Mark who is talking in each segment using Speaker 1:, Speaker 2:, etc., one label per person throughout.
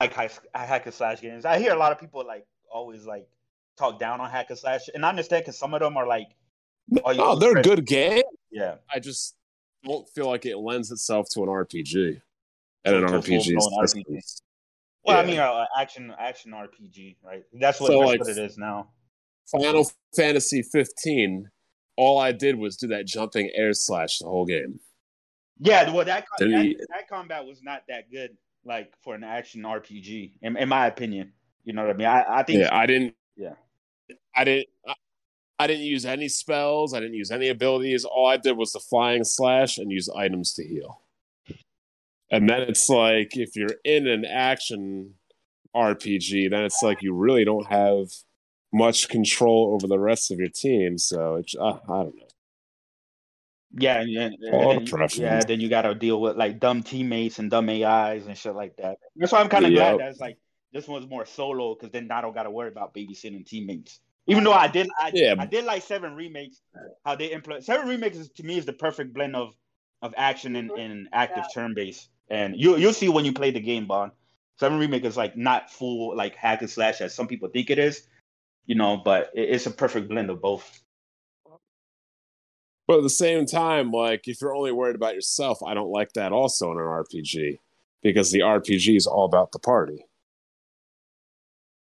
Speaker 1: like hack, hack and slash games. I hear a lot of people like always like talk down on hack and slash, and I understand because some of them are like,
Speaker 2: oh, no, they're
Speaker 1: crazy.
Speaker 2: good games.
Speaker 1: yeah,
Speaker 2: I just don't feel like it lends itself to an RPG and an
Speaker 1: To a
Speaker 2: RPG.
Speaker 1: full-blown
Speaker 2: system.
Speaker 1: RPG. Well, I
Speaker 2: Yeah.
Speaker 1: mean, uh, action action RPG, right? That's what,
Speaker 2: So,
Speaker 1: that's
Speaker 2: like,
Speaker 1: what it is now.
Speaker 2: Final Fantasy 15. All I did was do that jumping air slash the whole game.
Speaker 1: Yeah, well, that co-
Speaker 2: Did
Speaker 1: that,
Speaker 2: he-
Speaker 1: that combat was not that good, like for an action RPG, in, in my opinion. You know what I mean? I, I think
Speaker 2: Yeah, I didn't.
Speaker 1: Yeah.
Speaker 2: I didn't. I, I didn't use any spells. I didn't use any abilities. All I did was the flying slash and use items to heal. And then it's like if you're in an action RPG, then it's like you really don't have much control over the rest of your team. So it's uh, I don't know.
Speaker 1: Yeah, and, and, and
Speaker 2: All
Speaker 1: then, you- yeah,
Speaker 2: preference.
Speaker 1: then you got to deal with like dumb teammates and dumb AIs and shit like that. That's why I'm kind of
Speaker 2: Yep.
Speaker 1: glad that it's like this one's more solo because then I don't got to worry about babysitting teammates. Even though I did, I,
Speaker 2: Yeah.
Speaker 1: I did like Seven remakes. How they implement Seven remakes is, to me is the perfect blend of of action and, and active turn based. And you you'll see when you play the game, Bond. Seven remake is like not full like hack and slash as some people think it is, you know. But it, it's a perfect blend of both.
Speaker 2: But at the same time, like if you're only worried about yourself, I don't like that also in an RPG because the RPG is all about the party.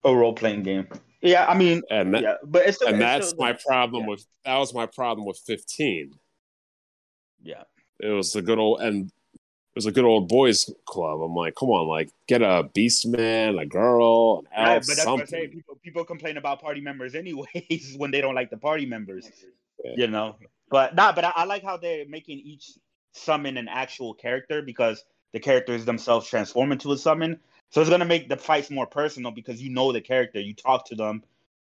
Speaker 1: A role playing game. Yeah, I mean,
Speaker 2: And that,
Speaker 1: yeah, but it's still,
Speaker 2: and
Speaker 1: it's
Speaker 2: that's
Speaker 1: still-
Speaker 2: my problem
Speaker 1: yeah.
Speaker 2: with that was my problem with 15.
Speaker 1: yeah.
Speaker 2: It was the good old and it was a good old boys club. I'm like, come on, like get a beast man, a girl, an elf,
Speaker 1: Right, but that's what I'm saying.
Speaker 2: something.
Speaker 1: People people complain about party members anyways when they don't like the party members.
Speaker 2: Yeah.
Speaker 1: You know, but nah, but I, I like how they're making each summon an actual character because the characters themselves transform into a summon. So it's gonna make the fights more personal because you know the character, you talk to them,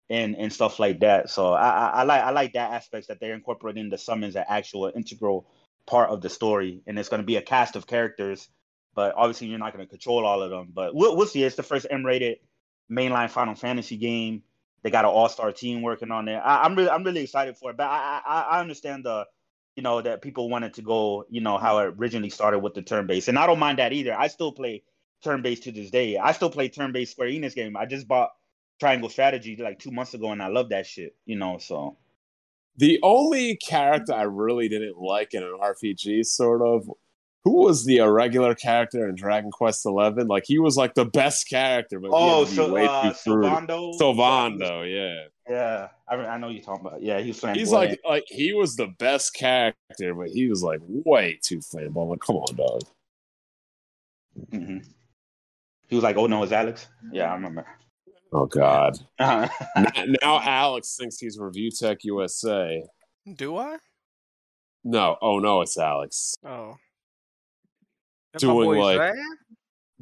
Speaker 1: and and stuff like that. So I I, I like I like that aspects that they're incorporating the summons an actual integral part of the story, and it's gonna be a cast of characters. But obviously, you're not going to control all of them. But we'll, we'll see. It's the first M-rated mainline Final Fantasy game. They got an all-star team working on it. I, I'm really, I'm really excited for it. But I, I, I understand the, you know, that people wanted to go, you know, how it originally started with the turn-based, and I don't mind that either. I still play turn-based to this day. I still play turn-based Square Enix game. I just bought Triangle Strategy like two months ago, and I love that shit. You know, so
Speaker 2: The only character I really didn't like in an RPG, sort of, who was the irregular character in Dragon Quest Eleven? Like he was like the best character, but he
Speaker 1: oh,
Speaker 2: had to be
Speaker 1: so
Speaker 2: way
Speaker 1: uh,
Speaker 2: too crude.
Speaker 1: Silvando,
Speaker 2: Silvando, yeah,
Speaker 1: yeah, Uh, I, I know you're talking about. Yeah, he's flamboyant.
Speaker 2: he's like like he was the best character, but he was like way too flammable. I'm like, come on, dog.
Speaker 1: hmm He was like, "Oh no, it's Alex." Yeah, I remember.
Speaker 2: Oh God.
Speaker 1: Uh-huh.
Speaker 2: now, now Alex thinks he's Review Tech USA.
Speaker 3: Do I?
Speaker 2: No, oh no, it's Alex
Speaker 3: Oh. That my
Speaker 2: Doing
Speaker 3: boy
Speaker 2: like-
Speaker 3: Zan?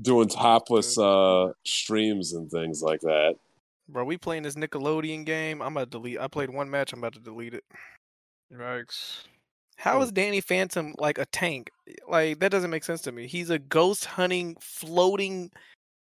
Speaker 2: doing topless uh streams and things like that.
Speaker 3: Bro, we playing this Nickelodeon game. I'm about to delete. I played one match. I'm about to delete it.
Speaker 4: Yikes.
Speaker 3: How
Speaker 4: Hmm.
Speaker 3: is Danny Phantom like a tank? Like that doesn't make sense to me. He's a ghost hunting, floating.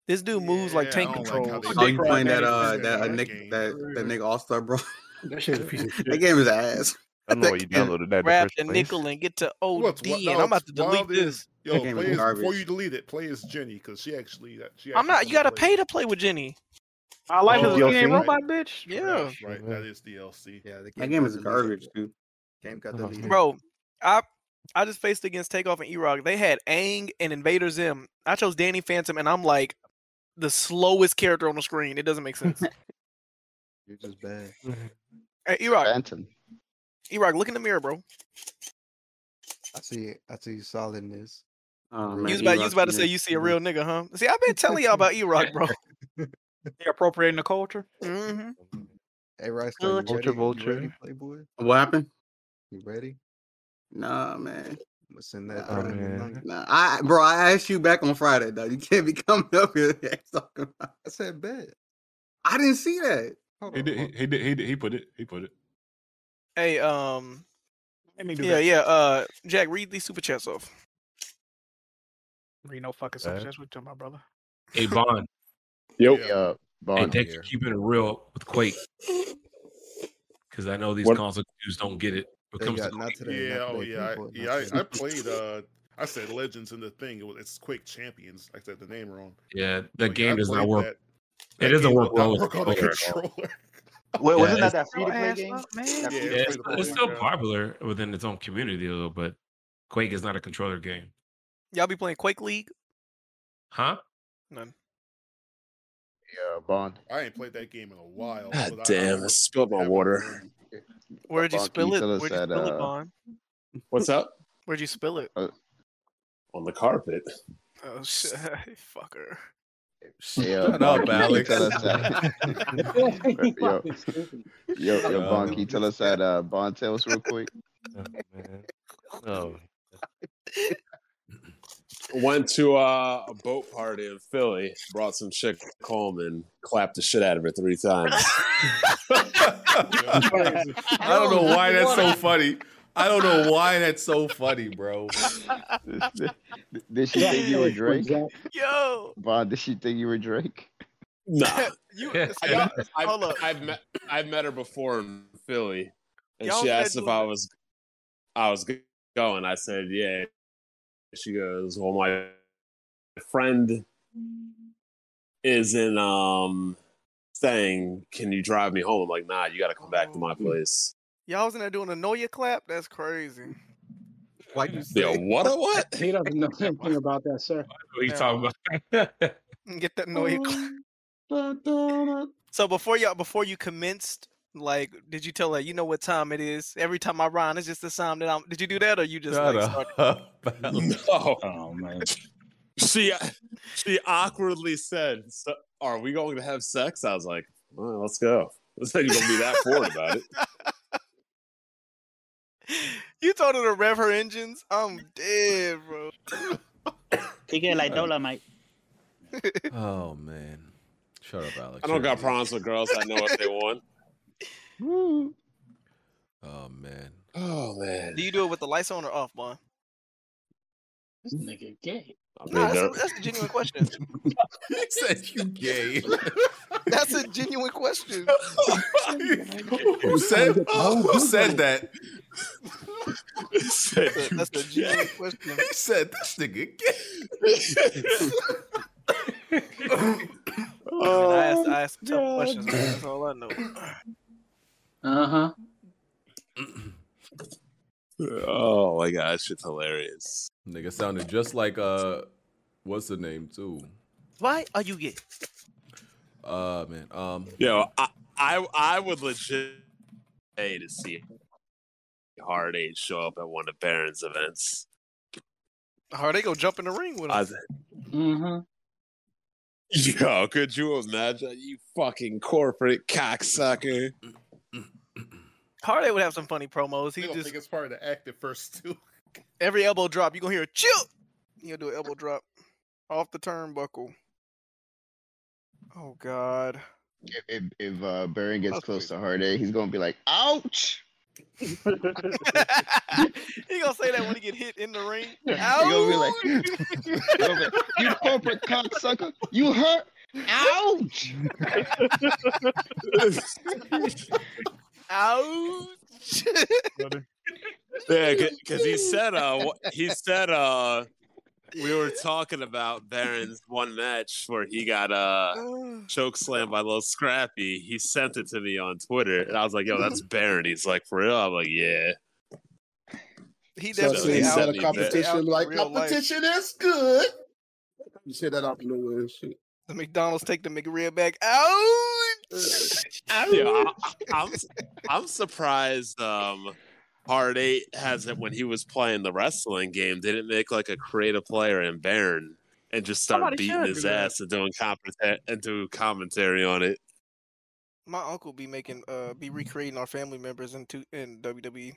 Speaker 3: This dude moves like
Speaker 4: Yeah,
Speaker 3: tank
Speaker 4: I don't like
Speaker 3: controls.
Speaker 4: how they
Speaker 5: Oh,
Speaker 4: They
Speaker 5: you
Speaker 4: brought
Speaker 5: playing that
Speaker 4: Manny
Speaker 5: uh
Speaker 4: Pacquiao
Speaker 5: that uh,
Speaker 4: to that
Speaker 5: Nick
Speaker 4: game.
Speaker 5: that that Nick All Star bro?
Speaker 6: That shit is a piece of
Speaker 5: that
Speaker 6: shit.
Speaker 5: game is ass.
Speaker 6: I don't know why you downloaded that. in
Speaker 3: grab
Speaker 6: first
Speaker 3: the
Speaker 6: place.
Speaker 3: nickel and get to OD,
Speaker 4: What's wi-
Speaker 3: and
Speaker 4: no,
Speaker 3: I'm about to
Speaker 4: what's wild
Speaker 3: delete this.
Speaker 4: is- Yo,
Speaker 5: That game
Speaker 4: play
Speaker 5: is
Speaker 4: as- before
Speaker 5: garbage.
Speaker 4: you delete it, play as Jenny because she actually that she.
Speaker 3: I'm
Speaker 4: actually
Speaker 3: not. You gotta
Speaker 4: plays
Speaker 3: pay to play with Jenny.
Speaker 6: My life
Speaker 4: Oh,
Speaker 6: is a
Speaker 4: DLC?
Speaker 6: teenage robot, bitch.
Speaker 3: Yeah,
Speaker 4: Trash, right. That is DLC.
Speaker 7: Yeah, the game
Speaker 5: That game
Speaker 7: got
Speaker 5: is
Speaker 7: deleted.
Speaker 5: garbage, dude.
Speaker 7: Game got
Speaker 6: Oh,
Speaker 7: deleted.
Speaker 3: bro. I I just faced against Takeoff and E-Rock. They had Aang and Invader Zim. I chose Danny Phantom, and I'm like the slowest character on the screen. It doesn't make sense.
Speaker 7: You're just bad.
Speaker 3: hey, E-Rock,
Speaker 7: Phantom.
Speaker 3: E-Rock, look in the mirror, bro.
Speaker 7: I see. I see solidness.
Speaker 5: Oh,
Speaker 7: You
Speaker 3: You
Speaker 5: man,
Speaker 3: was about, you
Speaker 5: E-Rock
Speaker 3: was about to say
Speaker 5: Nick.
Speaker 3: you see a real nigga, huh? See, I've been telling y'all about E-Rock, bro.
Speaker 6: They appropriating the culture.
Speaker 3: hmm
Speaker 7: Hey, Rice, are you
Speaker 6: Vulture,
Speaker 7: ready? You
Speaker 6: vulture.
Speaker 7: ready, Playboy,
Speaker 5: What happened?
Speaker 7: you ready?
Speaker 5: Nah, man.
Speaker 7: I'm gonna send that.
Speaker 6: Oh,
Speaker 7: thread in a
Speaker 6: man.
Speaker 7: minute.
Speaker 5: Nah, I bro, I asked you back on Friday though. You can't be coming up here talking about.
Speaker 7: I said bet.
Speaker 5: I didn't see that.
Speaker 7: Hold
Speaker 6: He
Speaker 7: on,
Speaker 6: did.
Speaker 7: hold
Speaker 6: He, he did. He did. He put it. He put it.
Speaker 3: Hey, um,
Speaker 6: Let me do
Speaker 3: yeah,
Speaker 6: that.
Speaker 3: yeah. Uh, Jack, read these super chats off.
Speaker 6: Read no fucking
Speaker 8: Bad.
Speaker 6: substance with my brother.
Speaker 9: Hey Vaughn,
Speaker 2: Yep.
Speaker 4: Yeah,
Speaker 9: hey,
Speaker 8: Bond
Speaker 9: thanks
Speaker 8: here.
Speaker 9: for keeping it real with Quake, because I know these
Speaker 2: What-
Speaker 9: console dudes don't get it. When it
Speaker 7: They
Speaker 9: comes to
Speaker 7: got not
Speaker 9: Quake.
Speaker 7: today.
Speaker 4: yeah,
Speaker 7: not
Speaker 4: oh
Speaker 7: today,
Speaker 4: yeah, I,
Speaker 7: people, not
Speaker 4: yeah. I,
Speaker 7: today.
Speaker 4: I played. Uh, I said Legends in the thing. It was, it's Quake Champions. I said the name wrong.
Speaker 9: Yeah, that
Speaker 4: Like,
Speaker 9: game
Speaker 4: I
Speaker 9: does not
Speaker 4: played
Speaker 9: work.
Speaker 4: that-
Speaker 9: It
Speaker 4: that
Speaker 9: doesn't
Speaker 4: game
Speaker 9: work
Speaker 4: will
Speaker 9: well
Speaker 4: not
Speaker 9: with
Speaker 4: work on the
Speaker 9: controller
Speaker 4: controller.
Speaker 1: Wait,
Speaker 9: Yeah,
Speaker 1: wasn't
Speaker 9: it's-
Speaker 1: that that free to play
Speaker 6: Ass
Speaker 1: game?
Speaker 6: up, man.
Speaker 1: That
Speaker 4: Yeah,
Speaker 1: free-to-play
Speaker 9: Yeah, it's,
Speaker 4: play the
Speaker 9: it's still
Speaker 4: Quake, uh,
Speaker 9: popular within its own community though, but Quake is not a controller game,
Speaker 3: Y'all be playing Quake League?
Speaker 9: huh?
Speaker 3: None.
Speaker 8: Yeah, Bond.
Speaker 4: I ain't played that game in a while.
Speaker 2: God
Speaker 4: but I- I
Speaker 2: damn, I
Speaker 4: was
Speaker 2: spilled my
Speaker 4: having
Speaker 2: water.
Speaker 4: fun.
Speaker 3: Where'd you
Speaker 8: Bond, can
Speaker 3: spill
Speaker 8: you
Speaker 3: it?
Speaker 8: tell us
Speaker 3: Where'd you
Speaker 8: that,
Speaker 3: spill it,
Speaker 8: uh,
Speaker 3: Bon?
Speaker 2: What's up?
Speaker 3: Where'd you spill it?
Speaker 2: On the carpet.
Speaker 3: Oh shit, fucker.
Speaker 8: Yeah,
Speaker 9: Shut
Speaker 8: Bond,
Speaker 9: up,
Speaker 8: can you
Speaker 9: Alex.
Speaker 8: tell us that- yo, yo, yo, Bond, can you tell us that uh, Bond tell us real quick?
Speaker 9: Oh, man. Oh,
Speaker 2: Went to uh, a boat party in Philly, brought some chick home and clapped the shit out of her three times.
Speaker 9: I don't know why that's so funny. I don't know why that's so funny, bro.
Speaker 8: Did she think you were Drake?
Speaker 3: Yo,
Speaker 8: Bond, did she think you were Drake?
Speaker 2: nah.
Speaker 3: you.
Speaker 9: Yeah.
Speaker 3: y'all-
Speaker 2: I've,
Speaker 3: Hold up.
Speaker 2: I've met I've met her before in Philly, and
Speaker 3: Y'all
Speaker 2: she
Speaker 3: met
Speaker 2: asked if I
Speaker 3: with-
Speaker 2: was I was g- going. I said yeah. She goes, well, my friend is in um saying, can you drive me home? I'm like, nah, you got to come back to
Speaker 3: Oh.
Speaker 2: my place.
Speaker 3: Y'all was in there doing a Noya clap? That's crazy.
Speaker 5: Why you
Speaker 2: Yeah,
Speaker 5: say?
Speaker 2: what a what?
Speaker 10: He doesn't know anything about that, sir.
Speaker 9: What are you talking about?
Speaker 3: Get that Noya clap. So before y'all, before you commenced, like, did you tell her you know what time it is? Every time I rhyme, it's just the time that I'm. Did you do that, or you just
Speaker 9: Shut
Speaker 3: like? Started?
Speaker 9: up. Alex.
Speaker 2: No,
Speaker 1: Oh man.
Speaker 2: she she awkwardly said, so, "Are we going to have sex?" I was like, well, "Let's go." It's not even gonna be that forward about it.
Speaker 3: You told her to rev her engines. I'm dead, bro.
Speaker 1: He get like Dolomite.
Speaker 9: Oh man. Shut up, Alex.
Speaker 2: I
Speaker 9: You're
Speaker 2: don't got
Speaker 9: an idiot.
Speaker 2: problems with girls. I know what they want.
Speaker 9: Oh man.
Speaker 2: Oh man.
Speaker 3: Do you do it with the lights on or off, Bon?
Speaker 10: This nigga gay.
Speaker 2: I mean,
Speaker 3: No, that's,
Speaker 2: they're-
Speaker 3: a, that's a genuine question.
Speaker 9: He said you gay.
Speaker 3: That's a genuine question.
Speaker 9: who said oh, who said that?
Speaker 3: That's a, that's a genuine question.
Speaker 9: He said this nigga gay.
Speaker 3: I, asked,
Speaker 2: Oh,
Speaker 3: I asked tough questions. man. That's all I know.
Speaker 10: Uh huh.
Speaker 2: oh my god, that shit's hilarious.
Speaker 9: Nigga sounded just like uh what's the name too?
Speaker 3: Why are you gay?
Speaker 9: Uh man. Um
Speaker 2: Yo, I I, I would legit pay to see Hard Eight show up at one of Baron's events.
Speaker 3: How Oh, they go jump in the ring with
Speaker 2: I,
Speaker 3: us?
Speaker 10: Mm-hmm.
Speaker 2: yo, could you imagine you fucking corporate cocksucker?
Speaker 3: Hardy would have some funny promos.
Speaker 4: They
Speaker 3: He
Speaker 4: don't
Speaker 3: just
Speaker 4: think it's part of the act at first too.
Speaker 3: every elbow drop, you gonna hear a chill. You'll do an elbow drop off the turnbuckle. Oh God!
Speaker 8: If if, if uh, Baron gets
Speaker 3: Okay.
Speaker 8: close to Harday, he's gonna be like, "Ouch!"
Speaker 3: he gonna say that when he get hit in the ring.
Speaker 8: He
Speaker 3: Ow!
Speaker 8: gonna be like, he gonna be like, "You corporate cocksucker! You hurt! Ouch!"
Speaker 3: Ouch!
Speaker 2: Yeah, because he said uh wh- he said uh we were talking about Baron's one match where he got uh choke slam by Lil Scrappy. He sent it to me on Twitter, and I was like, "Yo, that's Baron." He's like, "For real?" I'm like, "Yeah."
Speaker 3: he
Speaker 2: So
Speaker 3: definitely
Speaker 2: he
Speaker 3: out.
Speaker 2: said he
Speaker 3: out
Speaker 11: competition.
Speaker 3: in
Speaker 11: Like
Speaker 3: real life.
Speaker 11: competition is good. You said that out the nowhere and shit.
Speaker 3: The McDonald's take the McRib back. Ouch!
Speaker 2: Yeah, I, I'm I'm surprised. Um, Hard Eight has it when he was playing the wrestling game. Didn't make like a creative player in Baron and just start
Speaker 3: Somebody
Speaker 2: beating
Speaker 3: should
Speaker 2: his
Speaker 3: do that.
Speaker 2: ass and doing compet- and do commentary on it.
Speaker 3: My uncle be making uh be recreating our family members into in WWE.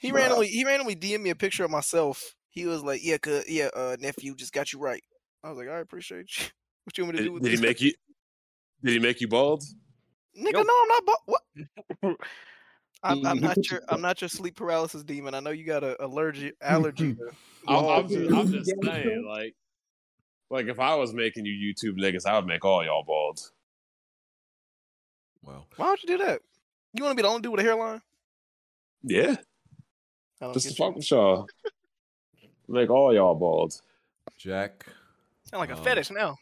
Speaker 3: He randomly he randomly DM'd me a picture of myself. He was like, "Yeah, cuz yeah, uh nephew just got you right." I was like, "I appreciate you." What you want me to do
Speaker 2: Did,
Speaker 3: with
Speaker 2: did
Speaker 3: this?
Speaker 2: he make you? Did he make you bald?
Speaker 3: Nigga,
Speaker 6: Yo.
Speaker 3: no, I'm not. bu- what? I'm, I'm not your I'm not your sleep paralysis demon. I know you got a allergy allergy. to-
Speaker 2: I'm,
Speaker 3: Oh,
Speaker 2: I'm just, I'm
Speaker 10: dude.
Speaker 2: just saying, like, like if I was making you YouTube niggas, I would make all y'all bald.
Speaker 9: Wow.
Speaker 3: Why don't you do that? You want to be the only dude with a hairline?
Speaker 2: Yeah,
Speaker 3: I don't
Speaker 2: just
Speaker 3: get
Speaker 2: to
Speaker 3: you.
Speaker 2: fuck with y'all. Make all y'all bald.
Speaker 9: Jack.
Speaker 3: Sound like a
Speaker 9: Um,
Speaker 3: fetish now.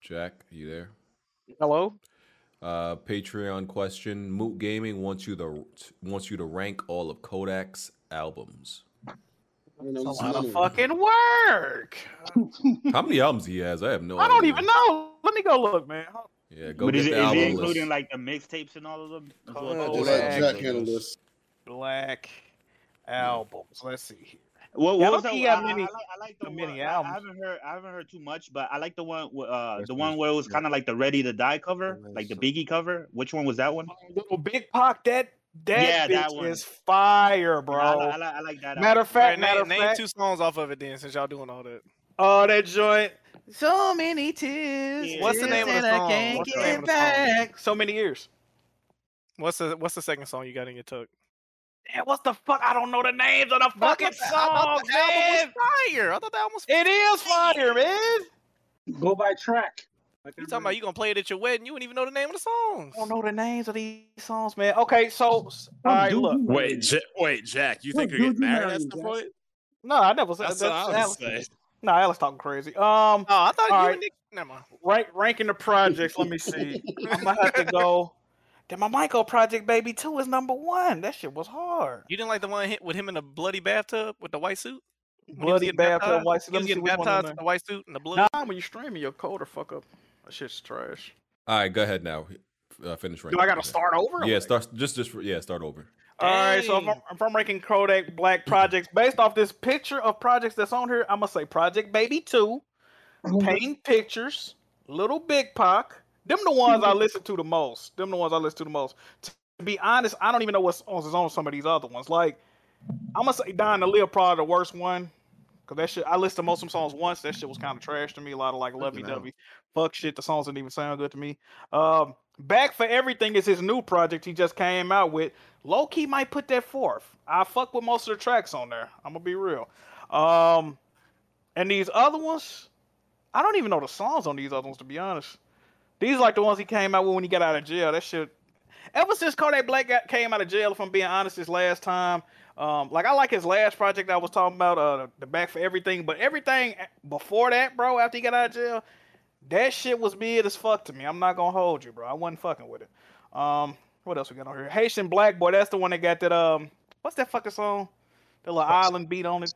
Speaker 9: Jack, you there?
Speaker 3: Hello.
Speaker 9: Uh, Patreon question: Moot Gaming wants you to wants you to rank all of Kodak's albums.
Speaker 6: That's a lot of fucking work.
Speaker 9: How many albums he has? I have no
Speaker 6: I
Speaker 9: idea.
Speaker 6: don't even know. Let me go look, man.
Speaker 9: Yeah, go
Speaker 1: but
Speaker 9: get
Speaker 1: is, it-
Speaker 9: the
Speaker 1: is
Speaker 9: album
Speaker 1: it
Speaker 9: list.
Speaker 1: including like the mixtapes and all of them?
Speaker 6: Kodak.
Speaker 11: let Jack handle this.
Speaker 6: Black Hmm. albums. Let's see here.
Speaker 1: What,
Speaker 6: Yeah,
Speaker 1: what
Speaker 6: I
Speaker 1: was
Speaker 6: don't
Speaker 1: that?
Speaker 6: think
Speaker 1: I,
Speaker 6: he got
Speaker 1: I,
Speaker 6: many-
Speaker 1: I like, I like the
Speaker 6: many
Speaker 1: one, I- I
Speaker 6: albums.
Speaker 1: haven't heard. I haven't heard too much, but I like the one. with, Uh, the one where it was kind of like the Ready to Die cover, like the Biggie cover. Which one was that one?
Speaker 6: Little Big Pac, that that
Speaker 1: Yeah,
Speaker 6: bitch
Speaker 1: that one.
Speaker 6: is fire, bro.
Speaker 1: I, li- I, li- I like that.
Speaker 6: Matter of fact,
Speaker 3: Alright,
Speaker 6: matter
Speaker 3: name,
Speaker 6: of
Speaker 3: name
Speaker 6: fact,
Speaker 3: two songs off of it then, since y'all doing all that.
Speaker 6: oh that joint. So many tears.
Speaker 3: What's the
Speaker 6: tears
Speaker 3: name of the
Speaker 6: that I
Speaker 3: song?
Speaker 6: can't
Speaker 3: What's the
Speaker 6: get
Speaker 3: name of the song?
Speaker 6: back. So many years.
Speaker 3: What's the What's the second song you got in your tuck?
Speaker 6: Damn, what the fuck? I don't know the names of the fucking
Speaker 3: I thought
Speaker 6: songs,
Speaker 3: the album
Speaker 6: man.
Speaker 3: was fire. I thought that was
Speaker 6: It is fire, man.
Speaker 10: Go by track.
Speaker 3: You talking about you gonna play it at your wedding? You wouldn't even know the name of the songs.
Speaker 6: I don't know the names of these songs, man. Okay, so all right,
Speaker 10: dude
Speaker 6: look.
Speaker 10: you
Speaker 2: Wait, J- wait, Jack. You think
Speaker 10: What
Speaker 2: you're getting
Speaker 10: dude you
Speaker 2: married?
Speaker 10: marrying,
Speaker 2: That's the
Speaker 10: Jack?
Speaker 2: point.
Speaker 6: No, I never said
Speaker 2: That's what I
Speaker 6: that
Speaker 2: was
Speaker 6: was-
Speaker 2: saying.
Speaker 6: No, Alex talking crazy. Um,
Speaker 3: Oh, I thought you
Speaker 6: all
Speaker 3: and
Speaker 6: right.
Speaker 3: Nick. Never mind.
Speaker 6: rank, ranking the projects. Let me see. I'm gonna have to go. Then my Michael project, baby, two is number one. That shit was hard.
Speaker 3: You didn't like the one hit with him in the bloody bathtub with the white suit. When he was
Speaker 6: Bloody
Speaker 3: getting
Speaker 6: bathtub,
Speaker 3: baptized?
Speaker 6: white
Speaker 3: He
Speaker 6: suit. Let
Speaker 3: was
Speaker 6: me see
Speaker 3: getting
Speaker 6: which one on
Speaker 3: baptized
Speaker 6: there.
Speaker 3: in the white suit and the blood.
Speaker 6: Nah, when you streaming, your code will fuck up. That shit's trash.
Speaker 9: All right, go ahead now. Uh, finish ranking.
Speaker 6: Do I gotta
Speaker 9: Okay.
Speaker 6: start over?
Speaker 9: Yeah, start just just yeah, start over.
Speaker 6: All right, so if I'm, if I'm ranking Kodak Black projects based off this picture of projects that's on here, I'm gonna say Project Baby Two, Pain Pictures, Little Big Pac. Them the ones I listen to the most. Them the ones I listen to the most. To be honest, I don't even know what songs is on some of these other ones. Like I'm gonna say Don the Live probably the worst one. Cause that shit, I listened to most of them songs once. That shit was kind of trash to me. A lot of like lovey dovey fuck shit. The songs didn't even sound good to me. Um, Back for Everything is his new project he just came out with. Low key might put that forth. I fuck with most of the tracks on there. I'm gonna be real. Um, and these other ones, I don't even know the songs on these other ones to be honest. These are like the ones he came out with when he got out of jail. That shit. Ever since Kodak Black got, came out of jail, if I'm being honest, this last time, um, like I like his last project I was talking about, uh, the back for everything. But everything before that, bro, after he got out of jail, that shit was mid as fuck to me. I'm not gonna hold you, bro. I wasn't fucking with it. Um, what else we got on here? Haitian Black Boy. That's the one that got that. Um, what's that fucking song? The little island beat on it.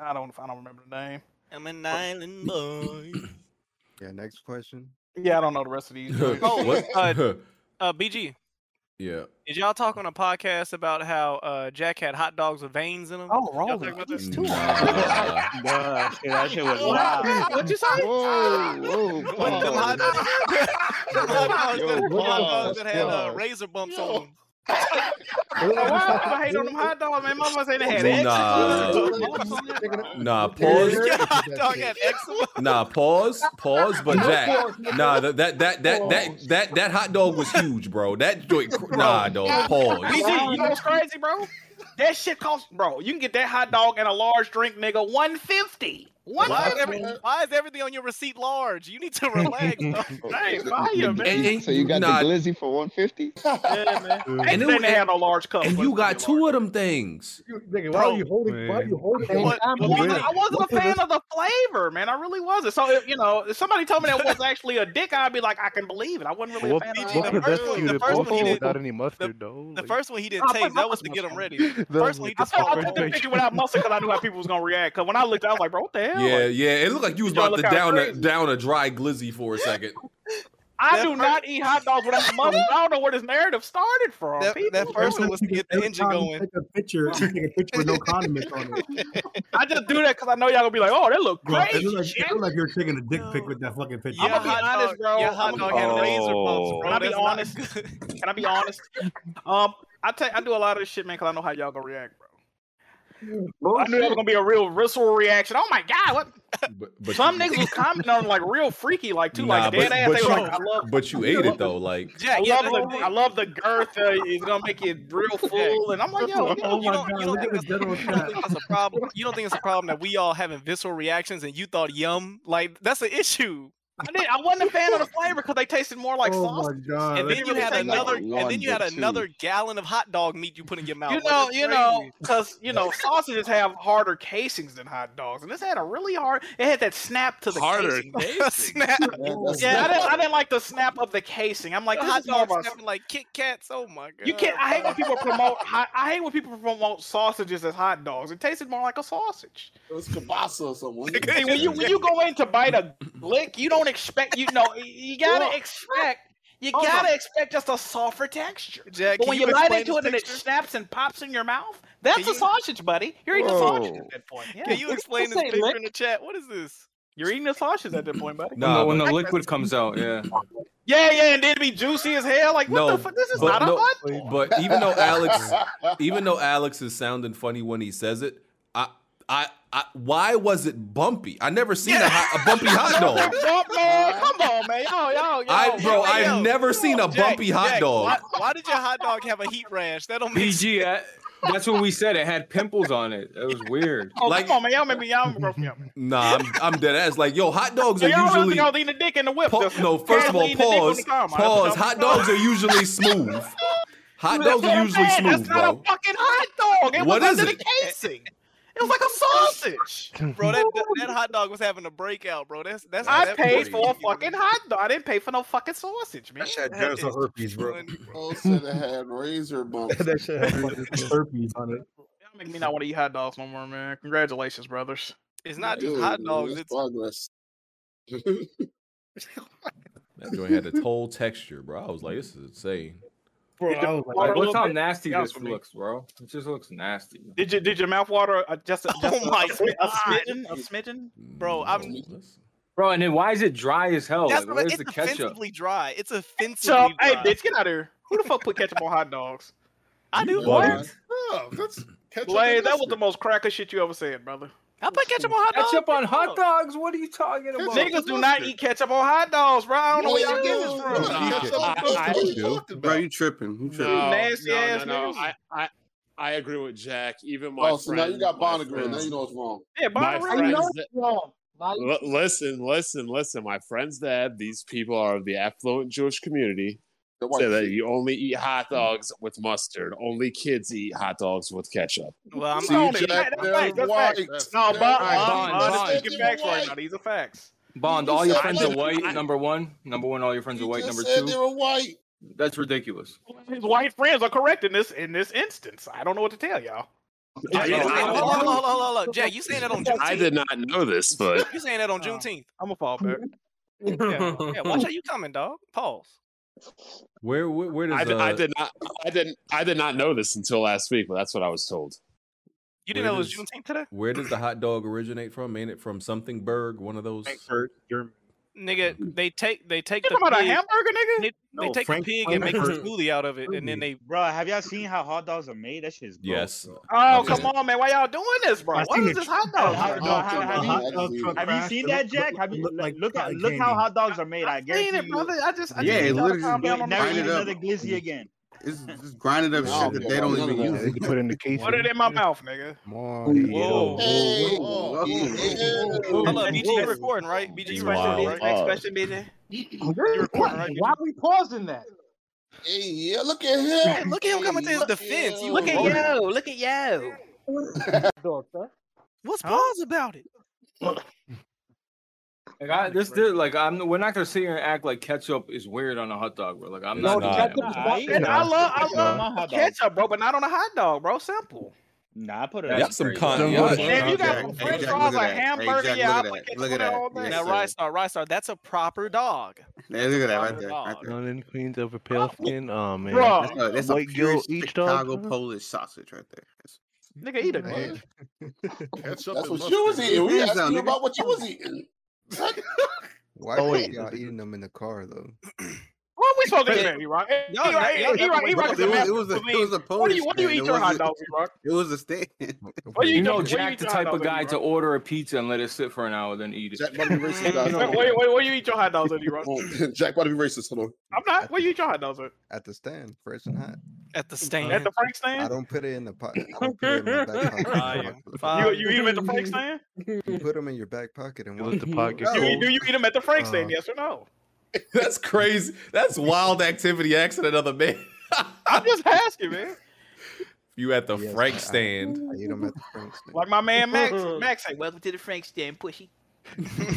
Speaker 6: I don't. I don't remember the name.
Speaker 3: I'm an island boy.
Speaker 7: Yeah, next question.
Speaker 6: Yeah, I don't know the rest of these. joints.
Speaker 3: Oh,
Speaker 9: What?
Speaker 3: uh, uh, BG,
Speaker 9: yeah.
Speaker 3: did y'all talk on a podcast about how uh, Jack had hot dogs with veins in them?
Speaker 6: Oh,
Speaker 3: Y'all
Speaker 6: Roland.
Speaker 3: talk about
Speaker 6: It's
Speaker 3: that?
Speaker 6: too
Speaker 1: Nah,
Speaker 9: Ah,
Speaker 1: shit, that shit was wild.
Speaker 3: What you say?
Speaker 8: Whoa,
Speaker 3: What them hot
Speaker 8: whoa,
Speaker 3: dogs? them hot dogs
Speaker 8: Yo,
Speaker 3: that- them hot
Speaker 8: pause,
Speaker 3: dogs that had uh,
Speaker 8: pause.
Speaker 3: razor bumps on them.
Speaker 6: Why I hate on them hot dogs, man? Mama say they had
Speaker 9: Nah. Nah, pause.
Speaker 3: Hot dog had eczema.
Speaker 9: Nah, pause, pause, but Jack. Nah, that that that that that that, that hot dog was huge, bro. That joint, cr- nah, dog. Pause.
Speaker 6: BG, you know what's crazy, bro? That shit costs, bro. You can get that hot dog and a large drink, nigga, one fifty. One
Speaker 3: Why is,
Speaker 6: fifty.
Speaker 3: every, why is everything on your receipt large? You need to relax. bro.
Speaker 6: Dang, fire, man.
Speaker 9: And- and-
Speaker 8: So you got
Speaker 9: nah,
Speaker 8: the glizzy for 150?
Speaker 6: Yeah, man.
Speaker 9: And
Speaker 6: And then
Speaker 9: it was-
Speaker 6: they had no large cup.
Speaker 9: and you got two of them things.
Speaker 11: You- nigga, why are you holding? Why are
Speaker 7: Man.
Speaker 11: you holding?
Speaker 6: I
Speaker 11: it?
Speaker 6: wasn't, I wasn't a fan of the flavor, man. I really wasn't. So, if, you know, if somebody told me that was actually a dick, I'd be like, I can believe it. I wasn't really a
Speaker 7: What,
Speaker 6: fan of
Speaker 3: BG,
Speaker 6: it.
Speaker 7: what
Speaker 3: the first
Speaker 7: possessed
Speaker 3: one-
Speaker 7: you
Speaker 3: the
Speaker 7: to
Speaker 3: first one
Speaker 7: post
Speaker 3: he
Speaker 7: it
Speaker 3: did-
Speaker 7: without any mustard, though?
Speaker 3: The
Speaker 7: Like,
Speaker 3: first one he
Speaker 6: I
Speaker 3: didn't
Speaker 6: put
Speaker 3: taste. That was
Speaker 6: muscle
Speaker 3: to get him
Speaker 6: on
Speaker 3: ready. The
Speaker 7: that
Speaker 3: first one he
Speaker 7: was
Speaker 3: just
Speaker 6: I,
Speaker 7: like the
Speaker 6: I took
Speaker 7: fucking
Speaker 6: the picture without mustard because I knew how people was gonna react. Because when I looked, I was like, "Bro, what the hell?"
Speaker 9: Yeah,
Speaker 6: Like,
Speaker 9: yeah. It looked like you was
Speaker 6: Y'all
Speaker 9: about to
Speaker 6: look kinda
Speaker 9: down a
Speaker 6: crazy.
Speaker 9: down a dry glizzy for a second.
Speaker 6: I
Speaker 3: That
Speaker 6: do
Speaker 3: first-
Speaker 6: not eat hot dogs without mustard. I don't know where this narrative started from.
Speaker 3: That,
Speaker 6: people.
Speaker 3: that first one was to get the engine going.
Speaker 11: Take a picture. You take a picture with no condiments on it.
Speaker 6: I just do that because I know y'all gonna be like, "Oh, that look
Speaker 11: Bro, it
Speaker 6: crazy."
Speaker 11: look like, it
Speaker 6: shit."
Speaker 11: look like you're taking a dick pic with that fucking picture.
Speaker 6: I'ma be
Speaker 3: hot
Speaker 6: honest,
Speaker 3: dog-
Speaker 6: bro.
Speaker 3: Your hot
Speaker 6: I'ma
Speaker 3: dog
Speaker 6: be
Speaker 3: had
Speaker 2: honest.
Speaker 3: razor bumps,
Speaker 1: Oh.
Speaker 3: bro.
Speaker 2: Can
Speaker 6: I be
Speaker 3: That's not
Speaker 6: honest?
Speaker 3: good.
Speaker 6: Can I be honest? um, I take I do a lot of this shit, man, because I know how y'all gonna react, bro. I knew that was gonna be a real visceral reaction. Oh my god, what?
Speaker 9: But, but
Speaker 6: Some niggas was commenting on like real freaky, like too,
Speaker 9: Nah,
Speaker 6: like
Speaker 9: but,
Speaker 6: dead ass.
Speaker 9: but
Speaker 6: They
Speaker 9: you,
Speaker 6: were like, "I love."
Speaker 9: but you ate it though, like
Speaker 3: Jack,
Speaker 6: I
Speaker 3: yeah,
Speaker 6: love,
Speaker 3: that's
Speaker 6: the,
Speaker 3: a-
Speaker 6: I love the girth. Uh, it's gonna make it real full, and I'm like, yo,
Speaker 3: you
Speaker 6: yo,
Speaker 3: don't, you
Speaker 11: my
Speaker 3: don't,
Speaker 11: God,
Speaker 3: you don't
Speaker 11: look
Speaker 3: think
Speaker 11: at
Speaker 3: that's,
Speaker 11: the general
Speaker 3: you don't
Speaker 11: chat.
Speaker 3: think that's a problem. You don't think it's a problem that we all having visceral reactions and you thought yum like that's an issue.
Speaker 6: I didn't. I wasn't a fan of the flavor because they tasted more like
Speaker 11: Oh my
Speaker 6: sausage.
Speaker 11: God,
Speaker 3: and
Speaker 11: that
Speaker 3: then you
Speaker 11: shit
Speaker 3: had
Speaker 11: tastes like
Speaker 3: another, and then you had
Speaker 11: laundry, too.
Speaker 3: another gallon of hot dog meat you put in your mouth.
Speaker 6: You
Speaker 3: Like,
Speaker 6: know,
Speaker 3: it's
Speaker 6: you
Speaker 3: crazy.
Speaker 6: know, because you know, sausages have harder casings than hot dogs, and this had a really hard. It had that snap to the
Speaker 3: Harder
Speaker 6: casing.
Speaker 3: casing?
Speaker 6: snap.
Speaker 3: Yeah,
Speaker 6: Yeah,
Speaker 3: that's
Speaker 6: I
Speaker 3: not-
Speaker 6: didn't. I didn't like the snap of the casing. I'm like,
Speaker 3: Like
Speaker 6: this
Speaker 3: hot
Speaker 6: is more of
Speaker 3: dogs
Speaker 6: a
Speaker 3: snapping like Kit Kats. Oh my god!
Speaker 6: You can't. I hate when people promote. I, I hate when people promote sausages as hot dogs. It tasted more like a sausage.
Speaker 11: It was kielbasa or someone.
Speaker 6: Hey, when you when you go in to bite a lick, you don't expect. You know, you gotta expect. You
Speaker 3: Hold
Speaker 6: gotta
Speaker 3: on.
Speaker 6: expect just a softer texture.
Speaker 3: oh Jack,
Speaker 6: but
Speaker 3: can
Speaker 6: when
Speaker 3: you
Speaker 6: you, bite
Speaker 3: explain
Speaker 6: into
Speaker 3: this
Speaker 6: it and it
Speaker 3: picture?
Speaker 6: snaps and pops in your mouth, that's a sausage, buddy. You're eating a sausage at that point. Yeah.
Speaker 3: Can you explain this
Speaker 6: Say
Speaker 3: picture
Speaker 6: lick.
Speaker 3: in the chat? What is this?
Speaker 6: You're eating a sausage at that point, buddy.
Speaker 9: Nah,
Speaker 12: when the
Speaker 9: but-
Speaker 12: liquid comes out, yeah.
Speaker 6: Yeah, yeah, and it'd be juicy as hell. Like, what
Speaker 9: no,
Speaker 6: the fuck? This is
Speaker 9: but
Speaker 6: not a
Speaker 9: no,
Speaker 6: hot
Speaker 9: But even though Alex, even though Alex is sounding funny when he says it, I, I, I why was it bumpy? I never seen a, hot, a bumpy hot dog.
Speaker 6: Jump, man. Come on, man. Yo, yo, yo.
Speaker 9: I, bro,
Speaker 3: yo,
Speaker 9: I've
Speaker 3: yo.
Speaker 9: never seen a
Speaker 3: Jack,
Speaker 9: bumpy hot
Speaker 3: Jack,
Speaker 9: dog.
Speaker 3: Why, why did your hot dog have a heat rash? That don't make
Speaker 12: PG, I- that's what we said. It had pimples on it. It was weird.
Speaker 6: Oh, come on, man. Y'all make me, y'all broke me up.
Speaker 9: Nah, I'm, I'm dead ass. Like, yo, hot dogs are
Speaker 6: y'all really
Speaker 9: usually
Speaker 6: think I was eating a dick in the whip.
Speaker 9: pa-
Speaker 6: just-
Speaker 9: no. First of all,
Speaker 6: Gasoline and dick on the car, man.
Speaker 9: pause,
Speaker 6: That's what
Speaker 9: pause.
Speaker 6: y'all-
Speaker 9: Hot dogs are usually smooth. Hot
Speaker 6: That's
Speaker 9: dogs
Speaker 6: what
Speaker 9: are
Speaker 6: I'm
Speaker 9: usually
Speaker 6: saying.
Speaker 9: smooth,
Speaker 6: That's not
Speaker 9: bro.
Speaker 6: a fucking hot dog. It
Speaker 9: What
Speaker 6: was
Speaker 9: is
Speaker 6: under
Speaker 9: it?
Speaker 6: the casing. It was like a sausage.
Speaker 3: sense. Bro, that, that, that hot dog was having a breakout, bro. That's that's.
Speaker 6: I
Speaker 3: that
Speaker 6: paid for a fucking hot dog. I didn't pay for no fucking sausage, man.
Speaker 11: That's a herpes, bro. said it had razor bumps. that shit had herpes on it.
Speaker 6: Y'all make me not want to eat hot dogs no more, man. Congratulations, brothers.
Speaker 3: It's not just hot dogs. It's
Speaker 11: progress.
Speaker 9: That joint had its whole texture, bro. I was like, this is insane.
Speaker 6: Bro,
Speaker 12: It-
Speaker 6: I was like-
Speaker 12: like,
Speaker 6: Water a
Speaker 12: look
Speaker 6: little
Speaker 12: how
Speaker 6: bit.
Speaker 12: nasty
Speaker 6: Yeah,
Speaker 12: this
Speaker 6: for me.
Speaker 12: looks, bro. It just looks nasty.
Speaker 6: Did you did your mouth water uh, just, a- just a-
Speaker 12: Oh
Speaker 3: my
Speaker 6: a, smi- a
Speaker 3: God.
Speaker 6: smidgen? A smidgen?
Speaker 3: bro.
Speaker 12: Mm,
Speaker 3: I'm.
Speaker 12: Bro, and then why is it dry as hell?
Speaker 3: That's
Speaker 12: Like,
Speaker 3: what,
Speaker 12: where's
Speaker 3: it's
Speaker 12: the ketchup?
Speaker 3: offensively dry. It's
Speaker 6: So,
Speaker 3: offensively
Speaker 6: hey,
Speaker 3: dry.
Speaker 6: bitch, get out of here. Who the fuck put ketchup on hot dogs?
Speaker 3: I do.
Speaker 6: What?
Speaker 11: Bro, that's ketchup.
Speaker 6: Blaze,
Speaker 11: and
Speaker 6: that was
Speaker 11: mustard.
Speaker 6: the most cracker shit you ever said, brother.
Speaker 3: I put ketchup on hot dogs.
Speaker 12: Ketchup on
Speaker 3: Oh,
Speaker 12: hot dogs? What are you talking about?
Speaker 6: Niggas do not eat ketchup on hot dogs, bro. I don't know where y'all get this from.
Speaker 13: Bro, you tripping. You tripping.
Speaker 6: nasty ass niggas.
Speaker 2: I, I, I agree with Jack. Even my
Speaker 11: Oh, so now you
Speaker 2: friends-
Speaker 11: got
Speaker 2: my
Speaker 11: Bonnegrand. Now
Speaker 2: friends-
Speaker 11: you know what's wrong.
Speaker 6: Yeah,
Speaker 2: my
Speaker 14: I know
Speaker 2: friends,
Speaker 14: it's wrong. Why you-
Speaker 2: L- listen, listen, listen. My friend's dad, these people are of the affluent Jewish community.
Speaker 11: white
Speaker 2: Say that you only eat hot dogs with mustard. Only kids eat hot dogs with ketchup.
Speaker 3: Well, I'm
Speaker 11: See,
Speaker 3: on
Speaker 11: Jack,
Speaker 3: it. That-
Speaker 11: they're
Speaker 3: that's
Speaker 11: white.
Speaker 3: facts.
Speaker 11: That's-
Speaker 6: No,
Speaker 11: they're
Speaker 6: Bond,
Speaker 11: white.
Speaker 6: Bond,
Speaker 12: Bond,
Speaker 6: Bond,
Speaker 12: Bond.
Speaker 6: speaking facts right now. These are facts.
Speaker 12: Bond,
Speaker 11: You
Speaker 12: all your
Speaker 11: said
Speaker 12: friends are
Speaker 11: white.
Speaker 12: white, number one. Number one, all your friends are white.
Speaker 11: just
Speaker 12: Number
Speaker 11: said they
Speaker 12: two,
Speaker 11: were white.
Speaker 12: that's ridiculous.
Speaker 6: His white friends are correct in this in this instance. I don't know what to tell y'all.
Speaker 3: I,
Speaker 2: I,
Speaker 3: hold, on,
Speaker 2: I-
Speaker 3: hold, on, hold, on, hold, on, hold on. Jack, you saying that on Juneteenth?
Speaker 2: I did not know this, but
Speaker 3: You saying that on Juneteenth?
Speaker 6: I'm gonna fall back.
Speaker 3: Yeah, yeah, watch how you coming, dog. Pause.
Speaker 9: Where, where, where does
Speaker 2: I, did-
Speaker 9: uh,
Speaker 2: I did not. I didn't. I did not know this until last week, but that's what I was told.
Speaker 3: You didn't
Speaker 9: Where
Speaker 3: know it was
Speaker 9: does-
Speaker 3: Juneteenth today,
Speaker 9: Where does the hot dog originate from? Ain't it from something burg? One of those.
Speaker 3: nigga. They take they take
Speaker 6: You
Speaker 3: the
Speaker 6: talking about a
Speaker 3: pig-
Speaker 6: hamburger, nigga?
Speaker 3: They, they
Speaker 1: No,
Speaker 3: take
Speaker 1: Frank
Speaker 3: the pig and make a
Speaker 1: Frankfurt.
Speaker 3: smoothie out of it, and then they
Speaker 1: Bro, have y'all seen how hot dogs are made? That shit's gross,
Speaker 9: Yes.
Speaker 1: bro.
Speaker 6: Oh,
Speaker 9: Okay.
Speaker 6: come on, man. Why y'all doing this, bro?
Speaker 14: I
Speaker 6: What
Speaker 14: seen
Speaker 6: is
Speaker 14: it.
Speaker 6: this hot dog?
Speaker 14: Hot
Speaker 6: shit?
Speaker 1: dog truck
Speaker 14: dog truck
Speaker 1: have you-
Speaker 14: crash. Hot dog truck
Speaker 1: Have you
Speaker 14: crash.
Speaker 1: seen
Speaker 14: It
Speaker 1: that,
Speaker 14: look-
Speaker 1: Jack?
Speaker 14: look-
Speaker 1: Have you
Speaker 14: look like
Speaker 1: look at
Speaker 14: cotton
Speaker 1: look how
Speaker 14: candy.
Speaker 1: hot dogs are made? I
Speaker 6: Seen
Speaker 1: guarantee
Speaker 6: it,
Speaker 1: you.
Speaker 6: brother. I just, I
Speaker 13: Yeah,
Speaker 6: just
Speaker 13: it
Speaker 6: need y'all to
Speaker 13: literally
Speaker 6: calm
Speaker 13: just
Speaker 6: down on my
Speaker 13: grind
Speaker 1: Never eat
Speaker 13: it up.
Speaker 1: another glizzy again.
Speaker 13: It's just grinded up
Speaker 11: Wow.
Speaker 13: shit that they don't even use.
Speaker 15: You put in the case.
Speaker 6: Put it in my mouth, nigga.
Speaker 15: Whoa. Whoa.
Speaker 11: Hey,
Speaker 15: Whoa.
Speaker 3: Hold up,
Speaker 6: Next
Speaker 3: BG, you
Speaker 6: question.
Speaker 3: recording, right? BG, you
Speaker 6: Next
Speaker 3: recording,
Speaker 6: question,
Speaker 3: right?
Speaker 6: BG. Next question, BJ.
Speaker 14: Why we pausing that?
Speaker 11: hey, yeah, look at him.
Speaker 3: Hey, look at him coming to his defense. You
Speaker 6: Look
Speaker 3: was
Speaker 6: at
Speaker 3: wrong.
Speaker 6: yo. Look at yo.
Speaker 14: Dog, huh?
Speaker 3: What's pause about it?
Speaker 12: Like I, this, did like I'm. We're not gonna sit here and act like ketchup is weird on a hot dog, bro. Like I'm
Speaker 14: No, the
Speaker 12: not. doing
Speaker 14: ketchup
Speaker 12: that.
Speaker 14: is
Speaker 6: I,
Speaker 14: fucking-
Speaker 6: I love, I
Speaker 1: Nah. Nah,
Speaker 6: love
Speaker 1: hot dog.
Speaker 6: ketchup, bro, but not on a hot dog, bro. Simple.
Speaker 1: Nah, I put it.
Speaker 9: Y'all
Speaker 1: on.
Speaker 9: some
Speaker 12: crazy.
Speaker 9: con.
Speaker 12: Don't
Speaker 9: y'all-
Speaker 12: go to-
Speaker 6: If you got some
Speaker 13: Hey,
Speaker 6: French
Speaker 13: Jack,
Speaker 6: fries,
Speaker 13: look
Speaker 6: a
Speaker 13: at that. Hey,
Speaker 6: hamburger,
Speaker 13: Jack,
Speaker 6: yeah, I'll
Speaker 13: look at
Speaker 6: put
Speaker 13: that. Look at
Speaker 6: ketchup on it all
Speaker 13: that.
Speaker 6: day.
Speaker 13: Yes,
Speaker 3: Now,
Speaker 13: sir.
Speaker 3: Rice Star, Rice Star, that's a proper dog.
Speaker 13: Yeah, look at that right
Speaker 3: Proper
Speaker 13: there. Right
Speaker 3: dog.
Speaker 13: there.
Speaker 15: London Queens of Apelkin. Oh man,
Speaker 6: Bro.
Speaker 13: That's a, that's a
Speaker 15: White
Speaker 13: pure
Speaker 15: girl each dog,
Speaker 13: Chicago
Speaker 15: huh?
Speaker 13: Polish sausage right there. That's-
Speaker 6: Nigga, eat it.
Speaker 11: What?
Speaker 6: nigga.
Speaker 16: Ketchup
Speaker 11: That's
Speaker 16: and
Speaker 11: what
Speaker 16: mustard.
Speaker 11: you was eating. We
Speaker 13: Hands
Speaker 11: asked
Speaker 13: down,
Speaker 11: you
Speaker 13: nigga.
Speaker 11: about what you was eating.
Speaker 15: Why
Speaker 13: Oh,
Speaker 15: are
Speaker 13: wait.
Speaker 15: y'all eating them in the car though?
Speaker 6: What we supposed to do, man? E-Rock,
Speaker 3: Y'all-
Speaker 6: E-Rock,
Speaker 3: y'all- y'all-
Speaker 6: E-Rock, E-Rock is
Speaker 13: It
Speaker 6: a
Speaker 13: was,
Speaker 6: master
Speaker 13: it was a it
Speaker 6: cuisine.
Speaker 13: was a
Speaker 6: What do
Speaker 13: Polish.
Speaker 6: you, what do you
Speaker 13: man.
Speaker 6: eat
Speaker 13: It
Speaker 6: your hot
Speaker 13: wasn't-
Speaker 6: dog, E-Rock?
Speaker 13: It was a stand.
Speaker 6: What do
Speaker 12: You
Speaker 6: what
Speaker 12: know,
Speaker 6: do
Speaker 12: Jack,
Speaker 6: eat
Speaker 12: the
Speaker 6: your hot
Speaker 12: type
Speaker 6: dog
Speaker 12: of
Speaker 6: at,
Speaker 12: guy to
Speaker 6: E-Rock?
Speaker 12: order a pizza and let it sit for an hour, then eat it.
Speaker 11: Jack about to be racist,
Speaker 6: Wait,
Speaker 11: guys.
Speaker 6: wait, wait, where you eat your hot dogs at, E-Rock?
Speaker 11: Hold on. Jack about to be racist. Hold on.
Speaker 6: I'm not. Where you eat your hot dogs at?
Speaker 15: At the stand, fresh and hot.
Speaker 3: At the stand.
Speaker 6: At the Frank
Speaker 7: I
Speaker 6: stand?
Speaker 7: don't put it in the pocket.
Speaker 6: You, you eat them at the Frank stand?
Speaker 7: You put them in your back pocket and let the
Speaker 6: Do you, do you eat them at the Frank stand?
Speaker 7: Uh,
Speaker 6: Yes or no?
Speaker 9: That's crazy. That's wild activity. Asking another man.
Speaker 6: I'm just asking, man.
Speaker 9: You at the Frank stand. I,
Speaker 7: eat them at the Frank stand.
Speaker 6: Like my man Max. Max, like, welcome to the Frank stand, pushy.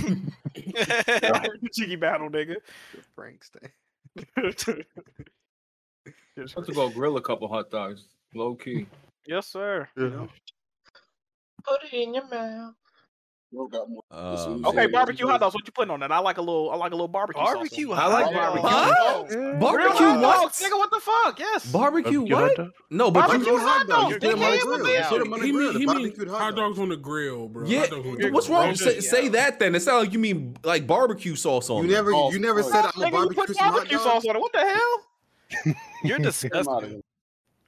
Speaker 6: Cheeky battle, nigga.
Speaker 7: Frank stand.
Speaker 12: Have to go grill a couple hot dogs, low key.
Speaker 6: Yes, sir.
Speaker 10: Put it in your mouth.
Speaker 12: Um,
Speaker 6: Okay, barbecue hot dogs. What you putting on that? I like a little. I like a little barbecue. sauce on
Speaker 12: Barbecue
Speaker 6: it.
Speaker 12: hot I like dogs. barbecue hot
Speaker 6: Huh?
Speaker 12: dogs.
Speaker 6: Real
Speaker 12: Barbecue
Speaker 6: hot
Speaker 12: what?
Speaker 6: dogs, Nigga, what the fuck? Yes.
Speaker 5: Uh,
Speaker 9: Barbecue
Speaker 17: Barbecue
Speaker 9: what?
Speaker 17: hot dog?
Speaker 9: No, but
Speaker 6: Barbecue
Speaker 9: you
Speaker 6: hot dogs.
Speaker 9: Put 'em on the
Speaker 6: dickhead,
Speaker 9: grill.
Speaker 6: my man.
Speaker 9: Put 'em on the
Speaker 17: He
Speaker 9: grill,
Speaker 17: mean, he mean
Speaker 9: barbecued
Speaker 17: hot dogs on the grill, bro.
Speaker 9: Yeah,
Speaker 17: Hot dogs on the
Speaker 9: what's
Speaker 17: grill.
Speaker 9: wrong? Say, say that then. It sounds like you mean like barbecue sauce on.
Speaker 5: You
Speaker 9: it.
Speaker 5: never, you never said I'm a
Speaker 6: Nigga, you
Speaker 5: barbecue.
Speaker 6: put barbecue sauce on it. What the hell? You're disgusting.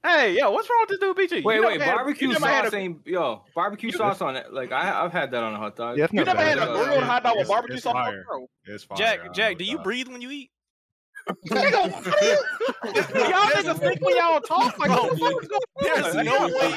Speaker 6: Hey, yo, what's wrong with this dude, BG? You
Speaker 12: Wait,
Speaker 6: never
Speaker 12: wait,
Speaker 6: had a-
Speaker 12: barbecue
Speaker 6: you never had
Speaker 12: sauce
Speaker 6: a-
Speaker 12: ain't yo barbecue sauce on it. Like I, I've had that on a hot dog. Uh,
Speaker 6: Yeah, it's You not never bad. had a grilled hot dog with It's- barbecue it's sauce on it, fire. bro?
Speaker 12: It's
Speaker 18: Jack, Jack, do you breathe when you eat?
Speaker 6: Nigga, what are you- y'all niggas think when y'all talk like what the fuck is
Speaker 18: There's
Speaker 6: going on?
Speaker 18: no way.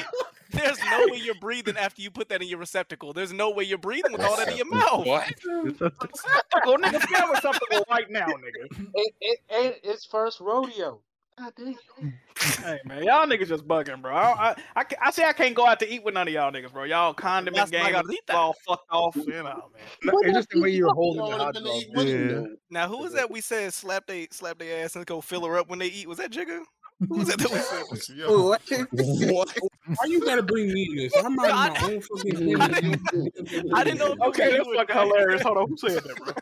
Speaker 18: There's no way you're breathing after you put that in your receptacle. There's no way you're breathing with all that in your mouth.
Speaker 17: What?
Speaker 6: Receptacle, nigga, fill receptacle right now, nigga.
Speaker 10: It, it, it, it's first rodeo. God damn.
Speaker 6: Hey man, y'all niggas just bugging, bro. I, I, I, ca- I say I can't go out to eat with none of y'all niggas, bro. Y'all condiment
Speaker 18: That's not
Speaker 6: gang
Speaker 18: gonna
Speaker 6: is all fucked off, you know, man.
Speaker 18: What
Speaker 10: it's just the way you're holding
Speaker 18: the hot dog.
Speaker 7: Yeah.
Speaker 18: Now, who was that we said slap they slap their ass and go fill her up when they eat? Was that Jigga? Who was that that we said?
Speaker 17: What? Why you gotta bring me in this? I'm not my own fucking.
Speaker 18: I didn't know.
Speaker 6: Okay, that's fucking hilarious. Hold on, who said that, bro?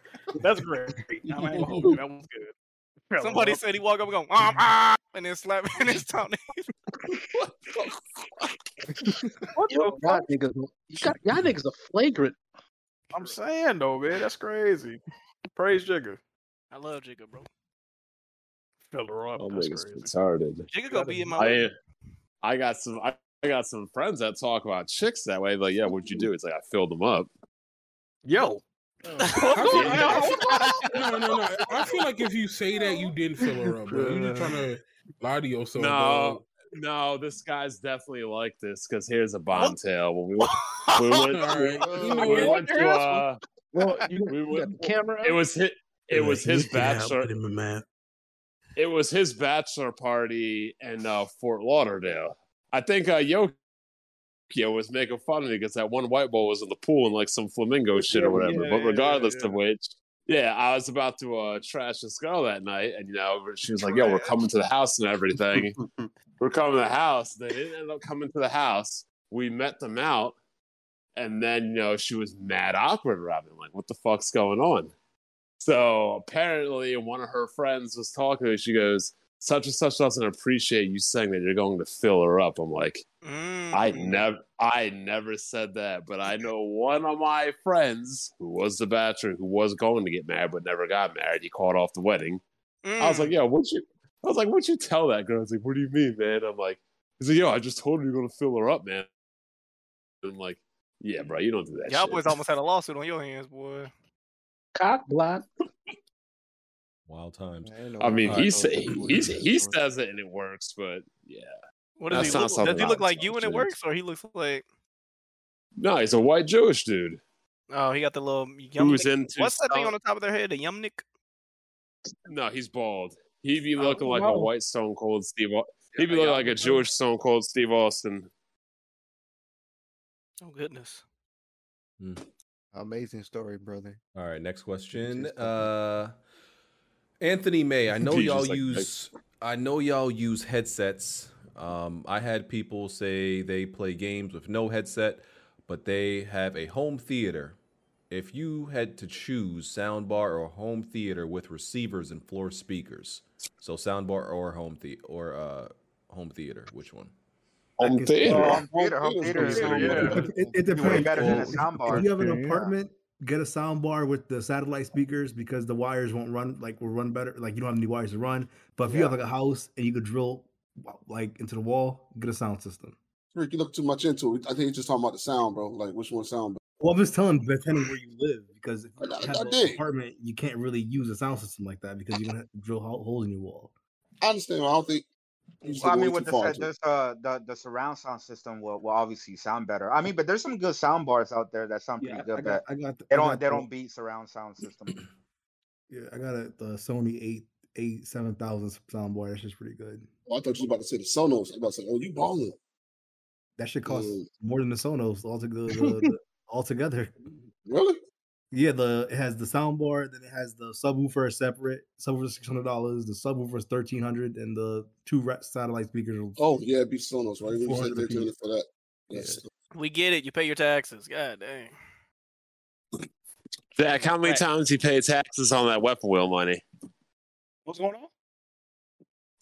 Speaker 6: That's great. I ain't gonna hold you. That was good.
Speaker 18: Somebody said he walked up and go, um, ah, and then slap in his tongue.
Speaker 10: Yo, y'all niggas, you got, y'all niggas are flagrant.
Speaker 6: I'm saying though, man, that's crazy. Praise Jigga.
Speaker 18: I love Jigga, bro.
Speaker 6: Fill her up.
Speaker 2: Oh my retarded.
Speaker 18: Jigga gonna be in my
Speaker 2: I, I got some. I, I got some friends that talk about chicks that way. Like, yeah, what'd you do? It's like I filled them up.
Speaker 6: Yo.
Speaker 17: Oh, No, no, no. I feel like if you say that, you didn't fill her up, bro. You're just trying to lie to yourself.
Speaker 2: no, no, this guy's definitely like this because here's a bombtail. When we went, we went,
Speaker 17: Alright.
Speaker 2: we went to, uh,
Speaker 10: Well, you,
Speaker 2: we
Speaker 10: you got
Speaker 2: went,
Speaker 10: the camera.
Speaker 2: it was his, it was his bachelor.
Speaker 17: in my mouth.
Speaker 2: It was his bachelor party in uh, Fort Lauderdale. I think uh, Yokio was making fun of me because that one white boy was in the pool and like some flamingo shit or whatever.
Speaker 17: yeah,
Speaker 2: but
Speaker 17: yeah,
Speaker 2: regardless of which, yeah, I was about to uh, trash this girl that night, and you know she was like, "Yo, we're coming to the house and everything." we're coming to the house. They didn't end up coming to the house. We met them out, and then you know she was mad awkward around me. I'm like, what the fuck's going on? So apparently, one of her friends was talking to her. She goes, "Such and such doesn't appreciate you saying that you're going to fill her up." I'm like, I never, I never said that, but I know one of my friends who was the bachelor who was going to get married but never got married. He called off the wedding. I was like, "Yo, what you?" I was like, "What you tell that girl?" I was like, "What do you mean, man?" I'm like, "He's like, yo, I just told her you're gonna fill her up, man." I'm like, "Yeah, bro, you don't do that."
Speaker 18: Y'all
Speaker 2: shit.
Speaker 18: boys almost had a lawsuit on your hands, boy.
Speaker 10: Cock block.
Speaker 9: Wild times.
Speaker 2: I mean,
Speaker 9: All right.
Speaker 2: he sa- he he says it and it works, but yeah.
Speaker 18: What does he
Speaker 2: That's not
Speaker 18: look? Does
Speaker 2: something
Speaker 18: he
Speaker 2: I
Speaker 18: look
Speaker 2: would
Speaker 18: like
Speaker 2: tell
Speaker 18: you when it
Speaker 2: chicks.
Speaker 18: works, or he looks like?
Speaker 2: No, he's a white Jewish dude.
Speaker 18: Oh, he got the little yum.
Speaker 2: Who's into
Speaker 18: What's that thing
Speaker 2: Sal-
Speaker 18: on the top of their head? The yumnik.
Speaker 2: No, he's bald. He'd be looking like a
Speaker 18: wow.
Speaker 2: white Stone Cold Steve. Au- He'd be looking like a Jewish Stone Cold Steve Austin.
Speaker 18: Oh goodness.
Speaker 7: Amazing story, brother.
Speaker 9: Mm. All right, next question. Uh, Anthony May, I know
Speaker 7: Jesus,
Speaker 9: y'all
Speaker 7: like,
Speaker 9: use I know y'all use headsets. Um, I had people say they play games with no headset, but they have a home theater. If you had to choose soundbar or home theater with receivers and floor speakers, so soundbar or home the or uh, home theater, which one?
Speaker 2: Home
Speaker 14: home theater, home theater is
Speaker 9: theater,
Speaker 14: yeah.
Speaker 9: yeah.
Speaker 14: it, it
Speaker 9: You
Speaker 14: depends.
Speaker 9: better than a
Speaker 14: If-
Speaker 9: soundbar.
Speaker 14: If you have an
Speaker 9: Yeah.
Speaker 14: apartment, get a sound bar with the satellite speakers because the wires won't run like will run better. Like you don't have any wires to run. But if you have like a house and you could drill like into the wall, get a sound system.
Speaker 11: Rick, you look too much into it. I think you're just talking about the sound, bro. Like which one sound?
Speaker 14: Well, I'm just telling depending where you live because if you
Speaker 11: I- I
Speaker 14: have an
Speaker 11: dig.
Speaker 14: apartment, you can't really use a sound system like that because you're gonna have to drill ho- holes in your wall.
Speaker 11: I understand. but I don't think
Speaker 1: Well, I mean, with the, this, uh, the the surround sound system will, will obviously sound better. I mean, but there's some good sound bars out there that sound pretty
Speaker 14: Yeah, I-
Speaker 1: good.
Speaker 14: I got-
Speaker 1: but
Speaker 14: I got the-
Speaker 1: they
Speaker 14: I
Speaker 1: don't
Speaker 14: got
Speaker 1: they
Speaker 14: the-
Speaker 1: don't beat surround sound system.
Speaker 14: Yeah, I got a the Sony eight eight seven thousand soundbar. That's just pretty good.
Speaker 11: Oh, I thought you was about to say the Sonos. I'm about to say, oh, you balling.
Speaker 14: That should cost more than the Sonos altogether. The, the, altogether.
Speaker 11: Really?
Speaker 14: Yeah, the it has the soundbar, then it has the subwoofer separate. Subwoofer six hundred dollars. The subwoofer is thirteen hundred, and the two ra- satellite speakers. Are,
Speaker 11: Oh yeah, it'd be Sonos, right? We said
Speaker 14: 400
Speaker 11: thirteen hundred
Speaker 14: apiece.
Speaker 11: for that. Yes.
Speaker 18: We get it. You pay your taxes. God dang.
Speaker 2: Jack, how many times you pay taxes on that weapon wheel money?
Speaker 6: What's going on?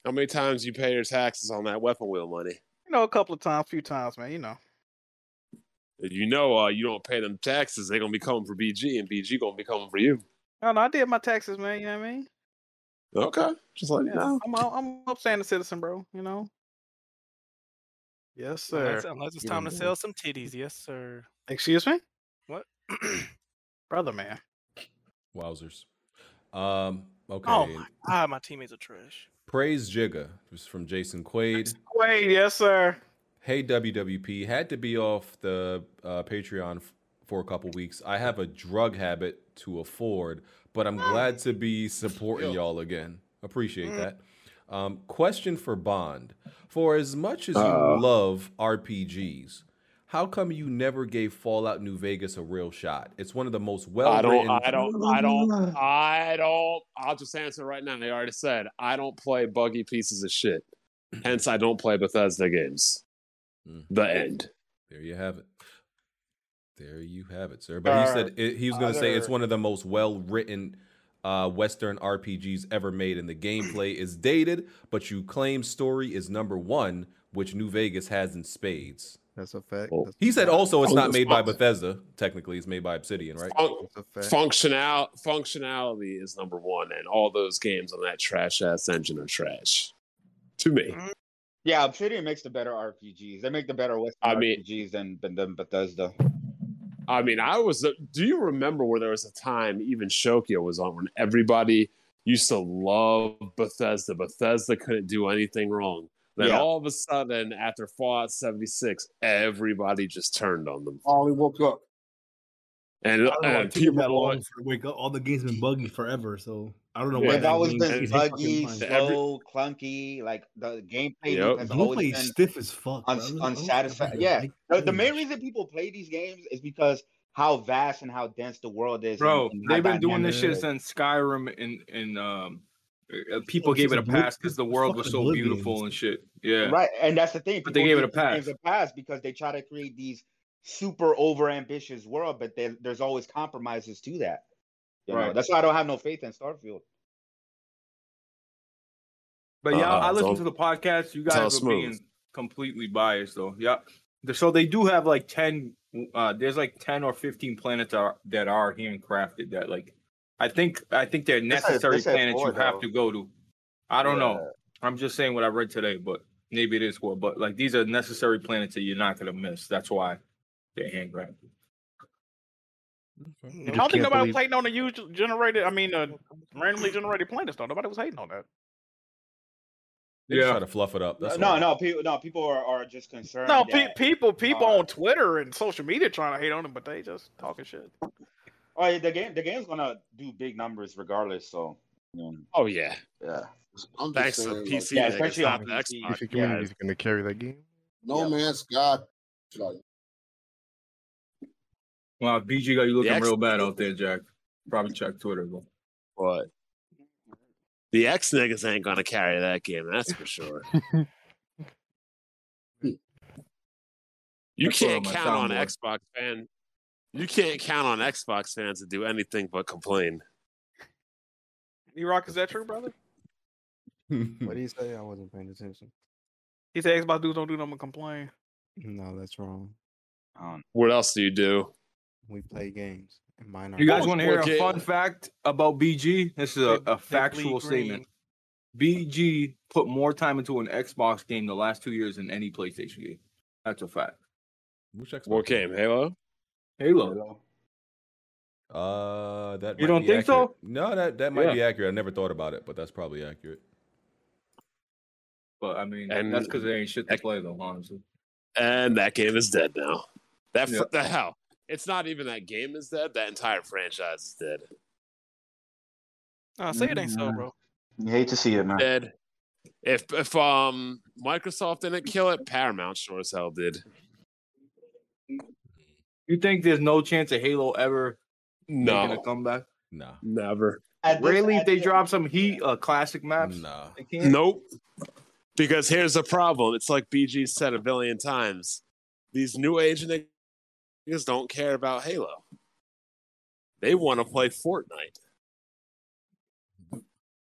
Speaker 2: How many times you pay your taxes on that weapon wheel money?
Speaker 6: You know, a couple of times, few times, man. You know.
Speaker 2: If you know uh, you don't pay them taxes, they're gonna be coming for BG, and BG gonna be coming for you.
Speaker 6: No, no, I did my taxes, man. You know what I mean?
Speaker 2: Okay, just let you
Speaker 6: Yeah,
Speaker 2: know.
Speaker 6: I'm, a- I'm an upstanding citizen, bro. You know. Yes, sir.
Speaker 18: Unless, unless it's time to sell some titties. Yes, sir.
Speaker 6: Excuse me,
Speaker 18: What?
Speaker 6: brother, man.
Speaker 9: Wowzers. Um, okay.
Speaker 18: Oh my god, my teammates are trash.
Speaker 9: Praise Jigga. This is from Jason Quaid.
Speaker 6: Wait, yes, sir.
Speaker 9: Hey WWP, had to be off the uh, Patreon f- for a couple weeks. I have a drug habit to afford, but I'm glad to be supporting y'all again. Appreciate that. Um, question for Bond: For as much as you
Speaker 2: Uh.
Speaker 9: love RPGs, how come you never gave Fallout New Vegas a real shot? It's one of the most well.
Speaker 2: I don't. I don't. I don't. I don't. I'll just answer right now. They already said I don't play buggy pieces of shit. Hence, I don't play Bethesda games.
Speaker 9: Mm.
Speaker 2: The end.
Speaker 9: There you have it. There you have it, sir. But he said it, he was going to say it's
Speaker 2: other-
Speaker 9: one of the most well written uh, Western RPGs ever made, and the gameplay is dated, but you claim story is number one, which New Vegas has in spades.
Speaker 7: That's a fact. That's
Speaker 9: He said also it's
Speaker 2: Oh,
Speaker 9: not
Speaker 2: it's
Speaker 9: made by
Speaker 2: fun-
Speaker 9: Bethesda. Technically, it's made by Obsidian, right?
Speaker 12: Oh,
Speaker 2: Fun-
Speaker 7: fact.
Speaker 2: functional functionality is number one, and all those games on that trash ass engine are trash. To me,
Speaker 9: Mm.
Speaker 1: Yeah, Obsidian makes the better RPGs. They make the better Western
Speaker 2: I mean-
Speaker 1: RPGs than, than than Bethesda.
Speaker 2: I mean, I was. The, do you remember where there was a time even Shokyo was on when everybody used to love Bethesda? Bethesda couldn't do anything wrong. Then
Speaker 11: Yeah.
Speaker 2: all of a sudden, after Fallout 76, everybody just turned on them.
Speaker 11: I only woke up.
Speaker 2: And,
Speaker 14: I don't know why
Speaker 2: and
Speaker 14: it took him
Speaker 2: people
Speaker 14: that
Speaker 2: were
Speaker 14: long
Speaker 2: like,
Speaker 14: for to wake up. All the games been buggy forever, so I don't know
Speaker 2: Yeah,
Speaker 14: why
Speaker 2: that was
Speaker 14: game
Speaker 2: been
Speaker 14: keeps fucking
Speaker 1: Buggy,
Speaker 14: mine.
Speaker 1: slow, clunky, like the gameplay
Speaker 2: Yep.
Speaker 1: has
Speaker 14: The
Speaker 1: always
Speaker 14: gameplay
Speaker 1: been
Speaker 14: is stiff as fuck. bro. I
Speaker 1: uns-
Speaker 14: don't- I don't
Speaker 1: unsatisfying.
Speaker 14: fucking
Speaker 1: Yeah,
Speaker 14: like
Speaker 1: the, the
Speaker 14: games.
Speaker 1: main reason people play these games is because how vast and how dense the world is. and-
Speaker 12: Bro,
Speaker 1: and how
Speaker 12: they've been doing this
Speaker 1: dynamic
Speaker 12: shit
Speaker 1: it is.
Speaker 12: since Skyrim, and and um, uh, people
Speaker 1: Oh,
Speaker 12: gave
Speaker 1: since
Speaker 12: it a pass
Speaker 1: Obliv-
Speaker 12: because the world was
Speaker 1: fucking
Speaker 12: so
Speaker 1: Oblivion and
Speaker 12: beautiful and shit. Yeah,
Speaker 1: Right, and that's the thing.
Speaker 12: But they
Speaker 1: people
Speaker 12: gave it
Speaker 1: give
Speaker 12: a pass.
Speaker 1: these Games a pass because they try to create these super over ambitious world, but there- there's always compromises to that. You know,
Speaker 12: Right.
Speaker 1: that's why I don't have no faith in Starfield.
Speaker 12: But yeah,
Speaker 1: Uh-uh,
Speaker 12: I listen
Speaker 1: don't-
Speaker 12: to the podcast. You
Speaker 1: it's all
Speaker 12: guys are
Speaker 1: smooth.
Speaker 12: being completely biased, though. Yeah. Th- So they do have like ten. Uh, there's like ten or fifteen planets that are, that are handcrafted. That like, I think I think they're
Speaker 11: They said-
Speaker 12: necessary
Speaker 11: they said
Speaker 12: planets
Speaker 11: four,
Speaker 12: you have
Speaker 11: though.
Speaker 12: to go to. I don't
Speaker 11: Yeah.
Speaker 12: know. I'm just saying what I read today, but maybe it is four. But like, these are necessary planets that you're not gonna miss. That's why they're handcrafted.
Speaker 6: I don't think nobody was hating on the usual generated. I mean, uh, randomly generated planets though. Nobody was hating on that.
Speaker 9: They just try to fluff it up. That's
Speaker 1: no,
Speaker 9: all.
Speaker 1: no, people, no, people are, are just concerned.
Speaker 6: No,
Speaker 1: that- uh,
Speaker 6: pe- people, people on Twitter and social media trying to hate on them, but they just talking shit.
Speaker 1: Oh, yeah, the game, the game's gonna do big numbers regardless. So,
Speaker 2: oh yeah,
Speaker 1: yeah.
Speaker 11: I'm
Speaker 2: Thanks
Speaker 11: just
Speaker 2: to
Speaker 11: saying,
Speaker 2: PC,
Speaker 11: like,
Speaker 2: niggas, not the Xbox.
Speaker 7: PC
Speaker 2: Yeah,
Speaker 7: community is going to carry that game.
Speaker 11: No man's God. Like,
Speaker 12: Wow, BG got you looking
Speaker 2: The X-
Speaker 12: real bad out there, Jack. Probably check Twitter. Though.
Speaker 2: What? The X niggas ain't gonna carry that game. That's for sure. you
Speaker 12: That's where
Speaker 2: can't
Speaker 12: my
Speaker 2: count on
Speaker 12: soundboard-
Speaker 2: Xbox fan. You can't count on Xbox fans to do anything but complain.
Speaker 6: E Rock, is that true, brother?
Speaker 7: What do you say? I wasn't paying attention.
Speaker 6: He said Xbox dudes don't do nothing but complain.
Speaker 7: No, that's wrong.
Speaker 2: What else do you do?
Speaker 7: We play games, and mine are.
Speaker 12: You guys want to hear
Speaker 7: Okay.
Speaker 12: a fun fact about BG? This is a, a factual statement. BG put more time into an Xbox game the last two years than any PlayStation game. That's a fact.
Speaker 9: Which
Speaker 2: What game? Halo.
Speaker 12: Halo.
Speaker 9: Uh, that
Speaker 12: You
Speaker 9: might
Speaker 12: don't
Speaker 9: be
Speaker 12: think so?
Speaker 9: accurate. No, that that might
Speaker 12: Yeah.
Speaker 9: be accurate. I never thought about it, but that's probably accurate.
Speaker 12: But I mean,
Speaker 2: And-
Speaker 12: that's because there ain't shit to play though, honestly.
Speaker 2: and that game is dead now. That
Speaker 12: Yeah.
Speaker 2: fr- the hell. It's not even that game is dead. That entire franchise is dead.
Speaker 18: Nah, say it ain't
Speaker 1: Mm-hmm.
Speaker 18: so, bro.
Speaker 1: You hate to see it, man.
Speaker 2: Dead. If if um Microsoft didn't kill it, Paramount sure as hell did.
Speaker 12: You think there's no chance of Halo ever
Speaker 2: No.
Speaker 12: making a comeback?
Speaker 9: No,
Speaker 2: never.
Speaker 12: Really, if they drop some heat, uh, classic maps.
Speaker 9: No,
Speaker 12: they can't.
Speaker 2: Nope. Because here's the problem. It's like BG said a billion times. These new age niggas don't care about Halo. They want to play Fortnite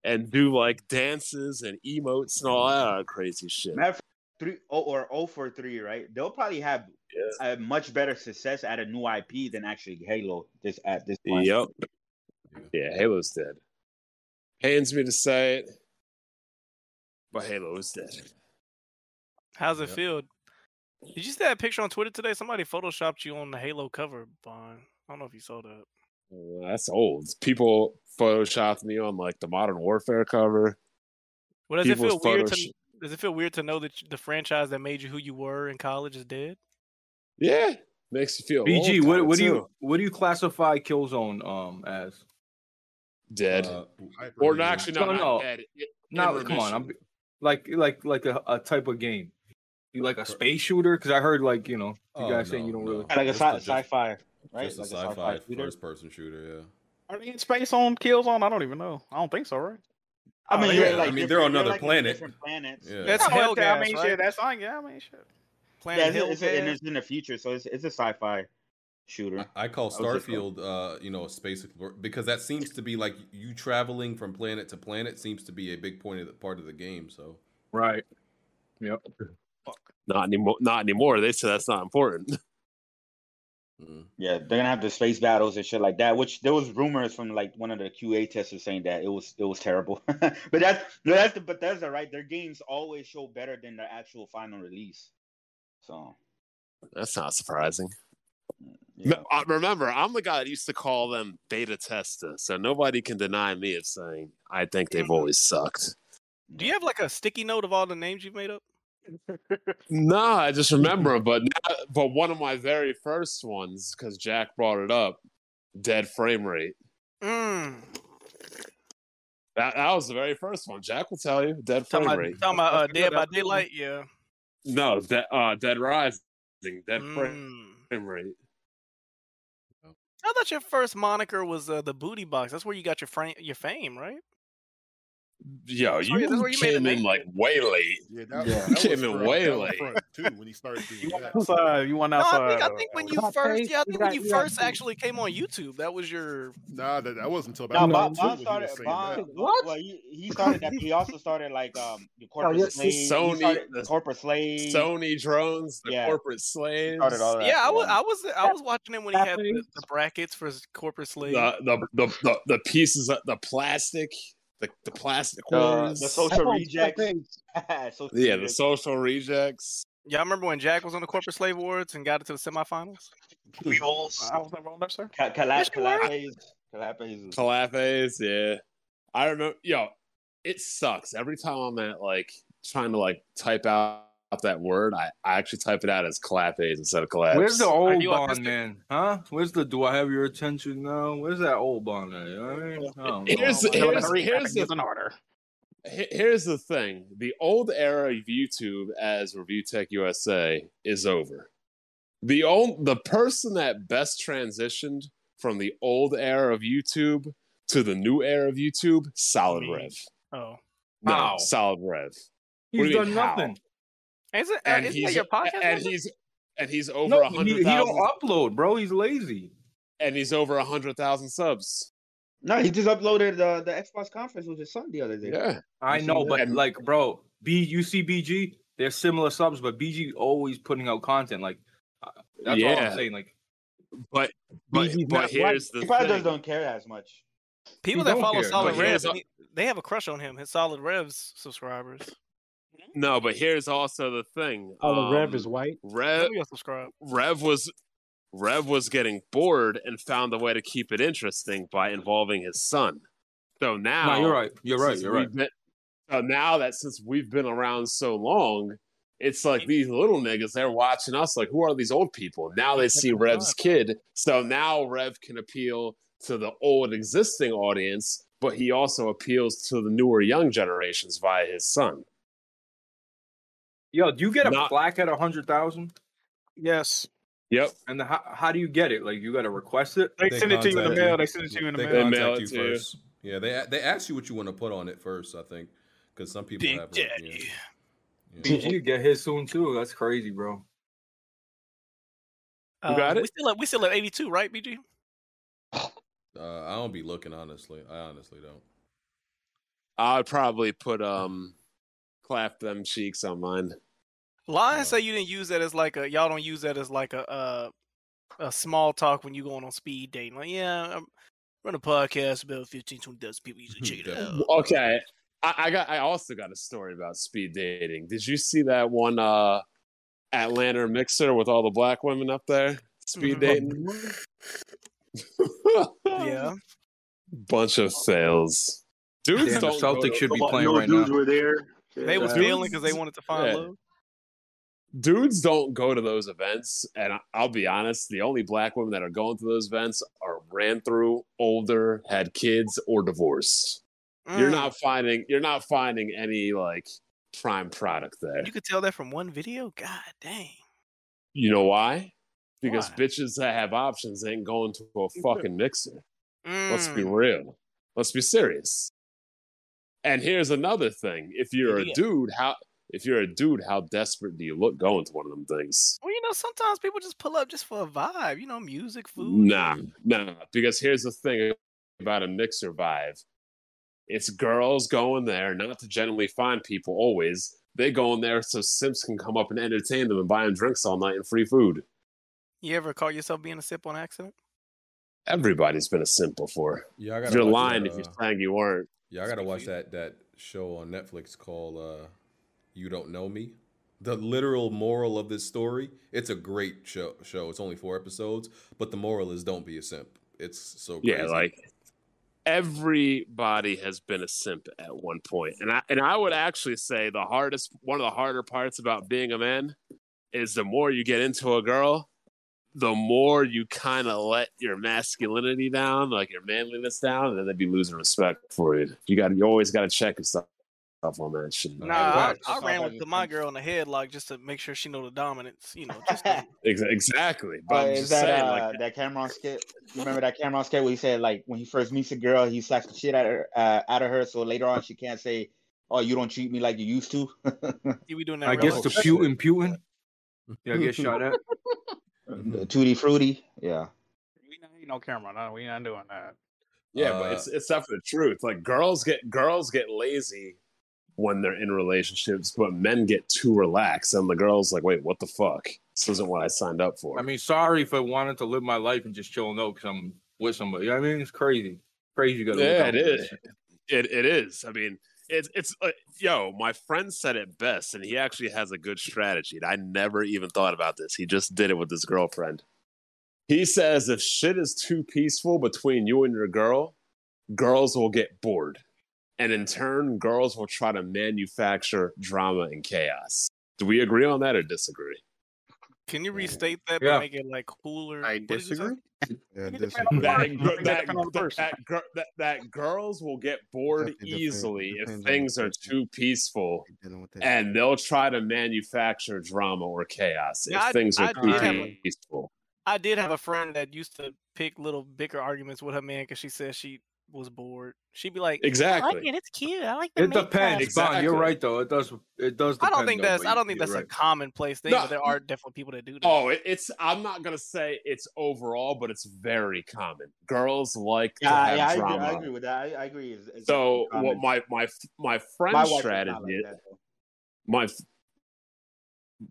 Speaker 2: and do like dances and emotes and all that other crazy shit.
Speaker 1: Matter of fact, three oh, or oh for three, right? They'll probably have a much better success at a new IP than actually Halo. This at this point.
Speaker 2: Yep. Yeah, Halo's dead. Pains me to say it, but Halo is dead.
Speaker 18: How's it
Speaker 2: Yep.
Speaker 18: feel? Did you see that picture on Twitter today? Somebody photoshopped you on the Halo cover, Bond. I don't know if you saw that.
Speaker 2: Uh, That's old. People photoshopped me on like the Modern Warfare cover.
Speaker 18: Well, does it
Speaker 2: People's
Speaker 18: feel weird
Speaker 2: photosho-
Speaker 18: to does it feel weird to know that you- the franchise that made you who you were in college is dead?
Speaker 2: Yeah, makes you feel.
Speaker 12: BG,
Speaker 2: old
Speaker 12: what
Speaker 2: kinda,
Speaker 12: what do
Speaker 2: too.
Speaker 12: you what do you classify Killzone um as?
Speaker 2: Dead.
Speaker 12: Uh,
Speaker 2: or no, actually, no, not dead. I- in
Speaker 12: No, come on.
Speaker 2: remission.
Speaker 12: I'm like like like a, a type of game. You like a space shooter? Because I heard like you know you
Speaker 9: Oh,
Speaker 12: guys saying
Speaker 9: no,
Speaker 12: you don't
Speaker 9: no.
Speaker 12: really
Speaker 9: Like a Just sci- a- just-
Speaker 1: sci-fi,
Speaker 9: just a sci-fi first-person shooter. Yeah.
Speaker 6: Are they in space on kills on? I don't even know. I don't think so, right?
Speaker 1: I
Speaker 9: mean, yeah, I mean, they're on another planet.
Speaker 1: planets.
Speaker 9: Yeah.
Speaker 6: That's
Speaker 1: Yeah,
Speaker 6: hell. I
Speaker 1: Hellcats,
Speaker 6: mean,
Speaker 1: right?
Speaker 6: shit. That's fine. Yeah, I mean, shit.
Speaker 1: Yeah, it's, it's, and it's in the future, so it's it's a sci-fi shooter.
Speaker 9: I call
Speaker 1: That was it.
Speaker 9: Starfield, uh, you know, a space explor- because that seems to be like you traveling from planet to planet seems to be a big point of the part of the game. So
Speaker 12: right. Yep.
Speaker 2: Not anymore. Not anymore. They said that's not important.
Speaker 1: Yeah, they're gonna have the space battles and shit like that. Which there was rumors from like one of the QA testers saying that it was it was terrible. but that's no, that's the Bethesda, right? Their games always show better than their actual final release. So
Speaker 2: That's not surprising. Me- uh, Remember, I'm the guy that used to call them beta tester, so nobody can deny me of saying I think they've always sucked.
Speaker 18: Do you have like a sticky note of all the names you've made up?
Speaker 2: No, I just remember, 'em, but now, but one of my very first ones because Jack brought it up, dead frame rate.
Speaker 18: Mm.
Speaker 2: That, that was the very first one. Jack will tell you, dead frame
Speaker 18: Talking about,
Speaker 2: rate.
Speaker 18: talking about uh,
Speaker 2: That's a good
Speaker 18: Dead by
Speaker 2: episode.
Speaker 18: Daylight, yeah.
Speaker 2: No, dead, uh, dead rising, dead
Speaker 18: Mm.
Speaker 2: frame, frame rate.
Speaker 18: I thought your first moniker was uh, the Booty Box. That's where you got your frame, your fame, right?
Speaker 2: Yo,
Speaker 18: That's
Speaker 2: you,
Speaker 18: where- that's where you made
Speaker 2: came
Speaker 18: the
Speaker 2: in
Speaker 18: name.
Speaker 2: like way late.
Speaker 4: Yeah,
Speaker 18: that-
Speaker 2: You
Speaker 18: that was
Speaker 2: came in
Speaker 4: front-
Speaker 2: way
Speaker 4: that was
Speaker 2: late.
Speaker 4: front, too when he started doing that.
Speaker 6: Outside, you want
Speaker 4: No, I
Speaker 6: outside?
Speaker 4: think- I
Speaker 6: uh,
Speaker 4: think
Speaker 18: When
Speaker 4: That
Speaker 18: you
Speaker 4: was-
Speaker 18: first, yeah, I think when
Speaker 4: You
Speaker 18: you
Speaker 4: got-
Speaker 18: first actually came on YouTube, that was your.
Speaker 4: Nah, that, that wasn't until
Speaker 1: No,
Speaker 4: about
Speaker 1: Bob,
Speaker 4: round two when
Speaker 1: Bob
Speaker 4: he
Speaker 1: started.
Speaker 4: was saying
Speaker 1: Bob,
Speaker 4: that.
Speaker 1: what? Well, he, he started that. but He also started like um the corporate
Speaker 2: yes,
Speaker 1: slave. he
Speaker 2: Sony-
Speaker 1: started corporate slave.
Speaker 2: Sony drones, the
Speaker 1: Yeah.
Speaker 2: corporate slaves.
Speaker 1: Started all that.
Speaker 18: Yeah, I was, I was, I was watching him when he had the, the brackets for his corporate slave.
Speaker 2: the the the, the, the pieces, of the plastic, the, the plastic
Speaker 18: The-
Speaker 2: ones,
Speaker 18: the social Everyone's
Speaker 1: rejects. Social
Speaker 2: yeah, the
Speaker 18: rejects.
Speaker 2: social rejects.
Speaker 18: Yeah, I remember when Jack was on the corporate slave awards and got it to the semifinals.
Speaker 1: Hmm.
Speaker 2: Weevils.
Speaker 18: I was never on there, sir.
Speaker 1: Ca- Calap-
Speaker 18: Yes, you were.
Speaker 1: Calapes. Calapes was-
Speaker 2: Calafes, yeah. I remember, yo, it sucks every time I'm at like trying to like type out that word. I, I actually type it out as Calafes instead of Calafes.
Speaker 12: Where's the old bond, man? Huh? Where's the do I have your attention now? Where's that old bond at? You know what I mean? I don't know.
Speaker 2: Here's the-
Speaker 12: I don't
Speaker 2: here's-
Speaker 12: know.
Speaker 2: here's the-
Speaker 6: order.
Speaker 2: He- Here's the thing: the old era of YouTube as Review Tech USA is over. The old, the person that best transitioned from the old era of YouTube to the new era of YouTube, Solid Rev.
Speaker 18: Oh,
Speaker 2: No,
Speaker 18: How?
Speaker 2: Solid Rev.
Speaker 12: He's
Speaker 2: do you mean,
Speaker 12: done
Speaker 2: how?
Speaker 12: nothing. uh,
Speaker 18: is it?
Speaker 2: And
Speaker 18: is
Speaker 2: he's-
Speaker 18: that your podcast?
Speaker 2: and
Speaker 18: was it?
Speaker 2: he's- and he's over
Speaker 12: No,
Speaker 2: a
Speaker 12: he-
Speaker 2: hundred.
Speaker 12: he don't upload, bro. He's lazy.
Speaker 2: And he's over a hundred thousand subs.
Speaker 1: No, he just uploaded uh, the Xbox conference with his son the other day.
Speaker 2: Yeah.
Speaker 12: I
Speaker 1: You
Speaker 12: know,
Speaker 1: see
Speaker 12: but
Speaker 1: that?
Speaker 12: like, bro, B, you see BG, they're similar subs, but BG always putting out content. Like, uh, that's all
Speaker 2: Yeah.
Speaker 12: I'm saying. Like,
Speaker 2: but but, but here's the
Speaker 1: he probably
Speaker 2: thing.
Speaker 1: just don't care as much.
Speaker 18: People that follow Solid
Speaker 2: But here's
Speaker 18: Revs, he- they have a crush on him. His Solid Revs subscribers.
Speaker 12: Hmm?
Speaker 2: No, but here's also the thing.
Speaker 10: Oh, the Rev
Speaker 2: um,
Speaker 10: is white.
Speaker 2: Rev,
Speaker 18: We gotta subscribe.
Speaker 2: Rev was Rev was getting bored and found a way to keep it interesting by involving his son. So now,
Speaker 12: you're right. You're right.
Speaker 2: since
Speaker 12: You're
Speaker 2: we've
Speaker 12: right.
Speaker 2: been- So now that since we've been around so long, it's like these little niggas, they're watching us like, who are these old people? Now they see Rev's kid. So now Rev can appeal to the old existing audience, but he also appeals to the newer young generations via his son.
Speaker 12: Yo, do you get a plaque at a hundred thousand?
Speaker 6: Yes.
Speaker 2: Yep.
Speaker 12: And the, how, how do you get it? Like you got to request it.
Speaker 6: They send it to you in the mail. They send it to you in the mail.
Speaker 9: They mail it to you first. Yeah, they they ask you what you want to put on it first. I think because some people have. like, yeah.
Speaker 12: BG get his soon too. That's crazy, bro.
Speaker 2: You got
Speaker 18: Uh,
Speaker 2: it?
Speaker 18: We still at we still at eighty two, right, BG?
Speaker 9: Uh, I don't be looking honestly. I honestly don't.
Speaker 2: I'd probably put um clap them cheeks on mine. Uh,
Speaker 18: Lion say you didn't use that as like a y'all don't use that as like a uh, a small talk when you going on speed dating. Like, yeah, I'm run a podcast about 15, 20 dozen people usually check it out.
Speaker 2: Okay. I, I got I also got a story about speed dating. Did you see that one uh Atlanta mixer with all the black women up there? Speed dating.
Speaker 18: yeah.
Speaker 2: Bunch of fails. Dudes
Speaker 12: Damn, the
Speaker 2: don't go
Speaker 12: Celtics
Speaker 2: to-
Speaker 12: should be
Speaker 2: No
Speaker 12: playing right
Speaker 2: dudes
Speaker 12: now.
Speaker 2: were there.
Speaker 18: They was
Speaker 2: Dudes-
Speaker 18: failing because they wanted to find
Speaker 2: Yeah.
Speaker 18: love.
Speaker 2: Dudes don't go to those events, and I- I'll be honest, the only black women that are going to those events are ran through, older, had kids, or divorced. You're
Speaker 18: Mm.
Speaker 2: not finding you're not finding any like prime product there.
Speaker 18: You could tell that from one video. God dang.
Speaker 2: You know why? Because bitches that have options ain't going to a fucking mixer. Let's
Speaker 18: Mm.
Speaker 2: be real. Let's be serious. And here's another thing: if you're a
Speaker 18: Yeah.
Speaker 2: dude, how if you're a dude, how desperate do you look going to one of them things?
Speaker 18: Well, you know, sometimes people just pull up just for a vibe. You know, music, food.
Speaker 2: Nah, nah. Because here's the thing about a mixer vibe: it's girls going there not to generally find people. Always they go in there so simps can come up and entertain them and buy them drinks all night and free food.
Speaker 18: You ever call yourself being a sip on accident?
Speaker 2: Everybody's been a simp before.
Speaker 9: Yeah, I gotta
Speaker 2: You're
Speaker 9: watch
Speaker 2: lying
Speaker 9: that,
Speaker 2: if you're
Speaker 9: uh,
Speaker 2: saying you weren't.
Speaker 9: Yeah, I gotta watch that that show on Netflix called uh, "You Don't Know Me." The literal moral of this story: it's a great show. Show. It's only four episodes, but the moral is don't be a simp. It's so crazy.
Speaker 2: Yeah, like everybody has been a simp at one point, and I and I would actually say the hardest, one of the harder parts about being a man, is the more you get into a girl, the more you kind of let your masculinity down, like your manliness down, and then they'd be losing respect for you. You got, you always got to check yourself on that shit.
Speaker 18: Nah, I, I ran with the- my girl in the headlock just to make sure she know the dominance. You know, just to-
Speaker 2: Ex- exactly.
Speaker 1: Oh,
Speaker 2: But I'm
Speaker 1: is
Speaker 2: just
Speaker 1: that
Speaker 2: saying,
Speaker 1: uh,
Speaker 2: like,
Speaker 1: that Cameron skit? You Remember that Cameron skit where he said like when he first meets a girl, he slaps the shit out of her, uh, out of her, so later on she can't say, "Oh, you don't treat me like you used to."
Speaker 18: you be doing that.
Speaker 12: I
Speaker 18: real
Speaker 12: guess the
Speaker 18: quick.
Speaker 12: Putin Putin. Yeah, I get shot at.
Speaker 1: The Tutti frutti, yeah.
Speaker 6: Ain't no camera. No, we not doing that.
Speaker 2: yeah,
Speaker 1: Uh,
Speaker 2: but it's it's not for the truth. Like girls get girls get lazy when they're in relationships, but men get too relaxed, and the girls like, wait, what the fuck? This isn't what I signed up for.
Speaker 12: I mean, sorry if I wanted to live my life and just chill and out because I'm with somebody. You know what I mean, it's crazy. Crazy. You got to
Speaker 2: yeah, it is. It it is. I mean, it's it's uh, yo. My friend said it best, and he actually has a good strategy. And I never even thought about this. He just did it with his girlfriend. He says if shit is too peaceful between you and your girl, girls will get bored, and in turn, girls will try to manufacture drama and chaos. Do we agree on that or disagree?
Speaker 18: Can you restate that
Speaker 2: Yeah.
Speaker 18: but make it like cooler? I disagree.
Speaker 2: that,
Speaker 18: Depend
Speaker 2: that,
Speaker 18: on the
Speaker 2: that, that, gir- that, that girls will get bored easily if things are too peaceful and they'll try to manufacture drama or chaos if
Speaker 18: Yeah, I-
Speaker 2: things
Speaker 18: I
Speaker 2: are
Speaker 18: did have
Speaker 2: too
Speaker 18: a-
Speaker 2: peaceful.
Speaker 18: I did have a friend that used to pick little bicker arguments with her man because she said she was bored. She'd be like, I like
Speaker 12: Exactly.
Speaker 18: it. It's cute. I like the
Speaker 12: It
Speaker 18: makeup."
Speaker 12: depends, Bon. You're
Speaker 2: Exactly.
Speaker 12: right though. It does. It does.
Speaker 18: I
Speaker 12: Depend,
Speaker 18: don't think
Speaker 12: though,
Speaker 18: that's.
Speaker 12: but
Speaker 18: I don't think
Speaker 12: you're
Speaker 18: that's a
Speaker 12: right.
Speaker 18: commonplace thing,
Speaker 2: No.
Speaker 18: but there are definitely people that do that.
Speaker 2: Oh, it, it's I'm not gonna say it's overall, but it's very common. Girls like to
Speaker 1: Yeah,
Speaker 2: have
Speaker 1: yeah, I agree,
Speaker 2: drama.
Speaker 1: I agree with that. I, I agree. It's, it's
Speaker 2: So
Speaker 1: common.
Speaker 2: what my my my
Speaker 1: My
Speaker 2: friend's
Speaker 1: wife is not
Speaker 2: strategy,
Speaker 1: like that, though.
Speaker 2: my f-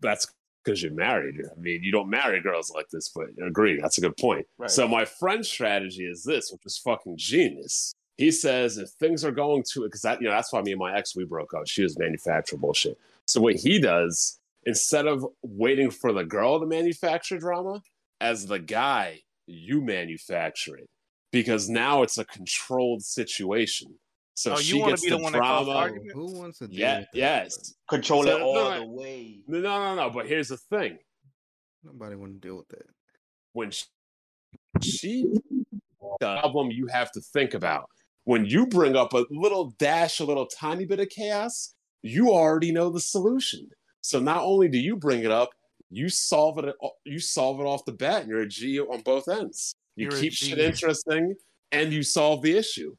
Speaker 2: that's because you're married. I mean, you don't marry girls like this, but I agree, that's a good point.
Speaker 1: Right.
Speaker 2: So my friend's strategy is this, which is fucking genius. He says if things are going to because that you know that's why me and my ex we broke up. She was manufacturing bullshit. So what he does instead of waiting for the girl to manufacture drama, as the guy you manufacture it because now it's a controlled situation. So
Speaker 6: Oh, you
Speaker 2: she
Speaker 6: wanna
Speaker 2: gets
Speaker 6: be
Speaker 2: the,
Speaker 6: the one that
Speaker 2: drama.
Speaker 6: caused arguments?
Speaker 7: Who wants to? deal
Speaker 2: Yeah,
Speaker 7: with that,
Speaker 2: yes.
Speaker 7: bro? Control it all
Speaker 2: no,
Speaker 7: the
Speaker 1: way.
Speaker 2: No, no, no. But here's the thing:
Speaker 7: Nobody want to deal with that.
Speaker 2: when she, she the problem you have to think about when you bring up a little dash, a little tiny bit of chaos, you already know the solution. So not only do you bring it up, you solve it. You solve it off the bat, and you're a G on both ends. You
Speaker 6: You're a
Speaker 2: keep
Speaker 6: G.
Speaker 2: shit interesting, and you solve the issue.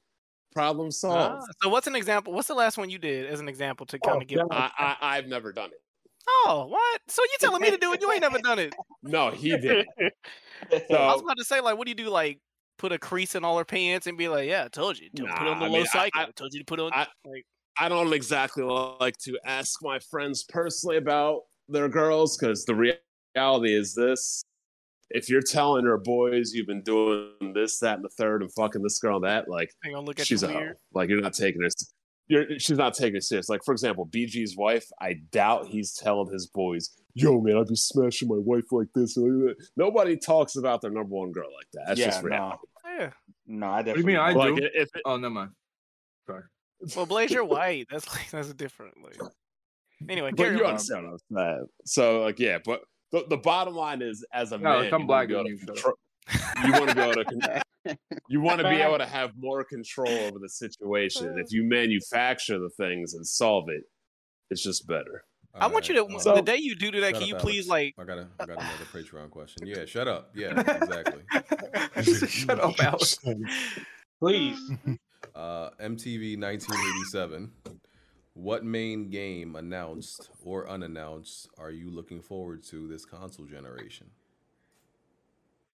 Speaker 2: Problem solved.
Speaker 6: Ah,
Speaker 18: so what's an example? What's the last one you did as an example to
Speaker 2: Oh,
Speaker 18: kind of give?
Speaker 6: Ah,
Speaker 2: I, I, I've never done it.
Speaker 18: Oh, what? So you telling me to do it? You ain't never done it.
Speaker 2: No, he did.
Speaker 18: I was
Speaker 2: So
Speaker 18: about to say, like, what do you do? Like, put a crease in all her pants and be like, "Yeah, I told you. Don't put
Speaker 2: Nah,
Speaker 18: on the
Speaker 2: I
Speaker 18: low
Speaker 2: mean, I-
Speaker 18: cycle. I,
Speaker 2: I-
Speaker 18: told you to put on."
Speaker 2: I-
Speaker 18: like,
Speaker 2: I don't exactly like to ask my friends personally about their girls because the reality is this: if you're telling her boys you've been doing this, that, and the third, and fucking this girl and that, like
Speaker 18: they gonna look at
Speaker 2: she's
Speaker 18: you
Speaker 2: a hoe.
Speaker 18: weird.
Speaker 2: like you're not taking her. s- You're, she's not taking it serious. Like for example, BG's wife. I doubt he's telling his boys, "Yo, man, I'd be smashing my wife like this." and like that." Nobody talks about their number one girl like that. That's
Speaker 1: Yeah,
Speaker 2: just
Speaker 1: no.
Speaker 2: reality.
Speaker 18: Yeah.
Speaker 1: No, I
Speaker 12: What do you mean? I
Speaker 2: Like,
Speaker 12: do.
Speaker 2: if
Speaker 12: oh, never mind. Sorry.
Speaker 18: Well, Blaze, you're white. That's like that's different. Like, anyway,
Speaker 2: but
Speaker 18: carry
Speaker 2: you
Speaker 18: on.
Speaker 2: understand what I'm saying. So, like, yeah, but the, the bottom line is, as a
Speaker 12: No,
Speaker 2: man,
Speaker 12: come
Speaker 2: you
Speaker 12: black
Speaker 2: wanna be able
Speaker 12: with you,
Speaker 2: to control- you want to be able to, con- you want to be able to have more control over the situation. And if you manufacture the things and solve it, it's just better.
Speaker 18: I want you to
Speaker 9: So-
Speaker 18: the day you do do that.
Speaker 9: um, Shut
Speaker 18: Can you
Speaker 9: up,
Speaker 18: please
Speaker 9: Alex.
Speaker 18: like?
Speaker 9: I got a, I got another Patreon question. Yeah, shut up. Yeah, exactly. shut
Speaker 12: up, Alex.
Speaker 9: Please. Uh, MTV 1987. What main game, announced or unannounced, are you looking forward to this console generation?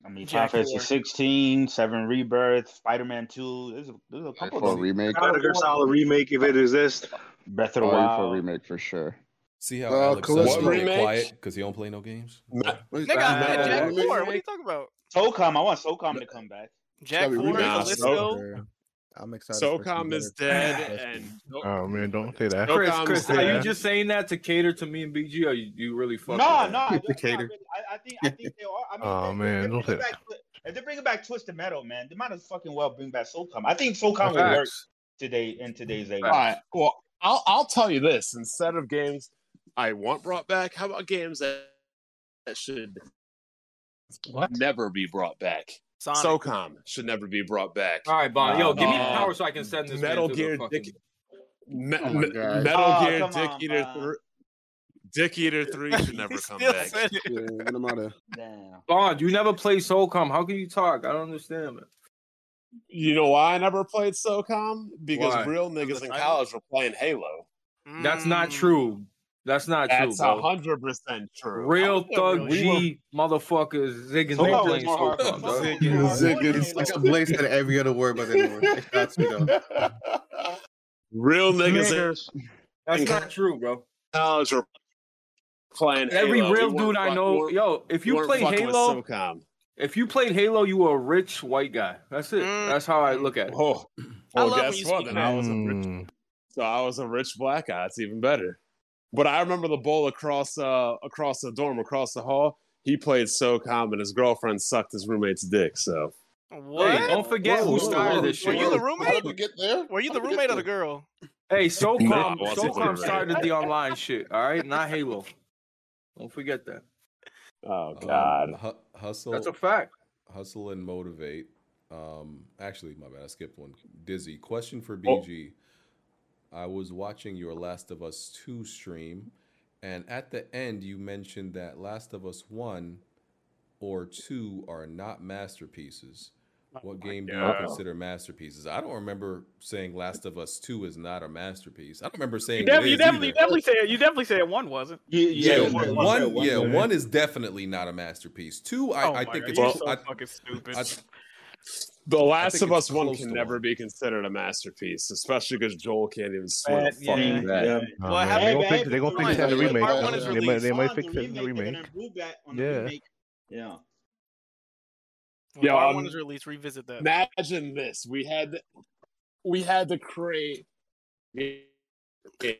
Speaker 1: I mean, Final
Speaker 9: Jack
Speaker 1: Fantasy
Speaker 9: War.
Speaker 1: 16, Seven Rebirth, Spider Man 2. There's a, there's a couple
Speaker 8: for a
Speaker 1: of
Speaker 8: remake?
Speaker 19: Metal Gear Solid remake if it exists.
Speaker 1: Breath of the
Speaker 8: Or Oh, for
Speaker 1: Wild.
Speaker 8: a remake for sure.
Speaker 9: See how
Speaker 8: Uh,
Speaker 9: Alex
Speaker 8: Callisto.
Speaker 9: does
Speaker 8: What
Speaker 9: get
Speaker 8: remake?
Speaker 9: quiet because he don't play no games.
Speaker 18: Nigga, I said Jack Moore. What are you talking about?
Speaker 1: SOCOM. I want SOCOM to come back.
Speaker 18: Jack
Speaker 1: That'd be
Speaker 18: Moore,
Speaker 1: really
Speaker 2: Nah,
Speaker 1: awesome.
Speaker 2: so,
Speaker 7: I'm excited. for
Speaker 2: SOCOM is
Speaker 7: some better-
Speaker 2: dead, and
Speaker 19: Oh man, don't say that.
Speaker 12: Chris, Chris, are you
Speaker 19: Yeah.
Speaker 12: just saying that to cater to me and BG? Or you, you really fucking?
Speaker 1: No, no, that's not really- I, I think I think they are. I mean,
Speaker 19: Oh man, don't say
Speaker 1: bring
Speaker 19: that.
Speaker 1: back, if they're bringing back Twisted Metal, man, they might as fucking well bring back
Speaker 2: Um,
Speaker 1: SOCOM. I think SOCOM will work
Speaker 2: Facts.
Speaker 1: today in today's age.
Speaker 2: All right. Well, I'll I'll tell you this: instead of games I want brought back, how about games that, that should never be brought back?
Speaker 12: Sonic.
Speaker 2: SOCOM should never be brought back.
Speaker 12: All right, Bon. Yo, give me the
Speaker 2: Uh,
Speaker 12: power so I can send this
Speaker 2: Metal
Speaker 12: man to the
Speaker 2: Gear
Speaker 12: fucking-
Speaker 2: Dick. Me-
Speaker 12: Oh my
Speaker 2: Me-
Speaker 12: God.
Speaker 2: Metal
Speaker 12: Oh,
Speaker 2: Gear
Speaker 12: come
Speaker 2: Dick
Speaker 12: on,
Speaker 2: Eater
Speaker 12: Bob.
Speaker 2: Three. Dick Eater Three should never come
Speaker 12: still
Speaker 2: back.
Speaker 12: said
Speaker 11: Yeah, what am I to?
Speaker 12: Bond, you never played Soulcom. How can you talk? I don't understand, man.
Speaker 2: You know why I never played SOCOM? Because
Speaker 12: Why?
Speaker 2: real niggas in college were playing Halo.
Speaker 12: That's
Speaker 2: Mm.
Speaker 12: not true. That's not
Speaker 2: That's
Speaker 12: true, bro.
Speaker 2: hundred percent true.
Speaker 12: Real thug
Speaker 2: We were-
Speaker 12: G motherfuckers zigging
Speaker 2: Soulcom
Speaker 12: and
Speaker 2: was
Speaker 12: playing Soulcom,
Speaker 2: more
Speaker 12: dog.
Speaker 2: hardcore.
Speaker 5: Like a blaze said every other word, but anyway, that's me though.
Speaker 2: Real niggas. in-
Speaker 12: That's not true, bro.
Speaker 2: College were playing
Speaker 12: Every
Speaker 2: Halo.
Speaker 12: real
Speaker 2: We weren't
Speaker 12: dude I
Speaker 2: fuck-
Speaker 12: know,
Speaker 2: weren't-
Speaker 12: yo, if you
Speaker 2: weren't
Speaker 12: play
Speaker 2: fucking with
Speaker 12: Halo,
Speaker 2: SOCOM.
Speaker 12: if you played Halo, you were a rich white guy. That's it.
Speaker 2: Mm.
Speaker 12: That's how I look at it.
Speaker 2: Oh, well, guess what? Then I was a rich, so I was a rich black guy. It's even better. But I remember the bowl across uh across the dorm, across the hall. He played SOCOM, and his girlfriend sucked his roommate's dick. So
Speaker 18: What?
Speaker 12: Hey, don't forget who started this
Speaker 18: Were
Speaker 12: shit.
Speaker 18: you the
Speaker 12: How
Speaker 18: roommate? Were you the roommate of the girl?
Speaker 12: Hey,
Speaker 2: Nah,
Speaker 12: SOCOM,
Speaker 2: I
Speaker 12: SOCOM
Speaker 2: wasn't playing
Speaker 12: started
Speaker 2: Halo.
Speaker 12: the online shit. All right, not Halo. Don't forget that.
Speaker 2: Oh
Speaker 9: God, Um, hu- hustle.
Speaker 12: That's a fact.
Speaker 9: Hustle and motivate. Um, actually, my bad. I skipped one. Dizzy. Question for
Speaker 2: Oh.
Speaker 9: BG. I was watching your Last of Us two stream, and at the end you mentioned that Last of Us one or two are not masterpieces. What game do you
Speaker 2: Oh God.
Speaker 9: consider masterpieces? I don't remember saying Last of Us two is not a masterpiece. I don't remember saying
Speaker 6: You, definitely,
Speaker 9: it
Speaker 6: you
Speaker 9: is
Speaker 6: definitely, you
Speaker 9: either.
Speaker 6: definitely said you definitely said one wasn't.
Speaker 9: Yeah, one, Oh, yeah, one is definitely not a masterpiece. Two, I,
Speaker 6: Oh
Speaker 9: I
Speaker 6: my
Speaker 9: think
Speaker 6: God,
Speaker 9: it's
Speaker 6: you're so
Speaker 9: I-
Speaker 6: fucking stupid.
Speaker 9: I-
Speaker 2: The Last
Speaker 9: think
Speaker 2: of
Speaker 9: it's
Speaker 2: Us one
Speaker 9: close
Speaker 2: can
Speaker 9: to
Speaker 2: never
Speaker 9: one.
Speaker 2: be considered a masterpiece, especially because Joel can't
Speaker 18: Uh,
Speaker 2: even swim. Fucking that.
Speaker 19: Oh, man, they gonna fix, they gonna fix that in the remake. They might, they might fix that in the remake. Yeah.
Speaker 1: Yeah.
Speaker 18: When
Speaker 2: Yo,
Speaker 18: part
Speaker 2: I'm-
Speaker 8: um,
Speaker 18: one is released, revisit that.
Speaker 2: um, Imagine this: we had we had to create a game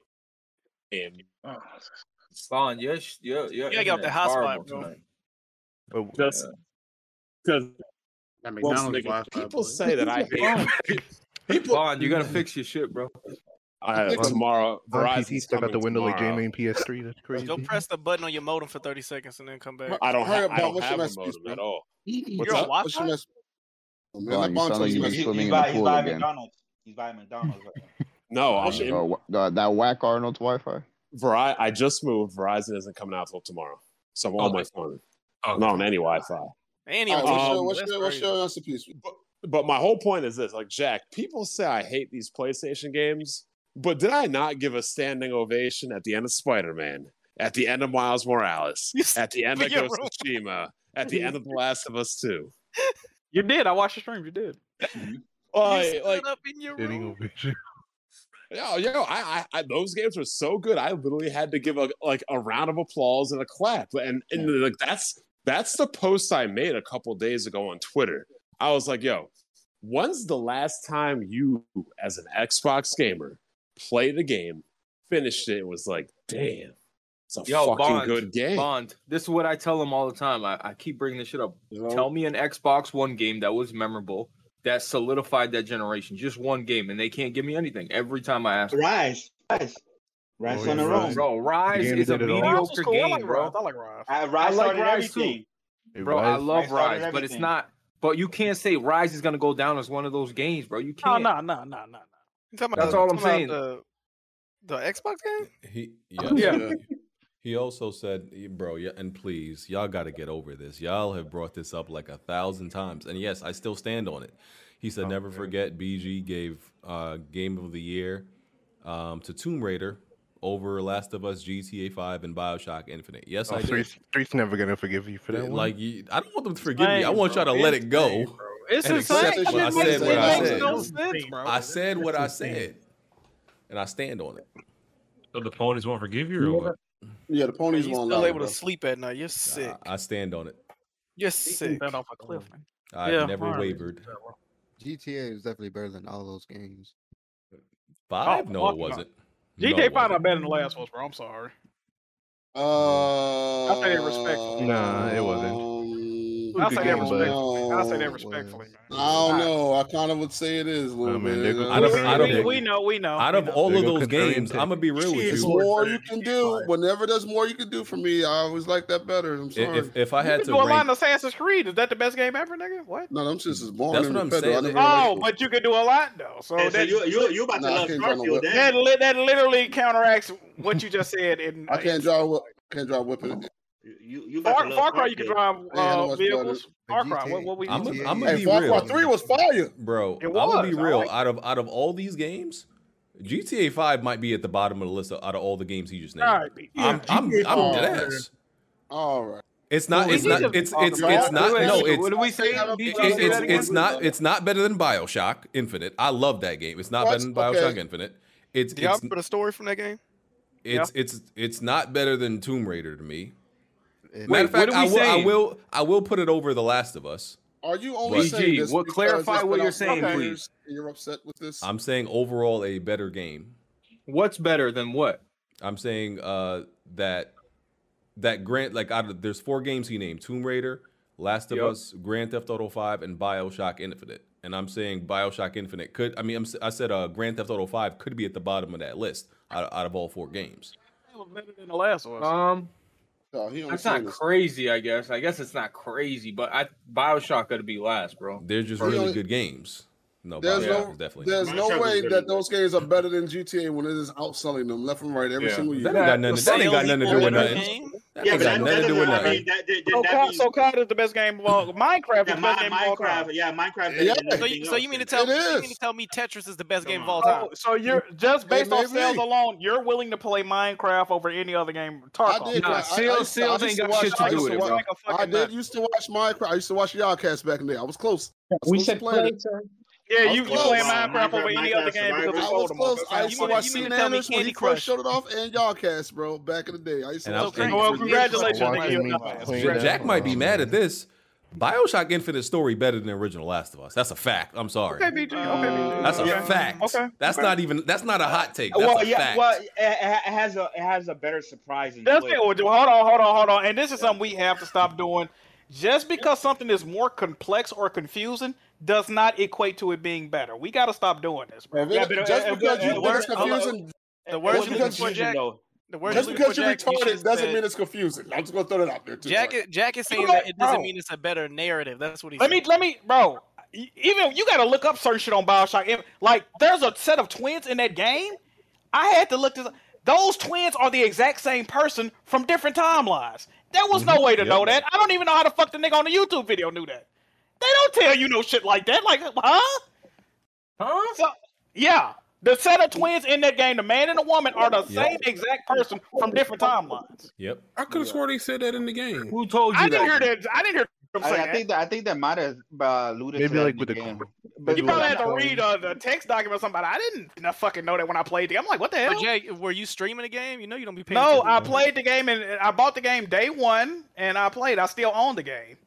Speaker 12: Bond, yes, sh- yeah, yeah.
Speaker 18: gotta get off the hotspot, bro.
Speaker 2: just because
Speaker 5: That
Speaker 2: people say that I hate
Speaker 12: Bond, you gotta fix your shit, bro.
Speaker 2: I, tomorrow,
Speaker 19: On PC
Speaker 2: Verizon's
Speaker 19: stuck out the
Speaker 2: coming
Speaker 19: window like
Speaker 2: tomorrow.
Speaker 19: Jamie and PS3. That's crazy.
Speaker 18: Go press the button on your modem for 30 seconds and then come back.
Speaker 2: I don't,
Speaker 18: Hurry
Speaker 2: ha-
Speaker 18: up,
Speaker 2: I
Speaker 18: Bob.
Speaker 2: don't
Speaker 18: What's your
Speaker 2: have a
Speaker 18: next
Speaker 2: modem
Speaker 18: piece,
Speaker 2: at all.
Speaker 18: You're on Wi-Fi?
Speaker 8: Bond, you sound like you've been swimming in the pool
Speaker 1: buying
Speaker 8: again.
Speaker 1: McDonald's. He's buying McDonald's. Right now.
Speaker 2: No, I'm
Speaker 8: Oh,
Speaker 2: in,
Speaker 8: wha- God, that whack Arnold's Wi-Fi.
Speaker 2: Veri- I just moved. Verizon isn't coming out till tomorrow, so I'm on my phone. I'm not on any Wi-Fi.
Speaker 18: And
Speaker 11: All right, what's your-
Speaker 2: Um,
Speaker 11: what's
Speaker 2: that's
Speaker 11: your- what's
Speaker 2: crazy.
Speaker 11: your answer piece?
Speaker 2: But my whole point is this: like Jack, people say I hate these PlayStation games, but did I not give a standing ovation at the end of Spider-Man, at the end of Miles Morales, at the end of
Speaker 6: Yeah,
Speaker 2: Ghost of Tsushima, at the end of The Last of Us Two?
Speaker 6: You did. I watched the stream. You did.
Speaker 2: Like, like,
Speaker 19: Standing ovation.
Speaker 2: yo, yo, I, I, I, those games were so good. I literally had to give a like a round of applause and a clap, and and like that's that's the post I made a couple days ago on Twitter. I was like, yo, when's the last time you, as an Xbox gamer, played a game, finished it, and was like, damn, it's a fucking good game.
Speaker 12: Bond, this is what I tell them all the time. I, I keep bringing this shit up. Tell me an Xbox One game that was memorable, that solidified that generation. Just one game, and they can't give me anything every time I ask.
Speaker 1: Rise, rise, rise
Speaker 12: Oh, yeah,
Speaker 1: on the
Speaker 12: Rise.
Speaker 1: room.
Speaker 12: Bro, Rise The game is a did it all. mediocre
Speaker 6: Rise was cool. I like
Speaker 12: game, bro.
Speaker 6: Rise. I like Rise.
Speaker 1: I, Rise
Speaker 12: I like
Speaker 1: started
Speaker 12: Rise too.
Speaker 1: everything.
Speaker 12: bro, I
Speaker 1: Rise-
Speaker 12: love
Speaker 1: Rise started
Speaker 12: Rise, but it's
Speaker 1: everything.
Speaker 12: not. But you can't say Rise is gonna go down as one of those games, bro. You
Speaker 3: Oh,
Speaker 6: No,
Speaker 12: can't.
Speaker 6: no, no, no, no.
Speaker 12: That's all I'm saying.
Speaker 3: The, the Xbox game?
Speaker 9: He yeah.
Speaker 3: Yeah.
Speaker 9: He also said, bro, yeah, and please, y'all got to get over this. Y'all have brought this up like a thousand times. And yes, I still stand on it. He
Speaker 6: Oh,
Speaker 9: said, never forget BG gave uh, Game of the Year um, to Tomb Raider over Last of Us, GTA 5, and Bioshock Infinite. Yes,
Speaker 19: Oh,
Speaker 9: I did.
Speaker 19: Three's, Three's never gonna forgive you for that.
Speaker 9: Like,
Speaker 19: one.
Speaker 9: you, I don't want them to forgive me. I
Speaker 19: insane,
Speaker 9: want y'all to
Speaker 19: bro.
Speaker 9: let it go.
Speaker 19: Insane, bro.
Speaker 9: and
Speaker 19: It's insane.
Speaker 9: accept
Speaker 19: That
Speaker 9: what I
Speaker 19: shit makes-
Speaker 9: said what
Speaker 19: it
Speaker 9: I
Speaker 19: makes
Speaker 9: said.
Speaker 19: no
Speaker 6: sense, bro.
Speaker 9: I said what I
Speaker 19: That's insane.
Speaker 9: said, and I stand on it.
Speaker 20: So the ponies won't forgive you, or what?
Speaker 11: Yeah, the ponies
Speaker 9: He's
Speaker 11: won't
Speaker 9: still
Speaker 11: lie.
Speaker 9: able to
Speaker 11: bro.
Speaker 3: Sleep at night. You're sick.
Speaker 9: I stand on it.
Speaker 3: You're sick.
Speaker 6: That off a cliff. man.
Speaker 9: I've
Speaker 3: Yeah,
Speaker 9: never
Speaker 3: alright.
Speaker 9: wavered.
Speaker 7: GTA was definitely better than all those games.
Speaker 9: Five?
Speaker 6: Oh,
Speaker 9: no, it
Speaker 6: fuck no.
Speaker 9: wasn't. No,
Speaker 6: GTA found
Speaker 9: it wasn't.
Speaker 6: out better than the last ones, bro. I'm sorry.
Speaker 11: Uh,
Speaker 6: I say that respectfully.
Speaker 19: Nah, it wasn't.
Speaker 6: I say
Speaker 11: I
Speaker 6: that
Speaker 11: don't
Speaker 6: respectfully. I say that
Speaker 11: know.
Speaker 6: respectfully, man.
Speaker 11: I don't know. I kind of would say it is a little
Speaker 19: I mean,
Speaker 11: bit.
Speaker 19: they go-
Speaker 11: Uh,
Speaker 9: Out of- out of-
Speaker 6: We, we know, we know.
Speaker 9: Out
Speaker 6: we
Speaker 9: of
Speaker 6: know.
Speaker 9: all
Speaker 19: They
Speaker 9: of
Speaker 19: go
Speaker 9: those
Speaker 19: contrarian
Speaker 9: games,
Speaker 19: tech.
Speaker 9: I'm gonna be real with
Speaker 11: There's
Speaker 9: you.
Speaker 11: more you can do. Whenever there's more you can do for me, I always like that better. I'm
Speaker 9: If-
Speaker 11: sorry.
Speaker 9: if- if I
Speaker 6: You can
Speaker 9: had to
Speaker 6: do a line
Speaker 9: rank-
Speaker 6: of Assassin's Creed. Is that the best game ever, nigga? What?
Speaker 11: no, them shits is boring.
Speaker 9: That's
Speaker 11: and
Speaker 9: what I'm
Speaker 11: repetitive. I
Speaker 9: saying.
Speaker 11: never liked
Speaker 6: Oh,
Speaker 11: them.
Speaker 6: but you can do a lot though. So,
Speaker 1: Hey, so
Speaker 6: that,
Speaker 1: you you you about to
Speaker 11: Nah, I
Speaker 1: love
Speaker 11: can't find no
Speaker 1: Starfield?
Speaker 11: weapon.
Speaker 1: Then
Speaker 6: that li- that literally counteracts what you just said. In
Speaker 11: I can't drive. whip- Can't drive whipping.
Speaker 1: you you about
Speaker 6: Far,
Speaker 1: to love
Speaker 6: Far Cry, you can
Speaker 1: Starfield.
Speaker 6: drive
Speaker 11: I ain't had no
Speaker 6: uh,
Speaker 11: much
Speaker 6: vehicles. Far
Speaker 11: blood in-
Speaker 6: Cry, what, what we?
Speaker 9: I'm gonna
Speaker 6: GTA.
Speaker 9: I'm
Speaker 11: Hey,
Speaker 9: be
Speaker 11: Far Cry
Speaker 9: real,
Speaker 11: Three was fire.
Speaker 9: bro.
Speaker 6: It
Speaker 9: I'm gonna be
Speaker 6: was, I
Speaker 9: real.
Speaker 6: like
Speaker 9: Out of out of all these games, GTA Five might be at the bottom of the list. Of, out of all the games he just named,
Speaker 6: All right,
Speaker 9: I'm
Speaker 6: yeah,
Speaker 9: I'm,
Speaker 6: GTA
Speaker 9: I'm dead
Speaker 11: five.
Speaker 9: ass.
Speaker 11: All right.
Speaker 9: It's not.
Speaker 11: Well,
Speaker 9: It's
Speaker 11: we
Speaker 9: not.
Speaker 11: need to
Speaker 9: It's
Speaker 11: talk
Speaker 9: it's
Speaker 11: about
Speaker 9: it's
Speaker 11: it.
Speaker 9: not.
Speaker 11: Wait,
Speaker 9: No,
Speaker 11: wait,
Speaker 9: it's
Speaker 11: what do we say?
Speaker 9: it-
Speaker 11: Did you
Speaker 9: it-
Speaker 11: say
Speaker 9: it's
Speaker 11: that again?
Speaker 9: it's not. It's not better than Bioshock Infinite. I love that game. It's not
Speaker 3: What?
Speaker 9: better than Bioshock
Speaker 3: Okay.
Speaker 9: Infinite. It's
Speaker 3: Do y'all
Speaker 9: it's
Speaker 3: remember the story from that game?
Speaker 9: it's it's it's not better than Tomb Raider to me.
Speaker 7: It-
Speaker 9: Matter of
Speaker 12: Wait,
Speaker 9: fact,
Speaker 12: what
Speaker 9: I
Speaker 12: are we
Speaker 9: will, I
Speaker 12: saying?
Speaker 9: will I will put it over The Last of Us.
Speaker 11: Are you only
Speaker 9: But-
Speaker 11: saying
Speaker 12: BG,
Speaker 11: this
Speaker 12: what-
Speaker 11: because
Speaker 12: clarify
Speaker 11: it's
Speaker 12: what
Speaker 11: been
Speaker 12: you're
Speaker 11: out for
Speaker 12: saying,
Speaker 11: years
Speaker 12: please.
Speaker 11: and You're upset with this.
Speaker 9: I'm saying overall a better game.
Speaker 12: What's better than what?
Speaker 9: I'm saying uh, that that Grant like out of, there's four games he named: Tomb Raider, Last of
Speaker 12: Yep.
Speaker 9: Us, Grand Theft Auto Five, and Bioshock Infinite. And I'm saying Bioshock Infinite could. I mean, I'm, si said uh, Grand Theft Auto Five could be at the bottom of that list out of, out of all four games.
Speaker 6: It was better than the last one.
Speaker 12: Um,
Speaker 11: No, he
Speaker 12: that's not crazy. I guess. I guess it's not crazy, but I Bioshock gotta be last, bro.
Speaker 9: They're just
Speaker 11: Bro, you
Speaker 9: really
Speaker 11: know,
Speaker 9: good games. No,
Speaker 11: There's
Speaker 9: Bioshock
Speaker 11: no,
Speaker 9: is definitely.
Speaker 11: there's
Speaker 9: not.
Speaker 11: no way that those games are better than GTA when it is outselling them left and right every
Speaker 9: Yeah.
Speaker 11: single year.
Speaker 9: That ain't got nothing. That ain't got nothing to do with nothing. That
Speaker 1: Yeah, but
Speaker 9: ain't got
Speaker 1: that,
Speaker 9: nothing to do with
Speaker 1: I mean,
Speaker 9: nothing.
Speaker 1: that, that,
Speaker 6: So,
Speaker 1: that, that
Speaker 6: COD,
Speaker 1: means,
Speaker 6: so COD is the best game of all. Minecraft is
Speaker 1: yeah,
Speaker 6: the
Speaker 1: my,
Speaker 6: best game of all time.
Speaker 1: Minecraft, yeah, Minecraft.
Speaker 11: Yeah.
Speaker 1: Yeah.
Speaker 11: So
Speaker 18: you- so you mean to tell
Speaker 11: It
Speaker 18: me you mean
Speaker 11: is.
Speaker 18: to tell me Tetris is the best game of
Speaker 1: on.
Speaker 18: all time?
Speaker 6: So, so you're just
Speaker 11: Hey,
Speaker 6: based on
Speaker 11: maybe.
Speaker 6: sales alone, you're willing to play Minecraft over any other game. Tarkov.
Speaker 11: I did.
Speaker 12: Nah,
Speaker 11: I- I-
Speaker 12: Seal-
Speaker 11: I used to- I
Speaker 12: Seal
Speaker 11: used
Speaker 12: ain't
Speaker 11: to
Speaker 12: got
Speaker 11: watch-
Speaker 12: shit to
Speaker 11: I
Speaker 12: do
Speaker 11: used
Speaker 12: with it,
Speaker 11: watch-
Speaker 12: bro.
Speaker 11: I did used to watch Minecraft. I used to watch Yardcast back in the day. I was close. I was
Speaker 21: We
Speaker 11: close to
Speaker 21: should
Speaker 11: playing
Speaker 21: play,
Speaker 11: it.
Speaker 21: sir.
Speaker 6: Yeah,
Speaker 11: I
Speaker 6: you,
Speaker 11: was
Speaker 6: you play
Speaker 11: close.
Speaker 6: Minecraft,
Speaker 1: Minecraft-
Speaker 6: over any other
Speaker 1: Minecraft
Speaker 6: game because
Speaker 1: Survival.
Speaker 6: we
Speaker 11: I
Speaker 6: sold
Speaker 11: was
Speaker 6: them.
Speaker 11: close. I used
Speaker 18: You
Speaker 11: to
Speaker 18: mean-
Speaker 11: watch
Speaker 18: you mean
Speaker 11: Steve
Speaker 18: to tell me
Speaker 11: Anders when he
Speaker 18: Candy
Speaker 11: first
Speaker 18: Crush?
Speaker 11: showed it off and Yardcast, bro, back in the day. I used to
Speaker 9: And I-
Speaker 11: watch
Speaker 9: and-
Speaker 11: Candy
Speaker 9: Well,
Speaker 11: Crush.
Speaker 6: congratulations,
Speaker 19: Watching
Speaker 6: nigga. You're
Speaker 19: me
Speaker 6: not bad.
Speaker 19: playing
Speaker 9: Jack,
Speaker 19: that
Speaker 9: Jack might be
Speaker 19: for
Speaker 9: mad at this. Bioshock Infinite story better than the original Last of Us. That's a fact. I'm sorry.
Speaker 6: Okay, BG. Okay, BG.
Speaker 9: That's a
Speaker 6: Okay.
Speaker 9: fact.
Speaker 6: Okay.
Speaker 9: That's
Speaker 6: okay.
Speaker 9: not even. That's not a hot take. That's
Speaker 1: Well,
Speaker 9: a
Speaker 1: yeah,
Speaker 9: fact.
Speaker 1: well, it, it it has a it has a better surprising.
Speaker 6: That's
Speaker 1: twist.
Speaker 6: it. Well, Hold on, hold on, hold on. And this is something we have to stop doing. Just because something is more complex or confusing does not equate to it being better. We got to stop doing this, bro.
Speaker 11: If it- just because you
Speaker 6: word-
Speaker 11: it's confusing,
Speaker 6: The words
Speaker 11: just
Speaker 6: you're looking
Speaker 11: because
Speaker 6: for, Jack. The words
Speaker 11: just
Speaker 6: you're looking
Speaker 11: because
Speaker 6: for,
Speaker 11: you're
Speaker 6: Jack. you
Speaker 11: retarded
Speaker 6: should've
Speaker 11: doesn't
Speaker 6: said-
Speaker 11: mean it's confusing. I'm just gonna throw that out there. Too.
Speaker 6: Jack
Speaker 11: Like,
Speaker 6: is- Jack is
Speaker 11: you
Speaker 6: saying
Speaker 11: know
Speaker 6: that
Speaker 11: what?
Speaker 6: it doesn't
Speaker 11: Bro.
Speaker 6: mean
Speaker 3: it's a better narrative. That's what he.
Speaker 6: Let me, let me, bro. e- Even you got to look up certain shit on Bioshock. If- Like, there's a set of twins in that game. I had to look this. Those twins are the exact same person from different timelines. There was no
Speaker 22: Mhm,
Speaker 6: way to
Speaker 22: yep.
Speaker 6: know that. I don't even know how the fuck the nigga on the YouTube video knew that. They don't tell you no shit like that. Like, huh? Huh? So, yeah. The set of twins in that game, the man and the woman, are the
Speaker 9: Yep.
Speaker 6: same exact person from different timelines.
Speaker 9: Yep.
Speaker 17: I could have swore they said that in the game.
Speaker 12: Who told
Speaker 6: I didn't hear that. I didn't hear them say
Speaker 1: I, I
Speaker 6: that.
Speaker 1: think that I think that might have uh, alluded
Speaker 14: Maybe
Speaker 1: to
Speaker 14: like
Speaker 1: that
Speaker 14: with the
Speaker 1: game.
Speaker 6: you probably had to read uh, the text document or something. I didn't n- fucking know that when I played the game. I'm like, what the hell?
Speaker 3: But Jack, were you streaming the game? You know you don't be paying.
Speaker 6: no,
Speaker 3: attention.
Speaker 6: I played the game and and I bought the game day one and I played. I still own the game.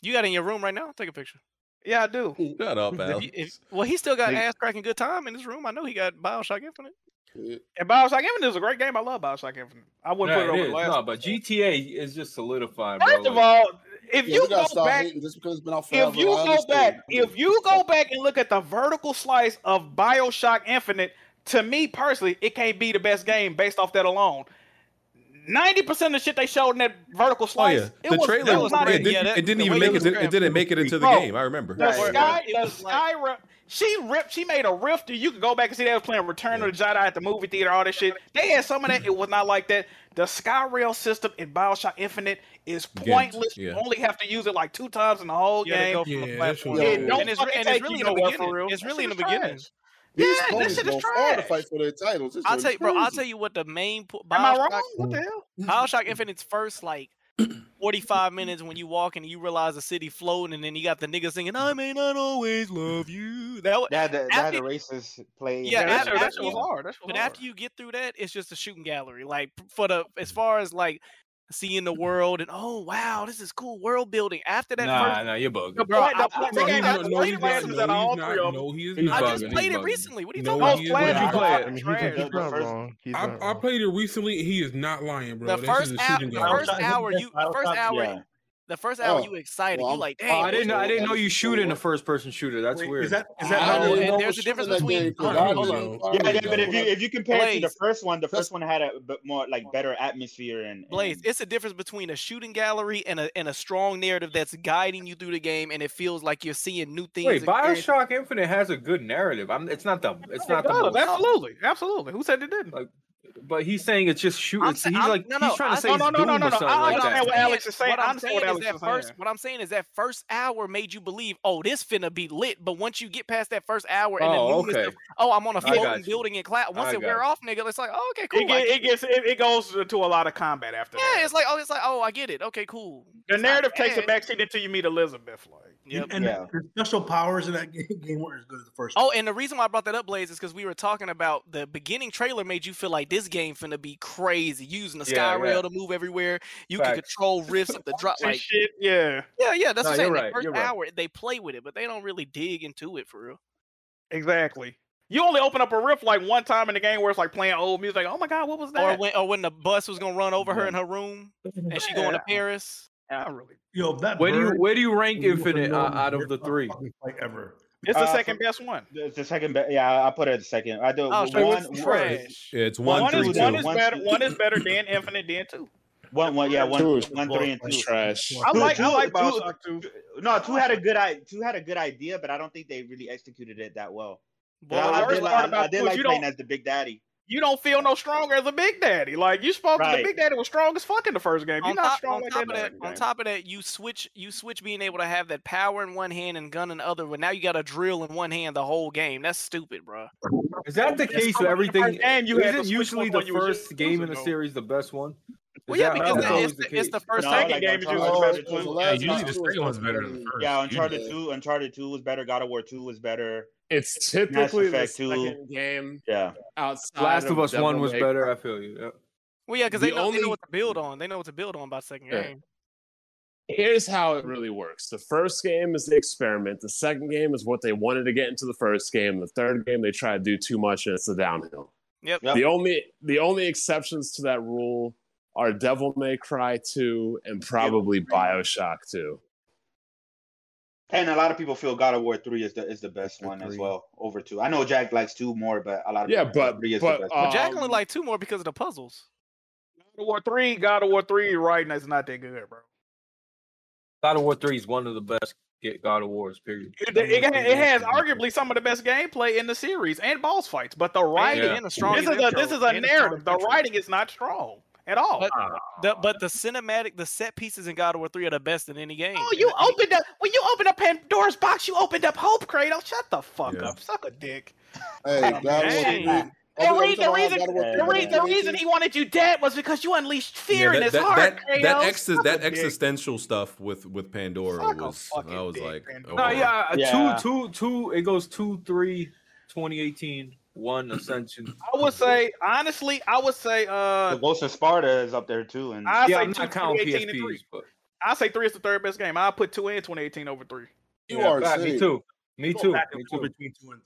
Speaker 3: You got it in your room right now. Take a picture.
Speaker 6: Yeah, I do.
Speaker 9: Shut up,
Speaker 3: If
Speaker 9: Alex.
Speaker 3: you- if- well, he still got
Speaker 9: Nigga.
Speaker 3: ass cracking good time in his room. I know he got Bioshock Infinite.
Speaker 6: And Bioshock Infinite is a great game. I love Bioshock Infinite. I wouldn't put
Speaker 12: Nah,
Speaker 6: it, over
Speaker 12: is.
Speaker 6: the last.
Speaker 12: No, but GTA is just solidified.
Speaker 6: First
Speaker 12: bro.
Speaker 6: of all, if
Speaker 12: Yeah,
Speaker 6: you
Speaker 12: we gotta
Speaker 6: go
Speaker 12: stop
Speaker 6: back,
Speaker 12: hating
Speaker 11: just because it's been out
Speaker 6: if
Speaker 12: forever,
Speaker 6: you
Speaker 12: I
Speaker 6: go
Speaker 12: understand.
Speaker 6: back, if you go back and look at the vertical slice of Bioshock Infinite, to me personally, it can't be the best game based off that alone. Ninety percent of the shit they showed in that vertical
Speaker 9: Oh
Speaker 6: slice,
Speaker 9: yeah,
Speaker 6: it
Speaker 9: the
Speaker 6: was,
Speaker 9: trailer.
Speaker 6: It was not
Speaker 9: it,
Speaker 6: a-
Speaker 9: didn't, it didn't even make it. to- It didn't make it into the
Speaker 6: Bro,
Speaker 9: game. I remember.
Speaker 6: The sky, the sky rip. She ripped. She made a rift. that You could go back and see they was playing Return of the Jedi at the movie theater. All that shit. They had some of that. It was not like that. The Skyrail system in Bioshock Infinite is pointless.
Speaker 3: yeah.
Speaker 6: You only have to use it like two times in the whole
Speaker 3: Yeah, they
Speaker 6: game.
Speaker 3: go from the Yeah, that's platform.
Speaker 6: It
Speaker 3: true.
Speaker 6: don't
Speaker 3: And it's-
Speaker 6: fucking
Speaker 3: and it's
Speaker 6: take
Speaker 3: really
Speaker 6: you
Speaker 3: in the
Speaker 6: nowhere
Speaker 3: beginning.
Speaker 6: for real.
Speaker 3: It's
Speaker 6: That
Speaker 3: really
Speaker 6: shit
Speaker 3: in the
Speaker 6: is
Speaker 3: beginning.
Speaker 6: trash.
Speaker 11: These
Speaker 3: Yeah,
Speaker 11: ponies
Speaker 3: this shit is
Speaker 11: go far to
Speaker 3: trash.
Speaker 11: fight for their titles. This
Speaker 3: I'll
Speaker 11: shit
Speaker 3: tell
Speaker 11: is
Speaker 3: you, bro. I'll
Speaker 11: crazy.
Speaker 3: tell you what the main po- Bioshock,
Speaker 11: Am I wrong?
Speaker 6: What the hell?
Speaker 3: Bioshock Infinite's first like forty-five minutes when you walk and you realize the city floating, and then you got the nigga singing, "I may not always love you." That was
Speaker 1: That that, that
Speaker 3: after-
Speaker 1: a racist play.
Speaker 3: yeah,
Speaker 1: that,
Speaker 3: after, after you, but
Speaker 6: hard.
Speaker 3: after you get through that, it's just a shooting gallery. Like p- for the as far as like seeing the world and oh wow, this is cool world building. After that,
Speaker 12: Nah,
Speaker 3: first,
Speaker 12: nah, you're bugging.
Speaker 3: Bro, I- I- I-
Speaker 17: No, he's
Speaker 3: I
Speaker 17: not. No,
Speaker 3: played
Speaker 17: he's
Speaker 3: it
Speaker 17: not.
Speaker 3: recently.
Speaker 17: No, he's not. No, he's
Speaker 3: I
Speaker 17: not.
Speaker 3: just played it recently. What are you
Speaker 17: No,
Speaker 3: talking
Speaker 17: he
Speaker 3: about?
Speaker 17: is not.
Speaker 3: I was
Speaker 17: I-
Speaker 3: playing it.
Speaker 17: Trash. I, I played it recently. He is not lying, bro.
Speaker 3: The
Speaker 17: That shit
Speaker 3: first,
Speaker 17: is
Speaker 3: hou-
Speaker 17: shooting
Speaker 3: the
Speaker 17: gallery.
Speaker 3: first hour, you the first hour, the first hour,
Speaker 12: Oh,
Speaker 3: you excited.
Speaker 12: well,
Speaker 3: you like,
Speaker 12: oh,
Speaker 3: damn.
Speaker 12: I didn't. I didn't know you shoot in a first-person shooter. That's weird.
Speaker 1: that-
Speaker 3: is that how you know there's a difference between- hold on, hold on.
Speaker 1: Yeah, yeah, but if you if you compare it to the
Speaker 3: Blaze.
Speaker 1: first one, the first one had a bit more like better atmosphere and, and
Speaker 3: Blaze, it's a difference between a shooting gallery and a and a strong narrative that's guiding you through the game, and it feels like you're seeing new things.
Speaker 12: Wait,
Speaker 3: experiences.
Speaker 12: Bioshock Infinite has a good narrative. I'm. It's not the. It's
Speaker 3: it
Speaker 12: not the.
Speaker 3: does,
Speaker 12: most-
Speaker 6: absolutely, absolutely. Who said it didn't?
Speaker 12: Like, but he's saying it's just shooting. He's
Speaker 3: I'm-
Speaker 12: like
Speaker 3: no,
Speaker 12: he's
Speaker 3: no,
Speaker 12: trying
Speaker 3: I-
Speaker 12: to say
Speaker 3: no,
Speaker 12: it's
Speaker 3: no, no,
Speaker 12: Doom
Speaker 3: no,
Speaker 12: or
Speaker 3: no, no,
Speaker 12: something
Speaker 3: I
Speaker 12: like
Speaker 3: understand
Speaker 12: that.
Speaker 3: what Alex is saying.
Speaker 6: What
Speaker 3: I
Speaker 6: I'm
Speaker 3: understand
Speaker 6: saying
Speaker 3: what
Speaker 6: is
Speaker 3: Alex
Speaker 6: that
Speaker 3: is
Speaker 6: first-
Speaker 3: saying. What I'm saying is that first hour made you believe, oh, this finna be lit. But once you get past that first hour and
Speaker 6: Oh,
Speaker 3: the newness
Speaker 6: okay.
Speaker 3: of, oh, I'm on a
Speaker 6: I got
Speaker 3: floating
Speaker 6: you.
Speaker 3: building in cloud. Once
Speaker 6: I
Speaker 3: it
Speaker 6: got
Speaker 3: wear
Speaker 6: you.
Speaker 3: off, nigga, it's like, oh, okay, cool.
Speaker 6: it,
Speaker 3: I
Speaker 6: get,
Speaker 3: get
Speaker 6: it gets it, it goes to a lot of combat after that.
Speaker 3: Yeah, it's like, oh, it's like, oh, I get it. Okay, cool.
Speaker 6: The
Speaker 3: It's not
Speaker 6: narrative takes a
Speaker 3: bad.
Speaker 6: backseat until you meet Elizabeth. Like,
Speaker 14: And the- the special powers in that game, game weren't as good as the first.
Speaker 3: Oh, and the reason why I brought that up, Blaze, is because we were talking about the beginning trailer made you feel like this game finna be crazy, using the
Speaker 12: Yeah,
Speaker 3: sky
Speaker 12: yeah.
Speaker 3: rail to move everywhere. You can
Speaker 12: Facts.
Speaker 3: control rifts at the drop.
Speaker 12: And
Speaker 3: Like,
Speaker 12: shit,
Speaker 6: yeah.
Speaker 3: yeah, yeah. That's what
Speaker 12: No,
Speaker 3: I'm saying.
Speaker 12: you're
Speaker 3: That
Speaker 12: right,
Speaker 3: first
Speaker 12: you're right.
Speaker 3: hour, they play with it, but they don't really dig into it for real.
Speaker 6: Exactly. You only open up a riff like one time in the game where it's like playing old music. Like, oh my god, what was that?
Speaker 3: Or when, or when the bus was gonna run over her in her room, and she going to Paris.
Speaker 6: I really.
Speaker 14: Yo, that
Speaker 12: Where do you
Speaker 14: bird-
Speaker 12: where do you rank
Speaker 14: you
Speaker 12: Infinite
Speaker 14: know
Speaker 12: uh, out of the three?
Speaker 14: Like ever.
Speaker 6: It's the
Speaker 1: Uh,
Speaker 6: second best one.
Speaker 1: It's the second, be- yeah, I put it at the second. I do
Speaker 6: Oh,
Speaker 1: one,
Speaker 6: so it's
Speaker 1: one-
Speaker 6: trash.
Speaker 9: Yeah, it's
Speaker 1: one,
Speaker 9: one,
Speaker 1: two, two.
Speaker 9: three, two.
Speaker 6: One is better.
Speaker 1: two.
Speaker 6: One is better than Infinite, than two.
Speaker 1: One, one, yeah, one,
Speaker 2: Two
Speaker 1: one,
Speaker 2: is
Speaker 1: three, and two.
Speaker 2: trash.
Speaker 6: I
Speaker 1: Two-
Speaker 6: like- I
Speaker 1: two-
Speaker 6: like
Speaker 1: two-
Speaker 6: Bioshock
Speaker 1: No, two had a good, i- two had a good idea, but I don't think they really executed it that well. 'Cause
Speaker 6: Well, the
Speaker 1: I, I
Speaker 6: worst
Speaker 1: did
Speaker 6: part
Speaker 1: like, I,
Speaker 6: about
Speaker 1: I did
Speaker 6: two is
Speaker 1: like
Speaker 6: you
Speaker 1: playing
Speaker 6: don't-
Speaker 1: as the Big Daddy.
Speaker 6: You don't feel no stronger as a Big Daddy. Like you supposed to,
Speaker 1: Right.
Speaker 6: the Big Daddy was strong as fuck in the first game. You're
Speaker 3: On
Speaker 6: not
Speaker 3: top,
Speaker 6: strong
Speaker 3: on
Speaker 6: like
Speaker 3: top
Speaker 6: that.
Speaker 3: of that, on top of that, you switch you switch being able to have that power in one hand and gun in the other, but now you got a drill in one hand the whole game. That's stupid, bro.
Speaker 12: Is that the
Speaker 3: It's
Speaker 12: case
Speaker 3: always
Speaker 12: with
Speaker 3: the
Speaker 12: everything?
Speaker 3: first game you had to
Speaker 12: Isn't
Speaker 3: switch
Speaker 12: usually
Speaker 3: from
Speaker 12: the
Speaker 3: when you was
Speaker 12: first
Speaker 3: just
Speaker 12: game in the
Speaker 3: using, though.
Speaker 12: series the best one?
Speaker 3: Well,
Speaker 12: Is
Speaker 3: yeah,
Speaker 12: that
Speaker 3: because
Speaker 12: not
Speaker 3: it's-
Speaker 12: always
Speaker 3: it's-
Speaker 12: case?
Speaker 3: it's the first
Speaker 1: No,
Speaker 3: second
Speaker 1: like
Speaker 3: game is
Speaker 1: Uncharted-
Speaker 3: usually better than two.
Speaker 1: Uncharted
Speaker 3: Yeah, usually the
Speaker 1: two was
Speaker 3: second one's better than the
Speaker 1: better.
Speaker 3: first.
Speaker 1: Yeah,
Speaker 3: Yeah.
Speaker 1: Uncharted two, Uncharted two was better. God of War two was better.
Speaker 2: It's
Speaker 1: Mass
Speaker 2: typically the
Speaker 1: Effect two.
Speaker 2: second game
Speaker 1: Yeah.
Speaker 2: outside.
Speaker 12: Last of Us
Speaker 2: Devil
Speaker 12: One was
Speaker 2: May
Speaker 12: better. I feel you. yeah.
Speaker 3: Well, yeah, because
Speaker 2: The
Speaker 3: they, know- they
Speaker 2: only-
Speaker 3: know what to build on. They know what to build on by second
Speaker 2: Yeah.
Speaker 3: game.
Speaker 2: here's how it really works the first game is the experiment the second game is what they wanted to get into the first game the third game they try to do too much and it's a downhill
Speaker 3: Yep.
Speaker 2: the only the only exceptions to that rule are devil may cry 2 and probably bioshock 2
Speaker 1: And a lot of people feel God of War three is the is the best one as well over two. I know Jack likes two more, but a lot of
Speaker 2: Yeah,
Speaker 1: people feel
Speaker 2: but-
Speaker 1: three is
Speaker 2: but, um,
Speaker 1: the best.
Speaker 6: But Jack only like two more because of the puzzles. God of War three, God of War three, right? And it's not that good, bro.
Speaker 12: God of War Three is one of the best get God of Wars. Period.
Speaker 6: It, it, ha- it has arguably some of the best gameplay in the series and boss fights, but the writing
Speaker 12: and a strong
Speaker 6: this is a
Speaker 12: intro,
Speaker 6: this is a
Speaker 12: and a strong
Speaker 6: narrative. The writing is not strong at all. Uh,
Speaker 18: But
Speaker 2: Ah.
Speaker 18: the, but the cinematic, the set pieces in God of War Three are the best in any game.
Speaker 6: Oh, you opened up when you opened up Pandora's box. You opened up Hope Kratos. Shut the fuck
Speaker 18: Yeah.
Speaker 6: up, suck a dick.
Speaker 11: Hey, God of War
Speaker 6: Dang.
Speaker 11: 3.
Speaker 6: The,
Speaker 11: Are we- are we
Speaker 6: re- the
Speaker 11: talking about
Speaker 6: reason,
Speaker 11: God of War
Speaker 6: the,
Speaker 11: 3?
Speaker 6: re- the reason he wanted you dead was because you unleashed fear in his
Speaker 9: that,
Speaker 6: heart.
Speaker 9: that,
Speaker 6: Kratos.
Speaker 9: that, exi-
Speaker 6: Suck a
Speaker 9: that
Speaker 6: dick.
Speaker 9: existential stuff with with Pandora was I was like, oh,
Speaker 12: No,
Speaker 9: okay.
Speaker 12: yeah, uh, two, two, two. It goes two, three, 2018, one ascension.
Speaker 6: I would say honestly, I would say uh,
Speaker 1: The Ghost of Sparta is up there too, and
Speaker 6: I say two, 2018 and three. I say three is the third best game. I put two in 2018 over three.
Speaker 11: You Yeah, are fact, me sick. too.
Speaker 12: Me
Speaker 11: too. Me too.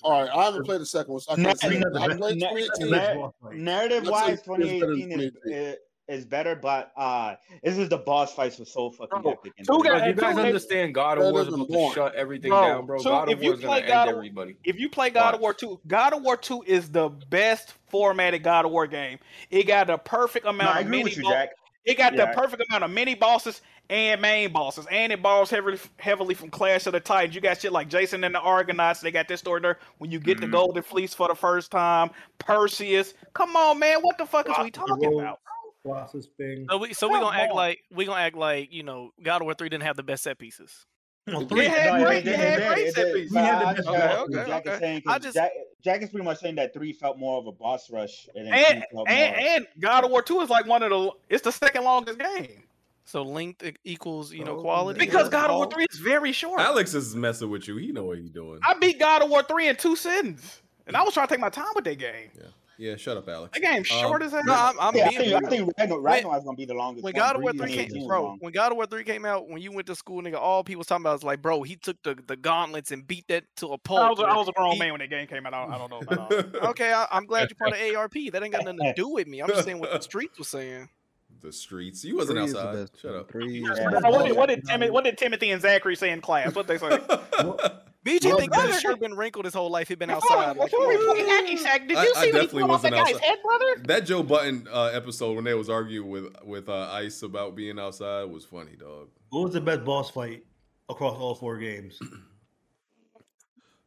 Speaker 11: All right, I haven't played the second one. So I can't say that. I played 2018.
Speaker 1: narrative
Speaker 11: I'd
Speaker 1: wise,
Speaker 11: say it's better than
Speaker 1: 2018 is, is is better, but uh, this is the boss fights were so fucking epic. and-
Speaker 6: two
Speaker 12: Bro, you guys understand God of War is about to shut everything down, bro.
Speaker 6: Two,
Speaker 12: God of
Speaker 6: if you
Speaker 12: War is
Speaker 6: play
Speaker 12: going to
Speaker 6: God
Speaker 12: end
Speaker 6: of-
Speaker 12: everybody.
Speaker 6: If you play God of War 2, God of War 2 is the best formatted God of War game. It got the perfect amount
Speaker 1: I
Speaker 6: of
Speaker 1: agree
Speaker 6: mini
Speaker 1: with you,
Speaker 6: bo-
Speaker 1: Jack.
Speaker 6: It got
Speaker 1: Yeah.
Speaker 6: the perfect amount of mini bosses and main bosses. And it borrows heavily heavily from Clash of the Titans. You got shit like Jason and the Argonauts. They got this story there when you get the
Speaker 1: Mhm.
Speaker 6: Golden Fleece for the first time. Perseus. Come on, man. What the fuck is we talking about?
Speaker 14: Colossus thing.
Speaker 18: So we so we
Speaker 6: Come
Speaker 18: gonna act
Speaker 6: on.
Speaker 18: like we gonna act like you know God of War Three didn't have the best set pieces.
Speaker 1: Well, three-
Speaker 18: had
Speaker 1: no,
Speaker 18: great-
Speaker 1: did,
Speaker 18: it had
Speaker 1: did,
Speaker 18: great
Speaker 1: it
Speaker 18: set
Speaker 1: did.
Speaker 18: pieces.
Speaker 1: But
Speaker 18: We had
Speaker 1: I
Speaker 18: the
Speaker 1: just
Speaker 18: best-
Speaker 1: know
Speaker 18: okay,
Speaker 1: what Jack is
Speaker 18: okay.
Speaker 1: saying 'cause Jack, Jack is pretty much saying that three felt more of a boss rush and, then
Speaker 6: And,
Speaker 1: two felt
Speaker 6: and,
Speaker 1: more.
Speaker 6: and God of War 2 is like one of the it's the second longest game.
Speaker 18: So length e- equals you
Speaker 1: Oh,
Speaker 18: know quality.
Speaker 6: Because God of War 3 is very short.
Speaker 9: Alex is messing with you. He know what he doing.
Speaker 6: I beat God of War 3 in two sittings. And I was trying to take my time with that game.
Speaker 9: Yeah, shut up, Alex.
Speaker 6: That game's short as hell.
Speaker 18: no, I'm- I'm
Speaker 1: yeah, I
Speaker 18: being
Speaker 1: think, I
Speaker 18: real.
Speaker 1: think Ragnar,
Speaker 18: When-
Speaker 1: Ragnar is gonna be the longest.
Speaker 18: When
Speaker 1: one.
Speaker 18: God of War
Speaker 1: Breeze
Speaker 18: three
Speaker 1: is
Speaker 18: came,
Speaker 1: too
Speaker 18: bro.
Speaker 1: long.
Speaker 18: When God of War three came out, when you went to school, nigga, all people was talking about was like, bro, he took the, the gauntlets and beat that to a pulp.
Speaker 6: I was, I
Speaker 18: or
Speaker 6: was a grown
Speaker 18: he-
Speaker 6: man when that game came out. I don't, I don't know about all that.
Speaker 18: Okay, I, I'm glad you're part of ARP. That ain't got nothing to do with me. I'm just saying what the streets was saying.
Speaker 9: The streets. You wasn't
Speaker 18: Three is the
Speaker 9: outside. Shut up.
Speaker 6: Now, what, did, what, did Timothy, what did Timothy and Zachary say in class? What they say?
Speaker 18: BG
Speaker 6: Well,
Speaker 18: think that
Speaker 6: brother-
Speaker 18: should have been wrinkled his whole life. He been
Speaker 6: Before we-
Speaker 18: outside. like,
Speaker 6: before we
Speaker 18: come on.
Speaker 6: play hacky sack, did
Speaker 9: I-
Speaker 6: you
Speaker 9: I
Speaker 6: see what he
Speaker 9: definitely
Speaker 6: pulled off that
Speaker 9: wasn't
Speaker 6: guy's
Speaker 9: outside.
Speaker 6: head, brother?
Speaker 9: That Joe Button uh, episode when they was arguing with with uh, Ice about being outside was funny, dog.
Speaker 19: What was the best boss fight across all four games?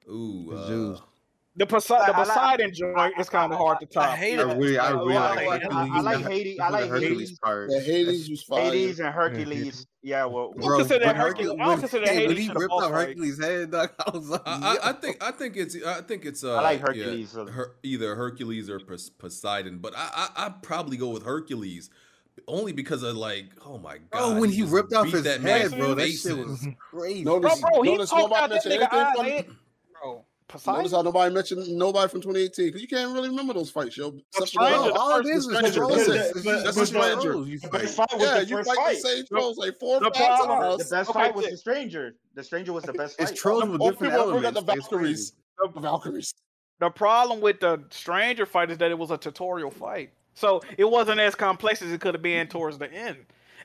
Speaker 9: Ooh, uh,
Speaker 6: The,
Speaker 1: I-
Speaker 6: Poseidon, the
Speaker 1: I like-
Speaker 6: Poseidon joint is kind of hard to top.
Speaker 1: I hate it. I really- I really like Hercules. I like Hades- I like Hades.
Speaker 11: Yeah, Hades was fire.
Speaker 1: Hades and Hercules. Yeah, well,
Speaker 11: Bro, Who consider Hercules- I don't consider
Speaker 1: Hades
Speaker 9: he
Speaker 1: should have
Speaker 9: ripped
Speaker 1: boss
Speaker 9: out
Speaker 1: fight.
Speaker 9: Hercules' head, dog, I was like, I, I think I think it's I think it's uh,
Speaker 1: like
Speaker 9: yeah,
Speaker 1: Hercules.
Speaker 9: Her- either Hercules or Pos- Poseidon, but I, I I probably go with Hercules only because of like oh my god,
Speaker 5: Bro, when he
Speaker 9: just
Speaker 5: ripped off
Speaker 9: beat
Speaker 5: his
Speaker 9: that
Speaker 5: head,
Speaker 9: man
Speaker 5: bro, that
Speaker 9: faces.
Speaker 5: shit was crazy.
Speaker 11: Notice,
Speaker 6: bro, he
Speaker 11: notice
Speaker 6: poked
Speaker 11: nobody
Speaker 6: out that
Speaker 11: mentioned
Speaker 6: nigga
Speaker 11: anything
Speaker 6: eye.
Speaker 11: from.
Speaker 6: man. Bro, Poseidon.
Speaker 11: Notice how nobody mentioned nobody from 2018 because you can't really remember those fights, yo. Except for
Speaker 5: Stranger,
Speaker 11: the-
Speaker 5: the All it first- is is
Speaker 11: Stranger,
Speaker 5: trolls.
Speaker 11: that's it.
Speaker 5: But- but-
Speaker 11: That's
Speaker 5: but
Speaker 11: a stranger.
Speaker 5: trolls, you
Speaker 1: But the fight was
Speaker 11: yeah,
Speaker 1: the
Speaker 11: you
Speaker 1: first
Speaker 11: fight the
Speaker 1: fight.
Speaker 11: same trolls like four
Speaker 1: the
Speaker 11: or five
Speaker 1: problem-
Speaker 11: times.
Speaker 1: the best
Speaker 11: Okay,
Speaker 1: fight was
Speaker 11: the-
Speaker 1: the stranger. The stranger was the best fight.
Speaker 5: It's trolls with
Speaker 11: all
Speaker 5: different
Speaker 11: people bring up
Speaker 5: elements.
Speaker 11: the Valkyries. The Valkyries.
Speaker 6: The problem with the Stranger fight is that it was a tutorial fight, so it wasn't as complex as it could have been towards the end.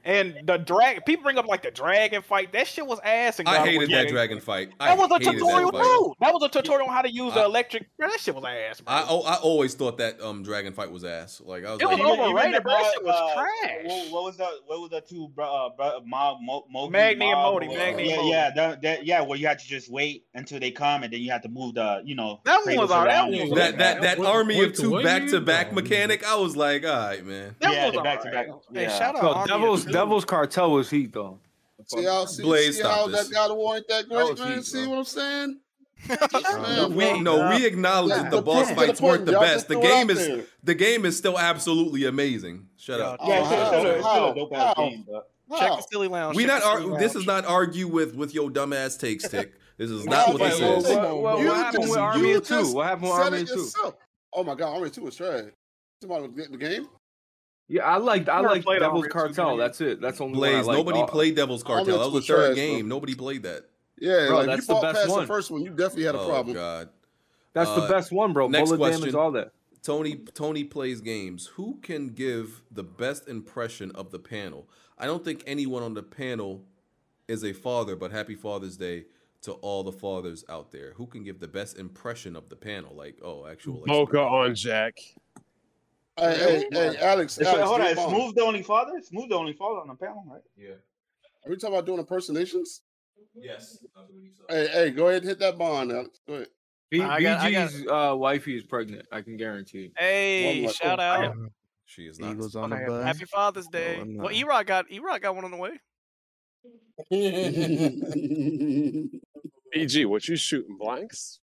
Speaker 6: And the drag, people bring up like the dragon fight. That shit was ass. And
Speaker 9: I hated that dragon fight. I
Speaker 6: That was a
Speaker 9: hated that
Speaker 6: tutorial
Speaker 9: fight.
Speaker 6: too. That was a tutorial on how to use the
Speaker 9: I-
Speaker 6: electric. Bro, that shit was ass. Bro.
Speaker 9: I, oh, I always thought that um dragon fight was ass. Like I was
Speaker 6: It
Speaker 9: like,
Speaker 6: was overrated, bro. That
Speaker 1: about,
Speaker 6: shit was
Speaker 1: uh,
Speaker 6: trash.
Speaker 1: What, what was the what was the two bro, uh, bro, Mo, Mo, Mo,
Speaker 6: Magni and
Speaker 1: Mob,
Speaker 6: Modi,
Speaker 1: uh,
Speaker 6: Magni and
Speaker 1: yeah,
Speaker 6: Modi.
Speaker 1: yeah, that, that, yeah. Where you had to just wait until they come, and then you had to move the you know
Speaker 6: That one was
Speaker 1: Kratos
Speaker 6: all- that
Speaker 1: around
Speaker 6: one
Speaker 1: and
Speaker 6: was
Speaker 1: shit
Speaker 9: that
Speaker 1: like
Speaker 9: that that army
Speaker 2: wait,
Speaker 9: of two
Speaker 2: what
Speaker 9: back
Speaker 2: year?
Speaker 9: to back mechanic. I was like, all right, man.
Speaker 6: That
Speaker 1: yeah,
Speaker 6: was
Speaker 1: the
Speaker 6: all
Speaker 1: back to back.
Speaker 6: right.
Speaker 1: Yeah.
Speaker 12: So Devil's Devil's Cartel was heat though.
Speaker 11: See how see,
Speaker 9: Blaze,
Speaker 11: see
Speaker 9: stop
Speaker 11: how
Speaker 9: this.
Speaker 11: that God of War ain't that
Speaker 9: That
Speaker 11: great,
Speaker 9: was
Speaker 11: man.
Speaker 9: heat,
Speaker 11: see what I'm saying?
Speaker 9: we no, we acknowledge that the boss fights weren't the best. The game is the game is still absolutely amazing. Shut up.
Speaker 1: Yeah,
Speaker 6: Oh,
Speaker 1: it's still, still, it's still a dope ass
Speaker 11: How?
Speaker 1: game, but
Speaker 18: Check the silly lounge.
Speaker 9: We
Speaker 18: check the
Speaker 9: not
Speaker 18: silly
Speaker 9: argue. This
Speaker 18: lounge.
Speaker 9: is not argue with with your dumbass takes, Tick. This is not what this
Speaker 11: Well,
Speaker 9: is.
Speaker 11: well, well,
Speaker 12: You just- you just said it
Speaker 11: Two? Oh my God, Army Two was trash. Somebody was getting the game.
Speaker 12: Yeah, I liked I
Speaker 11: Never
Speaker 12: liked
Speaker 11: played
Speaker 12: Devil's
Speaker 11: Armored Two,
Speaker 12: Cartel.
Speaker 11: man.
Speaker 12: That's it. That's the only one I Uh,
Speaker 9: Blaze,
Speaker 12: liked.
Speaker 9: nobody
Speaker 12: All-
Speaker 9: played Devil's Cartel. That
Speaker 12: Armored
Speaker 9: was
Speaker 12: Two
Speaker 9: the third
Speaker 12: trash, bro.
Speaker 9: game. Nobody played that.
Speaker 11: Yeah,
Speaker 12: Bro,
Speaker 11: like
Speaker 12: that's
Speaker 11: you
Speaker 12: the
Speaker 11: fought
Speaker 12: best
Speaker 11: past
Speaker 12: one.
Speaker 11: the first one, you definitely had a
Speaker 9: Oh,
Speaker 11: problem.
Speaker 9: God. Uh,
Speaker 12: That's the best one, bro.
Speaker 9: Next
Speaker 12: Bullet damage,
Speaker 9: question.
Speaker 12: all that.
Speaker 9: Tony Tony plays games. Who can give the best impression of the panel? I don't think anyone on the panel is a father, but happy Father's Day to all the fathers out there who can give the best impression of the panel. Like, oh, actual. Like,
Speaker 2: Boca on Jack.
Speaker 11: Hey, hey, hey, Alex.
Speaker 1: It's-
Speaker 11: Alex
Speaker 1: hold on,
Speaker 11: move
Speaker 1: it's
Speaker 11: on.
Speaker 1: Smooth the only father? Smooth the only father on the panel, right?
Speaker 9: Yeah.
Speaker 11: Are we talking about doing impersonations?
Speaker 9: Yes.
Speaker 11: Hey, hey, go ahead and hit that bond, Alex. Go ahead.
Speaker 12: B-
Speaker 11: I got- I got-
Speaker 12: BG's uh, wifey is pregnant. I can guarantee. it.
Speaker 11: Hey,
Speaker 12: One more-
Speaker 11: shout out.
Speaker 9: She is
Speaker 12: not.
Speaker 9: Eagles
Speaker 12: on the bus.
Speaker 3: Happy Father's Day.
Speaker 12: I'm
Speaker 3: well,
Speaker 12: not.
Speaker 3: E-Rock got E-Rock got one on the way.
Speaker 2: BG, what you shooting blanks?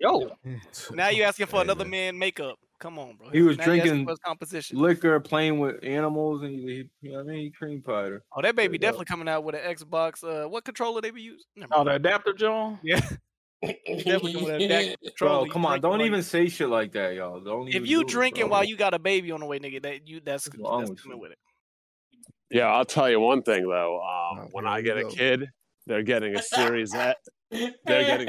Speaker 3: Yo. now you asking for
Speaker 12: Hey,
Speaker 3: another man makeup. Come on, bro. Now you asking for his composition.
Speaker 12: liquor, playing with animals, and he, he- you know what I mean, he cream pied her.
Speaker 3: Oh, that baby
Speaker 12: Straight up.
Speaker 3: definitely coming out with an Xbox. Uh, what controller they be using? Never
Speaker 6: Oh,
Speaker 3: mind.
Speaker 6: the adapter, John.
Speaker 3: Yeah. definitely coming out with that controller.
Speaker 12: Bro,
Speaker 3: You
Speaker 12: come on!
Speaker 3: drinking
Speaker 12: Don't
Speaker 3: while
Speaker 12: even say shit like that, y'all. Don't.
Speaker 3: you-
Speaker 12: even
Speaker 3: If you
Speaker 12: do it,
Speaker 3: drinking
Speaker 12: bro.
Speaker 3: while you got a baby on the way, nigga, that you that's that's
Speaker 12: wrong with
Speaker 3: coming with it.
Speaker 2: Yeah, I'll tell you one thing though. Um, when I get a
Speaker 3: go.
Speaker 2: kid, they're getting a Series S. They're getting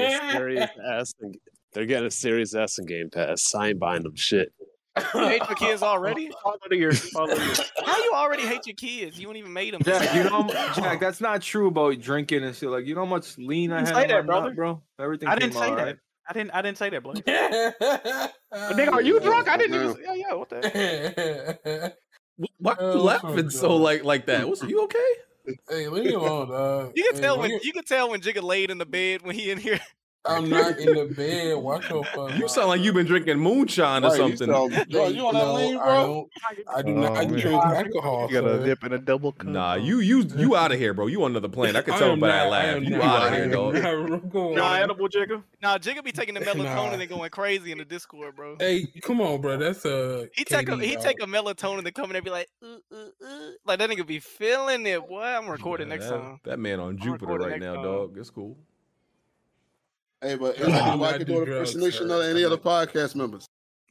Speaker 2: a Series S, and they're getting a Series S and Game Pass. Sign bind them shit.
Speaker 3: You hate your kids already? How you already hate your kids? You ain't even made them.
Speaker 12: Jack, you know, Jack, that's not true about drinking and shit. Like, you know how much lean I
Speaker 3: didn't
Speaker 12: had
Speaker 3: say
Speaker 12: on
Speaker 3: that,
Speaker 12: my nut,
Speaker 3: brother.
Speaker 12: bro. Everything.
Speaker 6: I didn't
Speaker 12: came out
Speaker 6: say that.
Speaker 12: alright.
Speaker 6: I didn't. I didn't say that, Blake. nigga, are you drunk? I didn't. Even, yeah, yeah. What the?
Speaker 9: Why
Speaker 3: Uh,
Speaker 9: are you laughing so like like that? What's you okay?
Speaker 11: Hey, leave me alone, dog.
Speaker 3: You can
Speaker 11: Hey,
Speaker 3: tell
Speaker 11: look
Speaker 3: when
Speaker 11: at-
Speaker 3: you can tell when Jigga laid in the bed when he in here.
Speaker 11: I'm not in the bed. Watch your fuck.
Speaker 9: You sound like you've been drinking moonshine or
Speaker 11: Right, you
Speaker 9: something.
Speaker 11: sound- Bro, you on that
Speaker 3: No,
Speaker 11: lean,
Speaker 3: I
Speaker 11: bro?
Speaker 3: I
Speaker 11: do not
Speaker 9: man.
Speaker 11: drink alcohol,
Speaker 14: You got a
Speaker 11: sir.
Speaker 14: dip and a double cup.
Speaker 9: Nah, you you you out of here, bro. You on another plane. I could
Speaker 14: I
Speaker 9: tell
Speaker 14: am
Speaker 9: by that
Speaker 14: not- I
Speaker 9: laugh.
Speaker 14: am
Speaker 9: You
Speaker 14: not.
Speaker 9: out of
Speaker 14: I
Speaker 9: here,
Speaker 14: am
Speaker 9: dog.
Speaker 6: Nah, edible Jigga.
Speaker 3: Nah, Jigga be taking the melatonin
Speaker 17: Nah.
Speaker 3: and going crazy in the Discord, bro.
Speaker 17: Hey, come on, bro. That's uh, a
Speaker 3: He take a, he take a melatonin and come in there and be like, ooh, ooh, ooh. like that nigga be feeling it. Boy, I'm recording next
Speaker 9: that,
Speaker 3: time.
Speaker 9: that man on Jupiter
Speaker 3: recording
Speaker 9: right
Speaker 3: next
Speaker 9: now,
Speaker 3: time.
Speaker 9: dog. It's cool.
Speaker 11: Hey, but
Speaker 9: I do
Speaker 11: anybody
Speaker 9: not
Speaker 11: can
Speaker 9: do
Speaker 11: do uh, an
Speaker 9: drugs,
Speaker 11: impersonation
Speaker 9: sir.
Speaker 11: of any other podcast members.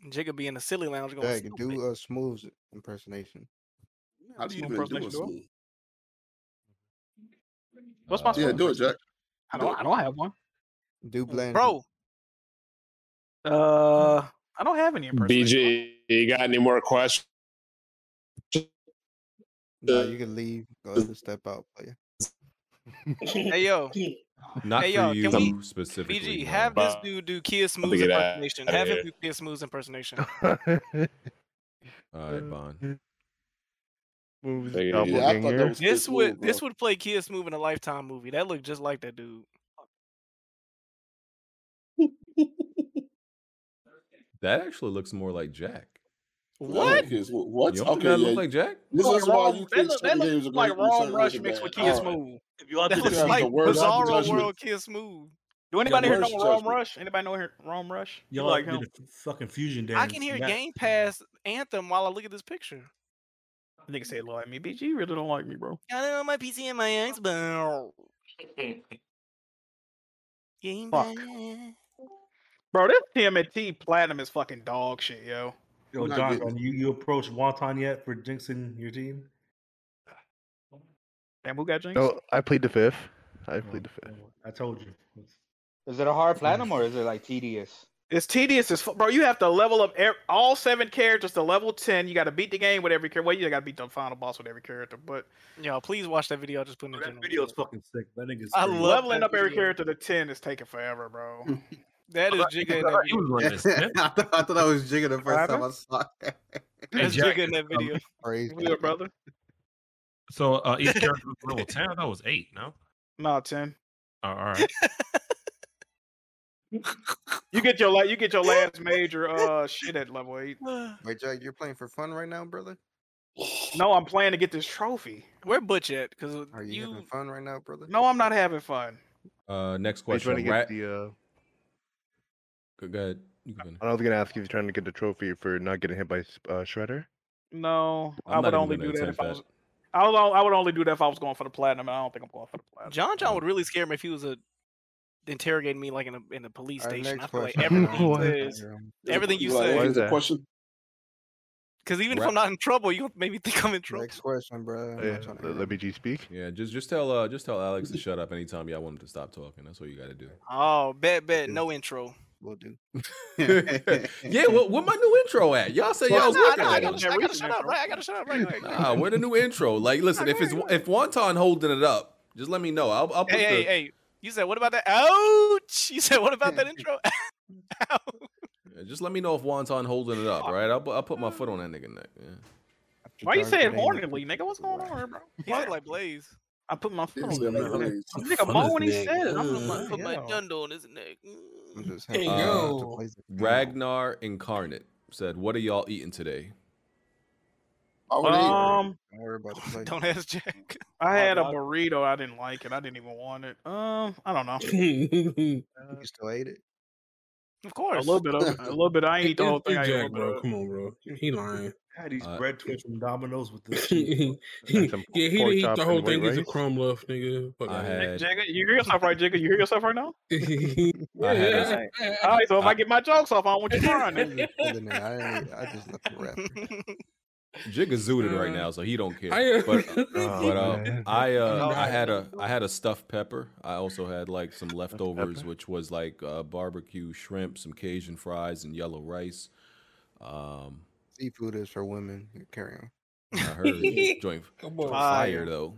Speaker 3: Jigga be in the silly lounge going.
Speaker 15: Dag, do a smooth impersonation.
Speaker 11: How do you
Speaker 3: Smooth
Speaker 11: even do
Speaker 3: impersonation,
Speaker 11: it,
Speaker 3: bro.
Speaker 11: Smooth?
Speaker 6: What's my
Speaker 11: Yeah,
Speaker 6: smooth
Speaker 11: do it, Jack.
Speaker 6: I don't. I don't have one.
Speaker 15: Do blend.
Speaker 3: Bro. Uh, I don't have any impersonation.
Speaker 2: BG, you got any more questions?
Speaker 15: Nah, you can leave. Go ahead and step out, player.
Speaker 3: hey yo,
Speaker 9: Not
Speaker 3: hey
Speaker 9: for
Speaker 3: yo,
Speaker 9: you
Speaker 3: can we?
Speaker 9: specifically.
Speaker 3: BG,
Speaker 9: no.
Speaker 3: have this dude do Kia Smooth's
Speaker 9: get out
Speaker 3: impersonation.
Speaker 9: outta
Speaker 3: Have him
Speaker 9: here.
Speaker 3: do Kia Smooth's impersonation.
Speaker 9: All
Speaker 11: Mm.
Speaker 9: right, Bond.
Speaker 14: Moves
Speaker 9: Take it
Speaker 14: double
Speaker 9: easy.
Speaker 14: gang here.
Speaker 3: this would this would play Kia Smooth in a Lifetime movie. That looked just like that dude.
Speaker 9: That actually looks more like Jack.
Speaker 11: What? What?
Speaker 9: You don't think that look like Jack?
Speaker 11: This is why
Speaker 3: Wrong-
Speaker 11: you
Speaker 3: that
Speaker 11: think
Speaker 3: look,
Speaker 11: certain
Speaker 3: that
Speaker 11: games are
Speaker 3: look like
Speaker 11: great and
Speaker 3: Wrong
Speaker 11: certain
Speaker 3: Rush
Speaker 11: games are
Speaker 3: mixed with
Speaker 11: bad.
Speaker 3: Kia
Speaker 11: All right.
Speaker 3: Smooth.
Speaker 11: If you out
Speaker 3: that
Speaker 11: there,
Speaker 3: looks
Speaker 11: you have
Speaker 3: like
Speaker 11: the worst
Speaker 3: Bizarro
Speaker 11: judgment.
Speaker 3: World Kia Smooth.
Speaker 6: Do anybody here know
Speaker 3: worst
Speaker 6: Rome
Speaker 3: judgment.
Speaker 6: Rush? Anybody know here Rome Rush? You
Speaker 14: Y'all
Speaker 6: like
Speaker 14: did
Speaker 6: him?
Speaker 14: a fucking fusion dance.
Speaker 3: I can hear
Speaker 14: Matt-
Speaker 3: Game Pass Anthem while I look at this picture.
Speaker 6: Nigga say look at me. BG you really don't like me, bro.
Speaker 3: Got it on my PC and my Xbox. Game
Speaker 6: Fuck.
Speaker 3: Pass.
Speaker 6: Bro, this TMNT Platinum is fucking dog shit, yo.
Speaker 14: Yo, Jonathan, Oh, you, you approached Wonton yet for jinxing your team?
Speaker 6: Damn, who got jinxed?
Speaker 14: No, Oh, I plead the fifth.
Speaker 9: Oh.
Speaker 14: I plead the fifth.
Speaker 1: I told you. Is it a hard platinum or is it like tedious?
Speaker 6: It's tedious as fuck, bro. You have to level up ev- all seven characters to level ten. You got to beat the game with every character. Well, you got to beat the final boss with every character, but
Speaker 3: Yo, please watch that video. I just put in the general.
Speaker 14: Video's fucking sick. That nigga's.
Speaker 3: I
Speaker 14: crazy.
Speaker 3: love
Speaker 6: leveling
Speaker 3: that
Speaker 6: up every
Speaker 3: video.
Speaker 6: character to ten is taking forever, bro.
Speaker 3: That is Jigga in that video.
Speaker 14: like this, man.
Speaker 23: I, thought, I thought I was jigging the first time I saw that.
Speaker 3: That's
Speaker 8: Jack,
Speaker 3: Jigga in that video.
Speaker 15: Crazy.
Speaker 6: Who your brother?
Speaker 8: So uh, each character was level ten. That was eight. No.
Speaker 6: No, ten.
Speaker 8: Oh, all right.
Speaker 6: You get your la- you get your last major uh shit at level eight.
Speaker 15: Wait, Jack, you're playing for fun right now, brother?
Speaker 6: No, I'm playing to get this trophy.
Speaker 3: Where Butch at? Because
Speaker 15: Are you, having fun right now, brother?
Speaker 6: No, I'm not having fun.
Speaker 9: Uh, next
Speaker 14: Are you trying to
Speaker 9: question.
Speaker 14: get
Speaker 9: Rat.
Speaker 14: the, uh,
Speaker 9: Go go ahead. You can finish.
Speaker 14: I was gonna ask you if you're trying to get the trophy for not getting hit by s- uh, Shredder.
Speaker 6: No, i
Speaker 9: I'm not
Speaker 6: would
Speaker 9: even
Speaker 6: only
Speaker 9: gonna
Speaker 6: do that if
Speaker 9: attempt
Speaker 6: I
Speaker 9: that.
Speaker 6: was. I would, I would only do that if I was going for the platinum, and I don't think I'm going for the platinum.
Speaker 3: John John would really scare me if he was a interrogating me like in a in a police
Speaker 15: Our
Speaker 3: station. I
Speaker 15: next
Speaker 3: feel like
Speaker 15: question.
Speaker 3: everything
Speaker 15: Why?
Speaker 3: he says, everything you say,
Speaker 11: Is the question?
Speaker 3: because even if
Speaker 9: Rap-
Speaker 3: I'm not in trouble, you gonna maybe think I'm in trouble.
Speaker 15: Next question, bro.
Speaker 14: Yeah, let, let BG speak.
Speaker 9: Yeah, just just tell uh just tell Alex to shut up anytime y'all want him to stop talking. That's what you got to do.
Speaker 3: Oh, bet bet no intro.
Speaker 15: We'll do.
Speaker 9: yeah, what what my new intro at? Y'all say y'all was
Speaker 3: Nah,
Speaker 9: working
Speaker 3: nah, I,
Speaker 9: on
Speaker 3: gotta,
Speaker 9: it.
Speaker 3: I gotta shut up, right? I gotta shut up, right? Go ahead, go ahead.
Speaker 9: Nah, where the new intro? Like, listen, if it's if Wonton holding it up, just let me know. I'll I'll put
Speaker 3: Hey,
Speaker 9: the
Speaker 3: hey, hey. You said what about that? Ouch! You said what about that intro?
Speaker 9: Yeah, Just let me know if Wonton holding it up, right? I'll, pu- I'll put my foot on that nigga neck. Yeah.
Speaker 6: Why you saying hornily, nigga? What's going on here, bro?
Speaker 3: He said like Blaze.
Speaker 6: I put my foot on
Speaker 3: It's
Speaker 6: his
Speaker 3: the
Speaker 6: neck.
Speaker 3: Blaze.
Speaker 6: Nigga, moan when he said it. I'm like,
Speaker 3: put my
Speaker 6: yeah.
Speaker 3: dundle on his neck.
Speaker 6: Hey, yo.
Speaker 9: Ragnar Incarnate said, What are y'all eating today?
Speaker 6: Um,
Speaker 3: don't ask Jack.
Speaker 6: I had a
Speaker 3: Why-
Speaker 6: burrito. I didn't like it. I didn't even want it. Um, I don't know.
Speaker 17: you
Speaker 12: still ate it?
Speaker 6: Uh, Of course, a little bit. Of, a little bit. I ain't the whole thing. I ate a little bit
Speaker 17: bro.
Speaker 6: of it.
Speaker 17: Come on, bro. He lying.
Speaker 24: Had these
Speaker 9: Uh,
Speaker 24: bread twists from Domino's with this.
Speaker 17: yeah, he
Speaker 24: Some
Speaker 17: didn't
Speaker 24: pork
Speaker 17: eat
Speaker 24: chop
Speaker 17: the whole
Speaker 24: and white
Speaker 17: thing. He's a
Speaker 24: rice?
Speaker 17: crumb left, nigga. Fuck
Speaker 9: I
Speaker 17: outta
Speaker 9: had,
Speaker 6: Jigga, you hear yourself right, Jigga? You hear yourself right now?
Speaker 17: here.
Speaker 9: I had a-
Speaker 6: Alright. All right, so if I get my jokes off, I don't want you crying. nigga.
Speaker 12: I just left the wrap.
Speaker 9: Jigga zooted right now, so he don't care.
Speaker 17: I-
Speaker 9: but
Speaker 17: Oh,
Speaker 9: but uh,
Speaker 17: man.
Speaker 9: I uh,
Speaker 17: No.
Speaker 9: I had a I had a stuffed pepper. I also had like some leftovers, which was like uh, barbecue shrimp, some Cajun fries, and yellow rice. Um,
Speaker 12: Seafood is for women. Carry on.
Speaker 9: I heard joint,
Speaker 12: Come
Speaker 9: joint
Speaker 12: on.
Speaker 9: fire though.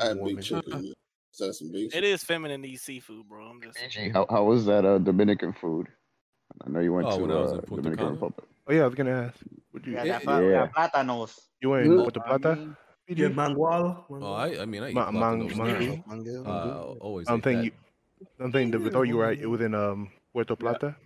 Speaker 11: I had
Speaker 12: Woman.
Speaker 11: big chicken. That's some big
Speaker 3: It is feminine to eat seafood, bro. I'm just.
Speaker 15: Hey, how, how was that uh, Dominican food? I know you went
Speaker 9: Oh,
Speaker 15: to
Speaker 9: when I was in
Speaker 15: uh,
Speaker 9: Punta
Speaker 15: Dominican
Speaker 9: Cana?
Speaker 15: Republic.
Speaker 14: Oh yeah, I was gonna ask. Would you?
Speaker 1: Yeah,
Speaker 14: Yeah,
Speaker 1: that pla-
Speaker 15: yeah.
Speaker 1: that platanos.
Speaker 14: You ain't with the plata?
Speaker 24: Yeah, mangual.
Speaker 9: Oh, I I mean I eat
Speaker 14: Ma-
Speaker 9: lots
Speaker 14: mang-
Speaker 9: of those
Speaker 14: mang-
Speaker 9: things.
Speaker 12: Mango.
Speaker 9: Uh, always
Speaker 14: I'm
Speaker 9: ate
Speaker 14: thinking.
Speaker 9: that.
Speaker 14: You, I'm thinking the resort you were at. It was in um Puerto Plata.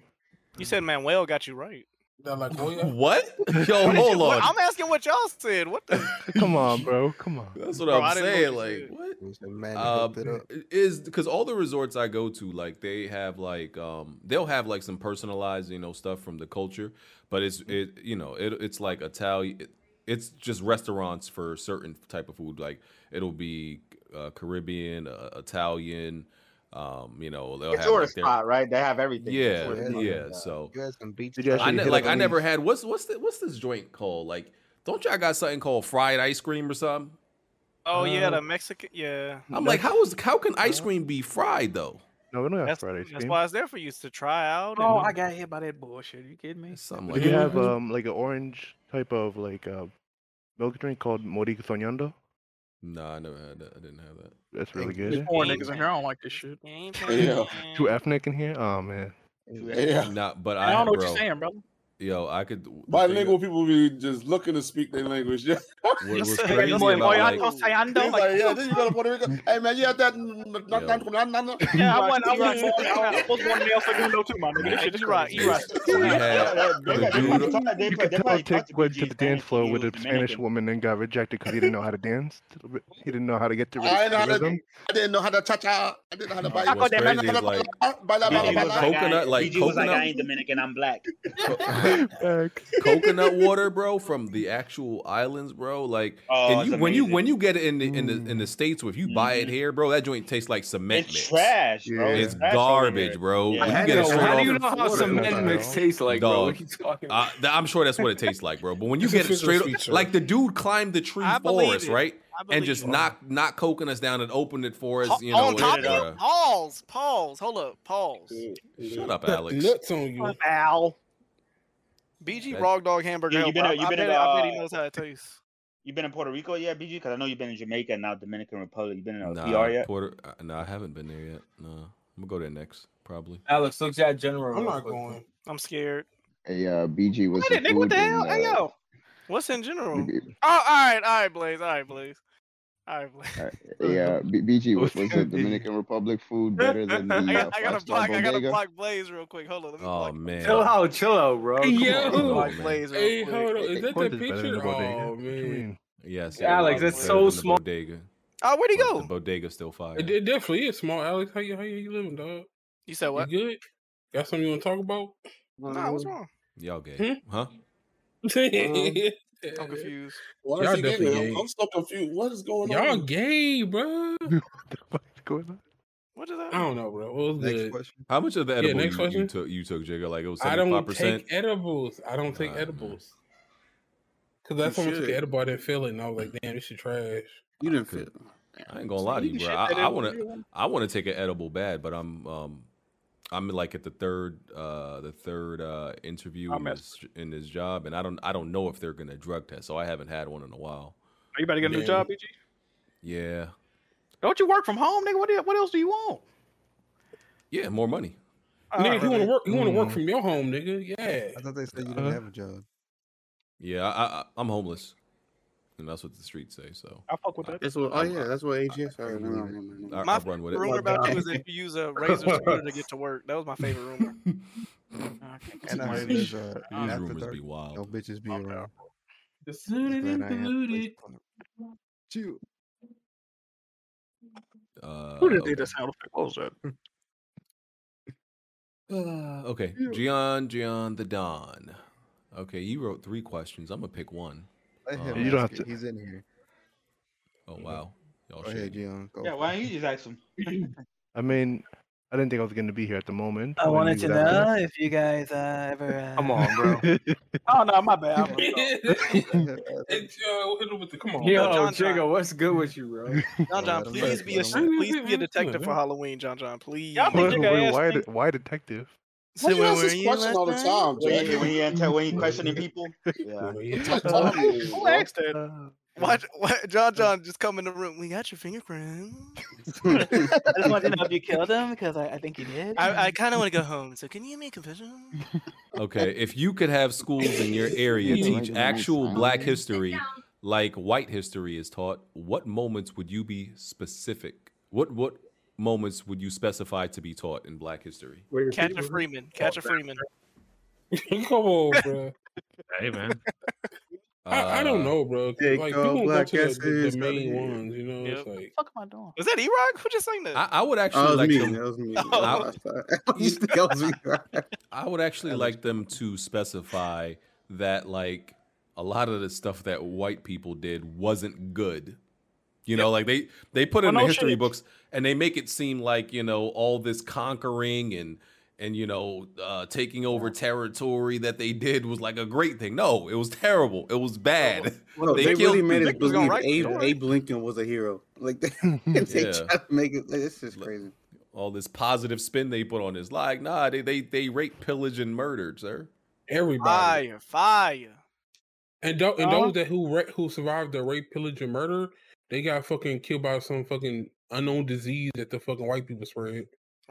Speaker 3: You said Manuel got you right.
Speaker 17: like,
Speaker 9: What? Yo,
Speaker 3: oh, What did you-
Speaker 9: hold
Speaker 3: what-
Speaker 9: on.
Speaker 3: I'm asking what y'all said. What the?
Speaker 14: Come on, bro. Come on.
Speaker 9: That's what
Speaker 3: Bro, I
Speaker 9: I'm
Speaker 3: didn't know
Speaker 9: saying.
Speaker 3: what you
Speaker 9: Like
Speaker 3: said.
Speaker 9: what?
Speaker 12: man
Speaker 9: Um,
Speaker 12: hooked it up.
Speaker 9: is because all the resorts I go to, like they have like um they'll have like some personalized you know stuff from the culture, but it's it you know it it's like Italian. It, it's just restaurants for certain type of food. Like it'll be uh, Caribbean, uh, Italian. Um, you know they'll
Speaker 1: It's
Speaker 9: have
Speaker 1: your
Speaker 9: like, their-
Speaker 1: spot, right? They have everything. It's
Speaker 9: yeah,
Speaker 1: your spot.
Speaker 9: yeah. So
Speaker 12: You had some beach.
Speaker 14: Did you
Speaker 9: I
Speaker 14: actually
Speaker 9: ne-
Speaker 14: hit up
Speaker 9: like I
Speaker 14: any-
Speaker 9: never had what's what's the, what's this joint called? Like don't y'all got something called fried ice cream or something?
Speaker 3: Oh yeah,
Speaker 14: Uh,
Speaker 3: the Mexican. Yeah.
Speaker 9: I'm like, how is how can ice cream be fried though?
Speaker 14: No, we don't have
Speaker 3: That's,
Speaker 14: Friday
Speaker 3: that's
Speaker 14: stream.
Speaker 3: why it's there for you is to try out.
Speaker 6: Oh,
Speaker 3: and-
Speaker 6: I got hit by that bullshit. you kidding me?
Speaker 9: Something
Speaker 14: Did
Speaker 9: like
Speaker 14: you
Speaker 9: that.
Speaker 14: have um like an orange type of like uh, milk drink called Morir Soñando?
Speaker 9: Nah, I never had that. I didn't have that.
Speaker 14: That's really
Speaker 6: There's
Speaker 14: good.
Speaker 6: four niggas in here. I don't like this shit.
Speaker 14: Yeah. Too ethnic in here. Oh man.
Speaker 11: Yeah.
Speaker 9: Nah, but
Speaker 6: I
Speaker 9: I,
Speaker 6: don't know what
Speaker 9: bro,
Speaker 6: you're saying, brother.
Speaker 9: Yo, I could. the thing
Speaker 11: Bilingual people be just looking to speak their language. Yeah.
Speaker 9: that- What was crazy about
Speaker 6: boy, boy, I
Speaker 9: like,
Speaker 6: don't say I
Speaker 11: He's
Speaker 6: know.
Speaker 11: like,
Speaker 6: Like,
Speaker 11: yeah, then you go to Puerto Rico. Hey man, you had that. Yeah,
Speaker 6: yeah, I want, I want more. I was born in El Segundo too, my nigga. This shit is crazy. You right.
Speaker 9: we had
Speaker 1: They
Speaker 14: The
Speaker 1: probably
Speaker 14: dude-
Speaker 1: taught- they
Speaker 14: You
Speaker 1: pro-
Speaker 14: could
Speaker 1: they
Speaker 14: tell
Speaker 1: probably taught
Speaker 14: Tick
Speaker 1: the
Speaker 14: went to
Speaker 1: BGs
Speaker 14: the dance
Speaker 1: Spanish
Speaker 14: floor
Speaker 1: when he
Speaker 14: with
Speaker 1: was
Speaker 14: a Spanish
Speaker 1: Dominican.
Speaker 14: woman and got rejected because he didn't know how to dance. He didn't know how to get to
Speaker 11: I didn't know
Speaker 14: the
Speaker 11: how to.
Speaker 14: rhythm.
Speaker 11: I didn't know how to cha cha. I didn't know how to buy.
Speaker 9: what's crazy is like
Speaker 11: Ah,
Speaker 1: BG was like, I
Speaker 9: Coconut,
Speaker 1: ain't-
Speaker 9: like,
Speaker 1: BG was like,
Speaker 9: coconut?
Speaker 1: I ain't Dominican, I'm black.
Speaker 9: coconut water, bro, from the actual islands, bro. Like,
Speaker 1: Oh,
Speaker 9: and
Speaker 1: it's
Speaker 9: you, when you
Speaker 1: amazing.
Speaker 9: when you get it in the in the
Speaker 14: Mm.
Speaker 9: in the states, if you buy it here, bro, that joint tastes like cement
Speaker 1: It's
Speaker 9: mix.
Speaker 1: trash, bro.
Speaker 14: Yeah.
Speaker 9: It's
Speaker 1: trash over
Speaker 9: garbage,
Speaker 1: here.
Speaker 9: bro.
Speaker 1: Yeah.
Speaker 9: When
Speaker 14: How
Speaker 9: you get it
Speaker 14: do-
Speaker 9: straight
Speaker 25: How do
Speaker 9: off
Speaker 25: you
Speaker 9: the
Speaker 25: know how
Speaker 9: floor,
Speaker 25: some
Speaker 14: Florida,
Speaker 25: men
Speaker 14: bro.
Speaker 25: mix taste like, bro? What
Speaker 9: Dog.
Speaker 25: you talking about?
Speaker 9: Uh, th- I'm sure that's what it tastes like, bro. But when you
Speaker 17: It's a
Speaker 9: get it
Speaker 17: fizzle
Speaker 9: straight,
Speaker 17: sweet sir.
Speaker 9: like the dude climbed the tree
Speaker 3: I believe
Speaker 9: forest,
Speaker 3: it.
Speaker 9: right,
Speaker 3: I
Speaker 9: and
Speaker 3: believe
Speaker 9: just
Speaker 3: it.
Speaker 9: knock knock coconuts down and open it for us,
Speaker 3: Pa-
Speaker 9: you know.
Speaker 3: on top
Speaker 9: and,
Speaker 3: of you.
Speaker 9: uh,
Speaker 3: Pause. Pause. Hold up. Pause.
Speaker 9: shut up,
Speaker 17: Got
Speaker 9: Alex.
Speaker 17: Nuts on you.
Speaker 6: Al.
Speaker 3: BG
Speaker 9: That-
Speaker 3: Rog Dog Hamburger.
Speaker 1: Dude, you
Speaker 3: Helper.
Speaker 1: been to-
Speaker 3: I-
Speaker 1: you
Speaker 3: I
Speaker 1: been to,
Speaker 3: bet- I bet he
Speaker 1: uh,
Speaker 3: knows how it tastes.
Speaker 1: You been in Puerto Rico yet, BG? Because I know you've been in Jamaica and now Dominican Republic. You been in a
Speaker 9: Nah,
Speaker 1: PR yet?
Speaker 9: Puerto, uh, nah, I haven't been there yet. Nah, I'm gonna go there next, probably.
Speaker 25: Alex looks at General.
Speaker 17: I'm
Speaker 25: real
Speaker 17: not
Speaker 25: quick.
Speaker 17: going.
Speaker 3: I'm scared.
Speaker 15: Hey, uh, BG was
Speaker 6: Wait a
Speaker 15: the uh,
Speaker 6: nigga, what
Speaker 15: food
Speaker 6: the hell? Hey,
Speaker 15: in.
Speaker 6: yo.
Speaker 3: What's in general?
Speaker 15: Uh,
Speaker 3: Oh, all right, all right, Blaze, all right, Blaze, all right, Blaze.
Speaker 15: Uh, yeah, B- BG, was, was the Dominican Republic food better than the
Speaker 3: I
Speaker 15: uh,
Speaker 3: got, I
Speaker 15: five star
Speaker 3: gotta block, I gotta
Speaker 15: bodega?
Speaker 3: block Blaze real quick. Hold on, let me
Speaker 9: Oh man,
Speaker 25: Chill out, chill out, bro. Come
Speaker 17: Yo.
Speaker 25: on, bro.
Speaker 17: Oh,
Speaker 3: block
Speaker 9: man.
Speaker 3: Blaze real
Speaker 17: Hey,
Speaker 3: quick.
Speaker 17: hold on. Is that the
Speaker 14: Course it's better than
Speaker 17: picture?
Speaker 14: the bodega.
Speaker 17: Oh
Speaker 14: What you
Speaker 17: man.
Speaker 14: mean?
Speaker 25: Alex,
Speaker 9: yes, it was
Speaker 25: that's
Speaker 9: better
Speaker 25: so
Speaker 9: than the
Speaker 25: smart.
Speaker 9: Bodega,
Speaker 3: Oh, where'd he
Speaker 9: but the
Speaker 3: go?
Speaker 9: bodega still fire.
Speaker 17: It, it definitely is small, Alex. How you how you living, dog?
Speaker 3: You said
Speaker 17: You
Speaker 3: what?
Speaker 17: good? Got something you want to talk about?
Speaker 3: Nah, what's wrong?
Speaker 9: Y'all gay, huh?
Speaker 3: um,
Speaker 9: um,
Speaker 3: I'm confused.
Speaker 11: Why
Speaker 17: Y'all
Speaker 11: is he getting
Speaker 17: definitely
Speaker 11: it?
Speaker 17: gay.
Speaker 11: I'm so confused. What is going
Speaker 17: Y'all
Speaker 11: on?
Speaker 17: gay, bro.
Speaker 3: What is that?
Speaker 17: I don't know, bro. It was
Speaker 12: Next
Speaker 17: good.
Speaker 12: question.
Speaker 9: How much of the
Speaker 17: Yeah,
Speaker 9: edible
Speaker 17: next
Speaker 9: you, you
Speaker 17: question.
Speaker 9: took? You took, Jigga? Like it was
Speaker 17: I
Speaker 9: seventy five
Speaker 17: don't
Speaker 9: percent.
Speaker 17: take edibles. I don't take
Speaker 9: Nah, man.
Speaker 17: edibles. Cause that's when I took the
Speaker 14: should.
Speaker 17: edible, I didn't feel it, and I was like, "Damn, this shit trash."
Speaker 14: You didn't fit.
Speaker 9: I ain't gonna lie to
Speaker 3: you
Speaker 9: you,
Speaker 3: can
Speaker 9: bro.
Speaker 3: shit
Speaker 9: I,
Speaker 3: that
Speaker 9: I
Speaker 3: edible
Speaker 9: wanna
Speaker 3: if you want.
Speaker 9: I wanna take an edible bad, but I'm um I'm like at the third uh the third uh interview
Speaker 6: I
Speaker 9: in this in this job and I don't I don't know if they're gonna drug test, so I haven't had one in a while.
Speaker 6: Are you about to get a new
Speaker 17: Yeah.
Speaker 6: job, BG?
Speaker 9: Yeah.
Speaker 6: Don't you work from home, nigga? What, e- what else do you want?
Speaker 9: Yeah, more money.
Speaker 17: nigga, if you want to work, you want to work
Speaker 9: Mm.
Speaker 17: from your home, nigga. Yeah.
Speaker 7: I thought they said you
Speaker 9: Uh-huh.
Speaker 7: didn't have a job.
Speaker 9: Yeah, I, I, I'm homeless, and that's what the streets say. So
Speaker 6: I fuck with that.
Speaker 9: That's
Speaker 19: what- oh, yeah, that's what AGS
Speaker 9: I,
Speaker 19: are.
Speaker 9: I, I,
Speaker 3: My
Speaker 9: will run with it.
Speaker 3: rumor about you is that you use a razor scooter to get to work. That was my favorite rumor. uh,
Speaker 7: And I heard
Speaker 17: uh,
Speaker 7: there's a
Speaker 9: These
Speaker 7: after
Speaker 9: rumors
Speaker 7: dark,
Speaker 9: be wild.
Speaker 7: No bitches be around.
Speaker 17: The suited
Speaker 7: and polluted.
Speaker 17: Chew.
Speaker 9: Uh,
Speaker 6: Who did
Speaker 9: okay. Hmm.
Speaker 6: they the sound effect? What was that?
Speaker 9: Uh, okay, Gian, Gian the Don. Okay, you wrote three questions. I'm gonna pick one.
Speaker 7: Let him
Speaker 9: Um,
Speaker 7: you don't have to. He's in here.
Speaker 9: Oh wow, y'all
Speaker 19: Go ahead,
Speaker 9: shady.
Speaker 19: Gian, go.
Speaker 1: Yeah, why don't you just ask him?
Speaker 19: I mean, I didn't think I was going to be here at the moment.
Speaker 18: I
Speaker 19: when
Speaker 18: wanted
Speaker 19: you
Speaker 18: to
Speaker 19: would ask
Speaker 18: know
Speaker 19: me.
Speaker 18: if you guys uh, ever. Uh,
Speaker 19: Come on, bro.
Speaker 6: oh no, my bad. I'm
Speaker 17: Hey, Joe, hit him with the come on.
Speaker 12: Yo,
Speaker 17: bro.
Speaker 12: Jigga, what's good with you, bro?
Speaker 3: John John,
Speaker 17: don't
Speaker 3: please
Speaker 17: know.
Speaker 3: be a
Speaker 17: I don't know.
Speaker 3: please be a detective for Halloween, John John, please.
Speaker 6: Y'all
Speaker 19: Wait, wait, why, de- why detective?
Speaker 3: So
Speaker 11: Why you
Speaker 3: where
Speaker 11: ask
Speaker 3: were
Speaker 11: this
Speaker 3: you
Speaker 11: question all the
Speaker 3: last
Speaker 11: time,
Speaker 1: When you, when
Speaker 11: Jay?
Speaker 1: you enter, when you questioning people, yeah.
Speaker 11: Tell me,
Speaker 3: Who
Speaker 11: bro.
Speaker 3: asked that? Watch, what, John John just come in the room. We got your fingerprint.
Speaker 6: Hmm.
Speaker 18: I just wanted to know if you killed him because I, I think you did.
Speaker 3: I, I kind of want to go home. So can you make a vision?
Speaker 9: Okay, if you could have schools in your area
Speaker 3: Yeah,
Speaker 9: teach
Speaker 3: like,
Speaker 9: actual
Speaker 3: nice.
Speaker 9: Black history like white history is taught, what moments would you be specific? What what moments would you specify to be taught in Black history?
Speaker 3: Catch a Freeman. Catch a Freeman.
Speaker 17: Come on, bro.
Speaker 9: Hey man,
Speaker 17: I, I don't know, bro. 'cause,
Speaker 9: Take
Speaker 17: Like
Speaker 9: all
Speaker 17: people go
Speaker 9: black
Speaker 17: to the, the,
Speaker 9: asses
Speaker 17: the
Speaker 9: outta
Speaker 17: main
Speaker 9: here.
Speaker 17: ones, you know. It's like
Speaker 6: fuck am I doing?
Speaker 3: Was that E Rock? Who just sang that?
Speaker 9: I, I would actually
Speaker 5: Oh, that was me.
Speaker 9: like them.
Speaker 5: That was me.
Speaker 9: I,
Speaker 5: You think I was
Speaker 9: I would actually like them to specify that like a lot of the stuff that white people did wasn't good. You know, like they they put it in
Speaker 2: Well, no
Speaker 9: the history
Speaker 2: shit.
Speaker 9: books and they make it seem like you know all this conquering and and you know uh, taking over territory that they did was like a great thing. No, it was terrible. It was bad.
Speaker 5: No, they,
Speaker 9: killed
Speaker 5: really made us
Speaker 9: people.
Speaker 5: believe Abe, Abe Lincoln was a hero. Like they, they
Speaker 9: Yeah.
Speaker 5: tried to make it. Like, this is crazy.
Speaker 9: all this positive spin they put on this. Like, nah, they they they rape, pillage, and murdered, sir. Everybody.
Speaker 3: Fire, fire.
Speaker 17: and, do, and
Speaker 3: Uh-huh.
Speaker 17: those that who ra- who survived the rape, pillage, and murder, they got fucking killed by some fucking unknown disease that the fucking white people spread.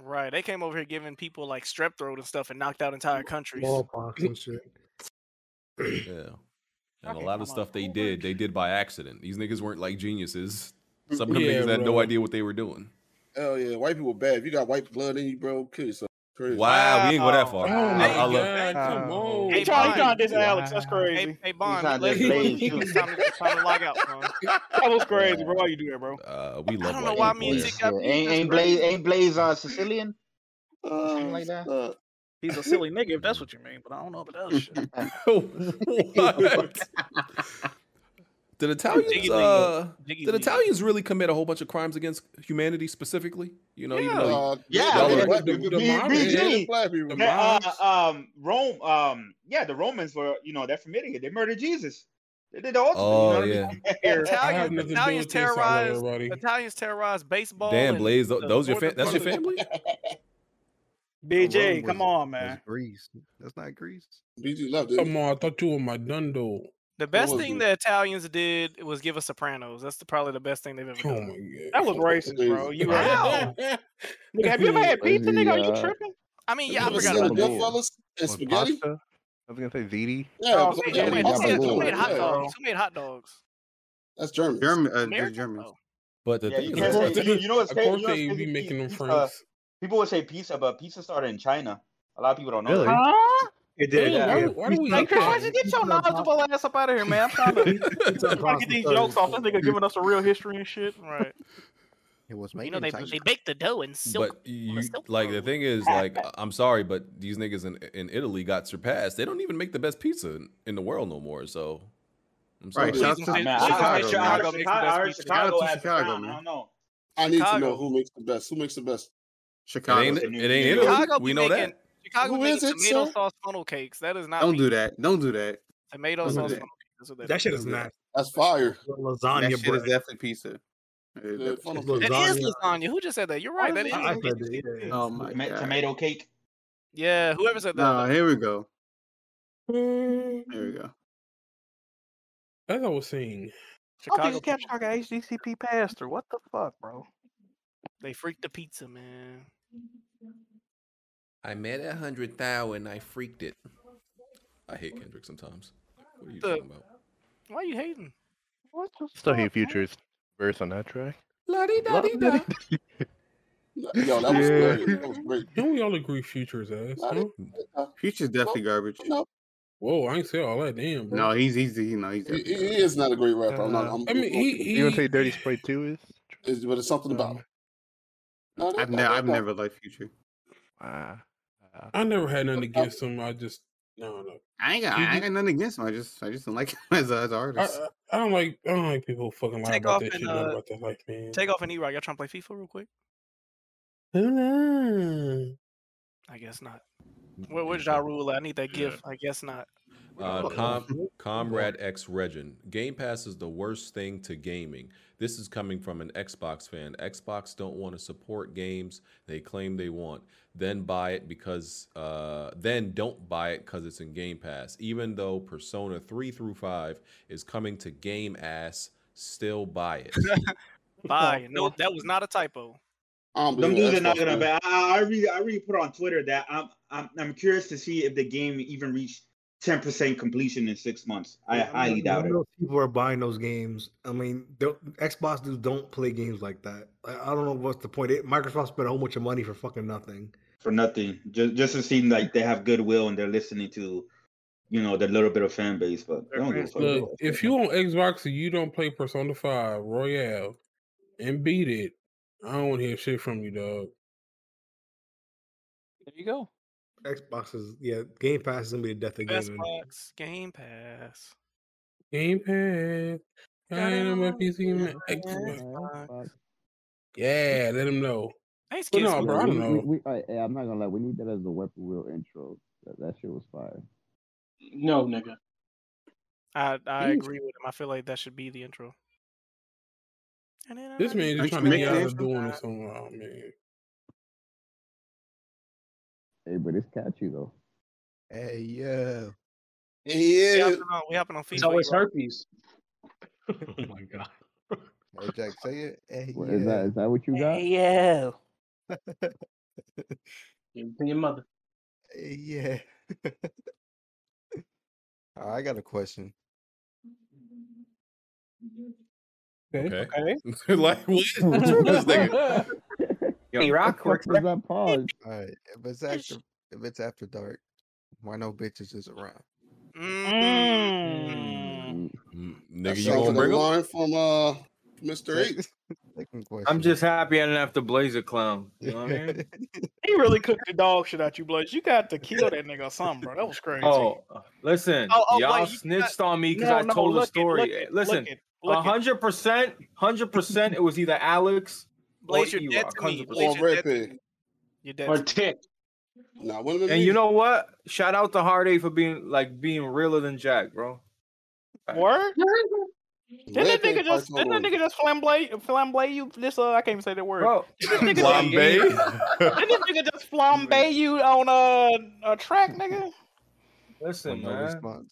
Speaker 3: Right. They came over here giving people like strep throat and stuff and knocked out entire countries.
Speaker 11: Smallpox and shit.
Speaker 9: Yeah. And a lot of stuff they did, they did by accident. These niggas weren't like geniuses. Some of them
Speaker 11: Yeah,
Speaker 9: niggas had no
Speaker 11: bro.
Speaker 9: idea what they were doing.
Speaker 11: Hell yeah, white people bad. If you got white blood in you, bro, kill yourself. Crazy.
Speaker 9: Wow, we ain't go that far.
Speaker 11: Oh
Speaker 9: I-
Speaker 11: my
Speaker 9: I love-
Speaker 3: Oh.
Speaker 11: God, come on.
Speaker 6: He trying, he trying to diss Alex. That's crazy.
Speaker 3: Hey, hey Bond,
Speaker 6: tried
Speaker 3: we
Speaker 6: to
Speaker 3: left you.
Speaker 6: blaze
Speaker 3: It
Speaker 6: you.
Speaker 3: was time to, it's time to log out, son.
Speaker 6: That was crazy, bro. Why you do that, bro?
Speaker 9: Uh, we
Speaker 3: I
Speaker 9: love
Speaker 3: don't know
Speaker 9: white
Speaker 3: why me
Speaker 9: people.
Speaker 3: and
Speaker 9: Yeah.
Speaker 3: Tick got beat.
Speaker 1: Ain't
Speaker 3: That's
Speaker 1: ain't
Speaker 3: crazy.
Speaker 1: Blaze
Speaker 3: Uh,
Speaker 1: ain't Blaze uh, Sicilian?
Speaker 3: Something like that. He's a silly nigga if that's what you mean, but I don't know about that shit.
Speaker 9: What? Did Italians
Speaker 3: Jiggy
Speaker 9: uh,
Speaker 3: Lingo. Jiggy
Speaker 9: did
Speaker 3: Lingo.
Speaker 9: Italians really commit a whole bunch of crimes against humanity specifically? You know, even
Speaker 1: Yeah.
Speaker 9: though
Speaker 1: Uh, yeah,
Speaker 9: y'all
Speaker 1: they-
Speaker 9: are-
Speaker 1: they- they- B- BG. The, uh, um, Rome, um, yeah, the Romans were, you know, they're familiar. They murdered Jesus. They did the ultimate.
Speaker 9: Oh,
Speaker 1: you know
Speaker 9: yeah.
Speaker 1: what I mean?
Speaker 17: I have nothing
Speaker 3: Italians,
Speaker 17: to do
Speaker 3: Italians
Speaker 17: with this. I love
Speaker 3: terrorized.
Speaker 17: everybody.
Speaker 3: Italians terrorized baseball.
Speaker 9: Damn,
Speaker 3: and
Speaker 9: Blaze, tho-
Speaker 3: the
Speaker 9: those your
Speaker 3: northern
Speaker 9: fa- that's
Speaker 3: part
Speaker 9: your
Speaker 3: of the-
Speaker 6: BJ, come on, man.
Speaker 7: Greece. That's not Greece.
Speaker 11: BG left.
Speaker 17: Come on, I thought you were my dundo.
Speaker 3: The best
Speaker 17: was
Speaker 3: thing
Speaker 17: good.
Speaker 3: the Italians did was give us Sopranos. That's the, probably the best thing they've ever
Speaker 17: Oh
Speaker 3: done.
Speaker 17: my god.
Speaker 6: That was racist, bro. You right.
Speaker 3: Wow.
Speaker 6: Nigga, have you ever had pizza,
Speaker 19: Is he,
Speaker 6: nigga? Are you
Speaker 19: uh,
Speaker 6: tripping?
Speaker 3: I mean, yeah, I
Speaker 11: Have you ever
Speaker 3: forgot
Speaker 11: seen
Speaker 3: about
Speaker 11: the
Speaker 3: that.
Speaker 11: Goodfellas and
Speaker 19: Or
Speaker 11: spaghetti?
Speaker 19: pasta? I was gonna say ziti.
Speaker 11: Yeah,
Speaker 3: Oh,
Speaker 11: but
Speaker 3: wait,
Speaker 11: spaghetti,
Speaker 3: wait,
Speaker 11: yeah,
Speaker 3: who, made, who
Speaker 11: but-
Speaker 3: made hot
Speaker 11: yeah.
Speaker 3: dogs? Who made hot dogs?
Speaker 11: That's German.
Speaker 5: German, uh,
Speaker 3: America?
Speaker 5: just Germans.
Speaker 9: But the
Speaker 1: Yeah, you
Speaker 9: thing
Speaker 1: can't
Speaker 9: is, uh,
Speaker 1: say, you, you know what's
Speaker 17: Of
Speaker 1: cra-
Speaker 17: course
Speaker 1: you know what's
Speaker 17: they
Speaker 1: crazy?
Speaker 17: be making them
Speaker 1: Pizza-
Speaker 17: franks.
Speaker 1: people would say pizza, but pizza started in China. A lot of people don't know
Speaker 6: Really?
Speaker 1: that.
Speaker 6: Huh?
Speaker 1: It
Speaker 17: did, Damn, why yeah. do- why do we
Speaker 6: Hey,
Speaker 17: hate that?
Speaker 6: George, get your knowledgeable ass up out of here, man. I'm trying to, I'm trying to get these jokes off. This nigga giving us a real history and shit. Right.
Speaker 7: It was
Speaker 3: You know, they, they bake the dough in silk.
Speaker 9: but you like the thing is like I- I'm sorry, but these niggas in, in Italy got surpassed. They don't even make the best pizza in, in the world no more. So I'm sorry.
Speaker 11: Right, shout out to- Man, shout out to Chicago.
Speaker 1: I heard
Speaker 11: Shout out
Speaker 1: Chicago
Speaker 11: to
Speaker 1: at the
Speaker 11: Chicago,
Speaker 1: time. I
Speaker 11: man.
Speaker 1: don't know.
Speaker 11: I need to know
Speaker 1: Chicago.
Speaker 11: who makes the best. Who makes the best?
Speaker 9: Chicago. It ain't- it ain't Italy.
Speaker 3: Chicago be
Speaker 9: We know
Speaker 3: making,
Speaker 9: that.
Speaker 3: Chicago
Speaker 11: Who
Speaker 3: be making
Speaker 11: is it,
Speaker 3: tomato
Speaker 11: sir?
Speaker 3: sauce funnel cakes. That is not
Speaker 5: Don't do
Speaker 3: me.
Speaker 5: that. Don't do that.
Speaker 3: Tomato
Speaker 5: Don't do
Speaker 3: sauce
Speaker 5: that.
Speaker 3: funnel cakes. That's what that,
Speaker 5: That
Speaker 3: is.
Speaker 5: shit is not-
Speaker 11: That's fire.
Speaker 5: That
Speaker 19: Lasagna
Speaker 5: shit
Speaker 19: bread.
Speaker 5: is definitely pizza.
Speaker 11: Yeah, funnel
Speaker 5: Lasagna.
Speaker 3: That is lasagna. Who just said that? You're right. That is.
Speaker 5: I
Speaker 3: lasagna.
Speaker 5: Oh my
Speaker 1: Ma-
Speaker 5: god.
Speaker 1: Tomato cake.
Speaker 3: Yeah, whoever said that.
Speaker 5: Nah, here we go. Here we go.
Speaker 17: As I was saying,
Speaker 6: Chicago
Speaker 17: Chicago
Speaker 6: just kept talking HDCP pastor. What the fuck, bro? They freaked the pizza, man.
Speaker 9: I met a hundred thou and I freaked it. I hate Kendrick sometimes. What are you
Speaker 6: The-
Speaker 9: talking about?
Speaker 6: Why you hating? What the
Speaker 3: Still hate Future's verse on that track.
Speaker 11: Yo, that was
Speaker 3: Yeah.
Speaker 11: great. That was great.
Speaker 17: Can we all agree Future's ass? Huh?
Speaker 26: Future's definitely garbage.
Speaker 17: Whoa, I ain't say all that. Damn, bro.
Speaker 26: No, he's he's he, no, he's
Speaker 11: He, he is not a great rapper. I'm not. I'm,
Speaker 17: I mean, he,
Speaker 3: You gonna
Speaker 17: he
Speaker 3: say Dirty Sprite Two is?
Speaker 11: It's, but it's something about. him. No,
Speaker 26: I've never I've never liked Future.
Speaker 17: I never had nothing against him. I just no, no.
Speaker 26: uh, I ain't got
Speaker 17: You-
Speaker 26: I ain't got nothing against him. I just I just don't like him as, a- as an
Speaker 17: I,
Speaker 26: artist.
Speaker 17: I- I don't like I don't like people fucking lying
Speaker 26: Take
Speaker 17: about
Speaker 26: off
Speaker 17: that
Speaker 26: and,
Speaker 17: shit. not
Speaker 26: uh,
Speaker 17: about their life, man.
Speaker 6: Take off an E-Rock. Y'all trying to play FIFA real quick? I guess not.
Speaker 9: Mm,
Speaker 6: Where, where's Ja Rule? at? I need that gift. I guess not.
Speaker 9: Uh, Com- Comrade X Regin. Game Pass is the worst thing to gaming. This is coming from an Xbox fan. Xbox don't want to support games they claim they want. Then buy it because uh, then don't buy it because it's in Game Pass. Even though Persona three through five is coming to Game Ass, still buy it.
Speaker 6: Bye. No, that was not a typo.
Speaker 1: Them dudes are not gonna. Be, I, I already, I already put on Twitter that I'm, I'm, I'm curious to see if the game even reached ten percent completion in six months. I
Speaker 14: Yeah,
Speaker 1: highly
Speaker 14: mean,
Speaker 1: doubt
Speaker 14: I
Speaker 1: it.
Speaker 14: know People are buying those games. I mean, don't- Xbox dudes don't play games like that. I, I don't know what's the point. It, Microsoft spent a whole bunch of money for fucking nothing.
Speaker 1: for nothing. Just just to seem like they have goodwill and they're listening to, you know, the little bit of fan base, but they don't give a fuck.
Speaker 17: Look, if you on Xbox and you don't play Persona Five Royale and beat it, I don't want to hear shit from you, dog.
Speaker 6: There you go.
Speaker 14: Xbox is yeah. Game Pass is gonna be the death of gaming.
Speaker 6: Xbox Game Pass.
Speaker 17: Game Pass. I am a PC man. Xbox. Yeah, let him know.
Speaker 6: Thanks,
Speaker 17: But no, bro, I
Speaker 27: we, we,
Speaker 17: don't know.
Speaker 27: we, I, I'm not gonna lie. We need that as the weapon wheel intro. That, that shit was fire.
Speaker 6: No, nigga. I I
Speaker 17: Mm.
Speaker 6: agree with him. I feel like that should be the intro.
Speaker 17: This man
Speaker 6: Aren't
Speaker 17: just
Speaker 6: you
Speaker 17: trying to
Speaker 6: making
Speaker 17: get out
Speaker 6: it?
Speaker 17: of doing this on oh, man.
Speaker 27: Hey, but it's catchy though.
Speaker 15: Hey, yeah.
Speaker 6: Yeah. We hopping on, we hopping on FIFA.
Speaker 15: It's always
Speaker 6: bro.
Speaker 15: herpes.
Speaker 6: oh
Speaker 15: my god. Hey, Jack, say it. Hey,
Speaker 27: What,
Speaker 15: yeah.
Speaker 27: Is that is that what you got?
Speaker 15: yeah. to your mother. Yeah. All right, I got a question.
Speaker 9: Okay. like what? What's wrong with this nigga?
Speaker 15: was that pause? All right, if it's after, if it's after dark, why no bitches is around?
Speaker 9: Mm-hmm.
Speaker 6: Mm.
Speaker 12: Mm.
Speaker 9: Nigga,
Speaker 11: That
Speaker 9: you
Speaker 11: sounds
Speaker 9: gonna
Speaker 11: like a
Speaker 9: bring 'em?
Speaker 11: line from uh, Mr. Eight.
Speaker 12: I'm just happy I didn't have to blaze a clown. You know what I mean?
Speaker 6: He really cooked the dog shit out you, Blaze. You got to kill that nigga or something, bro. That was crazy.
Speaker 12: Oh, listen,
Speaker 6: Oh, oh,
Speaker 12: y'all
Speaker 6: wait, you
Speaker 12: snitched on me because
Speaker 6: No,
Speaker 12: I
Speaker 6: no,
Speaker 12: told
Speaker 6: look
Speaker 12: the
Speaker 6: it,
Speaker 12: story. Eh,
Speaker 6: look it,
Speaker 12: listen,
Speaker 6: look it, look it.
Speaker 12: hundred percent, hundred percent. It was either Alex
Speaker 6: Blaze,
Speaker 12: or
Speaker 6: you're dead
Speaker 12: E-Rock,
Speaker 6: to me.
Speaker 12: 100%.
Speaker 6: Blaze, you're dead to me. You're dead to me.
Speaker 12: Tick.
Speaker 11: Nah, one of them
Speaker 12: And you
Speaker 11: niggas-
Speaker 12: know what? Shout out to Hard A for being like being realer than Jack, bro.
Speaker 6: Word? Didn't that
Speaker 12: Rampage
Speaker 6: nigga just
Speaker 12: Python
Speaker 6: didn't that nigga just flambe flambe you this uh I can't even say that word.
Speaker 12: Bro,
Speaker 6: didn't this nigga,
Speaker 9: Flambe?
Speaker 6: didn't this nigga just flambe you on a, a track, nigga?
Speaker 12: Listen,
Speaker 6: no
Speaker 12: man.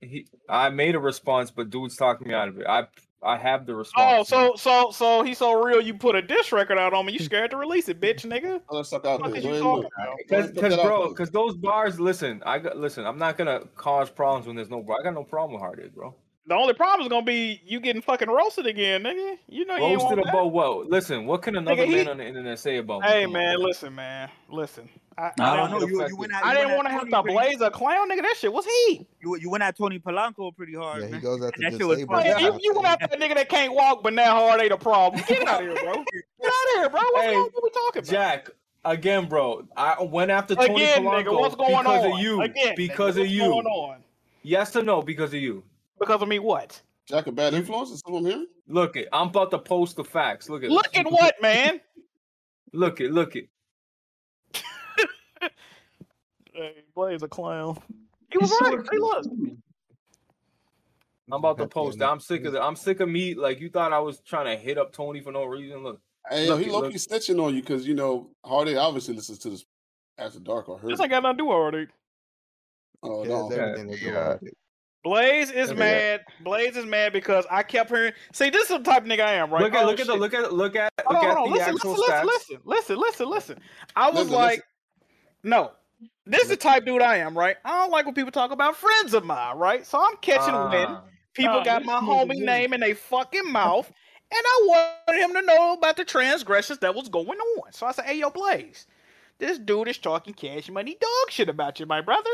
Speaker 12: He, I made a response, but dudes talked me out of it. I I have the response.
Speaker 6: Oh, so so so he's so real you put a diss record out on me, you scared to release it, bitch nigga. What is you talking about?
Speaker 12: Because, bro, because those bars. Listen, I got. Listen, I'm not gonna cause problems when there's no bar. I got no problem with Hearted, bro.
Speaker 6: The only problem is gonna be you getting fucking roasted again, nigga. You know you ain't
Speaker 12: Roasted
Speaker 6: want that.
Speaker 12: about what? Listen, what can another
Speaker 6: Nigga, he-
Speaker 12: man on the internet say about me?
Speaker 6: Hey
Speaker 12: Come on,
Speaker 6: man,
Speaker 12: bro.
Speaker 6: listen, man, listen. I,
Speaker 12: Nah,
Speaker 6: I
Speaker 12: I
Speaker 6: don't
Speaker 12: know,
Speaker 6: know.
Speaker 12: you- you
Speaker 6: went
Speaker 12: went
Speaker 6: at,
Speaker 12: at-
Speaker 6: I
Speaker 12: you
Speaker 6: didn't
Speaker 12: went
Speaker 6: want
Speaker 12: at
Speaker 6: to have
Speaker 12: Tony
Speaker 6: to
Speaker 12: pretty-
Speaker 6: blaze a clown, nigga. That shit was he.
Speaker 28: You you went at Tony Polanco pretty hard.
Speaker 15: Yeah, he
Speaker 28: man.
Speaker 15: goes after
Speaker 28: that shit was
Speaker 15: disabled.
Speaker 28: fire.
Speaker 6: Hey, you, you went after that nigga that can't walk, but now hard ain't a problem. Get out of here, bro. Get out of here, bro. What's
Speaker 12: Hey,
Speaker 6: going on? What we talking about?
Speaker 12: Jack, again, bro. I went after Tony
Speaker 6: Again,
Speaker 12: Polanco
Speaker 6: nigga, what's going
Speaker 12: because
Speaker 6: on?
Speaker 12: of you.
Speaker 6: Again, nigga,
Speaker 12: because of
Speaker 6: what's
Speaker 12: you.
Speaker 6: Going on?
Speaker 12: Yes or no? Because of you.
Speaker 6: Because of me, what?
Speaker 12: Jack a bad influence? Is someone here? Look it. I'm about to post the facts. Look at.
Speaker 6: Look at what, man?
Speaker 12: Look it. Look it.
Speaker 6: Hey, Blaze a clown. He was right. Hey, look.
Speaker 12: I'm about to post that. I'm sick of that. I'm sick of me. Like you thought I was trying to hit up Tony for no reason. Look.
Speaker 11: Hey, yo,
Speaker 12: look
Speaker 11: he
Speaker 12: it,
Speaker 11: low
Speaker 12: look
Speaker 11: key snitching on you because you know Hardy obviously listens to this after dark or her.
Speaker 6: This ain't got nothing to do with it.
Speaker 11: Oh
Speaker 12: Yeah,
Speaker 11: no,
Speaker 12: it's everything
Speaker 11: Okay.
Speaker 12: to do with
Speaker 6: Blaze is
Speaker 12: Yeah.
Speaker 6: mad. Blaze is mad because I kept hearing. See, this is the type of nigga I am, right?
Speaker 12: Look at-
Speaker 6: Oh,
Speaker 12: look at the-
Speaker 6: shit.
Speaker 12: look at- look at-
Speaker 6: Hold
Speaker 12: look
Speaker 6: on,
Speaker 12: at
Speaker 6: hold on.
Speaker 12: the
Speaker 6: listen,
Speaker 12: actual
Speaker 6: listen, listen, listen, listen, listen, listen. I was
Speaker 12: Listen,
Speaker 6: like, no, this is the type dude I am, right? I don't like when people talk about friends of mine, right? So I'm catching
Speaker 12: Ah.
Speaker 6: wind. People
Speaker 12: Ah,
Speaker 6: got
Speaker 12: this
Speaker 6: my
Speaker 12: nigga
Speaker 6: homie
Speaker 12: you.
Speaker 6: name in their fucking mouth, and I wanted him to know about the transgressions that was going on. So I said, "Hey, yo, Blaze, this dude is talking cash money dog shit about you, my brother.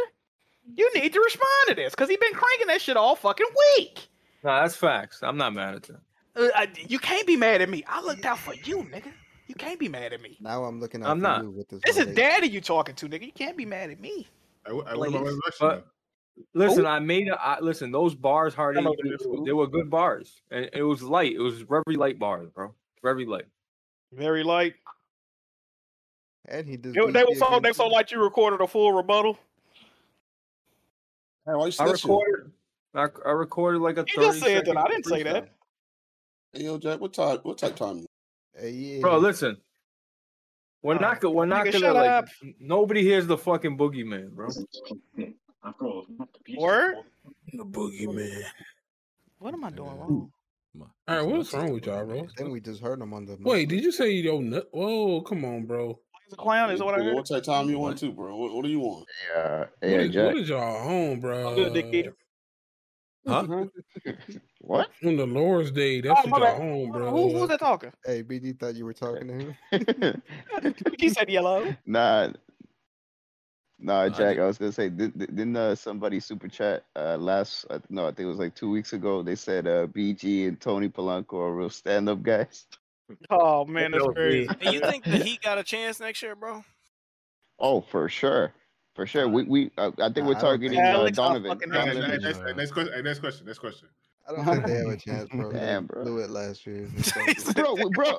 Speaker 6: You need to respond to this because he been cranking that shit all fucking week.
Speaker 12: No, that's facts. I'm not mad at that.
Speaker 6: Uh, I- you can't be mad at me. I looked out for you, nigga. You can't be mad at me.
Speaker 7: Now I'm looking out
Speaker 12: I'm
Speaker 7: for
Speaker 12: not.
Speaker 7: you with this.
Speaker 6: This is
Speaker 7: validation.
Speaker 6: daddy you talking to, nigga. You can't be mad at me.
Speaker 12: I,
Speaker 6: wouldn't mind resurrection,
Speaker 12: but, listen, I made. A, I, listen, those bars, Hardy, they were good bars, and it was light. It was very light bars, bro. Very light.
Speaker 6: Very light.
Speaker 7: And he did.
Speaker 6: They, they were so they so like you recorded a full rebuttal.
Speaker 12: I recorded. I, I recorded like a.
Speaker 6: You just said that. I didn't say that.
Speaker 11: Hey, yo, Jack, what time? What type time?
Speaker 12: Bro, listen. We're not. go- We're not
Speaker 11: Nigga,
Speaker 12: gonna
Speaker 11: shut
Speaker 12: like.
Speaker 11: up.
Speaker 12: n- Nobody hears the fucking boogeyman, bro.
Speaker 6: Word.
Speaker 17: The boogeyman.
Speaker 6: What am I doing wrong?
Speaker 17: All right, what's wrong with y'all, bro?
Speaker 7: Then we just heard him on the.
Speaker 17: Wait, did you say yo? nut? Whoa, come on, bro.
Speaker 6: He's a clown.
Speaker 11: Is what I heard. What type time you want to, bro? What, what do you want?
Speaker 15: Yeah,
Speaker 17: what,
Speaker 15: yeah,
Speaker 17: is,
Speaker 15: Jack.
Speaker 17: what is y'all on,
Speaker 7: Uh,
Speaker 17: bro?
Speaker 6: good, Dick Eater.
Speaker 17: Huh?
Speaker 15: What?
Speaker 17: On the Lord's Day, that's
Speaker 6: Oh, my
Speaker 17: what
Speaker 6: bad.
Speaker 17: y'all on, bro.
Speaker 6: Who, who's that talking?
Speaker 7: Hey, BD thought you were talking to him.
Speaker 6: He said yellow.
Speaker 15: Nah, nah, Jack. I was gonna say, did, did- didn't uh, somebody super chat uh, last? Uh, no, I think it was like two weeks ago. They said uh, BG and Tony Polanco are real stand-up guys.
Speaker 6: Oh man, that's crazy.
Speaker 15: And you think
Speaker 6: that
Speaker 15: that
Speaker 6: he got a chance next year, bro?
Speaker 15: Oh, for sure, for sure. We we uh, I think we're targeting uh, Donovan. Donovan.
Speaker 4: Hey, next, hey, next question. Hey, next question. Next question.
Speaker 7: I don't think they have a chance, bro.
Speaker 15: Damn,
Speaker 7: they
Speaker 15: bro.
Speaker 7: blew it last year.
Speaker 15: bro, we- bro.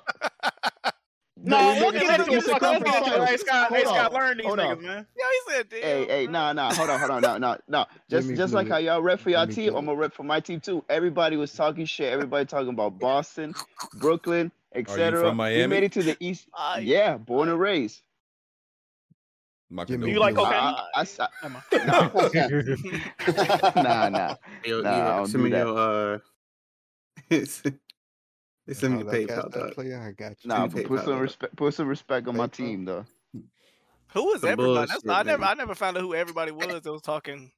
Speaker 6: No,
Speaker 15: we
Speaker 6: look
Speaker 15: making
Speaker 6: at
Speaker 15: it to
Speaker 6: that
Speaker 15: the
Speaker 6: nigga. Look at
Speaker 15: conference
Speaker 6: that nigga.
Speaker 15: finals.
Speaker 6: Hey Scott, hey
Speaker 15: Hold
Speaker 6: Scott,
Speaker 15: on,
Speaker 6: learn these
Speaker 15: hold on.
Speaker 6: niggas, man.
Speaker 15: Yo, he said, "Hey, hey, nah, nah, hold on, hold on, no, no, no, just,
Speaker 7: Jimmy
Speaker 15: just
Speaker 7: blew
Speaker 15: like how
Speaker 7: it.
Speaker 15: y'all rep for y'all
Speaker 7: Jimmy
Speaker 15: team, I'm gonna rep for my team too. Everybody was talking shit. Everybody talking about Boston, Brooklyn, etc.
Speaker 9: from
Speaker 15: We
Speaker 9: Miami?
Speaker 15: made it to the East. yeah, born and raised.
Speaker 9: My
Speaker 15: Do
Speaker 9: condolences.
Speaker 15: I, I, I- nah, nah,
Speaker 19: Yo,
Speaker 15: nah. I don't
Speaker 5: send
Speaker 15: do
Speaker 5: me
Speaker 15: that.
Speaker 5: your uh. they send me the
Speaker 7: Oh, that cat-
Speaker 5: PayPal.
Speaker 7: that
Speaker 5: dog.
Speaker 7: player, I got you.
Speaker 15: Nah,
Speaker 5: Send me
Speaker 15: but put
Speaker 5: PayPal,
Speaker 15: some
Speaker 5: dog.
Speaker 15: respect. Put some respect on my team, though.
Speaker 18: Who was
Speaker 5: Some
Speaker 18: everybody? That's,
Speaker 5: bullshit,
Speaker 18: I never,
Speaker 5: nigga.
Speaker 18: I never found out who everybody was that was talking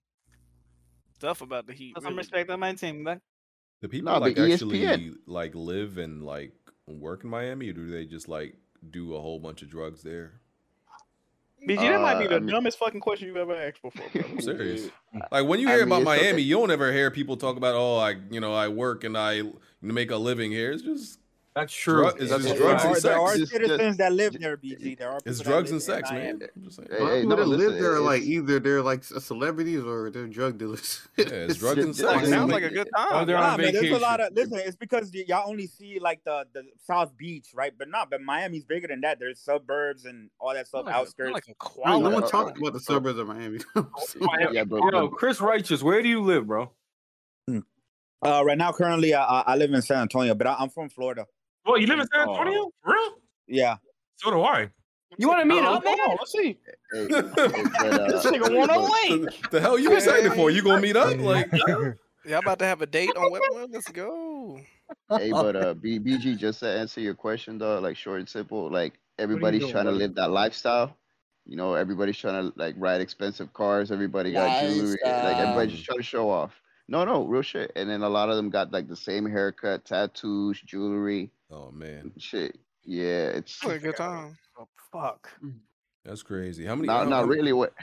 Speaker 18: stuff about the Heat.
Speaker 6: Put some
Speaker 18: Really.
Speaker 6: respect on my team, man.
Speaker 9: Do people
Speaker 18: Nah,
Speaker 9: like
Speaker 18: but
Speaker 9: actually
Speaker 18: ESPN.
Speaker 9: like live and like work in Miami, or do they just like do a whole bunch of drugs there?
Speaker 6: BG, that might be
Speaker 9: Uh,
Speaker 6: the
Speaker 9: I mean-
Speaker 6: dumbest fucking question you've ever asked before. Bro.
Speaker 9: I'm serious. Like when you
Speaker 6: I
Speaker 9: hear
Speaker 6: mean,
Speaker 9: about
Speaker 6: it's okay.
Speaker 9: Miami, you don't ever hear people talk about oh, I you know I work and I make a living here. It's just
Speaker 12: that's
Speaker 9: true. it's
Speaker 12: That's
Speaker 9: just
Speaker 12: true.
Speaker 9: drugs and
Speaker 12: There
Speaker 9: sex.
Speaker 12: are- there are
Speaker 9: It's just-
Speaker 29: Citizens that live there, BG. There are
Speaker 9: It's
Speaker 29: people that
Speaker 9: drugs
Speaker 29: live
Speaker 9: and
Speaker 29: there
Speaker 9: sex,
Speaker 29: Miami.
Speaker 9: man. I'm just saying.
Speaker 5: A lot of people that live there are like either they're like c- celebrities or they're drug dealers. Yeah,
Speaker 9: it's drugs and sex.
Speaker 29: Sounds like a good
Speaker 12: Oh,
Speaker 29: time.
Speaker 5: they're
Speaker 29: nah,
Speaker 5: on
Speaker 29: man, there's a
Speaker 5: vacation.
Speaker 29: lot of listen. It's because y- y'all only see like the, the South Beach, right? But not. but Miami's bigger than that. There's suburbs and all that stuff, outskirts.
Speaker 5: No, no one talks about the suburbs of Miami.
Speaker 15: Yeah, but
Speaker 12: Bro, Chris Righteous, where do you live, bro?
Speaker 29: Uh, right now, currently, I, I- I live in San Antonio, but I, I'm from Florida.
Speaker 20: Well, you live in
Speaker 2: oh.
Speaker 20: San Antonio, For real?
Speaker 29: Yeah.
Speaker 20: So do I.
Speaker 29: You want to
Speaker 20: meet up, man?
Speaker 6: let's see.
Speaker 15: uh,
Speaker 29: This
Speaker 6: nigga wanna link.
Speaker 9: The hell you excited for? You gonna meet up? Like
Speaker 3: Yeah, I'm about to have a date on Webwell. Let's go.
Speaker 15: hey, but uh, B- BG, just to answer your question though, like short and simple, like
Speaker 3: you
Speaker 15: everybody's
Speaker 3: doing,
Speaker 15: trying to
Speaker 3: buddy?
Speaker 15: live that lifestyle. You know, everybody's trying to like ride expensive cars. Everybody got jewelry. Like everybody's just trying to show off. No, no, real shit. And then a lot of them got like the same haircut, tattoos, jewelry.
Speaker 9: Oh man,
Speaker 15: shit. Yeah, it's
Speaker 3: Have a good time.
Speaker 6: Oh, fuck.
Speaker 9: that's crazy. How many?
Speaker 15: Not-
Speaker 9: how,
Speaker 15: not
Speaker 9: how-
Speaker 15: really what-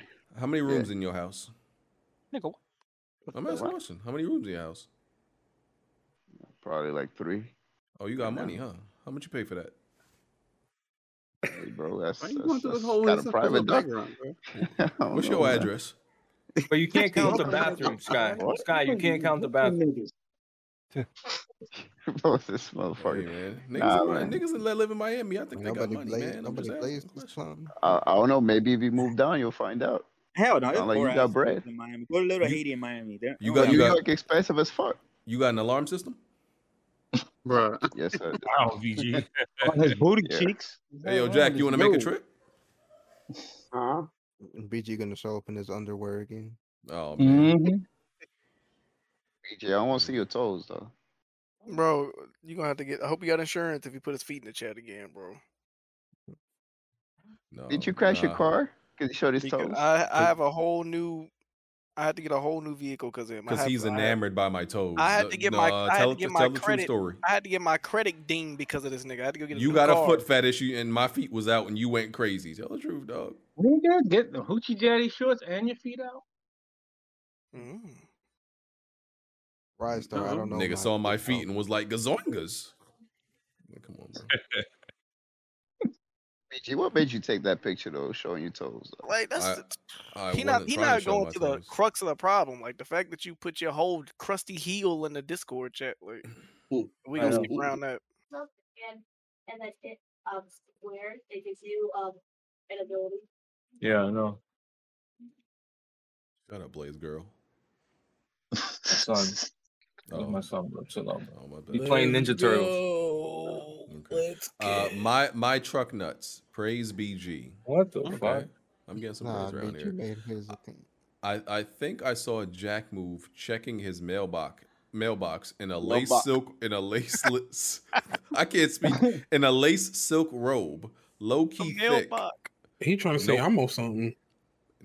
Speaker 9: How many rooms in your house?
Speaker 6: Nigga,
Speaker 9: I'm asking a question. How many rooms in your house?
Speaker 15: probably like three.
Speaker 9: Oh, you got money, huh? How much you pay for that?
Speaker 15: Hey, bro, that's,
Speaker 9: Why
Speaker 15: that's,
Speaker 9: you going through
Speaker 15: that's
Speaker 9: this whole
Speaker 15: got a
Speaker 9: stuff
Speaker 15: private doc.
Speaker 9: without background,
Speaker 15: I don't
Speaker 9: What's
Speaker 15: know,
Speaker 9: your
Speaker 15: man.
Speaker 9: address?
Speaker 12: But you can't count the bathroom, Sky. Sky, you can't count the bathroom.
Speaker 15: Bro, this motherfucker.
Speaker 9: Niggas,
Speaker 15: Nah,
Speaker 9: in, Mi-
Speaker 15: man.
Speaker 9: niggas that live in Miami, I think they got money, man. I'm
Speaker 7: Nobody
Speaker 9: just
Speaker 7: plays
Speaker 9: asking.
Speaker 7: this clown.
Speaker 15: I, I don't know. Maybe if you move down, you'll find out.
Speaker 29: Hell no,
Speaker 15: Sound
Speaker 29: it's
Speaker 15: like you
Speaker 29: poor
Speaker 15: got
Speaker 29: ass
Speaker 15: bread.
Speaker 29: niggas in Miami. Go to Little Haiti in Miami. They're,
Speaker 9: You
Speaker 29: oh,
Speaker 9: got,
Speaker 29: yeah.
Speaker 9: you got
Speaker 15: expensive as fuck.
Speaker 9: You got an alarm system?
Speaker 5: Bro.
Speaker 15: Yes, sir.
Speaker 20: Wow, VG.
Speaker 19: On his booty cheeks.
Speaker 9: Hey, yo, Jack, you want to make a trip?
Speaker 3: Mm-hmm.
Speaker 7: BG gonna show up in his underwear again.
Speaker 9: Oh
Speaker 19: man.
Speaker 15: AJ, I won't see your toes though.
Speaker 3: Bro, you gonna have to get. I hope you got insurance if you put his feet in the chat again, bro.
Speaker 9: Oh,
Speaker 15: Did you crash your
Speaker 3: nah.
Speaker 15: car? Because he showed his
Speaker 3: Because
Speaker 15: toes.
Speaker 3: I, I have a whole new. I had to get a whole new vehicle because of him. I
Speaker 9: because
Speaker 3: have-
Speaker 9: he's
Speaker 3: I have-
Speaker 9: enamored by my toes.
Speaker 3: I had
Speaker 9: No-
Speaker 3: to get
Speaker 9: no,
Speaker 3: my.
Speaker 9: uh,
Speaker 3: I had
Speaker 9: tell,
Speaker 3: to get
Speaker 9: tell
Speaker 3: my
Speaker 9: the
Speaker 3: credit.
Speaker 9: true story.
Speaker 3: I had to get my credit dinged because of this nigga. I had to go get. A
Speaker 9: You
Speaker 3: new
Speaker 9: got a
Speaker 3: car.
Speaker 9: foot fetish you- and my feet was out and you went crazy. Tell the truth, dog.
Speaker 10: Nigga, get the hoochie daddy shorts and your feet out.
Speaker 7: Rise star, I don't know.
Speaker 9: Nigga
Speaker 7: my-
Speaker 9: saw my feet and was like gazongas. Come on, bro.
Speaker 15: AJ, what made you take that picture though, showing your toes? Though?
Speaker 3: Like that's.
Speaker 15: I-
Speaker 3: the-
Speaker 15: I
Speaker 3: he not
Speaker 15: wasn't
Speaker 3: he
Speaker 15: trying to
Speaker 3: not
Speaker 15: show
Speaker 3: going
Speaker 15: my
Speaker 3: to the crux of the problem, like the fact that you put your whole crusty heel in the Discord chat. Like we
Speaker 10: I
Speaker 3: gonna
Speaker 10: know.
Speaker 3: skip around that.
Speaker 30: and and that it um square it gives you um an ability.
Speaker 10: Yeah, I know.
Speaker 9: Shut up, Blaze girl.
Speaker 10: Son.
Speaker 9: Oh.
Speaker 10: My son, bro. Chill out.
Speaker 9: Oh, my bad.
Speaker 10: He playing Ninja Turtles.
Speaker 9: Uh, my my truck nuts. Praise BG.
Speaker 10: What the
Speaker 7: fuck?
Speaker 9: I'm getting some
Speaker 7: Nah,
Speaker 9: praise around
Speaker 7: Gucci
Speaker 9: here.
Speaker 7: made his thing.
Speaker 9: I, I think I saw Jack move checking his mailbox mailbox in a lace
Speaker 7: Mailbox.
Speaker 9: silk in a lace lis- I can't speak in a lace silk robe, low key thick,
Speaker 17: He trying to say
Speaker 9: Nope.
Speaker 17: I'm on something.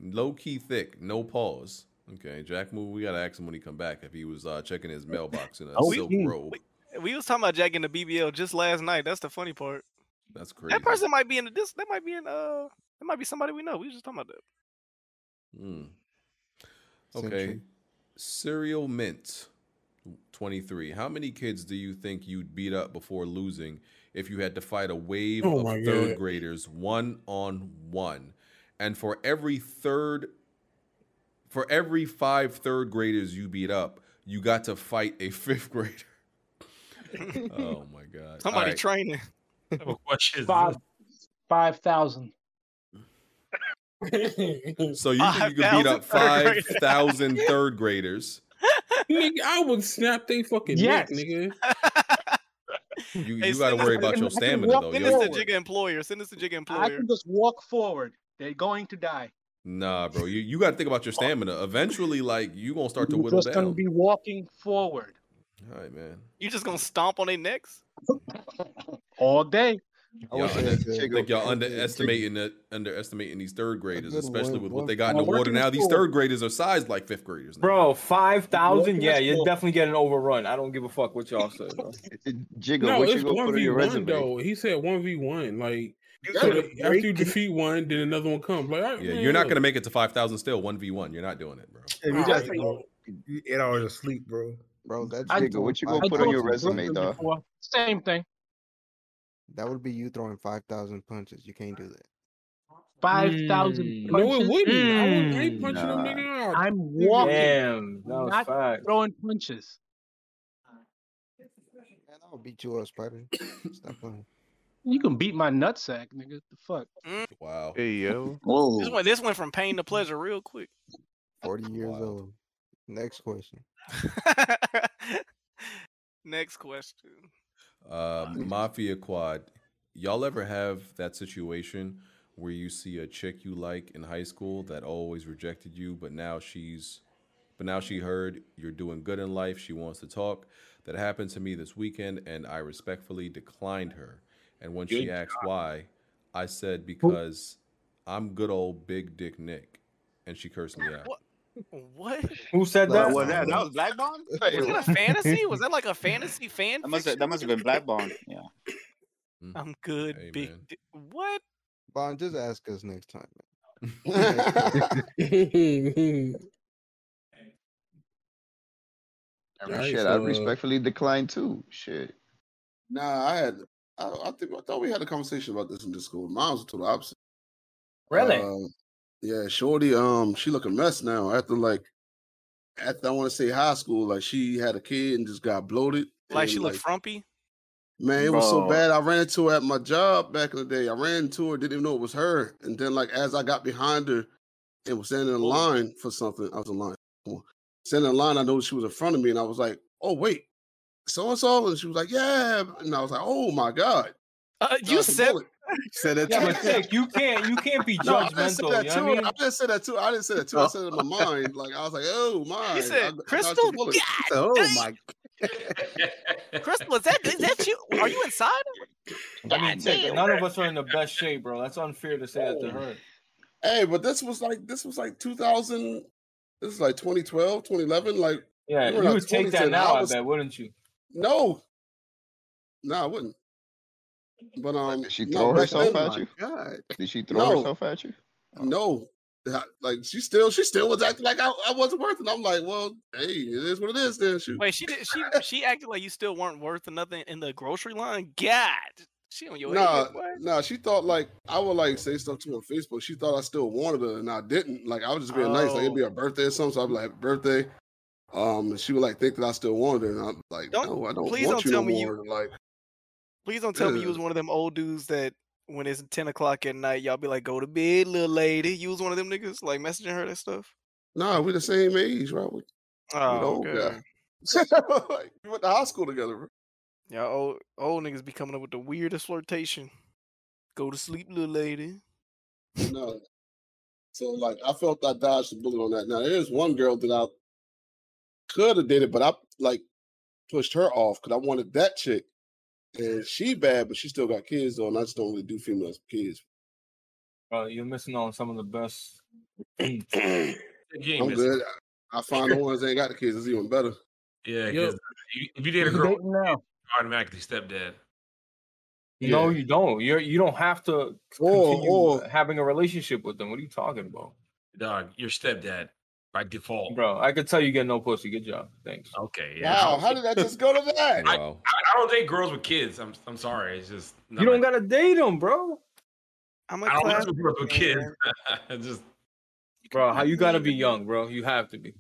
Speaker 9: low key thick, no pause. Okay, Jack move. We gotta ask him when he come back if he was uh, checking his mailbox in a
Speaker 3: Oh, we-
Speaker 9: silk
Speaker 3: we-
Speaker 9: robe.
Speaker 3: We was talking about Jack in the BBL just last night. That's the funny part.
Speaker 9: That's crazy.
Speaker 3: That person might be in the dis. That might be in uh. That might be somebody we know. We was just talking about that.
Speaker 9: Mm.
Speaker 7: Same
Speaker 9: Okay.
Speaker 7: shit.
Speaker 9: Serial Mint 23. How many kids do you think you'd beat up before losing if you had to fight a wave
Speaker 17: Oh
Speaker 9: of
Speaker 17: my
Speaker 9: third
Speaker 17: God.
Speaker 9: graders one on one? And for every third for every five third graders you beat up, you got to fight a fifth grader. oh my god.
Speaker 3: Somebody
Speaker 9: Alright.
Speaker 3: training.
Speaker 20: I have a question.
Speaker 10: Five, five thousand.
Speaker 9: So you think you could beat up
Speaker 17: 5,000
Speaker 9: five
Speaker 17: third graders.
Speaker 9: thousand third graders?
Speaker 17: nigga, I would snap they fucking
Speaker 9: Yes.
Speaker 17: neck, nigga.
Speaker 9: You,
Speaker 17: Hey,
Speaker 9: you got to
Speaker 17: send us
Speaker 9: worry
Speaker 17: a-
Speaker 9: about your
Speaker 17: I can
Speaker 9: stamina
Speaker 17: walk
Speaker 9: though.
Speaker 17: in
Speaker 9: Your-
Speaker 17: this
Speaker 3: Send us the Jigga employer. Send us the Jigga
Speaker 10: I
Speaker 3: employer.
Speaker 10: can just walk forward. They're going to die.
Speaker 9: Nah, bro, you, you got to think about your stamina. Eventually, like you gonna start to
Speaker 10: You're
Speaker 9: whittle
Speaker 10: just
Speaker 9: down.
Speaker 10: gonna be walking forward
Speaker 9: All right, man.
Speaker 3: You just gonna stomp on their necks?
Speaker 10: all day.
Speaker 9: Y'all under, I think y'all
Speaker 10: Okay.
Speaker 9: underestimating the, underestimating these third graders,
Speaker 10: good
Speaker 9: especially
Speaker 10: word,
Speaker 9: with what
Speaker 10: bro.
Speaker 9: they got in
Speaker 10: Now
Speaker 9: the
Speaker 10: work
Speaker 9: water
Speaker 10: in the
Speaker 9: now. These
Speaker 10: school.
Speaker 9: third graders are sized like fifth graders.
Speaker 12: Bro, five thousand.
Speaker 9: Welcome
Speaker 12: Yeah,
Speaker 9: to
Speaker 12: you're
Speaker 9: school.
Speaker 12: definitely getting overrun. I don't give a fuck what y'all say, bro.
Speaker 15: Jigga,
Speaker 17: no, it's one v one though. He said one v one. Like so
Speaker 12: gotta
Speaker 17: that after you defeat one, then another one comes. Like I,
Speaker 9: Yeah,
Speaker 17: man,
Speaker 9: you're not
Speaker 17: look.
Speaker 9: gonna make it to five thousand still. One v one, you're not doing it, bro.
Speaker 14: If you
Speaker 17: All
Speaker 14: just
Speaker 17: right,
Speaker 14: bro, eight hours of sleep, bro.
Speaker 7: Bro, that's
Speaker 15: I- Jigga, what you gonna put on your resume, dog?
Speaker 10: Same thing.
Speaker 7: That would be you throwing five thousand punches. You can't do that.
Speaker 10: Five thousand. Hmm.
Speaker 9: Hmm.
Speaker 7: No, it wouldn't. I
Speaker 15: Mm.
Speaker 7: wouldn't-
Speaker 17: I ain't punching them, nigga.
Speaker 10: I'm
Speaker 17: you.
Speaker 10: walking.
Speaker 12: Damn, that was
Speaker 10: not
Speaker 12: facts.
Speaker 10: throwing punches.
Speaker 7: I'll beat you up, Spider. Stop playing.
Speaker 10: You can beat my nutsack, nigga. The fuck.
Speaker 9: Wow.
Speaker 21: Hey yo.
Speaker 3: Mm. This went this went from pain to pleasure real quick.
Speaker 7: Forty years old. Next question.
Speaker 3: Next question.
Speaker 9: Uh, Mafia Quad, y'all ever have that situation where you see a chick you like in high school that always rejected you, but now she's, but now she heard you're doing good in life. She wants to talk. That happened to me this weekend, and I respectfully declined her. And when she
Speaker 12: Good
Speaker 9: asked why, I said because I'm good old Big Dick Nick, and she cursed me out.
Speaker 3: What?
Speaker 12: Who said
Speaker 9: Nah,
Speaker 12: that?
Speaker 9: what that- that was
Speaker 1: Black Bond?
Speaker 3: Was that a fantasy? Was that like a fantasy fan?
Speaker 1: That must have, that must have been Black Bond. Yeah.
Speaker 3: I'm good, big. Di- what?
Speaker 7: Bond, just ask us next time.
Speaker 11: Mm.
Speaker 17: Alright,
Speaker 15: Shit, I
Speaker 9: uh,
Speaker 17: so-
Speaker 15: respectfully decline too. Shit.
Speaker 11: Nah, I had. I, I think I thought we had a conversation about this in Discord. Mine was to the opposite.
Speaker 12: Really?
Speaker 11: Uh, yeah, Shorty. Um, she look a mess now. After like, after I want to say high school, like she had a kid and just got bloated.
Speaker 3: Like she
Speaker 11: and,
Speaker 3: looked frumpy.
Speaker 11: Man, it was so
Speaker 3: Bro.
Speaker 11: bad. I ran into her at my job back in the day. I ran into her, didn't even know it was her. And then, like, as I got behind her and was standing in line for something, I was in line. come on. Standing in line, I noticed she was in front of me, and I was like, "Oh wait, so and so," and she was like, "Yeah," and I was like, "Oh my god."
Speaker 3: Uh,
Speaker 11: you said
Speaker 5: said that
Speaker 12: Yeah, but Sick, you can't you can't be
Speaker 11: No, I didn't say
Speaker 12: judgmental.
Speaker 11: that
Speaker 12: you
Speaker 11: too.
Speaker 12: know what I mean?
Speaker 11: didn't say that too. I didn't say that too. I said it in my mind. Like I was like, oh my.
Speaker 3: He said,
Speaker 11: I dodged a
Speaker 3: "Crystal,
Speaker 11: bullet."
Speaker 3: God
Speaker 5: Oh my.
Speaker 3: Crystal, is that is that you? Are you inside?
Speaker 12: I mean,
Speaker 11: Goddamn.
Speaker 12: none of us are in the best shape, bro. That's unfair to say that to her.
Speaker 11: Hey, but this was like this was like 2000. This is like 2012, 2011. Like
Speaker 12: Yeah,
Speaker 11: we were
Speaker 12: you
Speaker 11: like
Speaker 12: would take
Speaker 11: 20,
Speaker 12: that
Speaker 11: and
Speaker 12: now,
Speaker 11: I
Speaker 12: I
Speaker 11: was-
Speaker 12: bet, wouldn't you?
Speaker 11: No, no, I wouldn't. But um,
Speaker 15: She
Speaker 11: no,
Speaker 15: throw
Speaker 11: back
Speaker 15: herself
Speaker 11: then-
Speaker 15: at you. Did she throw
Speaker 11: No.
Speaker 15: herself at you? Oh.
Speaker 11: No, Yeah, like she still she still was acting like I, I wasn't worth it. I'm like, well, hey, it is what it is. Then shoot.
Speaker 3: Wait, she did. She she acted like you still weren't worth nothing in the grocery line. God, she on your
Speaker 11: Nah,
Speaker 3: head. What?
Speaker 11: nah, she thought like I would like say stuff to her on Facebook. She thought I still wanted her and I didn't. Like I was just being nice. Like
Speaker 3: Oh.
Speaker 11: it'd be her birthday or something. So I'd be like, Happy birthday. Um and she would like think that I still wanted her. And I'm like, no, I don't
Speaker 3: please
Speaker 11: want
Speaker 3: don't
Speaker 11: you
Speaker 3: tell
Speaker 11: no
Speaker 3: me you-
Speaker 11: more. Like
Speaker 3: Please don't tell me
Speaker 11: Ugh.
Speaker 3: you was one of them old dudes that when it's ten o'clock at night, y'all be like, "Go to bed, little lady." You was one of them niggas like messaging her that stuff.
Speaker 11: nah, we the same age, right? We,
Speaker 3: Oh,
Speaker 11: old
Speaker 3: okay.
Speaker 11: guy. like, we went to high school together. Bro.
Speaker 3: Y'all old old niggas be coming up with the weirdest flirtation. Go to sleep, little lady.
Speaker 11: No. So like I felt I dodged a bullet on that. Now there's one girl that I could have did it, but I like pushed her off because I wanted that chick. And she bad, but she still got kids though, and I just don't really do females with kids.
Speaker 12: Bro, you're missing on some of the best.
Speaker 11: I'm good. I, I find the ones that ain't got the kids, it's even better.
Speaker 8: Yeah,
Speaker 11: Yo.
Speaker 8: because if you date a
Speaker 11: You
Speaker 8: girl, you're automatically stepdad.
Speaker 12: No, you don't. You you don't have to continue having a relationship with them. What are you talking about,
Speaker 8: dog? Your stepdad by default,
Speaker 12: bro. I could tell you get no pussy. Good job. Thanks.
Speaker 8: Okay.
Speaker 11: Wow, how did I just go to that?
Speaker 8: I, I, I don't date girls with kids. I'm I'm sorry. It's just
Speaker 12: you don't gotta date them, bro.
Speaker 3: I'm
Speaker 8: I don't mess with girls with kids. just
Speaker 12: bro. How you gotta be young, bro? You have to be.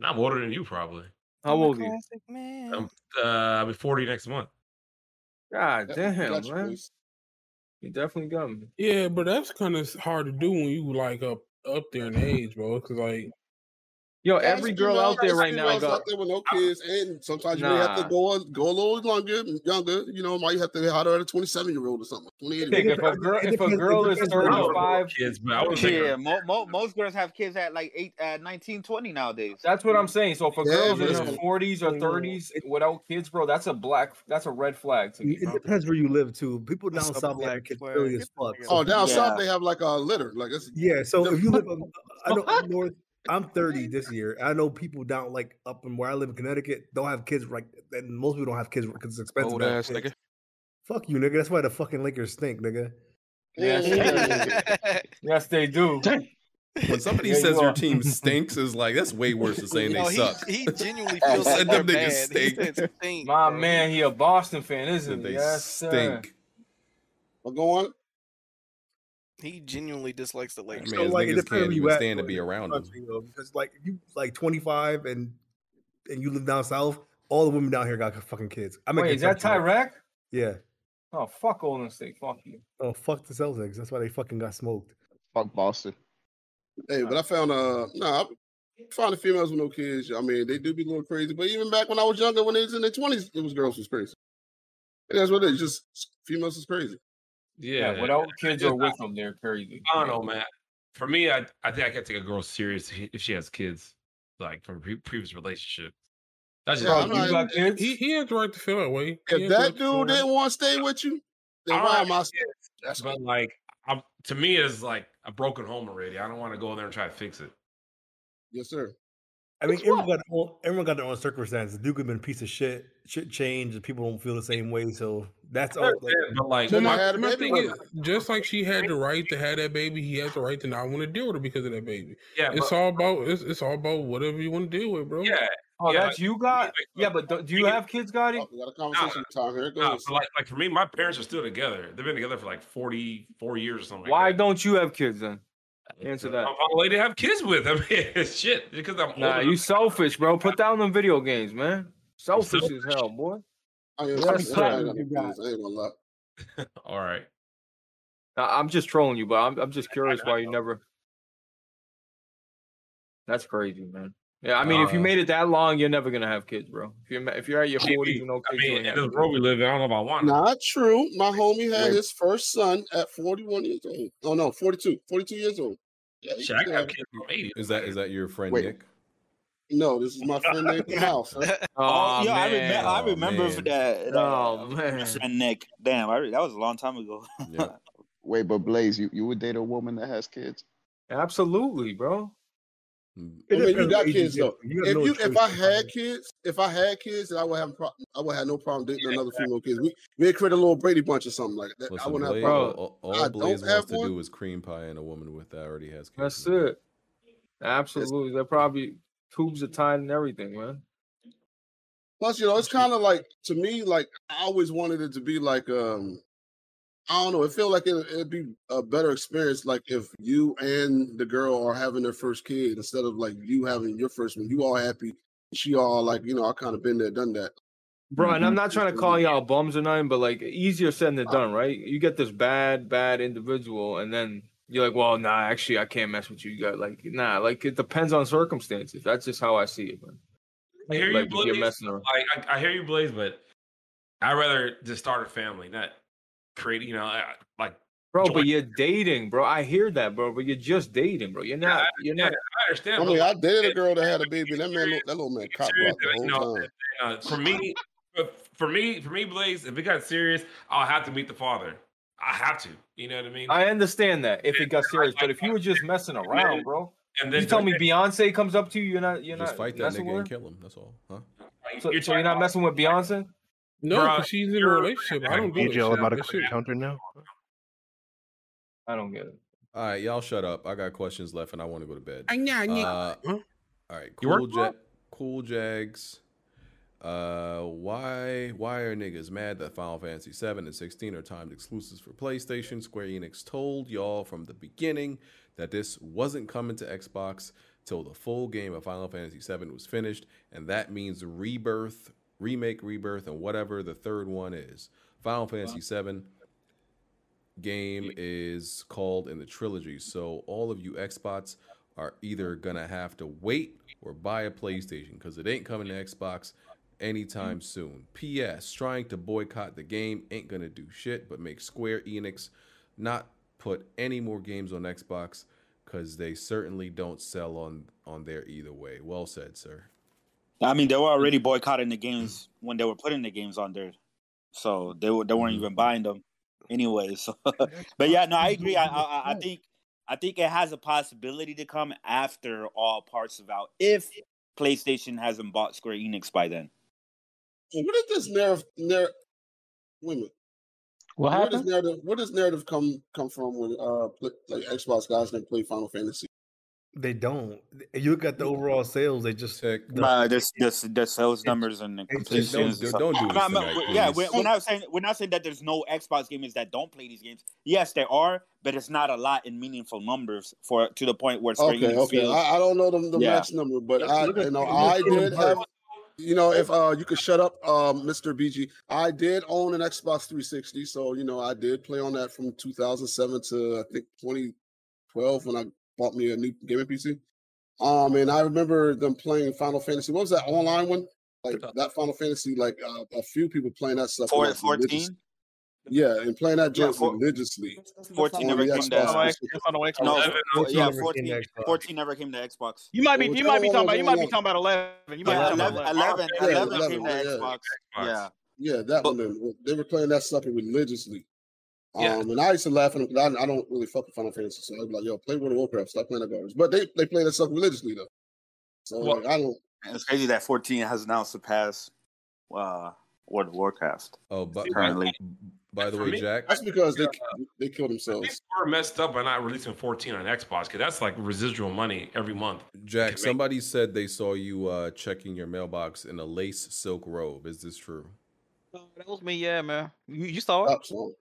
Speaker 8: I'm older than you probably.
Speaker 12: How old are you?
Speaker 8: I'm uh, I'll be 40 next month.
Speaker 12: God
Speaker 8: That-
Speaker 12: damn,
Speaker 8: that's
Speaker 12: man.
Speaker 8: crazy.
Speaker 12: You definitely got me.
Speaker 17: Yeah, but that's kind of hard to do when you like up up there in age, bro. Because like,
Speaker 12: yo,
Speaker 11: There's females- there's females out there with no kids, and sometimes you may have to
Speaker 17: Nah.
Speaker 11: go on- go a little longer, younger. You know, might have to holler at a 27 year old or something. 28
Speaker 12: Think if a girl- if a girl is
Speaker 8: kids, but I would think
Speaker 19: Yeah, mo- mo- most girls have kids at like eight, uh, 19, 20 nowadays.
Speaker 12: That's what I'm saying. So for
Speaker 19: Yeah,
Speaker 12: girls in
Speaker 19: bro.
Speaker 12: their forties or thirties without kids, bro, that's a black. That's a red flag to me.
Speaker 14: It depends where you live too. People down
Speaker 12: That's a
Speaker 14: south they have
Speaker 12: black
Speaker 14: kids
Speaker 12: flag.
Speaker 14: early as fuck.
Speaker 11: Oh,
Speaker 14: So-
Speaker 11: down south they have like a litter. Like it's
Speaker 14: Yeah, so if you live, up, I know up north. I'm 30 this year. I know people down like up in where I live in Connecticut don't have kids. Like, and most people don't have kids because it's expensive.
Speaker 19: Old
Speaker 14: to have
Speaker 19: ass
Speaker 14: kids.
Speaker 19: nigga.
Speaker 14: Fuck you, nigga. That's why the fucking Lakers stink, nigga.
Speaker 12: Yes, yes, they do.
Speaker 9: When somebody
Speaker 12: Yeah, you
Speaker 9: says your
Speaker 12: are.
Speaker 9: team stinks, is like that's way worse than saying
Speaker 12: No,
Speaker 9: they
Speaker 12: he-
Speaker 9: suck.
Speaker 3: He genuinely
Speaker 9: I
Speaker 3: feels like
Speaker 9: said
Speaker 3: they're
Speaker 9: them niggas
Speaker 3: bad. He
Speaker 9: stink.
Speaker 3: said stink.
Speaker 12: My man, he a Boston fan, isn't
Speaker 9: They
Speaker 12: he? Yes, sir.
Speaker 9: stink.
Speaker 11: Well, go on.
Speaker 3: He genuinely dislikes the
Speaker 9: I
Speaker 3: Lakers.
Speaker 9: mean,
Speaker 14: like, it
Speaker 9: niggas
Speaker 14: depends where
Speaker 9: can't
Speaker 14: you
Speaker 9: even
Speaker 14: at,
Speaker 9: stand to
Speaker 14: though,
Speaker 9: be
Speaker 14: in the
Speaker 9: around them.
Speaker 14: country, though, because like if you like 25 and and you live down south, all the women down here got fucking kids. I'm in
Speaker 12: Wait, is that
Speaker 14: Kentucky, though.
Speaker 12: Tyrek?
Speaker 14: Yeah.
Speaker 12: Oh, fuck Golden State. Fuck you.
Speaker 14: Oh fuck the Celtics. That's why they fucking got smoked.
Speaker 15: Fuck Boston.
Speaker 11: Hey, but I found uh nah, I found the females with no kids. I mean, they do be a little crazy. But even back when I was younger, when they was in their twenties, it was girls was crazy. And that's what it is. Just females is crazy.
Speaker 8: Yeah,
Speaker 12: Yeah, without kids
Speaker 8: just-
Speaker 12: or with them, they're crazy.
Speaker 8: I don't know, man. For me, I I think I can take a girl serious if she has kids, like from pre- previous relationship. That's just
Speaker 17: Bro,
Speaker 8: I'm
Speaker 17: you
Speaker 8: not-
Speaker 17: got kids? He he has the right to feel that way. He
Speaker 11: If
Speaker 17: has the
Speaker 11: that
Speaker 17: right to feel
Speaker 11: dude
Speaker 17: that way.
Speaker 11: didn't want to stay with you, then
Speaker 8: All
Speaker 11: why
Speaker 8: right,
Speaker 11: am I
Speaker 8: That's but like, I'm, to me, it's like a broken home already. I don't want to go there and try to fix it.
Speaker 11: Yes, sir.
Speaker 14: I mean, everyone got, their own, everyone got their own circumstances. Duke has been a piece of shit. Shit changed, and people don't feel the same way. So that's all. Like,
Speaker 8: but like,
Speaker 17: But my, my thing is, just like she had the right to have that baby, he has the right to not want to deal with her because of that baby.
Speaker 8: Yeah,
Speaker 17: it's
Speaker 8: but-
Speaker 17: all about it's, it's all about whatever you want to deal with, bro.
Speaker 8: Yeah.
Speaker 12: Oh,
Speaker 8: Yeah,
Speaker 12: that's you got. Yeah, but do, do you have kids, Gotti?
Speaker 11: we got a conversation. Here
Speaker 8: Nah, but like, like for me, my parents are still together. They've been together for like 44 years or something.
Speaker 12: Why don't you have kids then? Answer that.
Speaker 8: Like that. I'm all to have kids with. I mean, shit, because I'm older.
Speaker 12: Nah, you selfish, bro. Put down them video games, man. Selfish as hell, boy.
Speaker 11: I am
Speaker 12: Yes,
Speaker 11: I'm
Speaker 12: sir.
Speaker 11: sorry, I got no kids. I ain't gonna lie.
Speaker 8: All right.
Speaker 12: I, am just trolling you, but I'm I'm just curious why you never. That's crazy, man. Yeah, I mean, if you
Speaker 8: Uh,
Speaker 12: made it that long, you're never gonna have kids, bro. If you're if you're at your
Speaker 8: Maybe.
Speaker 12: forties, you know,
Speaker 8: I
Speaker 12: kids, you
Speaker 8: mean,
Speaker 12: ain't
Speaker 8: in
Speaker 12: having
Speaker 8: this world we live in, I don't know if I want. it.
Speaker 11: Not true. My homie had
Speaker 8: Wait.
Speaker 11: his first son at 41 years old. Oh no, 42. 42 years old. Yeah, he
Speaker 9: Shit, I
Speaker 11: could
Speaker 9: got
Speaker 11: have-
Speaker 8: kids from 80.
Speaker 9: Is that is that your friend
Speaker 11: Wait.
Speaker 9: Nick?
Speaker 11: No, this is my friend Nathan House. huh?
Speaker 1: Oh, yeah, I, remem- I remember that.
Speaker 9: man.
Speaker 1: that-
Speaker 12: Oh man,
Speaker 1: and Nick. Damn, I re- that was a long time ago.
Speaker 15: Wait, but Blaze, you, you would date a woman that has kids?
Speaker 12: Absolutely, bro.
Speaker 9: Hmm.
Speaker 11: I mean, you got kids though.
Speaker 15: You have
Speaker 11: if
Speaker 15: no
Speaker 11: you,
Speaker 15: choice
Speaker 11: if I had kids, if I had kids, then I would have, pro- I would have no problem dating another female kid. We we'd create a little Brady bunch or something like that. I
Speaker 9: Listen,
Speaker 11: wouldn't have
Speaker 9: Blaze,
Speaker 11: a problem.
Speaker 9: all,
Speaker 11: I
Speaker 9: all
Speaker 11: don't
Speaker 9: Blaze
Speaker 11: have
Speaker 9: wants to
Speaker 11: one.
Speaker 9: do is cream pie and a woman with that already has kids.
Speaker 12: That's it. Absolutely, they're probably tubes are tied and everything, man.
Speaker 11: Plus, you know, it's kind of like to me, like I always wanted it to be like, um, I don't know. It feel like it, it'd be a better experience, like if you and the girl are having their first kid instead of like you having your first one. You all happy, she all like, you know, I kind of been there, done that.
Speaker 12: Bro, and I'm not trying to call
Speaker 11: Mhm.
Speaker 12: y'all bums or nothing, but like easier said than done, right? You get this bad, bad individual, and then you're like, well, nah, actually, I can't mess with you. You got like, nah, like it depends on circumstances. That's just how I see it, man.
Speaker 8: I hear
Speaker 12: Like,
Speaker 8: you,
Speaker 12: if you're
Speaker 8: Blaze.
Speaker 12: messing around.
Speaker 8: Like, I, I hear you, Blaze, but I'd rather just start a family, not create. You know, I- I- like
Speaker 12: Bro, but you're dating, bro. I hear that, bro, but you're just dating, bro. You're not, you're not.
Speaker 8: I understand.
Speaker 11: I
Speaker 8: but
Speaker 11: mean,
Speaker 8: like,
Speaker 11: I dated a girl that had a baby. That man, look- that little man, cop
Speaker 8: serious,
Speaker 11: blocked the
Speaker 8: you
Speaker 11: whole
Speaker 8: know,
Speaker 11: time.
Speaker 8: uh, for me, for- for me, for me, Blaze. If it got serious, I'll have to meet the father. I have to. You know what I mean?
Speaker 12: I understand that if it got serious, but if you were just messing around, bro,
Speaker 8: And then
Speaker 12: you tell me Beyonce comes up to you, you're not, you're
Speaker 9: Just
Speaker 12: not
Speaker 9: fight that
Speaker 12: messing
Speaker 9: nigga
Speaker 12: with
Speaker 9: and
Speaker 12: her?
Speaker 9: kill him. That's all, huh?
Speaker 12: So, so you're not messing with Beyonce?
Speaker 17: No, 'cause she's in a relationship. I don't do that
Speaker 21: DJ
Speaker 17: shit. That
Speaker 21: automatically
Speaker 17: shit-
Speaker 21: counter now.
Speaker 12: I don't get it.
Speaker 9: All right, y'all shut up. I got questions left and I want to go to bed.
Speaker 17: I know, Nick.
Speaker 9: Uh, all right,
Speaker 17: You work
Speaker 9: cool ja- cool jags. Uh, why why are niggas mad that Final Fantasy 7 and 16 are timed exclusives for PlayStation? Square Enix told y'all from the beginning that this wasn't coming to Xbox till the full game of Final Fantasy 7 was finished, and that means rebirth, remake, rebirth, and whatever the third one is. Final Fantasy 7 game is called in the trilogy. So all of you Xbox are either gonna have to wait or buy a PlayStation because it ain't coming to Xbox anytime soon. P.S. Trying to boycott the game ain't gonna do shit but make Square Enix not put any more games on Xbox because they certainly don't sell on on there either way. Well said, sir.
Speaker 1: I mean, they were already boycotting the games when they were putting the games on there, so they were they weren't even buying them anyway. So, but yeah, no, I agree. I, I I- I think I think it has a possibility to come after all parts of out if PlayStation hasn't bought Square Enix by then.
Speaker 11: Well, Where did this narrative? Narr- wait a minute.
Speaker 1: What
Speaker 11: Where does
Speaker 1: happened?
Speaker 11: narrative? Where does narrative come come from when uh pl- like Xbox guys didn't play Final Fantasy?
Speaker 14: They don't. You look at the overall sales. They just
Speaker 1: Nah, this this the sales numbers and the
Speaker 14: Don't-
Speaker 1: completions. and
Speaker 14: don't-
Speaker 1: stuff.
Speaker 14: don't do
Speaker 1: I'm
Speaker 14: this
Speaker 1: not-
Speaker 14: tonight,
Speaker 1: we- yeah,
Speaker 14: please.
Speaker 1: we're, we're not saying we're not saying that there's no Xbox gamers that don't play these games. Yes, there are, but it's not a lot in meaningful numbers for to the point where Square
Speaker 11: Okay,
Speaker 1: Enix
Speaker 11: okay.
Speaker 1: feels-
Speaker 11: I, I don't know the, the
Speaker 1: Yeah.
Speaker 11: match number, but
Speaker 1: Look-
Speaker 11: I
Speaker 1: look at-
Speaker 11: you know
Speaker 1: look
Speaker 11: I
Speaker 1: at the
Speaker 11: did have
Speaker 1: numbers.
Speaker 11: you know if uh you could shut up, um, Mr. BG. I did own an Xbox 360, so you know I did play on that from 2007 to I think 2012 when I bought me a new gaming PC. Um, and I remember them playing Final Fantasy. What was that online one? Like that Final Fantasy, like uh, a few people playing that stuff.
Speaker 1: Four-
Speaker 11: like,
Speaker 1: 14?
Speaker 11: religiously. Yeah, and playing that
Speaker 1: Yeah,
Speaker 11: joint
Speaker 1: four-
Speaker 11: religiously.
Speaker 1: 14
Speaker 11: on
Speaker 1: never
Speaker 11: the
Speaker 1: came to
Speaker 11: Xbox 360.
Speaker 1: no, four- yeah, 14, 14 never came to Xbox.
Speaker 6: You might be, you might be talking about, you might be talking about eleven. You might
Speaker 1: Yeah,
Speaker 6: be talking about
Speaker 1: 11, 11,
Speaker 11: Yeah,
Speaker 1: 11
Speaker 11: 11,
Speaker 1: came to
Speaker 11: yeah.
Speaker 1: Xbox. Yeah.
Speaker 11: Yeah, that one. Then. They were playing that sucker religiously.
Speaker 1: Yeah.
Speaker 11: Um, and I used to laugh at them because I, I don't really fuck with Final Fantasy, so I'd be like, "Yo, play World of Warcraft, stop playing that garbage." But they they play that stuff religiously though. So
Speaker 1: Well-
Speaker 11: like, I don't.
Speaker 1: And it's crazy that 14 has now surpassed uh, World of Warcraft.
Speaker 9: Oh, but
Speaker 1: currently,
Speaker 9: by the
Speaker 8: way, me-
Speaker 9: Jack-
Speaker 11: That's because they they kill themselves.
Speaker 8: We're messed up by not releasing 14 on Xbox because that's like residual money every month.
Speaker 9: Jack, somebody said they saw you uh, checking your mailbox in a lace silk robe. Is this true?
Speaker 6: that was me. Yeah, man. You, you saw it.
Speaker 11: Absolutely.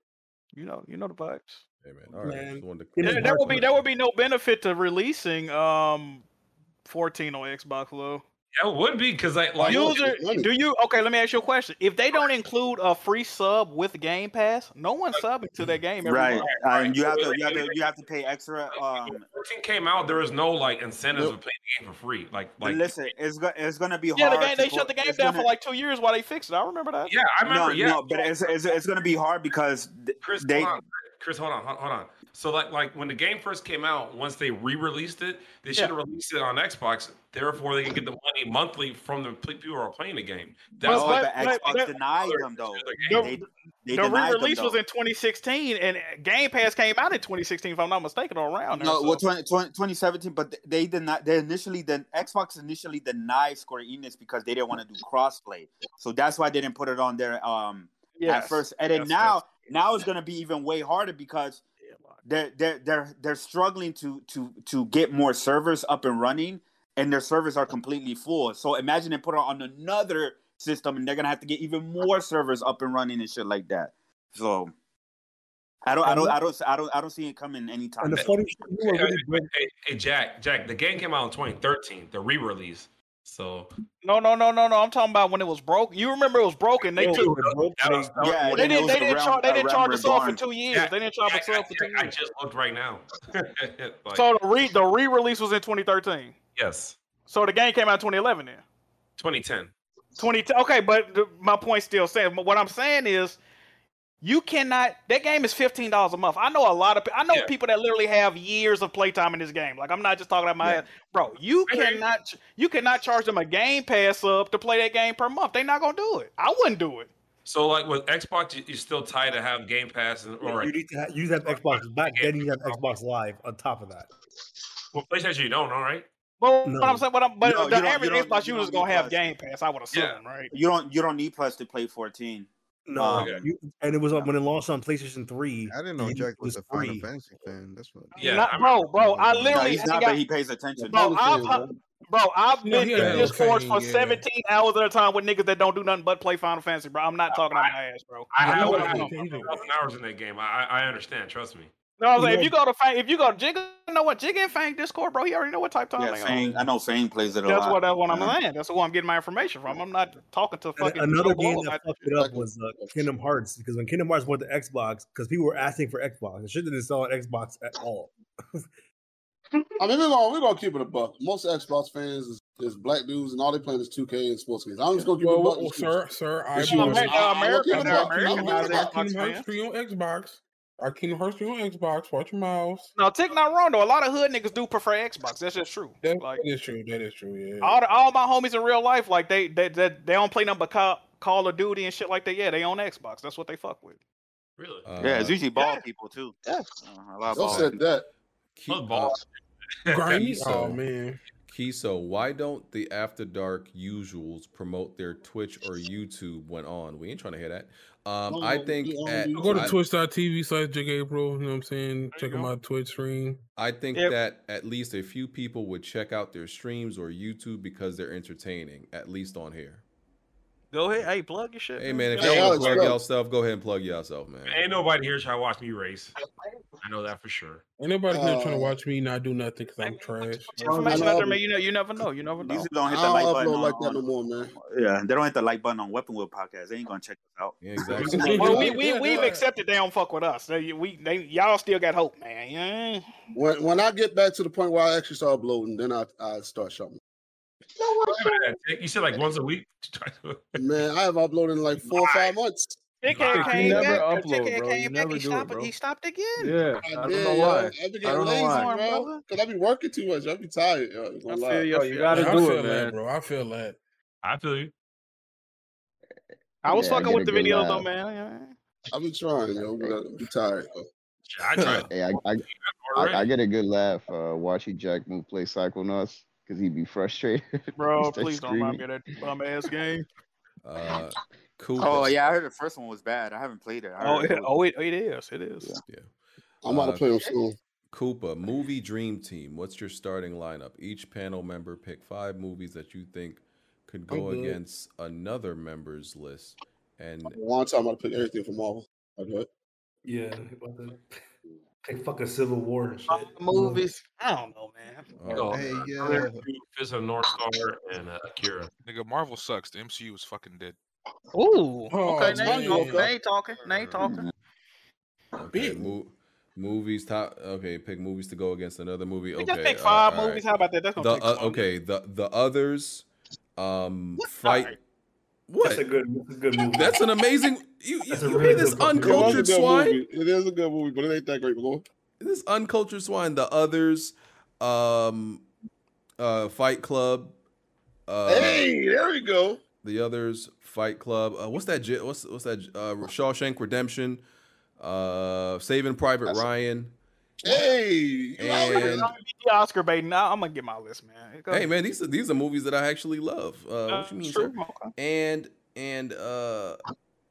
Speaker 6: You know, you know the vibes.
Speaker 9: Hey man, all right. I just wanted to-
Speaker 6: Yeah, there would be there would be no benefit to releasing um 14 on Xbox Low.
Speaker 8: That would be because I like
Speaker 6: User, do you okay? Let me ask you a question. If they don't include a free sub with Game Pass, no one's subbing to their game. every
Speaker 1: Right.
Speaker 6: month.
Speaker 1: Um, you have to you have to you have to pay extra. Um,
Speaker 8: 14 came out. There was no like incentives of playing the game for free. Like like
Speaker 1: listen, it's go- it's gonna be
Speaker 6: Yeah,
Speaker 1: hard.
Speaker 6: the game
Speaker 1: to
Speaker 6: they shut
Speaker 1: go-
Speaker 6: the game
Speaker 1: it's
Speaker 6: down
Speaker 1: gonna-
Speaker 6: for like two years while they fixed it. I remember that.
Speaker 8: Yeah, I remember.
Speaker 1: No,
Speaker 8: yeah,
Speaker 1: no, but it's it's, it's gonna be hard because th-
Speaker 8: Chris,
Speaker 1: they
Speaker 8: hold on. Chris, hold on, hold hold on. So like like when the game first came out, once they re-released it, they should have released it on Xbox. Therefore, they can get the money monthly from the pl- people who are playing the game.
Speaker 1: No, but Xbox denied them, though.
Speaker 8: No,
Speaker 1: They- they
Speaker 6: the
Speaker 1: denied them,
Speaker 6: re-release was
Speaker 1: though.
Speaker 6: in 2016, and Game Pass came out in 2016, if I'm not mistaken, or around. there,
Speaker 1: No, well,
Speaker 6: so-
Speaker 1: 20, 20 2017, but th- they did not. They initially, then Xbox initially denied Square Enix because they didn't want to do crossplay, so that's why they didn't put it on there um
Speaker 29: Yes.
Speaker 1: at first. And then
Speaker 29: Yes,
Speaker 1: now, now it's gonna be even way harder because they're they're they're they're struggling to to to get more servers up and running, and their servers are completely full. So imagine they put it on another system, and they're gonna have to get even more servers up and running and shit like that. So. I don't, I don't, I don't, I don't, I don't see it coming anytime.
Speaker 8: And the
Speaker 1: soon.
Speaker 8: Hey, hey, hey, Jack, Jack, the game came out in 2013, the re-release. So
Speaker 6: No, no, no, no, no. I'm talking about when it was broke. You remember it was broken. They
Speaker 8: Yeah,
Speaker 6: took.
Speaker 8: it was broke. They- Yeah,
Speaker 6: they
Speaker 8: and it
Speaker 6: didn't.
Speaker 8: was
Speaker 6: They didn't
Speaker 8: around-
Speaker 6: charge. They didn't
Speaker 8: around
Speaker 6: charge us off for
Speaker 8: Reborn.
Speaker 6: two years. They didn't charge us off for two
Speaker 8: I
Speaker 6: years.
Speaker 8: just looked right now. Like,
Speaker 6: So the re the re-release was in 2013.
Speaker 8: yes,
Speaker 6: So the game came out in 2011. Then
Speaker 8: 2010.
Speaker 6: 2010. Okay, but th- my point still stands. But What I'm saying is, you cannot. That game is fifteen dollars a month. I know a lot of. pe- I know people that literally have years of playtime in this game. Like I'm not just talking about my ass, bro. You cannot. ch- You cannot charge them a game pass up to play that game per month. They're not gonna do it. I wouldn't do it.
Speaker 8: So like with Xbox, you, you're still tied to have Game Pass and or
Speaker 14: You need to have, you have Xbox back then. You have Xbox Live on top of that.
Speaker 8: well, PlayStation. You don't, all right?
Speaker 6: Well,
Speaker 14: No.
Speaker 6: but I'm saying, but, I'm, but
Speaker 1: No, you
Speaker 6: the
Speaker 1: don't- you
Speaker 6: average
Speaker 1: don't-
Speaker 6: Xbox
Speaker 1: you
Speaker 6: user is
Speaker 1: don't
Speaker 6: gonna have
Speaker 1: need
Speaker 6: Game Pass. I would assume, right?
Speaker 1: You don't you don't need Plus to play 14.
Speaker 14: No,
Speaker 1: Um,
Speaker 14: you, and it was on when it launched on PlayStation Three.
Speaker 7: I didn't know Jack was a Final
Speaker 14: free.
Speaker 7: Fantasy fan. That's what.
Speaker 6: Not- bro, bro. I
Speaker 7: No,
Speaker 6: literally
Speaker 7: he's
Speaker 6: hang
Speaker 7: not, but
Speaker 6: out-
Speaker 7: he pays attention.
Speaker 6: Bro,
Speaker 7: Yeah,
Speaker 6: I've,
Speaker 7: bro.
Speaker 6: bro, I've
Speaker 7: No,
Speaker 6: been
Speaker 7: he
Speaker 6: in
Speaker 7: ain't
Speaker 6: Discord
Speaker 7: okay,
Speaker 6: for
Speaker 7: yeah.
Speaker 6: 17 hours at a time with niggas that don't do nothing but play Final Fantasy, bro. I'm not talking out my ass, bro.
Speaker 8: I
Speaker 6: You
Speaker 8: have
Speaker 6: know what
Speaker 8: I
Speaker 6: I'm
Speaker 8: have
Speaker 6: talking about.
Speaker 8: 1,000 hours in that game. I I I understand. Trust me.
Speaker 6: No, I'm saying if you go to Fang, if you go to Jigga, you know what Jigga and Fang Discord, bro. He already know what type time
Speaker 1: yeah,
Speaker 6: they
Speaker 1: Fang, I know Fang plays it
Speaker 6: are.
Speaker 1: a
Speaker 6: That's
Speaker 1: lot.
Speaker 6: what that's what I'm
Speaker 7: Uh-huh.
Speaker 1: Yeah.
Speaker 6: saying. That's who I'm getting my information from. I'm not talking to
Speaker 14: And
Speaker 6: fucking
Speaker 14: another
Speaker 6: Joe
Speaker 14: game
Speaker 6: Blow
Speaker 14: that
Speaker 6: about-
Speaker 14: fucked it up was uh, Kingdom Hearts because when Kingdom Hearts went to Xbox, because people were asking for Xbox, it shit didn't sell on Xbox at all.
Speaker 11: I mean, we're gonna, we're gonna keep it a buck. Most Xbox fans is, is black dudes, and all they playing is 2K and sports games. I'm just gonna keep it a
Speaker 17: Well,
Speaker 11: buck.
Speaker 17: well, sir, sir, I
Speaker 11: It's yours.
Speaker 17: American,
Speaker 11: I- I will keep it a buck.
Speaker 17: Kingdom
Speaker 11: I will keep it a buck.
Speaker 17: Hearts three on Xbox. Our Kingdom Hearts three on Xbox. Watch your mouth.
Speaker 6: No, Tick not wrong though. A lot of hood niggas do prefer Xbox. That's just true.
Speaker 17: That,
Speaker 6: Like
Speaker 17: that is true. That is true. Yeah.
Speaker 6: all the, all my homies in real life, like they they they, they don't play nothing but Call, Call of Duty and shit like that. Yeah, they on Xbox. That's what they fuck with.
Speaker 8: Really?
Speaker 1: yeah, it's
Speaker 9: Uh,
Speaker 1: usually bald people too. Uh,
Speaker 6: Yeah.
Speaker 1: a lot of
Speaker 9: Don't
Speaker 1: bald
Speaker 9: said
Speaker 1: people.
Speaker 11: that.
Speaker 9: Keep
Speaker 8: balls.
Speaker 17: Grimy? Oh, man.
Speaker 9: Kiso, why don't the After Dark usuals promote their Twitch or YouTube when on? We ain't trying to hear that. Um,
Speaker 17: No,
Speaker 9: I
Speaker 17: no,
Speaker 9: think
Speaker 17: Oh, we
Speaker 9: at,
Speaker 17: Go to
Speaker 9: I-
Speaker 17: twitch.tv slash Jake April. You know what I'm saying? Check out my Twitch stream.
Speaker 9: I think
Speaker 17: Yep.
Speaker 9: that at least a few people would check out their streams or YouTube because they're entertaining, at least on here.
Speaker 6: Go ahead, hey, plug your shit.
Speaker 9: Hey man, if
Speaker 8: Hey,
Speaker 9: y'all want
Speaker 8: Alex,
Speaker 9: to plug
Speaker 8: bro.
Speaker 9: yourself, go ahead and plug yourself, man.
Speaker 8: Ain't nobody here trying to watch me race. I know that for sure.
Speaker 17: Ain't nobody here trying
Speaker 8: Uh,
Speaker 17: to watch me not do nothing because I'm trash.
Speaker 6: information out there, man. You know, you never know. You never know.
Speaker 1: Usually don't hit the like button on, on-
Speaker 11: more, man.
Speaker 1: Yeah, they don't hit the like button on Weapon Wheel podcast. They ain't gonna check us out.
Speaker 9: Yeah,
Speaker 6: well, we, we, we've accepted they don't fuck with us. They, we, they, y'all still got hope, man. Yeah.
Speaker 11: When when I get back to the point where I actually start bloating, then I I start shopping.
Speaker 8: You said like once a week.
Speaker 11: Man, I have uploaded in like four or five months.
Speaker 6: Dickhead
Speaker 11: Wow.
Speaker 6: came
Speaker 11: You
Speaker 6: back.
Speaker 11: never
Speaker 6: uh,
Speaker 11: upload,
Speaker 6: Dickhead
Speaker 11: bro.
Speaker 6: Came
Speaker 11: You
Speaker 6: back.
Speaker 11: never
Speaker 6: he,
Speaker 11: do it,
Speaker 6: stopped,
Speaker 11: bro.
Speaker 6: he stopped again.
Speaker 11: Yeah, I,
Speaker 6: don't
Speaker 11: did,
Speaker 6: know
Speaker 11: yo.
Speaker 6: why.
Speaker 11: I be
Speaker 6: I
Speaker 11: getting
Speaker 6: don't know
Speaker 11: lazy,
Speaker 6: why.
Speaker 11: bro. Cause I be working too much. I be tired. Yo, I
Speaker 17: I feel you, I feel you. Man, I feel that, bro. I feel that.
Speaker 8: I feel you.
Speaker 6: I was
Speaker 11: Yeah, I
Speaker 6: fucking
Speaker 11: get
Speaker 6: with
Speaker 11: a
Speaker 6: the
Speaker 11: good
Speaker 6: video though,
Speaker 11: laugh.
Speaker 6: man. Yeah.
Speaker 11: I be trying, yo, but I be tired. Yo.
Speaker 8: I
Speaker 11: try.
Speaker 15: Hey, I, I, I, I get a good laugh uh, watching Jack Moon play Psychonauts because he'd be frustrated.
Speaker 6: Bro,
Speaker 15: He'd start
Speaker 6: please don't remind me
Speaker 15: screaming.
Speaker 6: of that bum ass game.
Speaker 9: Uh, cool.
Speaker 1: Oh yeah, I heard the first one was bad. I haven't played it. I
Speaker 6: Oh,
Speaker 1: heard
Speaker 6: it,
Speaker 1: was-
Speaker 6: oh, it, it is. It is.
Speaker 9: Yeah.
Speaker 11: I'm
Speaker 6: Uh,
Speaker 11: about to play with school.
Speaker 9: Koopa, movie dream team. What's your starting lineup? Each panel member pick five movies that you think could go
Speaker 11: good.
Speaker 9: against another member's list. And
Speaker 11: One time I pick everything from Marvel. I do it.
Speaker 14: Yeah. Like fucking Civil War and shit.
Speaker 18: movies. I don't know, man.
Speaker 8: Oh, yeah. Fist of North Star and uh, Akira.
Speaker 2: Nigga, Marvel sucks. The MCU is fucking dead.
Speaker 6: Ooh.
Speaker 2: Oh,
Speaker 6: Okay, now you
Speaker 2: man.
Speaker 6: talking. Now you talking. Now you talking.
Speaker 9: Okay, mo- movies top. Okay, pick movies to go against another movie. Okay,
Speaker 6: We just pick
Speaker 9: uh,
Speaker 6: five
Speaker 9: all
Speaker 6: movies.
Speaker 9: right.
Speaker 6: How about that? That's gonna
Speaker 9: the,
Speaker 6: take
Speaker 9: uh,
Speaker 6: fun.
Speaker 9: okay. The the others. Um, fight. What?
Speaker 14: That's a good, that's a good movie.
Speaker 9: That's an amazing. You, you, you hear this
Speaker 11: It
Speaker 9: uncultured
Speaker 11: is a good
Speaker 9: swine?
Speaker 11: movie. It is a good movie, but it ain't that great, bro.
Speaker 9: This uncultured swine. The others. Um, uh, Fight Club. Uh,
Speaker 11: Hey, there we go.
Speaker 9: The others, Fight Club. Uh, what's that? j- What's what's that? j- Uh, Shawshank Redemption. Uh, Saving Private Ryan.
Speaker 11: Hey,
Speaker 9: and
Speaker 6: The Oscar bait. Now I'm gonna get my list, man. Go
Speaker 9: hey
Speaker 6: ahead.
Speaker 9: man, these are these are movies that I actually love. Uh, what
Speaker 6: That's
Speaker 9: you mean,
Speaker 6: true.
Speaker 9: sir? And and uh,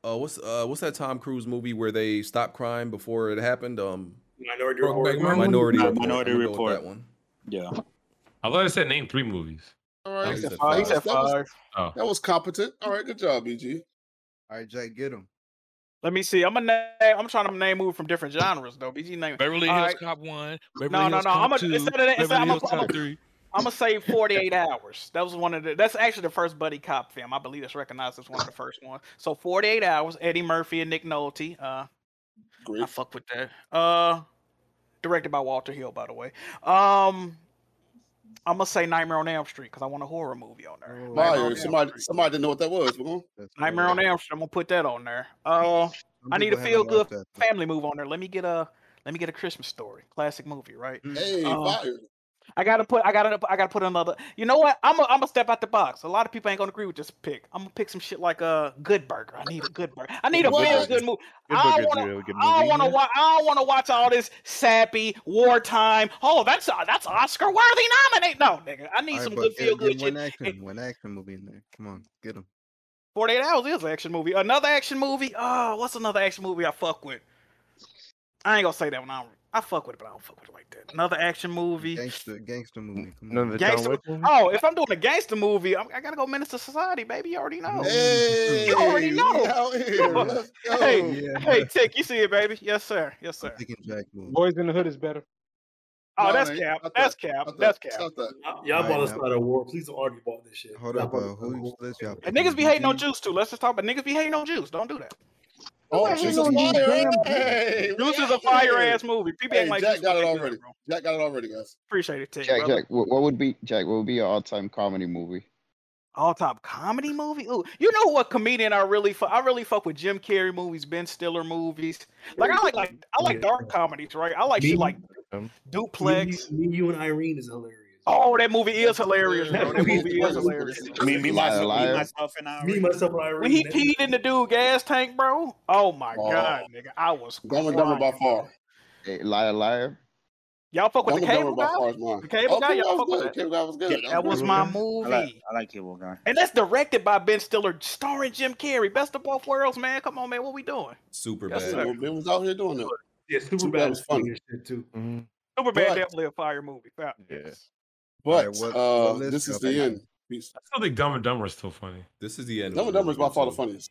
Speaker 9: uh, what's uh, what's that Tom Cruise movie where they stop crime before it happened? Um,
Speaker 14: Minority
Speaker 9: Minority
Speaker 8: Report. Uh,
Speaker 9: Report.
Speaker 8: Minority
Speaker 9: I'm gonna go with
Speaker 8: Report.
Speaker 9: That one.
Speaker 1: Yeah.
Speaker 8: I thought I said name three movies.
Speaker 11: All
Speaker 9: Oh,
Speaker 11: right,
Speaker 9: he said
Speaker 11: That was-
Speaker 9: five.
Speaker 11: That was,
Speaker 8: Oh.
Speaker 11: that was competent. All right, good job, BG.
Speaker 7: All right, Jake, get him.
Speaker 6: Let me see. I'm gonna name. I'm trying to name movies from different genres though. BG name.
Speaker 2: Beverly
Speaker 6: All
Speaker 2: Hills
Speaker 6: right.
Speaker 2: Cop one.
Speaker 6: No,
Speaker 2: Beverly
Speaker 6: no, no.
Speaker 2: Hills
Speaker 6: I'm
Speaker 2: Cop
Speaker 6: gonna
Speaker 2: two.
Speaker 6: instead of that, instead,
Speaker 2: Beverly
Speaker 6: I'm
Speaker 2: Hills
Speaker 6: gonna
Speaker 2: Cop three.
Speaker 6: I'm gonna say 48 hours. That was one of the. That's actually the first buddy cop film. I believe that's recognized as one of the first ones. So 48 hours. Eddie Murphy and Nick Nolte. Uh, I fuck with that. Uh, directed by Walter Hill, by the way. Um, I'm gonna say Nightmare on Elm Street because I want a horror movie on there. Oh, Nightmare on
Speaker 11: Mario,
Speaker 6: Elm
Speaker 11: somebody, somebody didn't know what that was. Bro.
Speaker 6: Nightmare on Elm Street. I'm gonna put that on there. Uh, I need a
Speaker 11: people
Speaker 6: feel
Speaker 11: haven't
Speaker 6: good
Speaker 11: watched
Speaker 6: family move on there. Let me get a let me get a Christmas story, classic movie, right?
Speaker 11: Hey,
Speaker 6: Uh,
Speaker 11: fire.
Speaker 6: I gotta put I gotta I gotta put another. You know what? I'm i I'm gonna step out the box. A lot of people ain't gonna agree with this pick. I'm gonna pick some shit like uh, Good Burger. I need a Good Burger. I need a
Speaker 17: Good
Speaker 6: real
Speaker 17: Burger.
Speaker 6: good movie.
Speaker 17: Good
Speaker 6: I
Speaker 17: Burger's
Speaker 6: don't
Speaker 17: a
Speaker 6: wanna
Speaker 17: really good
Speaker 6: I don't
Speaker 17: movie,
Speaker 6: wanna
Speaker 17: yeah.
Speaker 6: watch I don't wanna watch all this sappy wartime. Oh, that's uh, that's Oscar worthy nominate. No, nigga, I need
Speaker 7: All right,
Speaker 6: some
Speaker 7: but
Speaker 6: good
Speaker 7: get-
Speaker 6: feel
Speaker 7: get
Speaker 6: good
Speaker 7: One
Speaker 6: shit.
Speaker 7: action, one action movie in there. Come on, get him.
Speaker 6: 48 Hours is an action movie. Another action movie. Oh, what's another action movie I fuck with? I ain't gonna say that one. I don't, I fuck with it, but I don't fuck with it like that. Another action movie.
Speaker 7: Gangster, gangster movie. Come
Speaker 21: None of the
Speaker 7: on.
Speaker 21: John Wick
Speaker 17: Mm-hmm.
Speaker 6: Gangsta- oh, if I'm doing a gangster movie, I'm, I gotta go Minister Society, baby. You already know. Oh.
Speaker 11: Hey,
Speaker 6: you already
Speaker 11: we
Speaker 6: know.
Speaker 11: out here. Let's go.
Speaker 6: Hey,
Speaker 11: Yeah.
Speaker 6: hey, Tick, you see it, baby? Yes, sir. Yes, sir.
Speaker 2: Boys in the Hood is better.
Speaker 6: Oh,
Speaker 11: No,
Speaker 6: that's
Speaker 11: man,
Speaker 6: cap.
Speaker 11: stop
Speaker 6: That's
Speaker 11: that.
Speaker 6: cap.
Speaker 11: Stop that.
Speaker 6: That's cap.
Speaker 11: Stop that.
Speaker 14: Y'all
Speaker 7: Alright,
Speaker 14: about to
Speaker 7: now-
Speaker 14: start a war. Please don't argue about this shit.
Speaker 7: Hold
Speaker 14: Y'all
Speaker 7: up,
Speaker 14: about to
Speaker 7: uh,
Speaker 14: start a
Speaker 7: who's
Speaker 14: war.
Speaker 7: this y'all?
Speaker 6: And niggas be hating on Juice too. Let's just talk about niggas be hating on Juice. Don't do that.
Speaker 11: Oh,
Speaker 6: Nobody
Speaker 11: Juice
Speaker 6: hating
Speaker 11: is
Speaker 6: on
Speaker 11: fire.
Speaker 6: damn-
Speaker 11: Hey, we
Speaker 6: Juice is a
Speaker 11: out
Speaker 6: fire
Speaker 11: here.
Speaker 6: ass movie. People
Speaker 11: Hey,
Speaker 6: ain't like
Speaker 11: Jack
Speaker 6: Juice when
Speaker 11: got it
Speaker 6: they do
Speaker 11: already.
Speaker 6: that, bro.
Speaker 11: Jack got it already, guys.
Speaker 6: Appreciate it, Tick.
Speaker 15: Jack,
Speaker 6: brother.
Speaker 15: Jack, what what would be Jack? What would be your all-time comedy movie?
Speaker 6: All time comedy movie. Ooh, you know what comedian I really fuck? I really fuck with Jim Carrey movies, Ben Stiller movies. Like I like like I like dark comedies, right? I like shit like Duplex.
Speaker 14: Me, you and Irene is hilarious.
Speaker 6: Oh, that movie is hilarious, bro. That movie is hilarious.
Speaker 1: Me, me,
Speaker 15: Liar,
Speaker 1: myself, me,
Speaker 15: liar.
Speaker 1: myself, and I.
Speaker 14: Me, myself, and
Speaker 6: When he
Speaker 14: Irene.
Speaker 6: peed in the dude gas tank, bro. Oh
Speaker 7: Uh,
Speaker 6: my
Speaker 15: Oh.
Speaker 6: god, nigga, I was
Speaker 11: Dumb and Dumber by
Speaker 6: crying.
Speaker 11: far.
Speaker 15: Hey, liar, liar.
Speaker 6: Y'all fuck with
Speaker 11: Dumb
Speaker 6: the
Speaker 11: and Dumber
Speaker 6: cable
Speaker 11: by
Speaker 6: guy.
Speaker 11: far is mine.
Speaker 6: The cable
Speaker 11: Oh,
Speaker 6: guy, y'all
Speaker 11: was
Speaker 6: fuck with
Speaker 11: good.
Speaker 6: that.
Speaker 11: Cable guy was good.
Speaker 6: That was my movie.
Speaker 1: I like, I like Cable Guy.
Speaker 6: And that's directed by Ben Stiller, starring Jim Carrey. Best of both worlds, man. Come on, man. What we doing?
Speaker 9: Super
Speaker 11: Yes,
Speaker 9: bad.
Speaker 29: Uh,
Speaker 11: sir. Ben was out here doing that.
Speaker 14: Yeah,
Speaker 11: Super bad was funny.
Speaker 6: Superbad
Speaker 11: But-
Speaker 6: definitely a fire movie. Fact.
Speaker 11: But
Speaker 9: Alright, what-
Speaker 11: uh,
Speaker 9: what list
Speaker 11: this is
Speaker 9: y'all
Speaker 11: the
Speaker 9: got?
Speaker 11: end. Peace.
Speaker 8: I still think Dumb and Dumber is still funny.
Speaker 9: This is the end.
Speaker 11: Dumb and Dumber is by far the funniest.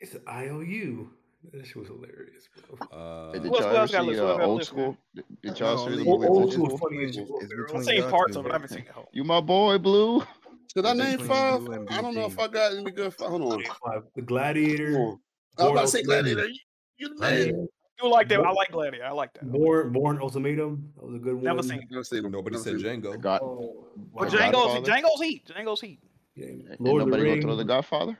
Speaker 14: It's an IOU. That shit was hilarious, bro.
Speaker 15: Hey, did y'all ever see uh, Old School? Did, did y'all see the
Speaker 14: old,
Speaker 15: movie
Speaker 14: old
Speaker 15: Old
Speaker 14: school
Speaker 15: School?
Speaker 14: funny as you
Speaker 6: I've seen parts of it. I haven't seen it.
Speaker 15: You my boy, Blue.
Speaker 11: Did I
Speaker 15: It's
Speaker 11: name
Speaker 15: between
Speaker 11: five?
Speaker 15: you and
Speaker 11: I don't know
Speaker 15: BG.
Speaker 11: if I got any good. Hold on.
Speaker 14: The Gladiator.
Speaker 11: I was about
Speaker 14: Bourne
Speaker 11: to say
Speaker 14: Ultimatum.
Speaker 11: Gladiator. You, you the
Speaker 14: I
Speaker 11: man.
Speaker 14: did.
Speaker 6: Do like that. I like Gladiator. I like that.
Speaker 14: Born, Born Ultimatum. That was a good one.
Speaker 6: Never seen it.
Speaker 9: Nobody said Django.
Speaker 15: God,
Speaker 14: Oh,
Speaker 6: But
Speaker 15: The
Speaker 6: Django's
Speaker 15: Godfather?
Speaker 6: Django's heat. Django's heat.
Speaker 15: Ain't
Speaker 14: Lord of the
Speaker 15: nobody gonna throw
Speaker 14: Rings.
Speaker 15: the Godfather.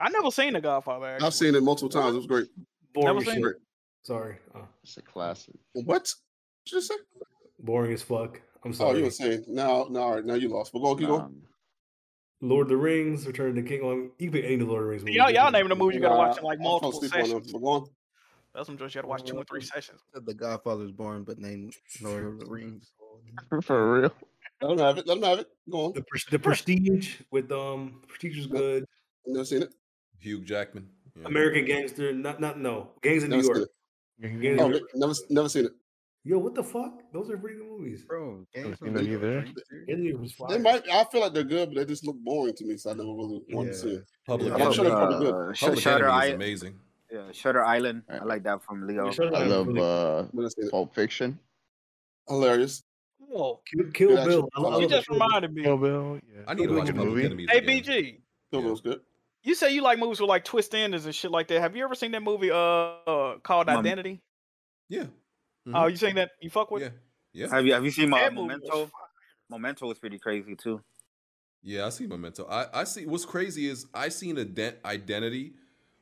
Speaker 6: I never seen The Godfather. Actually.
Speaker 11: I've seen it multiple times. It was great.
Speaker 14: Boring
Speaker 6: Never
Speaker 14: as
Speaker 6: seen
Speaker 14: shit.
Speaker 6: it.
Speaker 14: Sorry. Uh,
Speaker 15: It's a classic.
Speaker 11: What? What you say?
Speaker 14: boring as fuck. I'm
Speaker 11: Oh,
Speaker 14: sorry.
Speaker 11: you were saying now? No, all right, now you lost. But go, keep
Speaker 15: Um,
Speaker 11: going.
Speaker 14: Lord of the Rings, Return of the King. Well, you can pick any of the Lord of the Rings movies.
Speaker 6: Y'all, y'all naming the movies you gotta
Speaker 11: Nah,
Speaker 6: watch in like
Speaker 11: I fall
Speaker 6: multiple
Speaker 11: asleep on them.
Speaker 6: sessions.
Speaker 11: But go on.
Speaker 6: That's some joints you gotta watch two or three sessions.
Speaker 7: The Godfather's born, but named Lord of the Rings.
Speaker 15: For real.
Speaker 11: Let them have it. Let them have it. Go on.
Speaker 14: The, Pres- the Prestige with um, Prestige was good.
Speaker 11: Never seen it.
Speaker 9: Hugh Jackman. Yeah.
Speaker 14: American Gangster. Not, not no. Gangs in New
Speaker 11: Never seen
Speaker 14: York.
Speaker 11: it.
Speaker 14: Gangs
Speaker 11: Oh,
Speaker 14: in New
Speaker 11: ne-
Speaker 14: York.
Speaker 11: never, never seen it.
Speaker 14: Yo, what the fuck? Those are pretty good movies,
Speaker 7: bro. Gangs
Speaker 21: seen it either.
Speaker 11: They might. I feel like they're good, but they just look boring to me, so I never really wanted to see it.
Speaker 9: Public
Speaker 11: I'm
Speaker 9: Enemy.
Speaker 11: sure they're probably good.
Speaker 9: Public
Speaker 11: Public
Speaker 9: Enemy
Speaker 11: Enemy.
Speaker 9: is
Speaker 1: I-
Speaker 9: amazing.
Speaker 29: Yeah, Shutter Island. I like that from Leo.
Speaker 15: I love uh, Pulp Fiction.
Speaker 11: Hilarious.
Speaker 6: Whoa.
Speaker 14: Kill,
Speaker 11: Good
Speaker 14: Kill
Speaker 11: action.
Speaker 14: Bill. I
Speaker 11: I
Speaker 14: love
Speaker 11: love
Speaker 14: that
Speaker 11: that
Speaker 14: shit.
Speaker 11: shit.
Speaker 6: Reminded me.
Speaker 21: Kill Bill. Yeah.
Speaker 9: I need to watch Public Enemy.
Speaker 6: Hey, BG.
Speaker 11: Kill Bill's good.
Speaker 6: You say you like movies with like twist endings and shit like that. Have you ever seen that movie uh, uh called
Speaker 29: Mom-
Speaker 6: Identity?
Speaker 9: Yeah. Mm-hmm.
Speaker 6: Oh, you seen that? You fuck with? Yeah.
Speaker 9: Yeah.
Speaker 29: Have you have you seen my
Speaker 6: That movie was
Speaker 29: Memento? Memento was pretty crazy too.
Speaker 9: Yeah, I see Memento. I, I see what's crazy is I seen a dent identity,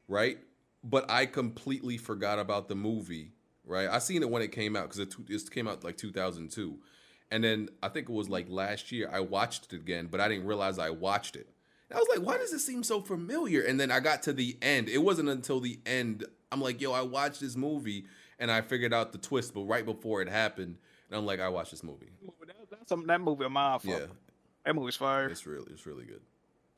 Speaker 9: right? But I completely forgot about the movie, right? I seen it when it came out because it, t- it came out like 2002. And then I think it was like last year I watched it again, but I didn't realize I watched it. And I was like, why does this seem so familiar? And then I got to the end. It wasn't until the end I'm like, yo, I watched this movie and I figured out the twist, but right before it happened, and I'm like, I watched this movie.
Speaker 6: That's a, that movie a mind fuck.
Speaker 9: Yeah.
Speaker 6: That movie's fire.
Speaker 9: It's really it's really good.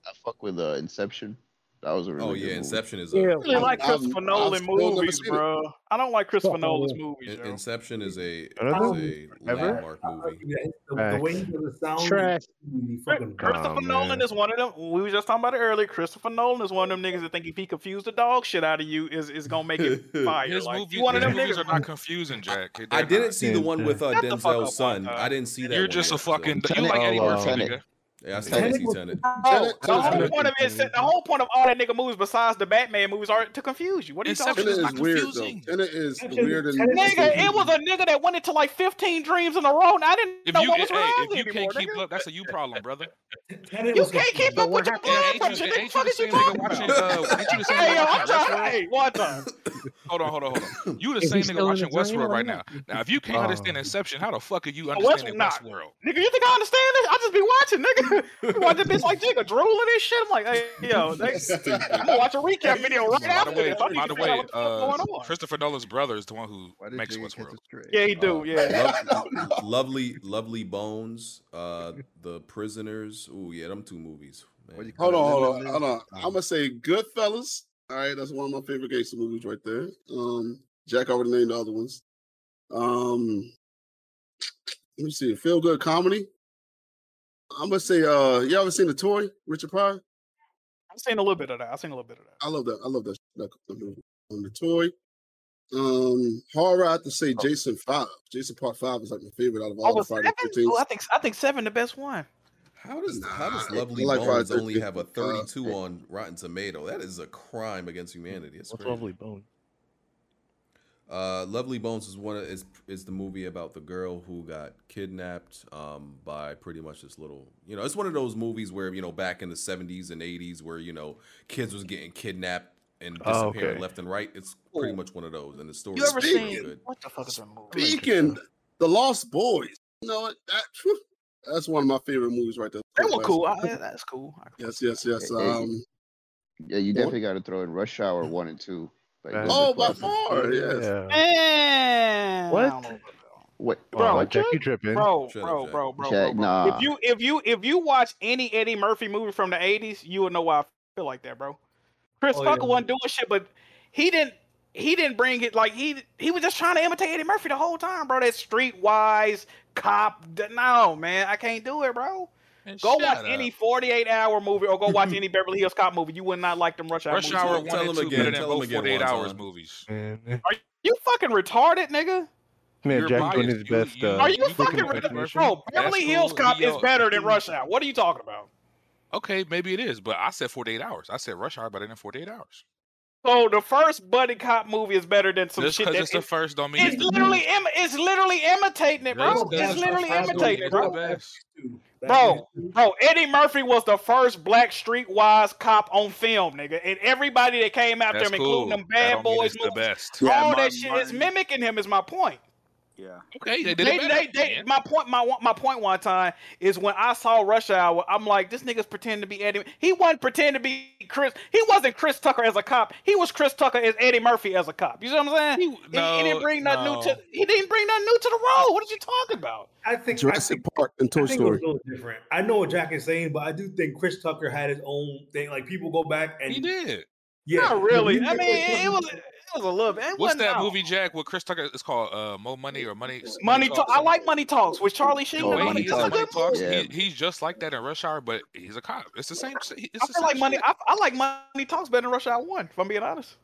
Speaker 15: I fuck with uh, Inception. That was a really
Speaker 9: Oh
Speaker 15: good
Speaker 9: yeah,
Speaker 15: movie.
Speaker 9: Inception is a
Speaker 6: Yeah, I really like Christopher Nolan movies,
Speaker 11: seen it.
Speaker 6: bro. I don't like Christopher
Speaker 9: Fuck, I
Speaker 6: Nolan's
Speaker 9: will.
Speaker 6: movies.
Speaker 9: In- Inception is a is
Speaker 21: Another
Speaker 9: a
Speaker 21: movie? Ever?
Speaker 9: landmark movie.
Speaker 14: The, the way he does the sound.
Speaker 6: Trash.
Speaker 14: he fucking-
Speaker 6: Christopher Nolan is one of them. We were just talking about it earlier. Christopher Nolan is one of them niggas that think if he confused the dog shit out of you, is is gonna make it fire.
Speaker 20: His,
Speaker 6: like,
Speaker 20: movie,
Speaker 6: you one of
Speaker 20: his
Speaker 6: them
Speaker 20: movies
Speaker 6: niggas?
Speaker 20: are not confusing, Jack. They-
Speaker 9: I
Speaker 20: they're
Speaker 9: didn't
Speaker 20: not.
Speaker 9: see the one with uh,
Speaker 6: Shut the fuck up,
Speaker 9: Denzel's son. I didn't see that.
Speaker 20: You're
Speaker 9: one
Speaker 20: just
Speaker 9: yet,
Speaker 20: a fucking.
Speaker 9: So.
Speaker 20: You like Eddie
Speaker 9: Oh,
Speaker 20: Murphy,
Speaker 9: Tenet.
Speaker 20: nigga.
Speaker 9: Yeah, I still didn't see Tenet.
Speaker 6: Oh, the whole point of it, the whole point of all that nigga movies besides the Batman movies are to confuse you. What are you talking
Speaker 11: Tenet
Speaker 6: about?
Speaker 11: is weird though. Tenet is weirder than
Speaker 6: Nigga, it was a nigga that went into like 15 dreams in a row, and I didn't
Speaker 20: If
Speaker 6: know
Speaker 20: you,
Speaker 6: what
Speaker 20: hey,
Speaker 6: was wrong
Speaker 20: if
Speaker 6: with
Speaker 20: you
Speaker 6: it
Speaker 20: can't
Speaker 6: anymore,
Speaker 20: keep up, that's a you problem, brother.
Speaker 6: nigga. You can't keep up with your blood pressure.
Speaker 20: Ain't
Speaker 6: Nigga,
Speaker 20: you the
Speaker 6: fuck is you
Speaker 20: same nigga
Speaker 6: talking
Speaker 20: watching?
Speaker 6: about?
Speaker 20: Uh, ain't you the same
Speaker 6: Hey,
Speaker 20: nigga
Speaker 6: yo,
Speaker 20: watching
Speaker 6: I'm trying.
Speaker 20: Westworld?
Speaker 6: Hey, one time.
Speaker 20: Hold on, hold on, hold on. You the
Speaker 6: Is he
Speaker 20: same nigga
Speaker 6: still in the
Speaker 20: watching
Speaker 6: dream
Speaker 20: Westworld
Speaker 6: or
Speaker 20: right now.
Speaker 6: not?
Speaker 20: Now, if you can't
Speaker 6: Oh.
Speaker 20: understand Inception, how the fuck are you
Speaker 6: Oh,
Speaker 20: understanding
Speaker 6: Westworld, nah.
Speaker 20: Westworld?
Speaker 6: Nigga, you think I understand this? I just be watching, nigga. You watch that bitch like Jigga drooling and shit. I'm like, hey, yo, they, I'm gonna watch a recap video right
Speaker 20: By the
Speaker 6: after
Speaker 20: way,
Speaker 6: this. I need
Speaker 20: by
Speaker 6: to
Speaker 20: the
Speaker 6: figure out
Speaker 20: way,
Speaker 6: what the fuck
Speaker 20: uh,
Speaker 6: going on.
Speaker 20: Christopher Nolan's brother is the one who makes Westworld. Oh.
Speaker 6: Yeah, he do. Yeah.
Speaker 9: Lo- lovely, lovely bones. Uh, the prisoners. Oh yeah, them two movies. Man.
Speaker 11: Hold on, hold on, hold on. I'm gonna say Goodfellas. All right, that's one of my favorite gangster movies right there. Um, Jack already named the other ones. Um, let me see, feel good comedy. I'm gonna say, uh, you all ever seen the toy, Richard Pryor?
Speaker 6: I've seen a little bit of that. I've seen a little bit of that.
Speaker 11: I love that. I love that. that that movie. Um, the toy. Um, horror. I have to say Jason Five. Jason Part Five is like my favorite out of all
Speaker 6: Oh,
Speaker 11: the
Speaker 6: was
Speaker 11: Friday
Speaker 6: seven?
Speaker 11: Thirteenth.
Speaker 6: Oh, I think I think seven the best one.
Speaker 9: How does How does Lovely
Speaker 11: like Friday
Speaker 9: Bones
Speaker 11: the
Speaker 9: only
Speaker 11: 13th,
Speaker 9: have a
Speaker 11: uh,
Speaker 9: 32 on Rotten Tomato? That is a crime against humanity. That's
Speaker 21: What's
Speaker 9: crazy.
Speaker 21: Lovely Bone?
Speaker 9: Uh, Lovely Bones is one of, is is the movie about the girl who got kidnapped um, by pretty much this little you know it's one of those movies where you know back in the seventies and eighties where you know kids was getting kidnapped and
Speaker 21: Oh,
Speaker 9: disappearing
Speaker 21: okay.
Speaker 9: left and right. It's pretty much one of those, and the story
Speaker 11: You
Speaker 9: is
Speaker 11: ever
Speaker 9: really
Speaker 11: seen-
Speaker 9: good.
Speaker 6: What the fuck is that movie?
Speaker 11: Speaking, The Lost Boys. You know what? That, phew, that's one of my favorite movies right there.
Speaker 6: That one cool. I, I- that's cool. I-
Speaker 11: Yes, yes, yes.
Speaker 15: Hey, hey,
Speaker 11: Um,
Speaker 15: Yeah, you
Speaker 11: What?
Speaker 15: definitely got to throw in Rush Hour one and two. Like, those
Speaker 11: oh,
Speaker 15: are
Speaker 11: by
Speaker 15: classics.
Speaker 11: far, yes.
Speaker 6: Man, I don't
Speaker 15: What?
Speaker 6: know.
Speaker 15: What?
Speaker 6: Bro,
Speaker 21: Wow, Jack, you tripping?
Speaker 6: Bro, bro, bro, bro, bro,
Speaker 15: Jack,
Speaker 6: bro.
Speaker 15: nah.
Speaker 6: If you if you if you watch any Eddie Murphy movie from the '80s, you will know why I feel like that, bro. Chris
Speaker 17: Oh,
Speaker 6: Tucker
Speaker 17: yeah.
Speaker 6: wasn't doing shit, but he didn't he didn't bring it like he he was just trying to imitate Eddie Murphy the whole time, bro. That streetwise cop. th- No, man, I can't do it, bro.
Speaker 20: And
Speaker 6: Go
Speaker 20: shut
Speaker 6: watch
Speaker 20: up.
Speaker 6: any 48 hour movie or go watch any Beverly Hills Cop movie. You would not like them Rush Hour
Speaker 20: Rush
Speaker 6: movies.
Speaker 9: Tell
Speaker 20: Hour one
Speaker 9: him
Speaker 20: and two
Speaker 9: again,
Speaker 20: better than
Speaker 9: tell him
Speaker 20: both
Speaker 9: again,
Speaker 20: 48 hours
Speaker 9: Wonton.
Speaker 20: movies.
Speaker 21: Man,
Speaker 6: You fucking retarded, nigga.
Speaker 21: man
Speaker 20: You're
Speaker 21: Jack doing
Speaker 20: biased.
Speaker 21: his
Speaker 20: You-
Speaker 21: best.
Speaker 20: you-
Speaker 21: uh,
Speaker 6: Are you
Speaker 21: looking
Speaker 6: fucking
Speaker 21: at
Speaker 6: retarded?
Speaker 21: definition.
Speaker 6: Bro, Beverly
Speaker 20: That's
Speaker 6: Hills
Speaker 20: cool.
Speaker 6: Cop is
Speaker 20: Yo,
Speaker 6: better than Rush Hour. What are you talking about?
Speaker 20: Okay, maybe it is, but I said 48 hours. I said Rush Hour better than 48 hours.
Speaker 6: So the first buddy cop movie is better than some
Speaker 20: Just
Speaker 6: shit
Speaker 20: because
Speaker 6: that
Speaker 20: it's the first don't mean
Speaker 6: it's
Speaker 20: it's the
Speaker 6: literally
Speaker 20: best.
Speaker 6: im- it's literally imitating it,
Speaker 20: Just
Speaker 6: bro.
Speaker 20: 'cause
Speaker 6: It's
Speaker 20: the
Speaker 6: literally
Speaker 20: first don't
Speaker 6: imitating
Speaker 20: mean
Speaker 6: it,
Speaker 20: it's the
Speaker 6: bro.
Speaker 20: best.
Speaker 6: Bro, bro, Eddie Murphy was the first black streetwise cop on film, nigga. And everybody that came after
Speaker 20: That's
Speaker 6: him,
Speaker 20: cool.
Speaker 6: including them
Speaker 20: That
Speaker 6: bad
Speaker 20: don't mean
Speaker 6: boys
Speaker 20: it's the best.
Speaker 6: all that shit is mimicking him. Is my point.
Speaker 29: Yeah.
Speaker 20: Okay, they
Speaker 6: They,
Speaker 20: did it better.
Speaker 6: they, they, my point, my one- my point. One time is when I saw Rush Hour, I'm like, this nigga's pretending to be Eddie. He wasn't pretending to be Chris. He wasn't Chris Tucker as a cop. He was Chris Tucker as Eddie Murphy as a cop. You see what I'm saying? He, he
Speaker 20: no,
Speaker 6: didn't bring nothing
Speaker 20: no.
Speaker 6: new to. He didn't bring nothing new to the role. What are you talking about?
Speaker 14: I think I
Speaker 11: Jurassic
Speaker 14: think,
Speaker 11: Park and Toy
Speaker 14: I think it was
Speaker 11: Story.
Speaker 14: a little different. I know what Jack is saying, but I do think Chris Tucker had his own thing. Like people go back and
Speaker 20: He did.
Speaker 14: Yeah,
Speaker 6: Not really.
Speaker 14: He
Speaker 6: I
Speaker 14: did-
Speaker 6: mean, it, it was it was a little bit. It
Speaker 20: What's
Speaker 6: wasn't
Speaker 20: that
Speaker 6: no.
Speaker 20: movie, Jack, with Chris Tucker? It's called uh, Mo Money or Money.
Speaker 6: Money Talk. I like Money Talks with Charlie Sheen.
Speaker 20: The
Speaker 6: and
Speaker 20: way
Speaker 6: Money
Speaker 20: Oh, he is
Speaker 6: Talks is a
Speaker 20: in Money
Speaker 6: good
Speaker 20: Talks,
Speaker 6: movie.
Speaker 20: he, he's just like that in Rush Hour, but he's a cop. It's the same. It's the
Speaker 6: I feel
Speaker 20: same
Speaker 6: like Money.
Speaker 20: shit.
Speaker 6: I, I like Money Talks better than Rush Hour One. If I'm being honest.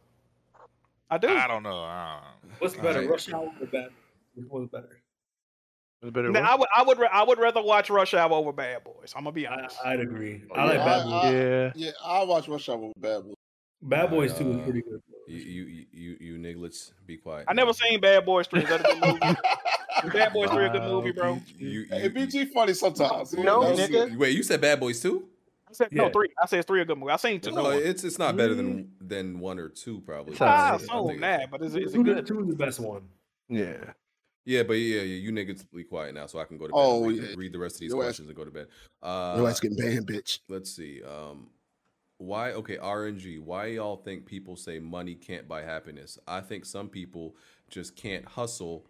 Speaker 6: I do.
Speaker 20: I don't know. I don't-
Speaker 17: What's
Speaker 20: I
Speaker 17: better,
Speaker 20: hate
Speaker 17: Rush
Speaker 20: it.
Speaker 17: Hour or Bad?
Speaker 14: Which one's better?
Speaker 21: better
Speaker 6: Now, I would, I would, ra- I would rather watch Rush Hour over Bad Boys. I'm gonna be honest.
Speaker 14: I'd agree.
Speaker 6: I like Bad Boys.
Speaker 21: Yeah.
Speaker 11: Yeah, I watch Rush Hour with Bad Boys.
Speaker 14: Bad Boys Two
Speaker 9: Uh,
Speaker 14: is pretty good.
Speaker 9: You, you, you, you, you nigglets, be quiet.
Speaker 6: I never seen Bad Boys Three. Is that a good movie? Is Bad Boys Three a good movie, bro?
Speaker 9: You, you,
Speaker 11: It be too funny sometimes.
Speaker 6: No,
Speaker 11: That's-
Speaker 6: nigga.
Speaker 9: wait, you said Bad Boys too?
Speaker 6: I said no
Speaker 9: Yeah.
Speaker 6: three. I said it's three a good movie. I seen two.
Speaker 9: No, it's it's not better than
Speaker 11: Mm-hmm.
Speaker 9: than one or two probably.
Speaker 6: I
Speaker 9: I think
Speaker 6: assume
Speaker 9: it's-
Speaker 6: that, but is it, is it
Speaker 14: Two,
Speaker 6: good?
Speaker 14: two is the best one.
Speaker 21: Yeah.
Speaker 9: Yeah, but yeah, yeah, you niggas be quiet now, so I can go to bed. and
Speaker 11: Oh,
Speaker 9: read,
Speaker 11: yeah.
Speaker 9: read the rest of these
Speaker 11: Your ass-
Speaker 9: questions and go to bed. Uh,
Speaker 11: Your ass getting banned, bitch.
Speaker 9: Let's see. Um, why? Okay, RNG. Why y'all think people say money can't buy happiness? I think some people just can't hustle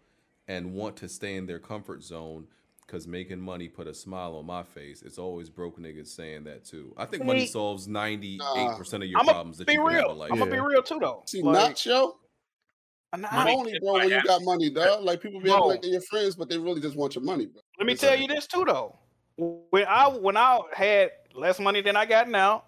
Speaker 9: and want to stay in their comfort zone because making money put a smile on my face. It's always broke niggas saying that too. I think money
Speaker 6: See?
Speaker 9: solves ninety eight percent of your
Speaker 6: I'm
Speaker 9: problems that
Speaker 6: be
Speaker 9: you can have
Speaker 6: real.
Speaker 9: in life.
Speaker 6: I'm gonna be real too, though.
Speaker 11: See, Nacho?
Speaker 6: Nah,
Speaker 11: Money only, bro, when you got money, dog. Like, people be acting
Speaker 6: No.
Speaker 11: like they're your friends, but they really just want your money, bro.
Speaker 6: Let me tell you this too, though. When I when I had less money than I got now,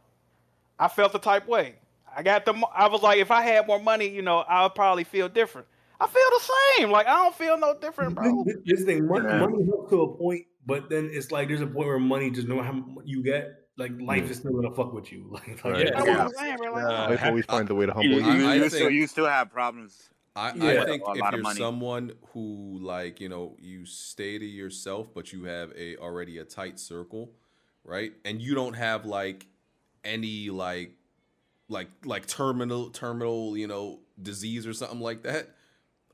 Speaker 6: I felt the type way. I got the. mo- I was like, if I had more money, you know, I'll probably feel different. I feel the same. Like I don't feel no different, bro.
Speaker 14: This- This thing, money, money helps to a point, but then it's like there's a point where money just know how much you get. Like life is still gonna fuck with you. Like, like
Speaker 21: Hmm. Right.
Speaker 14: that's
Speaker 21: Yeah.
Speaker 14: what I'm saying, bro. Like,
Speaker 21: Uh, Life always finds a way to humble
Speaker 29: You,
Speaker 21: you.
Speaker 29: you,
Speaker 9: I- I
Speaker 29: you still,
Speaker 9: think-
Speaker 29: you still have problems.
Speaker 9: I,
Speaker 29: Yeah.
Speaker 9: I think
Speaker 29: A
Speaker 9: if
Speaker 29: lot of
Speaker 9: you're
Speaker 29: money.
Speaker 9: someone who like you know you stay to yourself, but you have a already a tight circle, right? And you don't have like any like like like terminal terminal you know disease or something like that.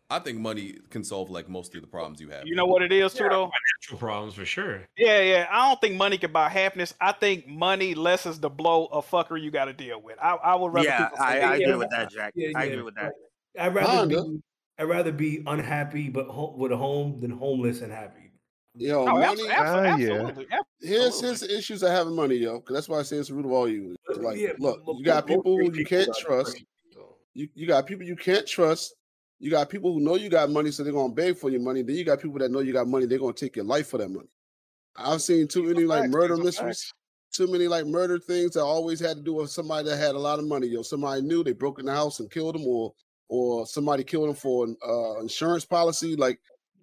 Speaker 9: I think money can solve like most of the problems you have.
Speaker 6: You know what it is too, though.
Speaker 8: Financial problems for sure.
Speaker 6: Yeah, yeah. I don't think money can buy happiness. I think money lessens the blow of fuckery you got to deal with. I, I would rather.
Speaker 29: Yeah,
Speaker 6: people say
Speaker 29: I,
Speaker 6: that.
Speaker 29: I agree with that, Jack.
Speaker 14: Yeah,
Speaker 29: I
Speaker 14: yeah.
Speaker 29: agree with that.
Speaker 14: I'd rather be, I'd rather be unhappy but ho- with a home than homeless and happy.
Speaker 11: Yo,
Speaker 14: No,
Speaker 11: money.
Speaker 14: Oh, abso- abso- Ah, yeah. absolutely,
Speaker 11: Here's here's the issues of having money, yo. 'cause that's why I say it's the root of all you. It's Like,
Speaker 14: yeah,
Speaker 11: look,
Speaker 14: but
Speaker 11: you got
Speaker 14: most
Speaker 11: people
Speaker 14: rich
Speaker 11: you
Speaker 14: people
Speaker 11: can't
Speaker 14: got
Speaker 11: trust. You you got people you can't trust. You got people who know you got money, so they're gonna beg for your money. Then you got people that know you got money, they're gonna take your life for that money. I've seen too many like murder mysteries, too many like murder things that always had to do with somebody that had a lot of money. Yo, somebody knew they broke in the house and killed them, or or somebody killed them for an uh, insurance policy, like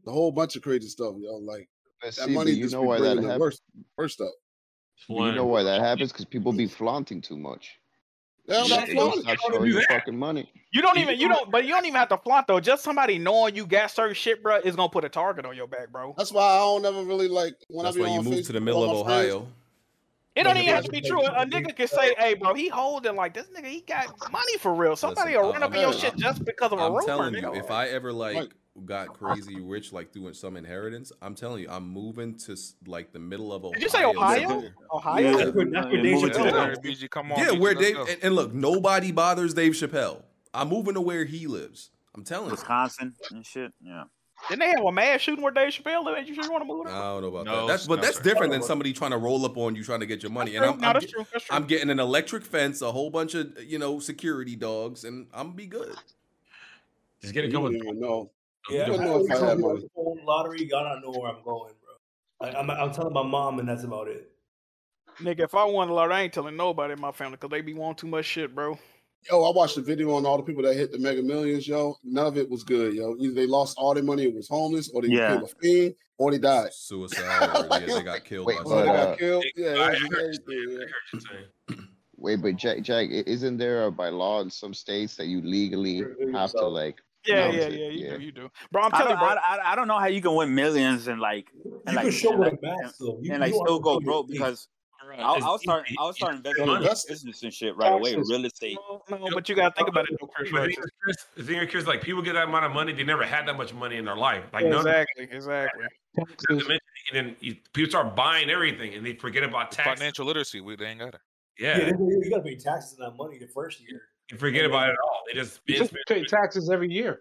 Speaker 11: a whole bunch of crazy stuff, yo. Like
Speaker 15: But
Speaker 11: that
Speaker 15: see,
Speaker 11: money
Speaker 15: but you
Speaker 11: just
Speaker 15: know
Speaker 11: be
Speaker 15: why that
Speaker 11: bringing the
Speaker 15: happens.
Speaker 11: worst, worst stuff.
Speaker 15: But You know why that happens? Because people be flaunting too much.
Speaker 11: They're
Speaker 15: You
Speaker 11: not
Speaker 15: have to
Speaker 11: flaunting.
Speaker 15: stop
Speaker 11: They don't
Speaker 15: showing
Speaker 11: do
Speaker 15: your
Speaker 11: that.
Speaker 15: fucking money.
Speaker 6: You don't even you don't but you don't even have to flaunt though. Just somebody knowing you got certain shit, bro, is gonna put a target on your back, bro.
Speaker 11: That's why I don't ever really like when
Speaker 9: That's
Speaker 11: I be
Speaker 9: why you
Speaker 11: on
Speaker 9: moved
Speaker 11: Facebook
Speaker 9: to the
Speaker 11: with
Speaker 9: middle
Speaker 11: all
Speaker 9: of
Speaker 11: my friends,
Speaker 9: Ohio.
Speaker 6: It don't even have to be true. A nigga can say, "Hey, bro, he holding like this nigga. He got money for real. Somebody
Speaker 9: Listen,
Speaker 6: will run
Speaker 9: I'm-
Speaker 6: up in your
Speaker 9: I'm-
Speaker 6: shit just because of a
Speaker 9: I'm
Speaker 6: rumor."
Speaker 9: telling
Speaker 6: nigga.
Speaker 9: you, if I ever like
Speaker 6: Like-
Speaker 9: got crazy rich like through some inheritance, I'm telling you, I'm moving to s- like the middle of Ohio.
Speaker 6: Did you say Ohio?
Speaker 9: somewhere.
Speaker 6: Ohio?
Speaker 9: Yeah.
Speaker 20: Yeah, move it to the area, BG, Come on.
Speaker 9: Yeah,
Speaker 20: BG,
Speaker 9: where
Speaker 20: let's
Speaker 9: Dave
Speaker 20: go.
Speaker 9: and, and look, nobody bothers Dave Chappelle. I'm moving to where he lives. I'm telling
Speaker 29: Wisconsin and shit. Yeah.
Speaker 6: Didn't they have a mass shooting where Dave Chappelle lived? You sure you want to move
Speaker 9: you.
Speaker 6: there?
Speaker 9: I don't know about
Speaker 6: No,
Speaker 9: that. That's but
Speaker 6: no,
Speaker 9: that's
Speaker 6: sir.
Speaker 9: different than somebody trying to roll up on you trying to get your money. And
Speaker 6: true.
Speaker 9: I'm
Speaker 6: No,
Speaker 9: I'm,
Speaker 6: that's
Speaker 9: get-
Speaker 6: true. That's true.
Speaker 9: I'm getting an electric fence, a whole bunch of you know security dogs, and I'm gonna be good.
Speaker 8: Just get
Speaker 9: it
Speaker 11: you
Speaker 9: going.
Speaker 11: wouldn't even know.
Speaker 14: Yeah,
Speaker 11: you
Speaker 14: I
Speaker 11: wouldn't know if I had money.
Speaker 14: Phone lottery, y'all don't know where I'm going, bro. Like, I'm, I'm telling my mom, and that's about it.
Speaker 6: Nigga, if I won a lot, I ain't telling nobody in my family because they be wanting too much shit, bro.
Speaker 11: Yo, I watched a video on all the people that hit the Mega Millions. Yo, none of it was good. Yo, either they lost all their money and was homeless, or they
Speaker 9: Yeah.
Speaker 11: became a fiend, or they died.
Speaker 9: Suicide. Or, yeah, they got killed.
Speaker 11: Wait,
Speaker 9: by
Speaker 11: hold
Speaker 9: somebody.
Speaker 11: on.
Speaker 15: Uh,
Speaker 11: Killed. Yeah,
Speaker 8: I, I
Speaker 11: it was
Speaker 8: heard
Speaker 11: everything, yeah.
Speaker 8: you saying.
Speaker 15: Wait, but Jack, Jack, i- isn't there a by law in some states that you legally have to like?
Speaker 29: Yeah,
Speaker 15: announce
Speaker 29: yeah,
Speaker 15: it?
Speaker 29: yeah,
Speaker 6: You do, you do.
Speaker 29: Bro,
Speaker 6: I'm telling you, bro.
Speaker 29: I, I, I don't know how you can win millions and like and like,
Speaker 14: can show
Speaker 29: and,
Speaker 14: with
Speaker 29: like,
Speaker 14: a mask,
Speaker 29: and-
Speaker 14: though. You-
Speaker 29: and,
Speaker 14: you
Speaker 29: like
Speaker 14: don't
Speaker 29: still
Speaker 14: have to show
Speaker 29: go
Speaker 14: your
Speaker 29: broke
Speaker 14: teeth.
Speaker 29: because
Speaker 14: Right.
Speaker 29: I'll,
Speaker 14: It's-
Speaker 29: I'll start
Speaker 14: it-
Speaker 29: I'll start investing
Speaker 8: money.
Speaker 29: in business and shit right away,
Speaker 8: Taxes.
Speaker 29: real estate.
Speaker 6: No, but you gotta think about it, though, Chris.
Speaker 8: But
Speaker 6: right?
Speaker 8: the thing is, Chris, the thing is, Chris, like people get that amount of money, they never had that much money in their life. Like none of them-
Speaker 6: Exactly, exactly.
Speaker 8: not to mention, and then you, people start buying everything, and they forget about tax.
Speaker 20: Financial literacy, we they ain't got it.
Speaker 8: Yeah,
Speaker 14: Yeah, you you gotta pay taxes on that money the first year.
Speaker 8: they forget about it all. They just, they just
Speaker 6: pay taxes every year.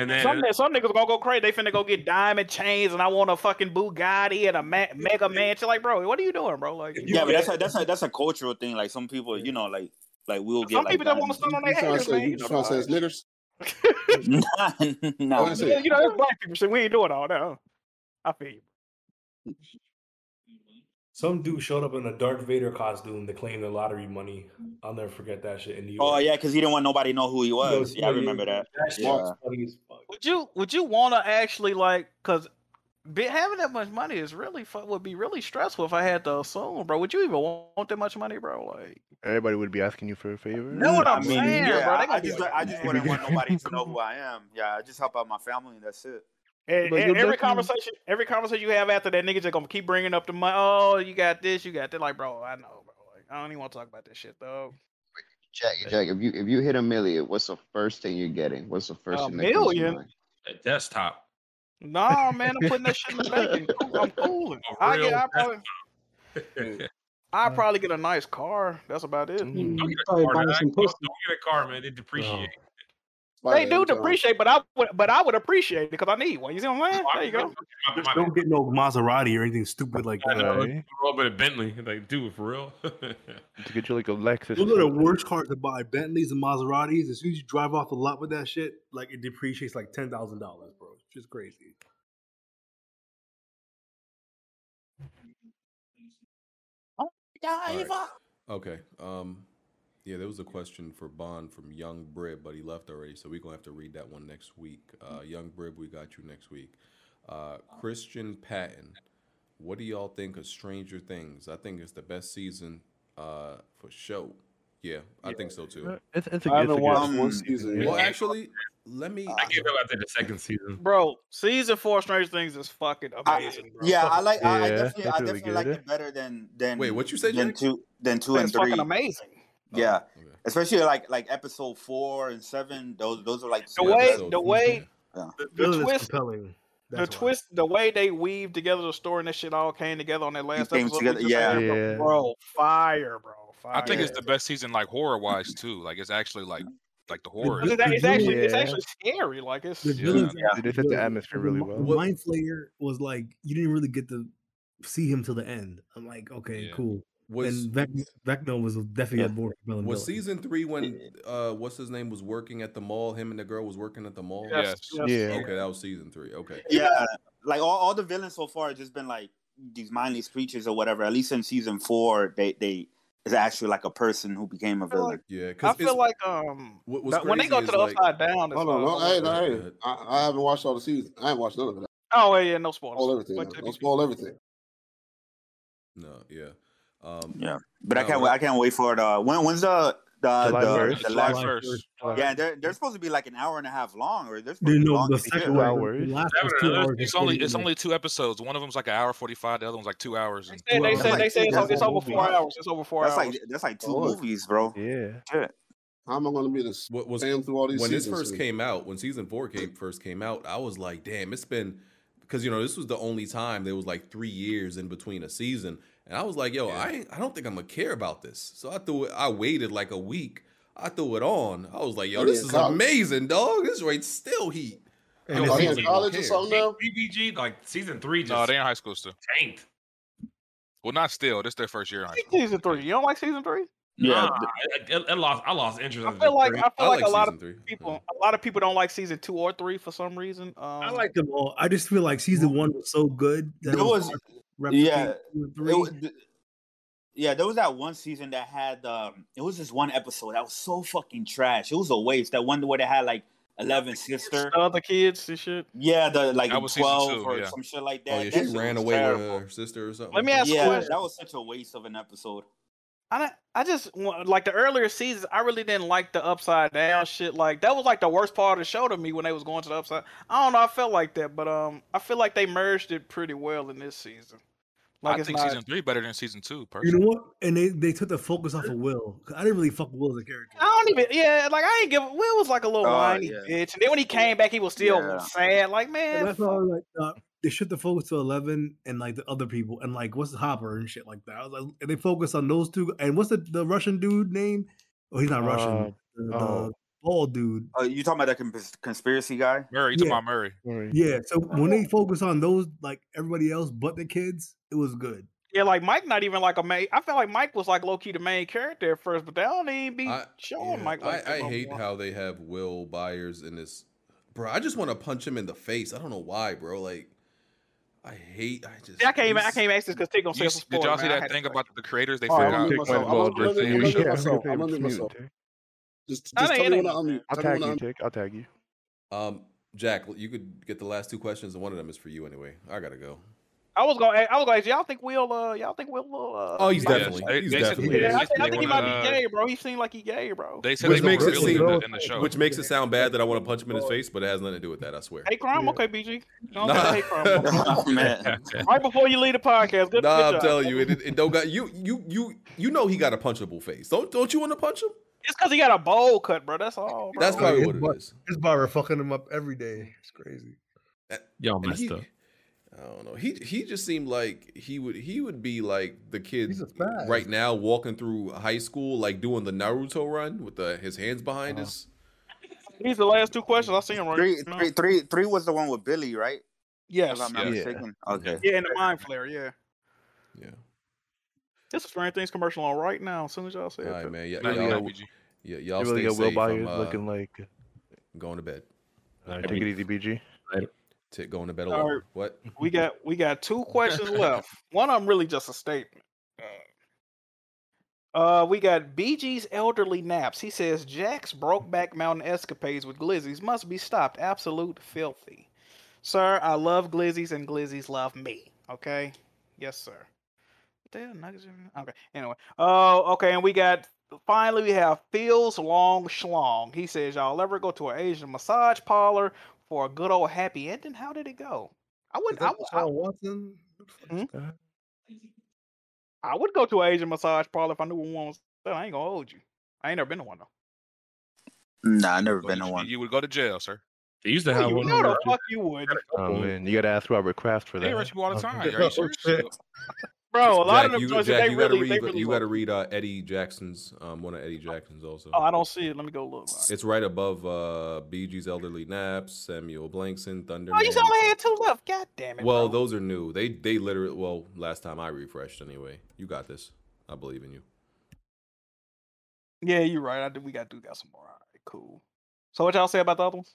Speaker 8: and then
Speaker 6: Some, some niggas gonna go crazy. They finna go get diamond chains, and I want a fucking Bugatti and a ma- mega mansion. Like, bro, what are you doing, bro? Like,
Speaker 29: yeah, but that's a, that's a, that's a cultural thing. Like some people, you know, like like we'll get
Speaker 6: Some
Speaker 29: like
Speaker 6: people don't
Speaker 29: that.
Speaker 6: wanna stand on
Speaker 11: You
Speaker 6: their
Speaker 11: trying to
Speaker 6: haters,
Speaker 11: say,
Speaker 6: man.
Speaker 11: you
Speaker 6: You know,
Speaker 11: trying to say it's niggers?
Speaker 29: no,
Speaker 11: What is
Speaker 6: Yeah,
Speaker 11: it?
Speaker 6: you know, that's black people shit. We ain't doing all that. huh? I feel you.
Speaker 4: Some dude showed up in a Darth Vader costume to claim the lottery money. I'll never forget that shit in New York.
Speaker 1: Oh yeah, because he didn't want nobody to know who he was. Yeah, I remember that.
Speaker 4: That's
Speaker 1: Yeah.
Speaker 4: funny as fuck.
Speaker 6: Would you would you want to actually like because having that much money is really fu- would be really stressful if I had to assume, bro. Would you even want that much money, bro? Like,
Speaker 21: Everybody would be asking you for a favor.
Speaker 6: Know what I'm saying,
Speaker 1: Yeah,
Speaker 6: bro? They
Speaker 1: I,
Speaker 6: gonna
Speaker 1: I
Speaker 6: be
Speaker 1: just,
Speaker 6: like-
Speaker 1: I just wouldn't want nobody to know who I am. Yeah, I just help out my family and that's it.
Speaker 6: And,
Speaker 1: But you'll
Speaker 6: and every
Speaker 1: definitely-
Speaker 6: conversation, every conversation you have after that, niggas just gonna keep bringing up the money. Oh, you got this, you got that. Like, bro, I know, bro. Like, I don't even want to talk about this shit though.
Speaker 15: Jack, Jack, if you if you hit a million, what's the first thing you're getting? What's the first
Speaker 6: A
Speaker 15: thing that comes to
Speaker 6: million?
Speaker 15: mind?
Speaker 8: A desktop.
Speaker 6: Nah, man, I'm putting that shit in the bank. and cool- I'm cooling. I get, I probably,
Speaker 11: Mm.
Speaker 6: I probably get a nice car. That's about it.
Speaker 1: Mm-hmm.
Speaker 9: Mm-hmm.
Speaker 8: Don't get a car, man. Don't- don't get a car, man. They
Speaker 11: Oh.
Speaker 8: depreciate.
Speaker 6: They do depreciate, but I would, but I would appreciate it because I need one. You see what I'm saying? There you go.
Speaker 8: Just
Speaker 14: don't get no Maserati or anything stupid like
Speaker 8: I
Speaker 14: that.
Speaker 8: know.
Speaker 14: Right?
Speaker 8: Right. Roll up in a Bentley. Like, dude, for real?
Speaker 21: To get you like a Lexus.
Speaker 14: Those are the worst cars to buy: Bentleys and Maseratis. As soon as you drive off the lot with that shit, like it depreciates like ten thousand dollars, bro. It's just crazy.
Speaker 6: Oh
Speaker 9: All right. Okay. Um, yeah, there was a question for Bond from Young Brib, but he left already, so we're gonna have to read that one next week. Uh, Young Brib, we got you next week. Uh, Christian Patton, what do y'all think of Stranger Things? I think it's the best season uh, for show. Yeah, I think so too.
Speaker 21: Uh, It's, it's a, it's a good
Speaker 9: Well, actually, let me.
Speaker 8: I gave up after the second season.
Speaker 6: Bro, season four of Stranger Things is fucking amazing, bro.
Speaker 1: Yeah, I like. I, I
Speaker 6: Yeah,
Speaker 1: definitely,
Speaker 6: that's
Speaker 1: I
Speaker 6: really
Speaker 1: definitely like
Speaker 6: good.
Speaker 1: it better than than.
Speaker 6: Wait, what you said,
Speaker 1: Than
Speaker 6: Jack?
Speaker 1: two, than two
Speaker 6: That's
Speaker 1: and
Speaker 6: fucking
Speaker 1: three.
Speaker 6: amazing.
Speaker 1: Yeah, especially like like episode four and seven. Those those are like
Speaker 6: The
Speaker 1: some
Speaker 6: way,
Speaker 1: episodes.
Speaker 6: the way,
Speaker 1: Yeah.
Speaker 6: the twist,
Speaker 14: compelling.
Speaker 6: the twist, the way they weave together the story and that shit all came together on that last
Speaker 1: came
Speaker 6: episode. we
Speaker 1: together-
Speaker 6: just
Speaker 1: yeah.
Speaker 6: had,
Speaker 1: Yeah.
Speaker 6: bro, fire, bro, fire.
Speaker 20: I think it's the best season, like horror wise too. Like it's actually like like the horror.
Speaker 6: It's, it's actually, it's actually scary. Like it's
Speaker 14: The villains-
Speaker 21: They set the atmosphere really
Speaker 14: Mi-
Speaker 21: well.
Speaker 14: Mind Flayer was like you didn't really get to see him till the end. I'm like, okay, cool.
Speaker 9: Was-
Speaker 14: and Vec- Vecna was definitely a more compelling
Speaker 9: Was
Speaker 14: villain.
Speaker 9: season three when uh what's his name was working at the mall? Him and the girl was working at the mall.
Speaker 1: Yes, Yes. yes.
Speaker 9: Okay, that was season three. Okay.
Speaker 1: Yeah, like all, all the villains so far have just been like these mindless creatures or whatever. At least in season four, they they is actually like a person who became a villain.
Speaker 9: Yeah,
Speaker 6: I feel like um
Speaker 9: What
Speaker 11: was
Speaker 6: that- when they
Speaker 11: crazy
Speaker 6: go to
Speaker 11: is,
Speaker 6: the
Speaker 11: like-
Speaker 6: upside down. it's,
Speaker 11: Hold
Speaker 6: uh,
Speaker 11: on, no, hey, no,
Speaker 6: oh,
Speaker 11: hey, uh, I, I haven't watched all the season. I haven't watched none of it.
Speaker 6: Oh yeah, yeah, no spoilers.
Speaker 11: Spoil everything.
Speaker 6: But
Speaker 11: now.
Speaker 6: if
Speaker 11: Don't spoil everything.
Speaker 9: No, yeah. Um,
Speaker 1: yeah, but I
Speaker 9: no,
Speaker 1: can't.
Speaker 9: we're-
Speaker 1: wait I can't wait for it. Uh, when when's the Uh, the
Speaker 9: July
Speaker 1: the,
Speaker 9: 1st.
Speaker 1: the
Speaker 9: July
Speaker 1: last uh
Speaker 9: 1st. July
Speaker 1: Yeah, they're, they're supposed to be like an hour and a half long, or they're supposed to
Speaker 14: They
Speaker 1: be
Speaker 14: know
Speaker 1: long
Speaker 14: the
Speaker 1: to begin
Speaker 14: second
Speaker 1: with.
Speaker 14: one, the last was two hours and
Speaker 20: It's only
Speaker 14: 40
Speaker 20: it's
Speaker 14: minutes.
Speaker 20: only two episodes. One of them's like an hour forty five. The other one's like two hours. And
Speaker 6: They, they said they said it's, it's over four hours. It's over four
Speaker 1: That's
Speaker 6: hours.
Speaker 1: like that's like two
Speaker 11: Oh, look.
Speaker 1: movies, bro.
Speaker 21: Yeah.
Speaker 11: How am I going to be this
Speaker 9: what was
Speaker 11: spam through all these
Speaker 9: when this
Speaker 11: seasons?
Speaker 9: first came out, when season four came first came out, I was like, damn, it's been because you know this was the only time there was like three years in between a season, and I was like, yo, I ain't, I don't think I'm gonna care about this. So I threw it. I waited like a week. I threw it on. I was like, yo,
Speaker 11: Oh,
Speaker 9: this
Speaker 11: yeah,
Speaker 9: is
Speaker 11: college.
Speaker 9: amazing, dog. This right still heat.
Speaker 11: And it's- Are they in college or something now?
Speaker 8: BBG like season three. Just
Speaker 20: No, they in high school still.
Speaker 8: Tanked.
Speaker 20: Well, not still. This their first year in high school.
Speaker 6: season three. You don't like season three?
Speaker 20: Yeah.
Speaker 8: Nah, I, I, I lost. I lost interest.
Speaker 6: I feel like I feel like, a lot of people a lot of people don't like season two or three for some reason. Um,
Speaker 14: I like them all. I just feel like season one was so good that
Speaker 1: There
Speaker 14: it
Speaker 1: was-
Speaker 14: was, hard to
Speaker 1: Yeah,
Speaker 14: replicate two and
Speaker 1: It
Speaker 14: three.
Speaker 1: wa- th- yeah. There was that one season that had um, it was this one episode that was so fucking trash. It was a waste. That one where they had like eleven sister
Speaker 6: other kids and shit.
Speaker 1: Yeah, the like
Speaker 9: That was season
Speaker 1: twelve
Speaker 9: two,
Speaker 1: or
Speaker 9: yeah.
Speaker 1: some shit like that.
Speaker 9: Oh yeah,
Speaker 1: That
Speaker 9: she
Speaker 1: shit
Speaker 9: ran
Speaker 1: was
Speaker 9: away
Speaker 1: terrible.
Speaker 9: with her sister or something.
Speaker 6: Let me ask you a
Speaker 1: yeah,
Speaker 6: question.
Speaker 1: that was such a waste of an episode.
Speaker 6: I don't- I just wa- like the earlier seasons. I really didn't like the upside down shit. Like that was like the worst part of the show to me when they was going to the upside. I don't know. I felt like that, but um, I feel like they merged it pretty well in this season. Like
Speaker 20: I
Speaker 6: it's
Speaker 20: think
Speaker 6: not-
Speaker 20: season three better than season two. Personally.
Speaker 14: You know what? And they, they took the focus off of Will. 'Cause I didn't really fuck with Will as a character.
Speaker 6: I don't even. Yeah, like I ain't give. Will was like a little
Speaker 14: Oh,
Speaker 6: whiny
Speaker 14: yeah.
Speaker 6: bitch, and then when he came back, he was still
Speaker 14: Yeah.
Speaker 6: sad. Like
Speaker 14: And
Speaker 6: man,
Speaker 14: that's why I was like, uh, they shift the focus to eleven and like the other people and like what's Hopper and shit like that. I was like, and they focus on those two. And what's the, the Russian dude name? Oh, he's not Russian.
Speaker 1: Uh,
Speaker 14: the, the
Speaker 1: oh.
Speaker 14: bald dude.
Speaker 1: Uh, you talking about that cons- conspiracy guy?
Speaker 20: Murray,
Speaker 14: you talking Yeah. about
Speaker 20: Murray?
Speaker 14: Yeah. So when they focus on those, like everybody else but the kids, it was good.
Speaker 6: yeah, like Mike not even like a main. I felt like Mike was like low key the main character at first, but they don't even be
Speaker 9: I-
Speaker 6: showing
Speaker 9: yeah,
Speaker 6: Mike. Like that
Speaker 9: I, I
Speaker 6: no
Speaker 9: hate
Speaker 6: more.
Speaker 9: how they have Will Byers in this. Bro, I just want to punch him in the face. I don't know why, bro. Like, I I hate. I just.
Speaker 6: See, I can't even. I can't even ask this because Tig gonna say
Speaker 20: You,
Speaker 6: it's a
Speaker 20: did
Speaker 6: spoiler,
Speaker 20: y'all see
Speaker 6: man. I
Speaker 20: that
Speaker 6: had
Speaker 20: thing
Speaker 6: to-
Speaker 20: about the creators? They
Speaker 6: All right,
Speaker 20: figured
Speaker 6: I'm gonna
Speaker 20: out.
Speaker 6: take my
Speaker 20: Well,
Speaker 21: ball,
Speaker 20: they're
Speaker 21: Drake.
Speaker 20: saying-
Speaker 21: Yeah,
Speaker 20: Yeah,
Speaker 21: I'm gonna
Speaker 20: myself.
Speaker 21: take
Speaker 20: I'm
Speaker 21: my
Speaker 20: gonna
Speaker 21: ball.
Speaker 20: myself.
Speaker 11: Just,
Speaker 6: I
Speaker 11: just
Speaker 6: think
Speaker 11: tell me
Speaker 6: it
Speaker 11: when
Speaker 6: ain't
Speaker 11: I'm.
Speaker 21: I'll
Speaker 11: Tell me
Speaker 21: tag
Speaker 11: when
Speaker 21: you,
Speaker 11: I'm.
Speaker 21: Tick. I'll tag you.
Speaker 9: Um, Jack, you could get the last two questions, and one of them is for you anyway. I gotta go.
Speaker 6: I was gonna. I was gonna ask y'all. Think we'll. Uh, y'all think we'll. Uh,
Speaker 9: Oh, he's
Speaker 6: Mike?
Speaker 9: definitely.
Speaker 20: they-
Speaker 9: he's
Speaker 20: they said-
Speaker 9: definitely.
Speaker 20: yeah,
Speaker 6: I, think, I
Speaker 20: they
Speaker 6: think he
Speaker 20: wanna,
Speaker 6: might be
Speaker 20: uh,
Speaker 6: gay, bro. He seemed like he gay, bro.
Speaker 20: They said
Speaker 9: Which
Speaker 20: they gonna
Speaker 9: makes it
Speaker 20: reveal it
Speaker 9: seem,
Speaker 20: in the- in the show.
Speaker 9: which makes it sound bad that I want to punch him in his face, but it has nothing to do with that. I swear.
Speaker 6: Hate crime, okay, BG. No,
Speaker 9: Nah.
Speaker 6: hate crime.
Speaker 9: Oh, man.
Speaker 6: right before you leave the podcast, good,
Speaker 9: Nah,
Speaker 6: good
Speaker 9: I'm
Speaker 6: job.
Speaker 9: telling you, it, it, it don't got you. You you you know he got a punchable face. Don't don't you want to punch him?
Speaker 6: It's because he got a bowl cut, bro. That's all. Bro.
Speaker 9: That's probably what
Speaker 6: it
Speaker 9: it
Speaker 6: is.
Speaker 9: is.
Speaker 14: His barber fucking him up every day. It's crazy.
Speaker 9: Y'all messed up. I don't know. He he just seemed like he would he would be like the kid right now walking through high school, like doing the Naruto run with the his hands
Speaker 21: Uh-huh.
Speaker 9: behind his.
Speaker 6: These the last two questions. I see him right
Speaker 29: Three,
Speaker 6: now.
Speaker 29: three, three, three was the one with Billy, right?
Speaker 6: Yes.
Speaker 29: If I'm not
Speaker 9: Yeah.
Speaker 29: mistaken. Okay.
Speaker 6: Yeah, in the mind flare. Yeah.
Speaker 9: Yeah.
Speaker 6: This is Stranger Things commercial on right now. As soon as y'all say
Speaker 9: All
Speaker 6: it.
Speaker 9: right, man. Yeah,
Speaker 21: Really
Speaker 9: y'all,
Speaker 21: got-
Speaker 9: yeah, y'all
Speaker 21: you really
Speaker 9: stay
Speaker 21: got Will
Speaker 9: safe. I'm,
Speaker 21: Byers
Speaker 9: uh,
Speaker 21: looking like.
Speaker 9: going to bed.
Speaker 21: All right, take it easy, BG.
Speaker 9: Tick going to bed
Speaker 6: All
Speaker 9: alone.
Speaker 6: right.
Speaker 9: What?
Speaker 6: We got we got two questions left. One of them really just a statement. Uh, we got BG's elderly naps. He says Jack's Brokeback Mountain escapades with Glizzies must be stopped. Absolute filthy, sir. I love Glizzies and Glizzies love me. Okay, yes, sir. What the hell, Nuggets are- Okay. Anyway. Oh, okay. And we got finally we have Phil's long schlong. He says, "Y'all ever go to an Asian massage parlor for a good old happy ending? How did it go? I would. I, would- I,
Speaker 14: Watson.
Speaker 6: Hmm? I would go to an Asian massage parlor if I knew what one was. But I ain't gonna hold you. I ain't never been to one though.
Speaker 29: Nah, I never
Speaker 20: Well,
Speaker 29: been to
Speaker 20: you-
Speaker 29: one.
Speaker 20: You would go to jail, sir.
Speaker 21: They used to
Speaker 20: have one.
Speaker 6: No, the fuck you would,
Speaker 21: Oh man, you gotta ask Robert Kraft for
Speaker 20: They
Speaker 21: that.
Speaker 20: arrest you all the time. Are
Speaker 21: Oh,
Speaker 20: you serious?
Speaker 6: bro. A lot of
Speaker 9: Jack,
Speaker 6: them
Speaker 9: you,
Speaker 6: choices
Speaker 9: Jack,
Speaker 6: they
Speaker 9: you gotta
Speaker 6: really,
Speaker 9: read.
Speaker 6: they
Speaker 9: the-
Speaker 6: really.
Speaker 9: you
Speaker 6: want.
Speaker 9: gotta read uh, Eddie Jackson's um, one of Eddie Jackson's also.
Speaker 6: Oh, I don't see it. Let me go look.
Speaker 9: It's right above uh, BG's elderly naps, Samuel Blankson, Thunder.
Speaker 6: Oh, you said I only had two left. God damn it.
Speaker 9: Well, those are new. They they literally well, last time I refreshed anyway. You got this. I believe in you.
Speaker 6: Yeah, you're right. I do. We got do got some more. All right, cool. So what y'all say about the other ones?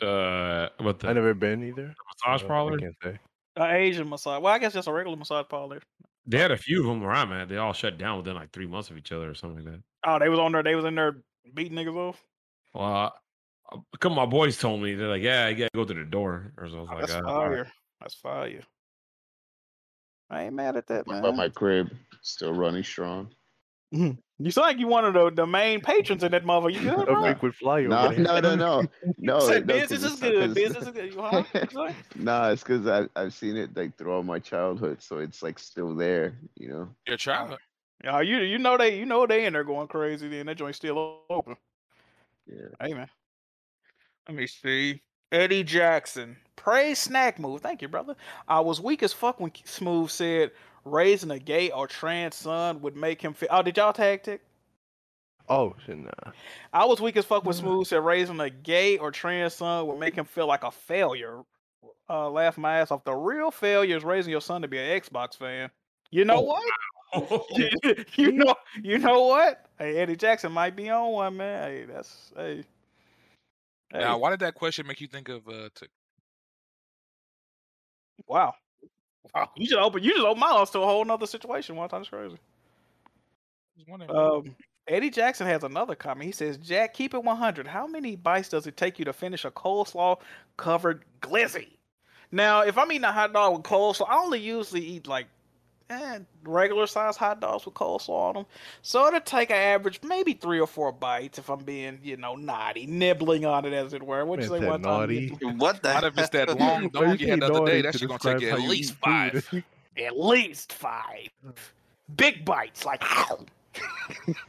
Speaker 21: Uh, about the I never been either.
Speaker 8: massage
Speaker 21: Uh,
Speaker 8: parlor?
Speaker 21: I can't say.
Speaker 6: Uh, Asian massage. Well, I guess just a regular massage parlor.
Speaker 8: They had a few of them where I'm at. They all shut down within like three months of each other or something like that.
Speaker 6: Oh, they was on there. They was in there beating niggas off.
Speaker 8: Well, I- a couple of my boys told me they're like, "Yeah, you gotta go through the door." Or so I was like,
Speaker 6: That's
Speaker 8: uh, all
Speaker 6: fire.
Speaker 8: right.
Speaker 6: That's fire. I ain't mad at that,
Speaker 15: By
Speaker 6: man.
Speaker 15: my crib, still running strong. Mm-hmm.
Speaker 6: You sound like you one of the, the main patrons in that mother. You good, bro?
Speaker 21: frequent flyer.
Speaker 15: No, no, no, no, no.
Speaker 6: You said
Speaker 15: no, 'cause
Speaker 6: business is
Speaker 15: it's-
Speaker 6: good.
Speaker 15: 'cause-
Speaker 6: Business is good. You huh? What'd you say?
Speaker 15: Nah, it's because I've I've seen it like throughout my childhood, so it's like still there, you know.
Speaker 20: Your child.
Speaker 6: Uh, Yeah, you you know they you know they in there going crazy. Then that joint's still o- open.
Speaker 15: Yeah.
Speaker 6: Hey man. Let me see. Eddie Jackson. Praise snack move. Thank you, brother. I was weak as fuck when K- Smooth said raising a gay or trans son would make him feel. Oh, did y'all tag tick?
Speaker 21: Oh, shit, nah.
Speaker 6: I was weak as fuck when Smooth said raising a gay or trans son would make him feel like a failure. Uh, laugh my ass off. The real failure is raising your son to be an Xbox fan. You
Speaker 12: Oh,
Speaker 6: know what? you know, you know what? Hey, Eddie Jackson might be on one, man. Hey, that's hey.
Speaker 20: Now, why did that question make you think of uh, Tick?
Speaker 6: Wow. Wow. You just open you just open my eyes to a whole nother situation one time. It's crazy. Um Eddie Jackson has another comment. He says, Jack, keep it 100. How many bites does it take you to finish a coleslaw covered glizzy? Now, if I'm eating a hot dog with coleslaw, I only usually eat like eh, regular sized hot dogs with coleslaw on them. So it'll take an average maybe three or four bites if I'm being, you know, naughty, nibbling on it, as it were. What you
Speaker 21: Man
Speaker 6: say
Speaker 21: said
Speaker 6: one
Speaker 21: naughty.
Speaker 6: time?
Speaker 29: What the
Speaker 20: I'd have missed that long
Speaker 21: Why you
Speaker 20: dog you had
Speaker 21: say
Speaker 20: the other
Speaker 21: naughty
Speaker 20: day. That
Speaker 21: to
Speaker 20: shit gonna take you
Speaker 21: describe
Speaker 20: at
Speaker 21: how you
Speaker 20: least
Speaker 21: eat
Speaker 20: five.
Speaker 6: At least five. Big bites, like.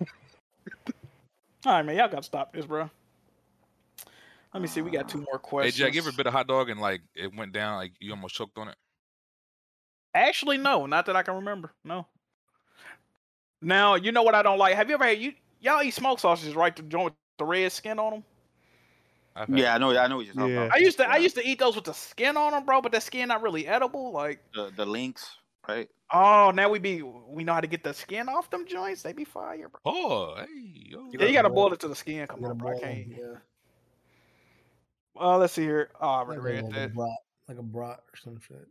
Speaker 6: All right, man, y'all gotta stop this, bro. Let me see. We got two more
Speaker 20: Hey,
Speaker 6: questions.
Speaker 20: Jack, you ever bit a hot dog and like it went down, like you almost choked on it?
Speaker 6: Actually, no, not that I can remember. No. Now you know what I don't like. Have you ever had you y'all eat smoked sausages, right? The joint with the red skin on them.
Speaker 29: Yeah, I know. I know what you're talking about.
Speaker 6: I used to I used to eat those with the skin on them, bro. But that skin not really edible. Like,
Speaker 29: the, the links, right?
Speaker 6: oh, now we be we know how to get the skin off them joints. They be fire, bro.
Speaker 20: Oh, hey,
Speaker 6: Yeah, you gotta boil it to the skin. Uh, Come on, bro. I can't. Uh, let's see here. Oh, I already read that.
Speaker 14: like a brat or some shit.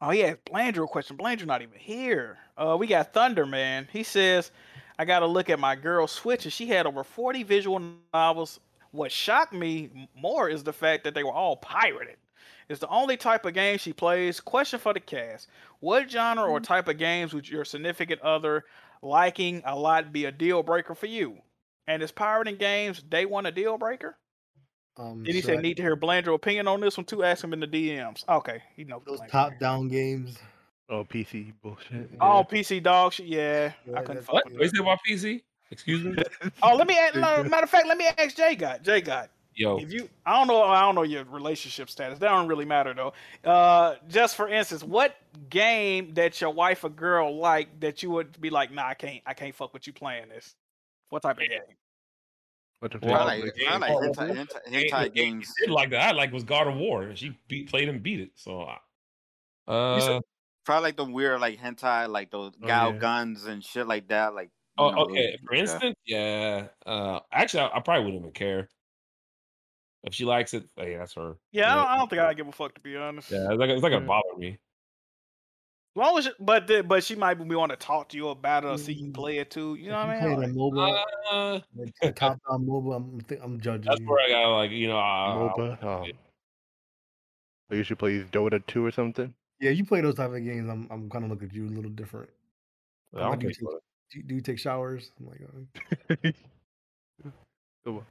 Speaker 6: Oh yeah, it's Blandrew question. Blandrew not even here. Uh, we got Thunder man. He says, "I got to look at my girl Switch, and she had over forty visual novels. What shocked me m- more is the fact that they were all pirated. It's the only type of game she plays. Question for the cast: What genre
Speaker 14: Mm-hmm.
Speaker 6: or type of games would your significant other liking a lot be a deal breaker for you? And is pirating games day one a deal breaker?
Speaker 14: Um,
Speaker 6: Did he
Speaker 14: so
Speaker 6: say
Speaker 14: I-
Speaker 6: need to hear Blandrew opinion on this one too? Ask him in the DMs. Okay, he knows Blandrew.
Speaker 14: top down games?
Speaker 21: Oh, PC bullshit.
Speaker 6: Oh, PC dog shit. Yeah, I couldn't fuck
Speaker 8: What?
Speaker 6: with
Speaker 8: What you say about PC? Excuse me.
Speaker 6: it. Oh, let me. Ask, no, matter of fact, let me ask Jay God. Jay God.
Speaker 8: Yo.
Speaker 6: if you, I don't know, I don't know your relationship status. That don't really matter though. Uh, just for instance, what game that your wife or girl like that you would be like, nah, I can't, I can't fuck with you playing this. What type of game?
Speaker 8: Well,
Speaker 12: I like, I like
Speaker 8: well,
Speaker 12: hentai,
Speaker 8: well,
Speaker 12: hentai,
Speaker 8: it-
Speaker 12: hentai
Speaker 8: it- it
Speaker 12: games.
Speaker 8: Did like that? I like was God of War. and She beat, played and beat it. So, I- uh,
Speaker 12: Probably like the weird like hentai, like those
Speaker 8: Oh,
Speaker 12: gal
Speaker 8: yeah.
Speaker 12: guns and shit like that. Like you
Speaker 8: oh,
Speaker 12: know, those-
Speaker 8: okay. For instance, yeah. Uh, actually, I, I probably wouldn't even care if she likes it. Hey, that's her.
Speaker 6: Yeah, I, don't, I don't think I give a fuck to be honest.
Speaker 8: Yeah, it's like it's like gonna bother me.
Speaker 6: As long as, but the- but she might want to talk to you about it or see you play it too. Mm-hmm. You know what I mean?
Speaker 14: Playing a MOBA, like, a top down MOBA. I'm, thi- I'm judging.
Speaker 8: That's where I got like you know. I,
Speaker 21: MOBA. Oh. Or you should play Dota 2 or something.
Speaker 14: Yeah, you play those type of games. I'm I'm kind of looking at you a little different.
Speaker 21: Yeah, I
Speaker 14: How
Speaker 21: don't
Speaker 14: do,
Speaker 21: play
Speaker 14: you take,
Speaker 21: Dota.
Speaker 14: do, you, do you take showers? I'm like, uh,
Speaker 21: Go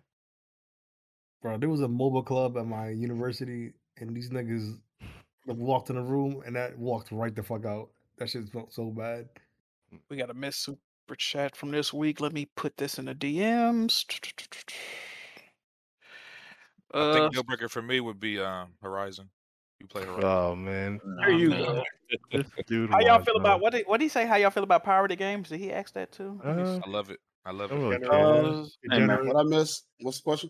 Speaker 14: bro, there was a mobile club at my university, and these niggas like, walked in the room and that walked right the fuck out. That shit felt so bad.
Speaker 6: We got a missed super chat from this week. Let me put this in the DMs.
Speaker 20: I
Speaker 6: Uh,
Speaker 20: think deal breaker for me would be um, Horizon. You play
Speaker 21: on.
Speaker 20: Horizon.
Speaker 21: Oh man.
Speaker 6: There you go.
Speaker 21: This dude.
Speaker 6: how y'all
Speaker 21: was,
Speaker 6: feel
Speaker 21: uh,
Speaker 6: about what did what did he say? How y'all feel about pirated games? Did he ask that too? Let me
Speaker 21: Uh,
Speaker 6: see.
Speaker 20: I love it. I love
Speaker 21: I don't
Speaker 20: it.
Speaker 21: really care.
Speaker 11: Hey, man, what I miss? What's the question?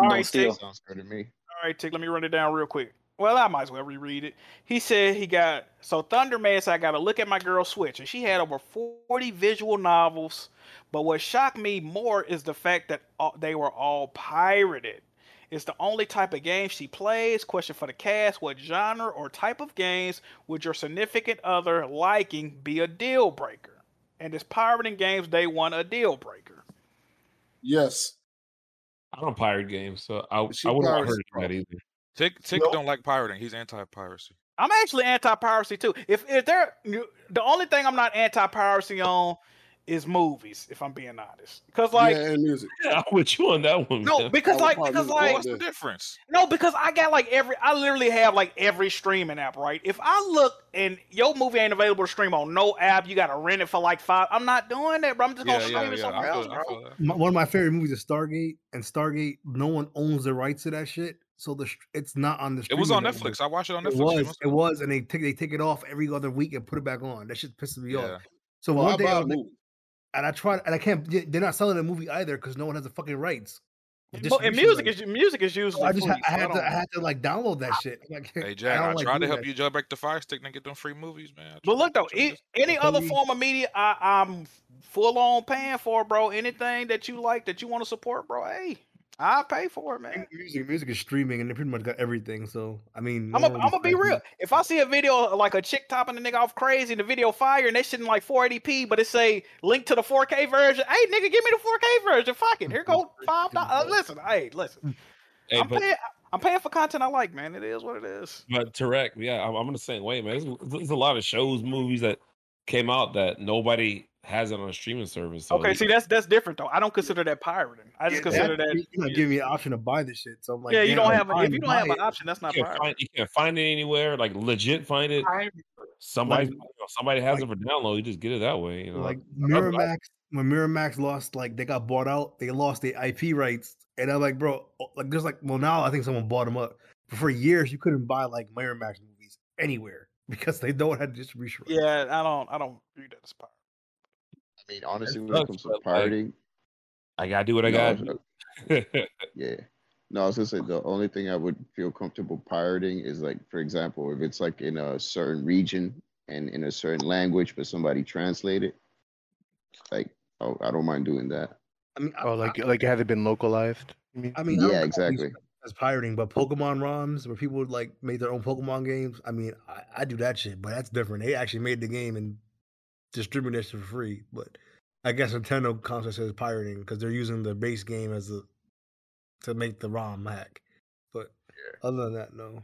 Speaker 6: All right, Tick.
Speaker 15: Sounds good to me.
Speaker 6: All right, Tick. Let me run it down real quick. Well, I might as well reread it. He said he got so Thunderman said I got to look at my girl Switch, and she had over forty visual novels. But what shocked me more is the fact that all, they were all pirated. It's the only type of game she plays. Question for the cast: What genre or type of games would your significant other liking be a deal breaker? And is pirating games day one a deal breaker?
Speaker 11: Yes.
Speaker 8: I don't pirate games, so I, I
Speaker 11: She
Speaker 8: wouldn't want her
Speaker 11: pirates
Speaker 8: to do that either.
Speaker 20: Tick Tick don't like pirating. He's anti-piracy.
Speaker 6: I'm actually anti-piracy too. If if there, you- the only thing I'm not anti-piracy on is movies. If I'm being honest, because like
Speaker 11: yeah, and music.
Speaker 8: Yeah, I'm with you on that one.
Speaker 6: no,
Speaker 8: man.
Speaker 6: because like
Speaker 11: probably
Speaker 6: because
Speaker 11: use all
Speaker 6: like
Speaker 11: day. What's the
Speaker 20: difference?
Speaker 6: No, because I got like every I literally have like every streaming app. Right? If I look and your movie ain't available to stream on no app, you got to rent it for like five. I'm not doing that, bro. I'm just gonna
Speaker 20: Yeah, yeah,
Speaker 6: stream it
Speaker 20: yeah, I
Speaker 6: somewhere
Speaker 20: feel
Speaker 6: else,
Speaker 20: that, I
Speaker 6: bro.
Speaker 20: feel that.
Speaker 14: My, one of my favorite movies is Stargate, and Stargate, no one owns the rights to that shit, so the str- it's not on the.
Speaker 20: It was
Speaker 14: streaming
Speaker 20: on
Speaker 14: network.
Speaker 20: Netflix. I watched it on
Speaker 14: It
Speaker 20: Netflix.
Speaker 14: was, it was, and they take they take it off every other week and put it back on. That shit pisses me
Speaker 20: Yeah.
Speaker 14: off. So
Speaker 11: Well, I
Speaker 14: one day,
Speaker 11: buy
Speaker 14: I
Speaker 11: a
Speaker 14: was like-
Speaker 11: movie.
Speaker 14: and I tried, and I can't. yeah, They're not selling the movie either because no one has the fucking rights. The
Speaker 6: Mo- and
Speaker 14: distribution
Speaker 6: music
Speaker 14: rights.
Speaker 6: is music is usually
Speaker 14: So I just ha-
Speaker 6: free,
Speaker 14: I
Speaker 6: so I
Speaker 14: had to I
Speaker 6: don't-
Speaker 14: had to like download that shit. I'm Like,
Speaker 20: Hey Jack, I,
Speaker 14: don't like
Speaker 20: tried to
Speaker 14: doing
Speaker 20: help
Speaker 14: that
Speaker 20: you jailbreak the Fire Stick and get them free movies, man.
Speaker 6: But look though, e- any
Speaker 20: Before
Speaker 6: other
Speaker 20: we-
Speaker 6: form of media, I, I'm full on paying for, bro. Anything that you like that you want to support, bro. Hey, I pay for it, man.
Speaker 14: music. Music is streaming, and they pretty much got everything. So I mean,
Speaker 6: I'm gonna be real. If I see a video of, like a chick topping a nigga off crazy and the video fire and they shit in like 480p, but it say link to the 4K version. Hey, nigga, give me the 4K version. Fuck it. Here go five dollars. Listen, hey, listen.
Speaker 8: Hey,
Speaker 6: I'm
Speaker 8: Mm, but-
Speaker 6: paying. I'm paying for content I like, man. It is what it is.
Speaker 8: But Tarek, yeah, I'm, I'm the same way, man. There's, there's a lot of shows, movies that came out that nobody has it on a streaming service. So
Speaker 6: Okay, see that's that's different though. I don't consider that pirating. I just consider that.
Speaker 14: You're not giving me an option to buy this shit. So I'm like,
Speaker 6: yeah, you
Speaker 14: damn,
Speaker 6: don't
Speaker 14: I'm
Speaker 6: have a, if
Speaker 14: fine
Speaker 6: you
Speaker 14: to
Speaker 6: don't have
Speaker 14: buy
Speaker 6: an
Speaker 14: it.
Speaker 6: option, that's not
Speaker 8: you can't,
Speaker 6: pirating.
Speaker 8: find, you can't find it anywhere. Like legit, find it. Somebody, somebody has it for download. You just get it that way. You know,
Speaker 14: Like
Speaker 8: I- I- I-
Speaker 14: Miramax, when Miramax lost, like they got bought out, they lost their IP rights, and I'm like, bro, oh, like there's like, well, now I think someone bought them up. But for years, you couldn't buy like Miramax movies anywhere because they don't have distribution. rights.
Speaker 6: Yeah, I don't. I don't view that as pirate.
Speaker 15: I mean, honestly,
Speaker 6: It
Speaker 15: when it
Speaker 6: sucks,
Speaker 15: comes to
Speaker 6: but, like,
Speaker 15: pirating,
Speaker 8: I gotta do what I
Speaker 15: No,
Speaker 8: gotta
Speaker 15: it's
Speaker 8: do.
Speaker 15: yeah. No, I was gonna say the only thing I would feel comfortable pirating is like, for example, if it's like in a certain region and in a certain language, but somebody translate it. Like, oh, I don't mind doing that.
Speaker 14: I mean,
Speaker 21: Oh, like like it hasn't been localized. You mean?
Speaker 14: I mean, I
Speaker 15: yeah,
Speaker 14: don't got these-
Speaker 15: exactly.
Speaker 14: as pirating, but Pokemon ROMs where people would like make their own Pokemon games. I mean, I, I do that shit, but that's different. They actually made the game and distributed it for free. But I guess Nintendo concept says pirating because they're using the base game as the to make the ROM hack. But other than that, no.
Speaker 6: don't know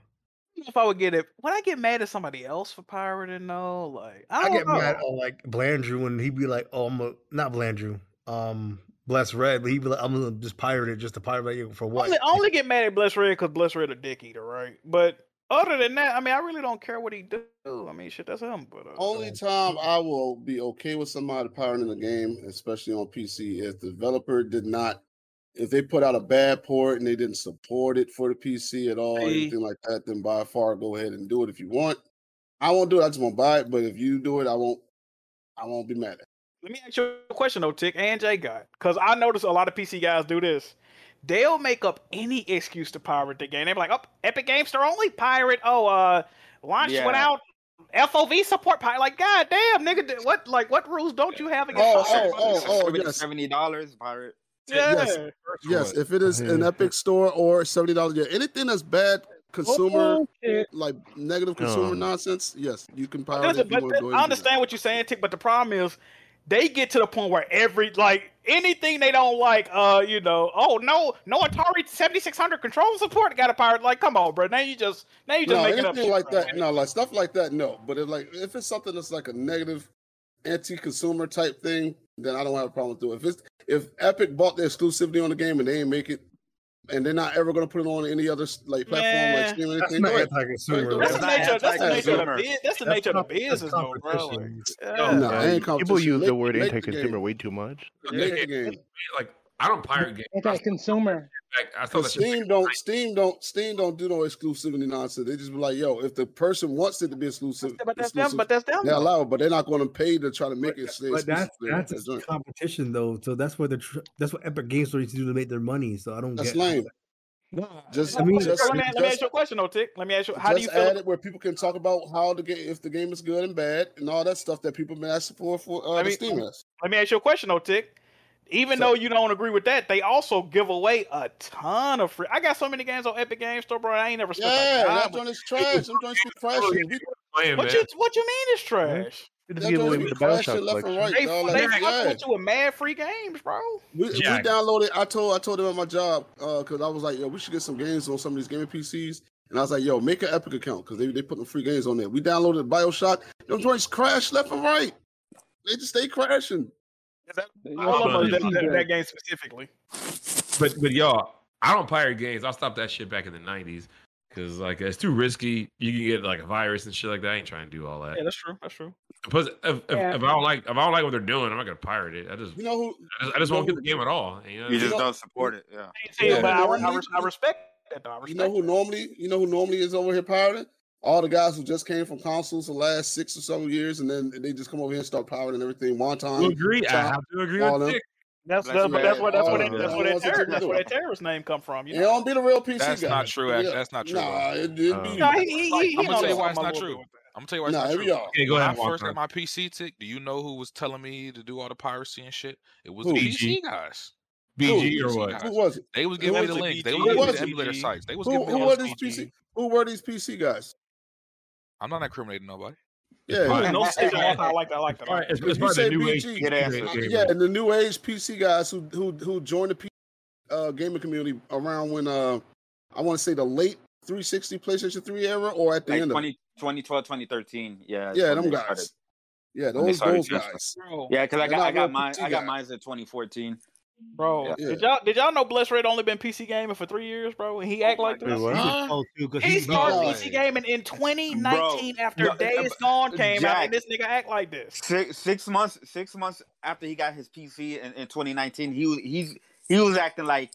Speaker 6: if I would get it. Would I get mad at somebody else for pirating though? Like I,
Speaker 14: I
Speaker 6: don't
Speaker 14: get
Speaker 6: know.
Speaker 14: mad at like Blandrew and he'd be like, "Oh, I'm a, not Blandrew, um, Bless Red," but he'd be like, "I'm gonna just pirate it just to pirate it for what?"
Speaker 6: Only, I only get mad at Bless Red because Bless Red a dick eater, right? But other than that, I mean, I really don't care what he do. I mean, shit, that's him. But uh,
Speaker 11: Only time I will be okay with somebody pirating the game, especially on PC, if the developer did not, if they put out a bad port and they didn't support it for the PC at all,
Speaker 6: See?
Speaker 11: anything like that, then by far go ahead and do it if you want. I won't do it. I just won't buy it. But if you do it, I won't. I won't be mad at.
Speaker 6: Let me ask you a question though, Tick and J God, because I notice a lot of PC guys do this. They'll make up any excuse to pirate the game. They're like, "Oh, Epic Games Store only pirate. Oh, uh, launch
Speaker 18: Yeah.
Speaker 6: went out. FOV support pirate. Like, god damn, nigga, th- what? Like, what rules don't you have against?
Speaker 11: Oh,
Speaker 6: pirate?
Speaker 11: oh, oh, oh, yes.
Speaker 29: seventy dollars, pirate.
Speaker 11: Yes, yes. If it is an Epic Store or seventy dollars, yeah, anything that's bad consumer,
Speaker 6: Okay.
Speaker 11: like negative consumer
Speaker 6: Um.
Speaker 11: nonsense, yes, you can pirate
Speaker 6: Listen,
Speaker 11: it. If you
Speaker 6: but
Speaker 11: want
Speaker 6: th-
Speaker 11: to go
Speaker 6: I
Speaker 11: ahead and do that.
Speaker 6: understand what you're saying, Tick. But the problem is, they get to the point where every like anything they don't like, uh, you know, oh no, no Atari 7600 control support got a pirate. Like, come on, bro. Now you just now you just
Speaker 11: no,
Speaker 6: making
Speaker 11: anything
Speaker 6: up shit,
Speaker 11: like
Speaker 6: bro.
Speaker 11: that. No, like stuff like that. No, but if like if it's something that's like a negative, anti-consumer type thing, then I don't have a problem with it. If it's if Epic bought the exclusivity on the game and they ain't make it, and they're not ever gonna put it on any other like platform, like
Speaker 6: Yeah.
Speaker 11: stream or
Speaker 6: That's
Speaker 11: anything.
Speaker 6: not
Speaker 11: go ahead.
Speaker 14: anti-consumer,
Speaker 11: Go
Speaker 6: That's
Speaker 11: ahead.
Speaker 6: the nature. That's the nature of the biz. That's the
Speaker 11: That's
Speaker 6: nature of the
Speaker 11: not- that's
Speaker 6: business, though, bro. Like,
Speaker 11: competition.
Speaker 6: yeah.
Speaker 11: No, I ain't
Speaker 21: People
Speaker 11: competition.
Speaker 21: use the
Speaker 11: Make-
Speaker 21: word
Speaker 11: make the
Speaker 21: anti-consumer
Speaker 11: game.
Speaker 21: way too much.
Speaker 11: Make the game.
Speaker 8: Like I don't pirate games.
Speaker 10: Anti-consumer.
Speaker 8: In fact, I saw that
Speaker 11: Because
Speaker 8: shit
Speaker 11: Steam don't Steam don't Steam don't do no exclusivity nonsense. They just be like, yo, if the person wants it to be exclusive,
Speaker 6: but that's them-
Speaker 11: exclusive
Speaker 6: but that's them,
Speaker 11: They
Speaker 6: though.
Speaker 11: allow, it, but they're not going to pay to try to make it. stay
Speaker 14: But that's
Speaker 11: exclusive to
Speaker 14: that's
Speaker 11: their
Speaker 14: a
Speaker 11: joint.
Speaker 14: competition though. So that's what the tr- that's what Epic Games Store used to do to make their money. So I don't
Speaker 11: That's
Speaker 14: get
Speaker 11: lame.
Speaker 14: No,
Speaker 11: Just-
Speaker 14: I mean,
Speaker 11: just-
Speaker 6: let, me, let me ask you a question, though, Tick. Let me ask you. How do
Speaker 11: just
Speaker 6: you
Speaker 11: add
Speaker 6: feel?
Speaker 11: it where people can talk about how the game, if the game is good and bad, and all that stuff that people been asking for for uh,
Speaker 6: Let
Speaker 11: the
Speaker 6: me,
Speaker 11: Steam has.
Speaker 6: let me ask you a question, though, Tick. Even though you don't agree with that, they also give away a ton of free. I got so many games on Epic Games Store, bro. I ain't never spent.
Speaker 11: Yeah,
Speaker 6: a dime
Speaker 11: that
Speaker 6: with-
Speaker 11: joint is trash. I'm trying to trash.
Speaker 6: What you what you mean it's trash?
Speaker 21: They
Speaker 11: just That give away joint with is the trash BioShock left and collection. right,
Speaker 6: They,
Speaker 11: dog,
Speaker 6: they
Speaker 11: like,
Speaker 6: fuck
Speaker 11: yeah.
Speaker 6: with you with mad free games, bro.
Speaker 11: We, we downloaded. I told I told them at my job because I was like, yo, we should get some games on some of these gaming PCs. And I was like, yo, make an Epic account because they they put them free games on there. We downloaded Bioshock. Them joints crash left and right. They just stay crashing.
Speaker 6: All of us,
Speaker 8: But-
Speaker 6: that, that- that game specifically.
Speaker 8: But but y'all, I don't pirate games. I stopped that shit back in the nineties because like it's too risky. You can get like a virus and shit like that. I ain't trying to do all that.
Speaker 6: Yeah, that's true. That's true.
Speaker 8: Plus, if, if,
Speaker 6: Yeah.
Speaker 8: if I don't like if I don't like what they're doing, I'm not gonna pirate it. I just
Speaker 11: you know who
Speaker 8: I just, I just won't get the game at all. You, know?
Speaker 11: You just don't
Speaker 8: support
Speaker 29: it. Yeah.
Speaker 6: Yeah, but I, I, res- I respect that though. I
Speaker 11: You
Speaker 6: respect
Speaker 11: know who normally you know who normally is over here pirating? All the guys who just came from consoles the last six or seven years, and then they just come over here and start pirating everything. Wonton.
Speaker 8: You agree? I
Speaker 11: Chop,
Speaker 8: have to agree
Speaker 11: all
Speaker 8: with
Speaker 11: them.
Speaker 8: Dick.
Speaker 6: That's
Speaker 11: Black
Speaker 6: that's, but that's
Speaker 11: Flag,
Speaker 6: what that's
Speaker 11: all
Speaker 6: what it,
Speaker 11: them.
Speaker 6: that's
Speaker 11: Yeah.
Speaker 6: what that
Speaker 11: That's what
Speaker 6: terror,
Speaker 11: they
Speaker 6: that's
Speaker 11: do.
Speaker 6: where that terrorist name come from. You
Speaker 11: It
Speaker 6: know?
Speaker 11: don't be the real PC
Speaker 6: That's
Speaker 11: guy.
Speaker 6: not true,
Speaker 11: Yeah.
Speaker 6: Ash. That's not true,
Speaker 11: Nah,
Speaker 6: though.
Speaker 11: it, it
Speaker 6: No,
Speaker 20: Um,
Speaker 11: be.
Speaker 6: he- he- he
Speaker 11: I'm
Speaker 6: know
Speaker 11: gonna
Speaker 6: that
Speaker 11: tell you
Speaker 6: why
Speaker 11: why
Speaker 6: I'm
Speaker 11: it's
Speaker 6: a
Speaker 11: not
Speaker 6: little
Speaker 11: true.
Speaker 6: bit with that.
Speaker 20: I'm gonna tell you why it's
Speaker 11: Nah,
Speaker 20: not
Speaker 11: here
Speaker 20: true.
Speaker 11: we are. Okay, go
Speaker 20: when
Speaker 11: ahead,
Speaker 20: I first
Speaker 11: Walter.
Speaker 20: got my PC tick, do you know who was telling me to do all the piracy and shit? It was
Speaker 11: Who?
Speaker 20: the PC guys.
Speaker 11: BG
Speaker 20: The
Speaker 11: or
Speaker 20: PC
Speaker 11: what?
Speaker 20: guys.
Speaker 11: Who was it?
Speaker 20: They was
Speaker 11: Who
Speaker 20: giving me
Speaker 11: was
Speaker 20: the
Speaker 11: it?
Speaker 20: links. They
Speaker 11: BG?
Speaker 20: was
Speaker 11: Who
Speaker 20: giving me the
Speaker 11: was it?
Speaker 20: emulator sites. They was
Speaker 11: Who,
Speaker 20: giving me
Speaker 11: who
Speaker 20: all
Speaker 11: were
Speaker 20: the
Speaker 11: these
Speaker 20: PC.
Speaker 11: PC? Who were these PC guys?
Speaker 20: I'm not incriminating nobody.
Speaker 11: Yeah,
Speaker 6: Fine. No snitch on Walter. I like that. I like that.
Speaker 20: Alright, it's- it's
Speaker 11: You
Speaker 20: probably
Speaker 11: say
Speaker 20: the new age
Speaker 11: BG.
Speaker 20: Get ass up.
Speaker 11: Yeah, and the new age PC guys who who who joined the P, uh, gaming community around when uh I want to say the late 360 PlayStation 3 era or at the
Speaker 29: Like
Speaker 11: end of it.
Speaker 29: 20, 2012, 2013. Yeah.
Speaker 11: Yeah,
Speaker 29: when
Speaker 11: them
Speaker 29: they
Speaker 11: guys.
Speaker 29: started-
Speaker 11: yeah
Speaker 29: when they
Speaker 11: those
Speaker 29: started
Speaker 11: those
Speaker 29: transferring.
Speaker 11: guys.
Speaker 29: Yeah, because I
Speaker 11: They're
Speaker 29: got I
Speaker 11: not
Speaker 29: got
Speaker 11: real
Speaker 29: mine
Speaker 11: PC
Speaker 29: I got
Speaker 11: guys.
Speaker 29: mine's in 2014.
Speaker 6: Bro,
Speaker 29: Yeah.
Speaker 6: did y'all did y'all know Bless Red only been PC gaming for three years, bro? And he act like
Speaker 14: Wait,
Speaker 6: this.
Speaker 14: what?
Speaker 6: Huh?
Speaker 14: too, 'cause
Speaker 6: He
Speaker 14: he's
Speaker 6: started
Speaker 14: gone.
Speaker 6: PC gaming in 2019 after
Speaker 29: no,
Speaker 6: Days
Speaker 29: uh,
Speaker 6: Gone came out,
Speaker 29: Jack.
Speaker 6: and this nigga act like this.
Speaker 29: Six six months six months after he got his PC in, in 2019, he was he's he was acting like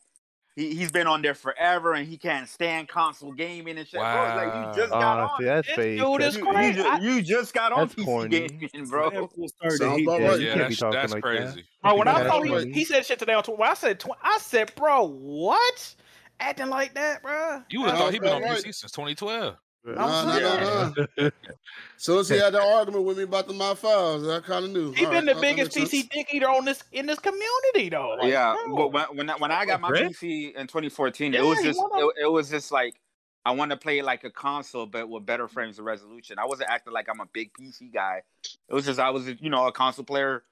Speaker 29: he he's been on there forever and he can't stand console gaming and shit. Bro, it's like you just
Speaker 14: uh,
Speaker 29: got
Speaker 21: Ah,
Speaker 29: on.
Speaker 21: see, that's
Speaker 29: This
Speaker 21: fake.
Speaker 29: dude is
Speaker 21: That's
Speaker 29: crazy.
Speaker 21: fake.
Speaker 29: You, ju- you just got on
Speaker 21: That's
Speaker 29: PC
Speaker 21: corny.
Speaker 29: gaming, bro.
Speaker 21: started to Sounds hate about that. right. You Yeah, can't be that's- talking that's like that. crazy.
Speaker 6: Bro, when I
Speaker 21: That's
Speaker 6: told him,
Speaker 21: funny.
Speaker 6: he said shit today on Twitter. When I said, tw- I said, bro, what? Acting like that, bro.
Speaker 20: You would have thought he been on PC since 2012.
Speaker 11: No, no, no, no. So as he had the argument with me about the my files, I kind of knew.
Speaker 6: He
Speaker 11: All
Speaker 6: been
Speaker 11: right,
Speaker 6: the
Speaker 11: that
Speaker 6: biggest
Speaker 11: makes sense.
Speaker 6: PC dick eater on this in this community though. Like,
Speaker 1: yeah,
Speaker 6: bro.
Speaker 1: but when when I, when I got my
Speaker 6: Really?
Speaker 1: PC in 2014,
Speaker 6: Yeah,
Speaker 1: it was
Speaker 6: you
Speaker 1: just
Speaker 6: wanna-
Speaker 1: it, it was just like I want to play like a console, but with better
Speaker 6: Mm-hmm.
Speaker 1: frames of resolution. I wasn't acting like I'm a big PC guy. It was just I was you know a console player,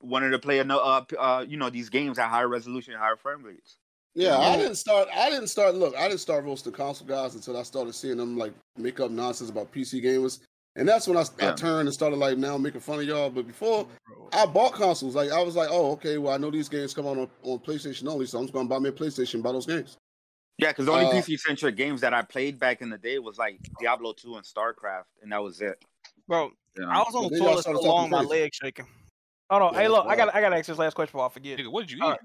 Speaker 1: wanted to play another uh, p- uh you know these games at higher resolution, higher frame rates.
Speaker 11: Yeah, I didn't start. I didn't start. Look, I didn't start roasting console guys until I started seeing them like make up nonsense about PC gamers, and that's when I, I turned and started like now making fun of y'all. But before, I bought consoles. Like I was like, oh, okay, well I know these games come out on, on PlayStation only, so I'm just gonna buy me a PlayStation, and buy those games.
Speaker 1: Yeah, because the only
Speaker 11: Uh,
Speaker 1: PC centric games that I played back in the day was like Diablo 2 and StarCraft, and that was it.
Speaker 3: Bro,
Speaker 1: Yeah.
Speaker 3: I was on the toilet so long, my leg shaking.
Speaker 6: Hold on.
Speaker 1: Yeah,
Speaker 6: hey, look, I
Speaker 1: wow.
Speaker 6: got I got to ask this last question before I forget. what did you eat?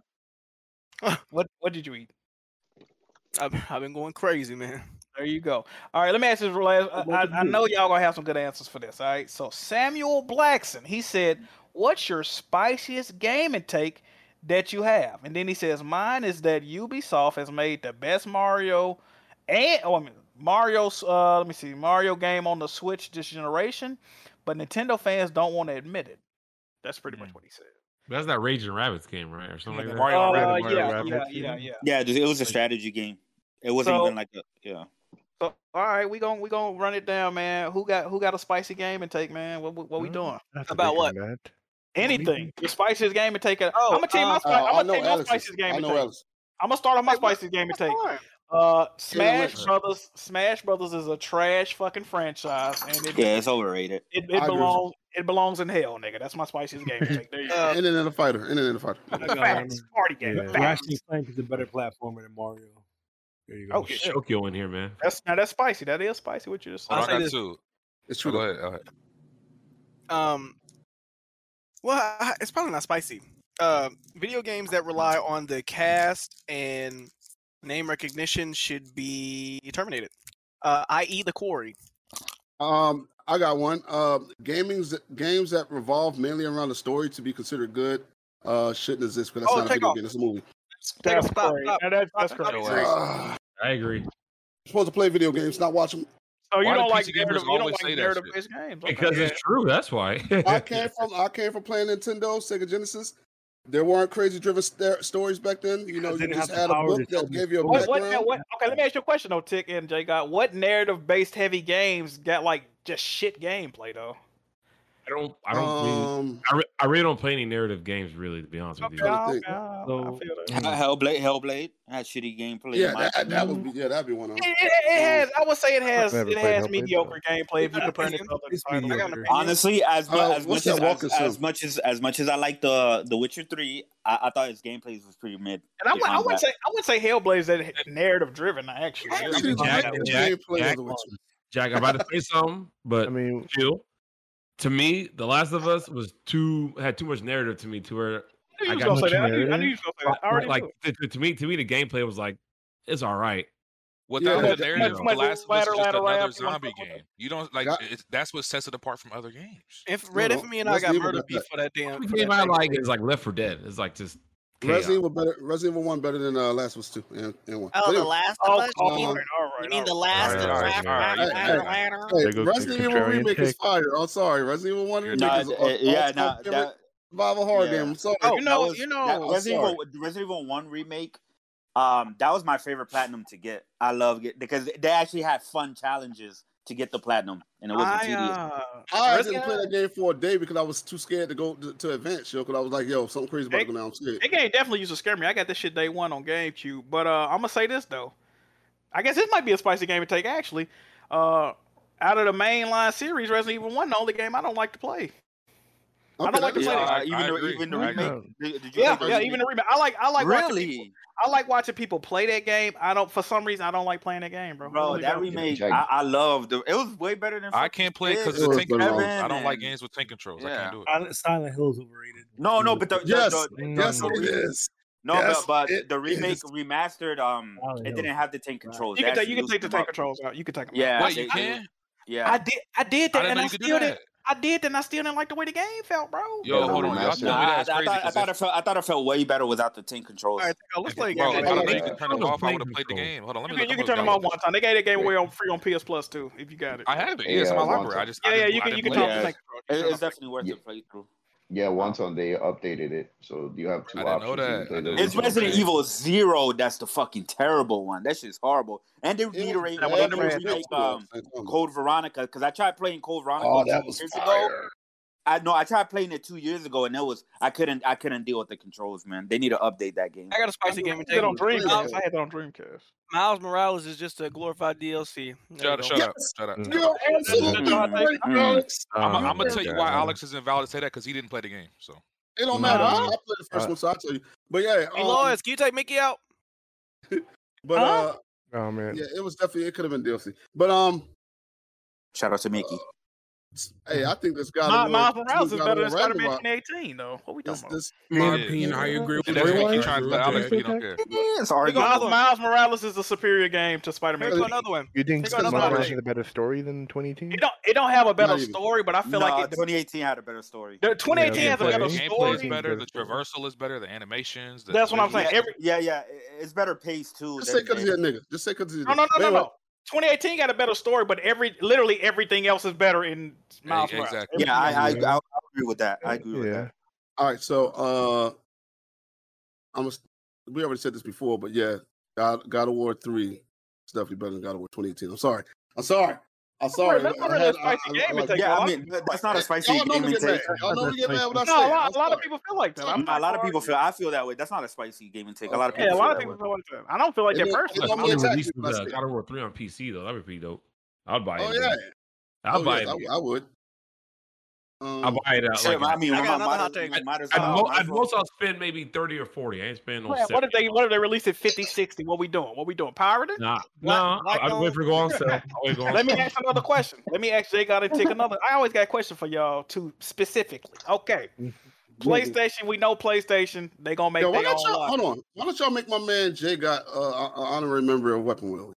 Speaker 6: what What did you eat?
Speaker 3: I've, I've been going crazy, man.
Speaker 6: There you go. All right, let me ask this last. I,
Speaker 3: What did
Speaker 6: I, I
Speaker 3: you
Speaker 6: know
Speaker 3: eat?
Speaker 6: y'all gonna have some good answers for this. All right. So Samuel Blackson, he said, "What's your spiciest game intake that you have?" And then he says, "Mine is that Ubisoft has made the best Mario and oh, I mean Mario's. Uh, let me see, Mario game on the Switch this generation, but Nintendo fans don't want to admit it." That's pretty much what he said.
Speaker 8: That's that Raging Rabbits game, right? Or something like that.
Speaker 6: Mario and Uh, Rabbids. yeah, yeah, yeah, yeah.
Speaker 1: Yeah, it was a strategy game. It wasn't
Speaker 6: So-
Speaker 1: even like a yeah.
Speaker 6: So, all right, we gon' we gonna run it down, man. Who got who got a spicy game and take, man? What what, what we doing? About what? Anything. Your spiciest game and take. it. I'm gonna tell you my,
Speaker 11: uh,
Speaker 6: spi-
Speaker 11: uh, I
Speaker 6: I'm
Speaker 11: know
Speaker 6: gonna tell you my
Speaker 11: Alex's.
Speaker 6: spiciest game
Speaker 11: I
Speaker 6: and
Speaker 11: know
Speaker 6: take.
Speaker 11: Alex's.
Speaker 6: I'm gonna start on my spiciest game and take. Uh, Smash
Speaker 1: Alex.
Speaker 6: Brothers. Smash Brothers is a trash fucking franchise, and it
Speaker 1: Yeah, it's overrated.
Speaker 6: it, it
Speaker 11: I agree.
Speaker 6: belongs it belongs in hell, nigga. That's my spiciest game and take. There you go.
Speaker 11: Uh, Internet and a fighter. Internet and a fighter.
Speaker 6: Facts. Party game.
Speaker 11: Yeah.
Speaker 6: Facts.
Speaker 14: Ratchet and Clank is a better platformer than Mario. There you go.
Speaker 6: Oh, shit.
Speaker 8: Shokyo in here, man.
Speaker 6: That's now that's spicy. That is spicy. What you just
Speaker 8: Hold
Speaker 6: said.
Speaker 8: on, I got two. Oh,
Speaker 11: It's true.
Speaker 8: go ahead. Go ahead.
Speaker 3: Um, well, I, I- it's probably not spicy. Uh, video games that rely on the cast and name recognition should be terminated. Uh, i.e., the quarry.
Speaker 11: Um, I got one. Uh, gaming's games that revolve mainly around the story to be considered good uh shouldn't exist because that's
Speaker 3: Oh,
Speaker 11: not a
Speaker 3: take
Speaker 11: video
Speaker 3: off.
Speaker 11: game. It's a movie.
Speaker 3: Take a stop, stop,
Speaker 6: that's,
Speaker 3: stop,
Speaker 6: stop,
Speaker 3: stop.
Speaker 11: Ah,
Speaker 8: I agree.
Speaker 11: You're supposed to play video games, not watch them.
Speaker 6: So Oh,
Speaker 8: Why
Speaker 6: you
Speaker 8: do
Speaker 6: don't like
Speaker 8: PC gamers
Speaker 6: narrative. You don't
Speaker 8: always say
Speaker 6: like
Speaker 8: that
Speaker 6: narrative-based games. Okay.
Speaker 8: Because it's true. That's why.
Speaker 11: I came from I came from playing Nintendo, Sega Genesis. There weren't crazy driven st- stories back then. You know,
Speaker 14: Because they
Speaker 11: you
Speaker 14: didn't
Speaker 11: just
Speaker 14: have the
Speaker 11: had a
Speaker 14: power
Speaker 11: book
Speaker 14: to tell
Speaker 11: that
Speaker 14: the
Speaker 11: gave you a
Speaker 6: What,
Speaker 11: background.
Speaker 6: what, now, what, okay, let me ask you a question though, Tick and J God. What narrative based heavy games got like just shit gameplay though?
Speaker 8: I don't. I don't.
Speaker 11: Um,
Speaker 6: Um.
Speaker 8: really, I, re- I really don't play any narrative games, really, to be honest with you.
Speaker 6: Oh, God.
Speaker 8: So-
Speaker 1: Hellblade, Hellblade had shitty gameplay. in
Speaker 11: Yeah,
Speaker 1: my
Speaker 11: that, that would
Speaker 1: opinion.
Speaker 11: be yeah, that'd be one of
Speaker 6: It,
Speaker 11: them.
Speaker 6: it, it has. I would say it has.
Speaker 11: Never
Speaker 6: It
Speaker 11: played
Speaker 6: has
Speaker 11: Hellblade,
Speaker 6: mediocre gameplay if you compare it to other titles. I got an opinion.
Speaker 1: Honestly, as, mu-
Speaker 11: Uh,
Speaker 1: as much
Speaker 11: what's that
Speaker 1: as, as,
Speaker 11: Walker Sim?
Speaker 1: as much as as much as I like the The Witcher Three, I, I thought his gameplays was pretty mid.
Speaker 6: And I would, I would
Speaker 1: combat.
Speaker 6: say I would say Hellblade is that narrative driven. Actually,
Speaker 11: Actually,
Speaker 8: Jack,
Speaker 11: Jack-
Speaker 8: Jack,
Speaker 11: Jack-
Speaker 8: Jack, Jack, I'm about to say something, but I mean, chill. To me, The Last of Us was too had too much narrative to me to where
Speaker 6: I knew you was gonna say that. I knew- I knew you was gonna say that. I already
Speaker 8: like
Speaker 6: knew
Speaker 8: to, to- to me, to me, the gameplay was like it's all right.
Speaker 20: Without
Speaker 8: Yeah,
Speaker 20: the
Speaker 8: that-
Speaker 20: narrative,
Speaker 8: too
Speaker 20: The
Speaker 8: much
Speaker 20: Last of Us
Speaker 8: ladder,
Speaker 20: is just
Speaker 8: ladder,
Speaker 20: another
Speaker 8: ladder, you wanna
Speaker 20: zombie game. You don't like it's, that's what sets it apart from other games.
Speaker 3: If Red
Speaker 11: no,
Speaker 3: F me and I
Speaker 11: let's
Speaker 3: got
Speaker 11: leave it
Speaker 3: murder
Speaker 11: at
Speaker 3: beef
Speaker 11: that.
Speaker 3: for that damn.
Speaker 8: The
Speaker 3: For
Speaker 8: game
Speaker 3: that
Speaker 8: I
Speaker 3: thing.
Speaker 8: like is like Left for Dead. It's like just chaos.
Speaker 11: Resident Evil better. Resident Evil one better than uh, Last of Us two and, and one.
Speaker 3: Oh,
Speaker 11: But
Speaker 3: The
Speaker 11: anyway.
Speaker 3: Last of Oh, Us?
Speaker 11: Um,
Speaker 3: all right, You mean the last
Speaker 11: Hey,
Speaker 3: of
Speaker 11: hey,
Speaker 3: Us?
Speaker 11: hey,
Speaker 1: There goes
Speaker 11: Resident
Speaker 1: the
Speaker 11: Evil
Speaker 1: contrarian
Speaker 11: remake is
Speaker 1: pick.
Speaker 11: fire. I'm sorry, Resident Evil one remake
Speaker 1: Nah,
Speaker 11: is
Speaker 1: d-
Speaker 11: all- all
Speaker 1: yeah,
Speaker 11: time
Speaker 1: nah,
Speaker 11: favorite
Speaker 1: that- Oh,
Speaker 11: survival horror game. I'm sorry.
Speaker 1: you know, you know,
Speaker 11: I'm
Speaker 1: Resident
Speaker 11: sorry.
Speaker 1: Evil, Resident Evil One remake. Um, that was my favorite platinum to get. I love it because they actually had fun challenges to get the platinum, and it wasn't
Speaker 11: I, uh,
Speaker 1: tedious.
Speaker 11: I
Speaker 1: uh, Resident-
Speaker 11: didn't play that game for a day because I was too scared to go to, to advance, yo. Because I was like, yo, something crazy about to go down. I'm scared.
Speaker 6: That game definitely used to scare me. I got this shit day one on GameCube. But uh, I'm gonna say this though. I guess this might be a spicy game to take actually. Uh, out of the mainline series, Resident Evil One, the only game I don't like to play. I don't like to play
Speaker 1: Yeah,
Speaker 6: that.
Speaker 1: even the, even the remake. Did, did you
Speaker 6: Yeah,
Speaker 1: like the
Speaker 6: yeah,
Speaker 1: remake?
Speaker 6: even the remake. I like, I like watching
Speaker 1: Really?
Speaker 6: people- I like watching people play that game. I don't, for some reason, I don't like playing that game, bro.
Speaker 1: Bro, that remake, I, I loved it. It was way better than.
Speaker 20: I can't play because of the tank controls. I don't like games with tank controls. I can't do it.
Speaker 14: Silent, Silent Hill is overrated.
Speaker 1: No, no, but the,
Speaker 14: Yes,
Speaker 1: the, the, the,
Speaker 14: yes,
Speaker 1: the
Speaker 14: it
Speaker 1: remake-
Speaker 14: is.
Speaker 1: No,
Speaker 14: Yes,
Speaker 1: but, but
Speaker 14: it
Speaker 1: the remake
Speaker 14: is.
Speaker 1: remastered, um, it didn't have the tank controls.
Speaker 6: You can
Speaker 1: They
Speaker 6: take, you can
Speaker 1: actually
Speaker 6: take the
Speaker 1: loosened them
Speaker 6: tank
Speaker 1: up.
Speaker 6: controls out. You can take them.
Speaker 1: Yeah,
Speaker 6: out.
Speaker 1: they- they- Yeah,
Speaker 6: I did. I did that,
Speaker 1: I didn't
Speaker 6: and
Speaker 1: know
Speaker 6: I
Speaker 1: you could do
Speaker 6: still did.
Speaker 1: that.
Speaker 6: I did, and I still didn't like the way the game felt, bro.
Speaker 1: Yo,
Speaker 6: hold
Speaker 1: on,
Speaker 6: y'all
Speaker 1: Nah, I, I thought, I thought it felt, I thought it felt way better without the ten controls.
Speaker 6: I looked like
Speaker 1: Bro,
Speaker 6: I
Speaker 1: if
Speaker 6: didn't
Speaker 1: I
Speaker 6: like
Speaker 1: think
Speaker 6: it.
Speaker 1: you could turn them off, I would have played the game. Hold on, let
Speaker 6: You
Speaker 1: me
Speaker 6: can,
Speaker 1: look.
Speaker 6: you
Speaker 1: I'm
Speaker 6: can turn them
Speaker 1: gonna
Speaker 6: on one time. They gave that game away on free on PS Plus too, if you got it.
Speaker 20: I have
Speaker 15: it. Yeah, it's in my Yeah, library. I
Speaker 1: just-
Speaker 6: yeah,
Speaker 1: I
Speaker 6: yeah,
Speaker 1: just-
Speaker 6: you
Speaker 1: I
Speaker 6: can you
Speaker 1: didn't
Speaker 6: can
Speaker 15: play
Speaker 6: turn
Speaker 15: it.
Speaker 6: them. like,
Speaker 1: It- It's definitely worth the playthrough.
Speaker 15: Yeah, once on they updated it, so you have two
Speaker 1: I didn't
Speaker 15: options.
Speaker 1: know
Speaker 15: You can
Speaker 1: that.
Speaker 15: play the
Speaker 1: It's
Speaker 15: original
Speaker 1: Resident
Speaker 15: game.
Speaker 1: Evil Zero. That's the fucking terrible one. That shit's horrible. And they reiterated
Speaker 15: bad
Speaker 1: when they
Speaker 15: for
Speaker 1: remake
Speaker 15: Xbox.
Speaker 1: um, Code Veronica because I tried playing Code Veronica
Speaker 15: Oh,
Speaker 1: two
Speaker 15: that was
Speaker 1: years ago.
Speaker 15: fire.
Speaker 1: I know I tried playing it two years ago, and it was I couldn't I couldn't deal with the controls, man. They need to update that game.
Speaker 3: I got a spicy game.
Speaker 6: They don't Dreamcast. I had that on Dreamcast.
Speaker 3: Miles Morales is just a glorified DLC. There
Speaker 20: Shut,
Speaker 3: you
Speaker 20: shut
Speaker 3: go.
Speaker 20: up. Shut up.
Speaker 3: You're absolutely right,
Speaker 1: Mm-hmm.
Speaker 3: Alex.
Speaker 20: I'm
Speaker 3: Oh,
Speaker 20: going to tell you
Speaker 11: God.
Speaker 20: why Alex is invalid to say that because he didn't play the game. So
Speaker 11: It don't
Speaker 20: No.
Speaker 11: matter. I, I played the first
Speaker 20: Uh,
Speaker 11: one, so I tell you. But yeah,
Speaker 3: Hey,
Speaker 11: um,
Speaker 3: Lawrence, can you take Mickey out?
Speaker 11: but
Speaker 3: Huh?
Speaker 11: uh,
Speaker 14: Oh man.
Speaker 11: yeah, it was definitely it could have been DLC. But um,
Speaker 1: Shout out to Mickey.
Speaker 11: Uh, hey,
Speaker 14: Mm-hmm.
Speaker 11: I think this guy.
Speaker 6: My, Miles Morales is better than Spider Man 2018, though. What we talking about?
Speaker 31: My opinion, I agree with
Speaker 20: That's
Speaker 31: Ray
Speaker 20: why he
Speaker 31: Wise.
Speaker 20: tried to let Alex beat on there.
Speaker 6: Miles,
Speaker 31: Sorry,
Speaker 6: Miles,
Speaker 31: Miles-
Speaker 6: Morales is a superior game to Spider Man.
Speaker 31: Here go
Speaker 3: another one.
Speaker 14: You think
Speaker 6: Here go
Speaker 14: Miles
Speaker 6: another
Speaker 14: Morales
Speaker 6: one.
Speaker 14: had a better story than 2018?
Speaker 6: It don't, it don't have a better
Speaker 14: Not even.
Speaker 6: story, but I feel
Speaker 14: Nah,
Speaker 6: like it,
Speaker 1: 2018 had a better story.
Speaker 6: The 2018 has a
Speaker 20: Gameplay-
Speaker 6: better
Speaker 20: gameplay is
Speaker 6: story.
Speaker 20: better. The traversal is better. The animations. The
Speaker 6: That's what I'm saying.
Speaker 20: Yeah.
Speaker 6: Every
Speaker 1: yeah, yeah, it's better paced too.
Speaker 11: Just say because he's a nigga. Just say because he's a
Speaker 6: No, no, no,
Speaker 11: nigga.
Speaker 6: no,
Speaker 11: Anyway,
Speaker 6: no. 2018 got a better story, but every literally everything else is better in Miles Morales.
Speaker 1: Yeah, I, I,
Speaker 11: Yeah.
Speaker 1: I, agree with that. I agree with that.
Speaker 11: All right, so uh, I'm. A, we already said this before, but yeah, God, God of War three is definitely better than God of War 2018. I'm sorry. I'm sorry. I'm sorry.
Speaker 6: that's not
Speaker 11: I
Speaker 6: really
Speaker 11: had-
Speaker 6: a spicy
Speaker 11: I- I-
Speaker 6: game.
Speaker 11: I
Speaker 6: It
Speaker 11: like-
Speaker 6: takes a
Speaker 11: Yeah, I
Speaker 6: lot.
Speaker 11: mean,
Speaker 1: That's not a spicy
Speaker 11: Y'all know
Speaker 1: game
Speaker 11: we get mad.
Speaker 1: intake.
Speaker 11: Y'all know we get mad when I
Speaker 6: No, a lot,
Speaker 11: say. it. I'm
Speaker 6: a lot
Speaker 11: sorry.
Speaker 6: of people feel like that. I'm
Speaker 1: Nah, a
Speaker 6: not
Speaker 1: lot of
Speaker 6: gonna
Speaker 1: people
Speaker 6: argue.
Speaker 1: feel. I feel that way. That's not a spicy game intake. A lot of people.
Speaker 6: Yeah, a lot of
Speaker 1: feel
Speaker 6: people feel like that. I don't feel like
Speaker 8: They
Speaker 6: that
Speaker 8: don't-
Speaker 6: personally.
Speaker 8: they
Speaker 6: I'm
Speaker 8: don't
Speaker 6: not-
Speaker 8: release uh, God of War three on PC though. That would be dope. I'd buy
Speaker 11: Oh
Speaker 8: it.
Speaker 11: yeah.
Speaker 8: I'll
Speaker 11: Oh,
Speaker 8: buy
Speaker 11: yes,
Speaker 8: it.
Speaker 11: I, I would. Um,
Speaker 8: I'll buy it out.
Speaker 1: Shit,
Speaker 8: like,
Speaker 1: I mean,
Speaker 8: at-
Speaker 1: I got another
Speaker 6: hot take.
Speaker 1: might as
Speaker 8: at,
Speaker 1: well-
Speaker 8: mo-
Speaker 1: might as
Speaker 8: at most, I'll spend maybe thirty or forty. I ain't spending no.
Speaker 6: Man, what if
Speaker 8: seventy.
Speaker 6: they what if they release it 50, 60? What we doing? What we doing? Pirate it?
Speaker 8: Nah,
Speaker 6: Black-
Speaker 8: nah.
Speaker 6: black
Speaker 8: I, I wait
Speaker 6: owned?
Speaker 8: for it to go on sale. I wait for it to go on
Speaker 6: uh, Let me
Speaker 8: sale.
Speaker 6: ask another question. Let me ask Jay got to take another. I always got a question for y'all too specifically. Okay.
Speaker 3: Mm-hmm.
Speaker 6: PlayStation, we know PlayStation. They gonna make
Speaker 11: Yo, why
Speaker 6: their
Speaker 11: don't
Speaker 6: own.
Speaker 11: y'all,
Speaker 6: line.
Speaker 11: hold on. Why don't y'all make my man Jay got uh, a- a honorary member of Weapon Wheel?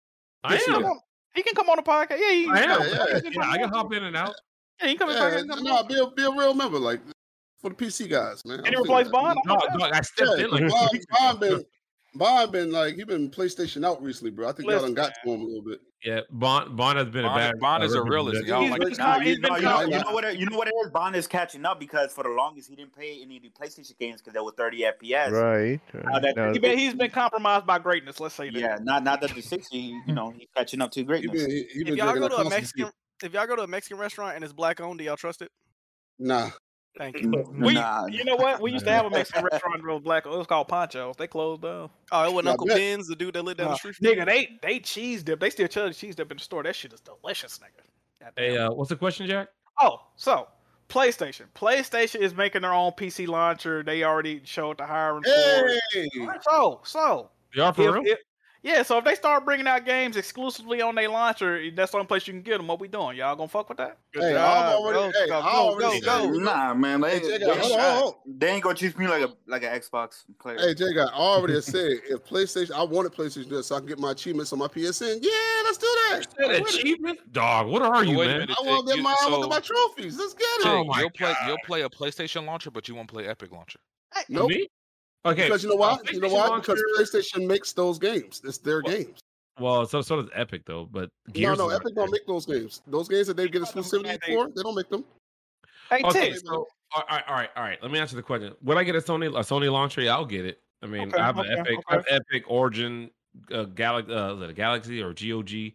Speaker 8: I
Speaker 11: Yes, he
Speaker 8: am.
Speaker 11: got-
Speaker 6: He can come on the podcast. Yeah, he,
Speaker 8: I am.
Speaker 11: Yeah, yeah,
Speaker 8: Yeah, I can hop in and out.
Speaker 6: yeah, he can come on the
Speaker 11: Yeah,
Speaker 6: podcast.
Speaker 11: no, be a, be a real member, like for the PC guys, man.
Speaker 6: And he
Speaker 11: I'm
Speaker 6: replaced
Speaker 11: thinking
Speaker 6: Bond?
Speaker 11: that.
Speaker 6: No, I'm dog, I stepped in, like, two
Speaker 11: Bond,
Speaker 6: weeks
Speaker 11: Bond been, Bond been like he been PlayStation out recently, bro. I think y'all
Speaker 6: Listen,
Speaker 11: done got to him a little bit.
Speaker 8: Yeah, Bond. Bond has been
Speaker 20: Bond-
Speaker 8: a bad.
Speaker 20: Bond
Speaker 8: uh,
Speaker 20: is a
Speaker 8: representative.
Speaker 20: realist. Y'all
Speaker 11: He's
Speaker 20: like
Speaker 11: been-
Speaker 20: this.
Speaker 11: nah,
Speaker 1: Nah, you,
Speaker 11: he's been
Speaker 1: no, you know,
Speaker 11: kinda-
Speaker 1: you know what it, you know what it is. Bond is catching up because for the longest he didn't play any of the PlayStation games because they were 30 FPS.
Speaker 14: Right.
Speaker 1: Now that
Speaker 14: No,
Speaker 6: He been, he's been compromised by greatness. Let's say that.
Speaker 1: yeah, not not that the 60, you know, he's catching up to greatness.
Speaker 3: If y'all go to a Mexican, if y'all go to a Mexican restaurant and it's black owned, do y'all trust it?
Speaker 11: Nah.
Speaker 3: Thank
Speaker 1: you.
Speaker 6: We,
Speaker 1: Nah.
Speaker 6: you know what? We used to have a Mexican restaurant real black. Oh, It was called Ponchos. They closed down.
Speaker 3: Oh, it wasn't
Speaker 6: Yeah, I
Speaker 3: Uncle
Speaker 6: bet.
Speaker 3: Ben's, the dude that lived down
Speaker 6: Nah,
Speaker 3: the street.
Speaker 6: nigga, they they cheese dip. They still chug cheese dip in the store. That shit is delicious, nigga.
Speaker 8: Hey, uh, what's the question, Jack?
Speaker 6: Oh, so PlayStation. PlayStation is making their own PC launcher. They already showed the hiring for
Speaker 11: it.
Speaker 6: So, so
Speaker 8: They are for
Speaker 6: if-
Speaker 8: real?
Speaker 6: if- yeah, so if they start bringing out games exclusively on their launcher, that's the only place you can get them. What we doing? Y'all gonna fuck with that?
Speaker 11: Hey, I'm already.
Speaker 6: Go,
Speaker 11: Hey,
Speaker 6: go,
Speaker 11: I already.
Speaker 6: go, go.
Speaker 1: Nah, man, like,
Speaker 11: Hey,
Speaker 1: they,
Speaker 11: Jay got- hold on, hold
Speaker 1: they ain't gonna treat me like a like an Xbox player.
Speaker 11: Hey, Jay got I already said if PlayStation, I wanted PlayStation just so I can get my achievements on my PSN. Yeah, let's do that. I'm with it.
Speaker 8: achievement? Dog, what are you,
Speaker 20: Wait
Speaker 8: man?
Speaker 20: a
Speaker 8: Oh
Speaker 20: minute,
Speaker 11: I want
Speaker 20: Jake.
Speaker 11: them. I
Speaker 20: You-
Speaker 11: want
Speaker 20: so-
Speaker 11: my trophies. Let's get it.
Speaker 20: Jake, you'll play you'll play a PlayStation launcher, but you won't play Epic launcher.
Speaker 11: Nope.
Speaker 8: Me? Okay,
Speaker 11: Because you know
Speaker 8: uh,
Speaker 11: why? You know
Speaker 8: PlayStation
Speaker 11: why?
Speaker 8: launcher-
Speaker 11: Because PlayStation makes those games. It's their games.
Speaker 8: Well, so so does Epic though, but Gears
Speaker 11: no, no,
Speaker 8: is
Speaker 11: Epic don't make those games. Those games that they get exclusivity for, they don't make them.
Speaker 6: Hey,
Speaker 8: Okay, so all right, all right, all right. Let me answer the question. Would I get a Sony a Sony launcher? Yeah, I'll get it. I mean,
Speaker 6: Okay,
Speaker 8: I have an
Speaker 6: okay,
Speaker 8: Epic, I have Epic Origin, uh, Galaxy, uh, is it a Galaxy or GOG.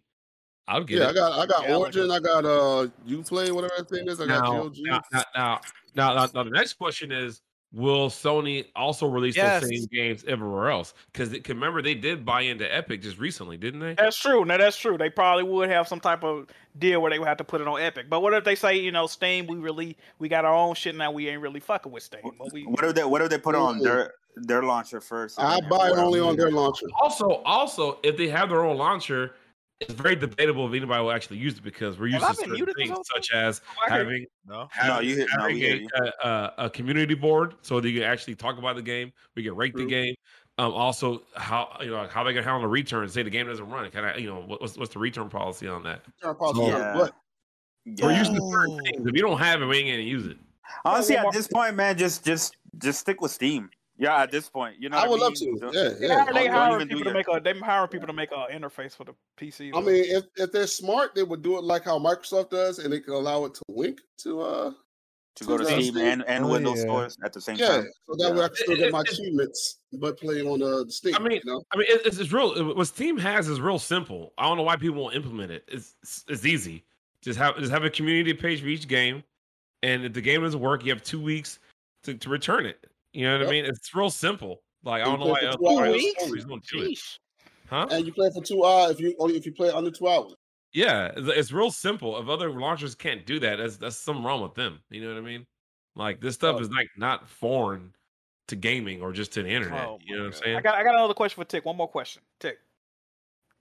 Speaker 8: I'll get
Speaker 11: yeah,
Speaker 8: it.
Speaker 11: I got, I got
Speaker 8: Yeah, I like
Speaker 11: Origin, I got uh, Uplay, whatever that thing is. I got
Speaker 8: Now,
Speaker 11: GOG.
Speaker 8: now, now, now, now, now- now the next question is: Will Sony also release
Speaker 6: Yes.
Speaker 8: those same games everywhere else? Because remember, they did buy into Epic just recently, didn't they?
Speaker 6: That's true. Now that's true. They probably would have some type of deal where they would have to put it on Epic. But what if they say, you know, Steam, we really we got our own shit now. We ain't really fucking with Steam. But we,
Speaker 1: What if they what if they put it on
Speaker 6: Ooh.
Speaker 1: their their launcher first?
Speaker 11: I buy it only on their launcher.
Speaker 8: Also, also, if they have their own launcher, it's very debatable if anybody will actually use it because we're used
Speaker 6: I been
Speaker 8: to certain
Speaker 6: muted this
Speaker 8: things
Speaker 6: whole
Speaker 8: such as
Speaker 6: I heard-
Speaker 8: having
Speaker 20: no,
Speaker 1: No, you hit- no,
Speaker 8: having
Speaker 1: we hear
Speaker 8: a, a, a- a community board so that you can actually talk about the game. We can rate the game. Um, also, how you know how they can handle the return? Say the game doesn't run. Can I? You know, what, what's what's the return policy on that?
Speaker 11: Return policy on what?
Speaker 8: Or use the certain things. If you don't have it, we ain't gonna use it.
Speaker 1: Honestly, at this point, man, just just just stick with Steam. Yeah, at this point, you know.
Speaker 11: I
Speaker 1: what
Speaker 11: would love
Speaker 1: mean?
Speaker 11: to.
Speaker 1: Don't-
Speaker 11: Yeah,
Speaker 6: They
Speaker 11: yeah.
Speaker 6: hire, they
Speaker 11: Don't
Speaker 6: hire
Speaker 11: even do
Speaker 6: people to
Speaker 11: your-
Speaker 6: make a they hire people to make an interface for the PC.
Speaker 11: I mean, if, if they're smart, they would do it like how Microsoft does, and they can allow it to link to uh
Speaker 1: To go to
Speaker 11: uh,
Speaker 1: Steam and, and
Speaker 11: Oh,
Speaker 1: Windows
Speaker 11: yeah.
Speaker 1: stores at the same
Speaker 11: Yeah,
Speaker 1: time.
Speaker 11: so that way I
Speaker 1: Yeah.
Speaker 11: can still get my achievements, but play on uh, Steam.
Speaker 8: I mean, I mean, it, it's, it's real. What Steam has is real simple. I don't know why people won't implement it. It's it's, it's easy. Just have just have a community page for each game, and if the game doesn't work, you have two weeks to, to return it. You know what I mean? It's real simple. Like I don't know why
Speaker 11: Two
Speaker 8: other- why other
Speaker 11: weeks?
Speaker 8: companies don't do it. Huh?
Speaker 11: And you play for two hours if you only if you play under two hours.
Speaker 8: Yeah, it's, it's real simple. If other launchers can't do that, that's that's something wrong with them. You know what I mean? Like this stuff is like not foreign to gaming or just to the internet.
Speaker 6: Oh
Speaker 8: you know what I'm saying?
Speaker 6: I got I got another question for Tick. One more question, Tick.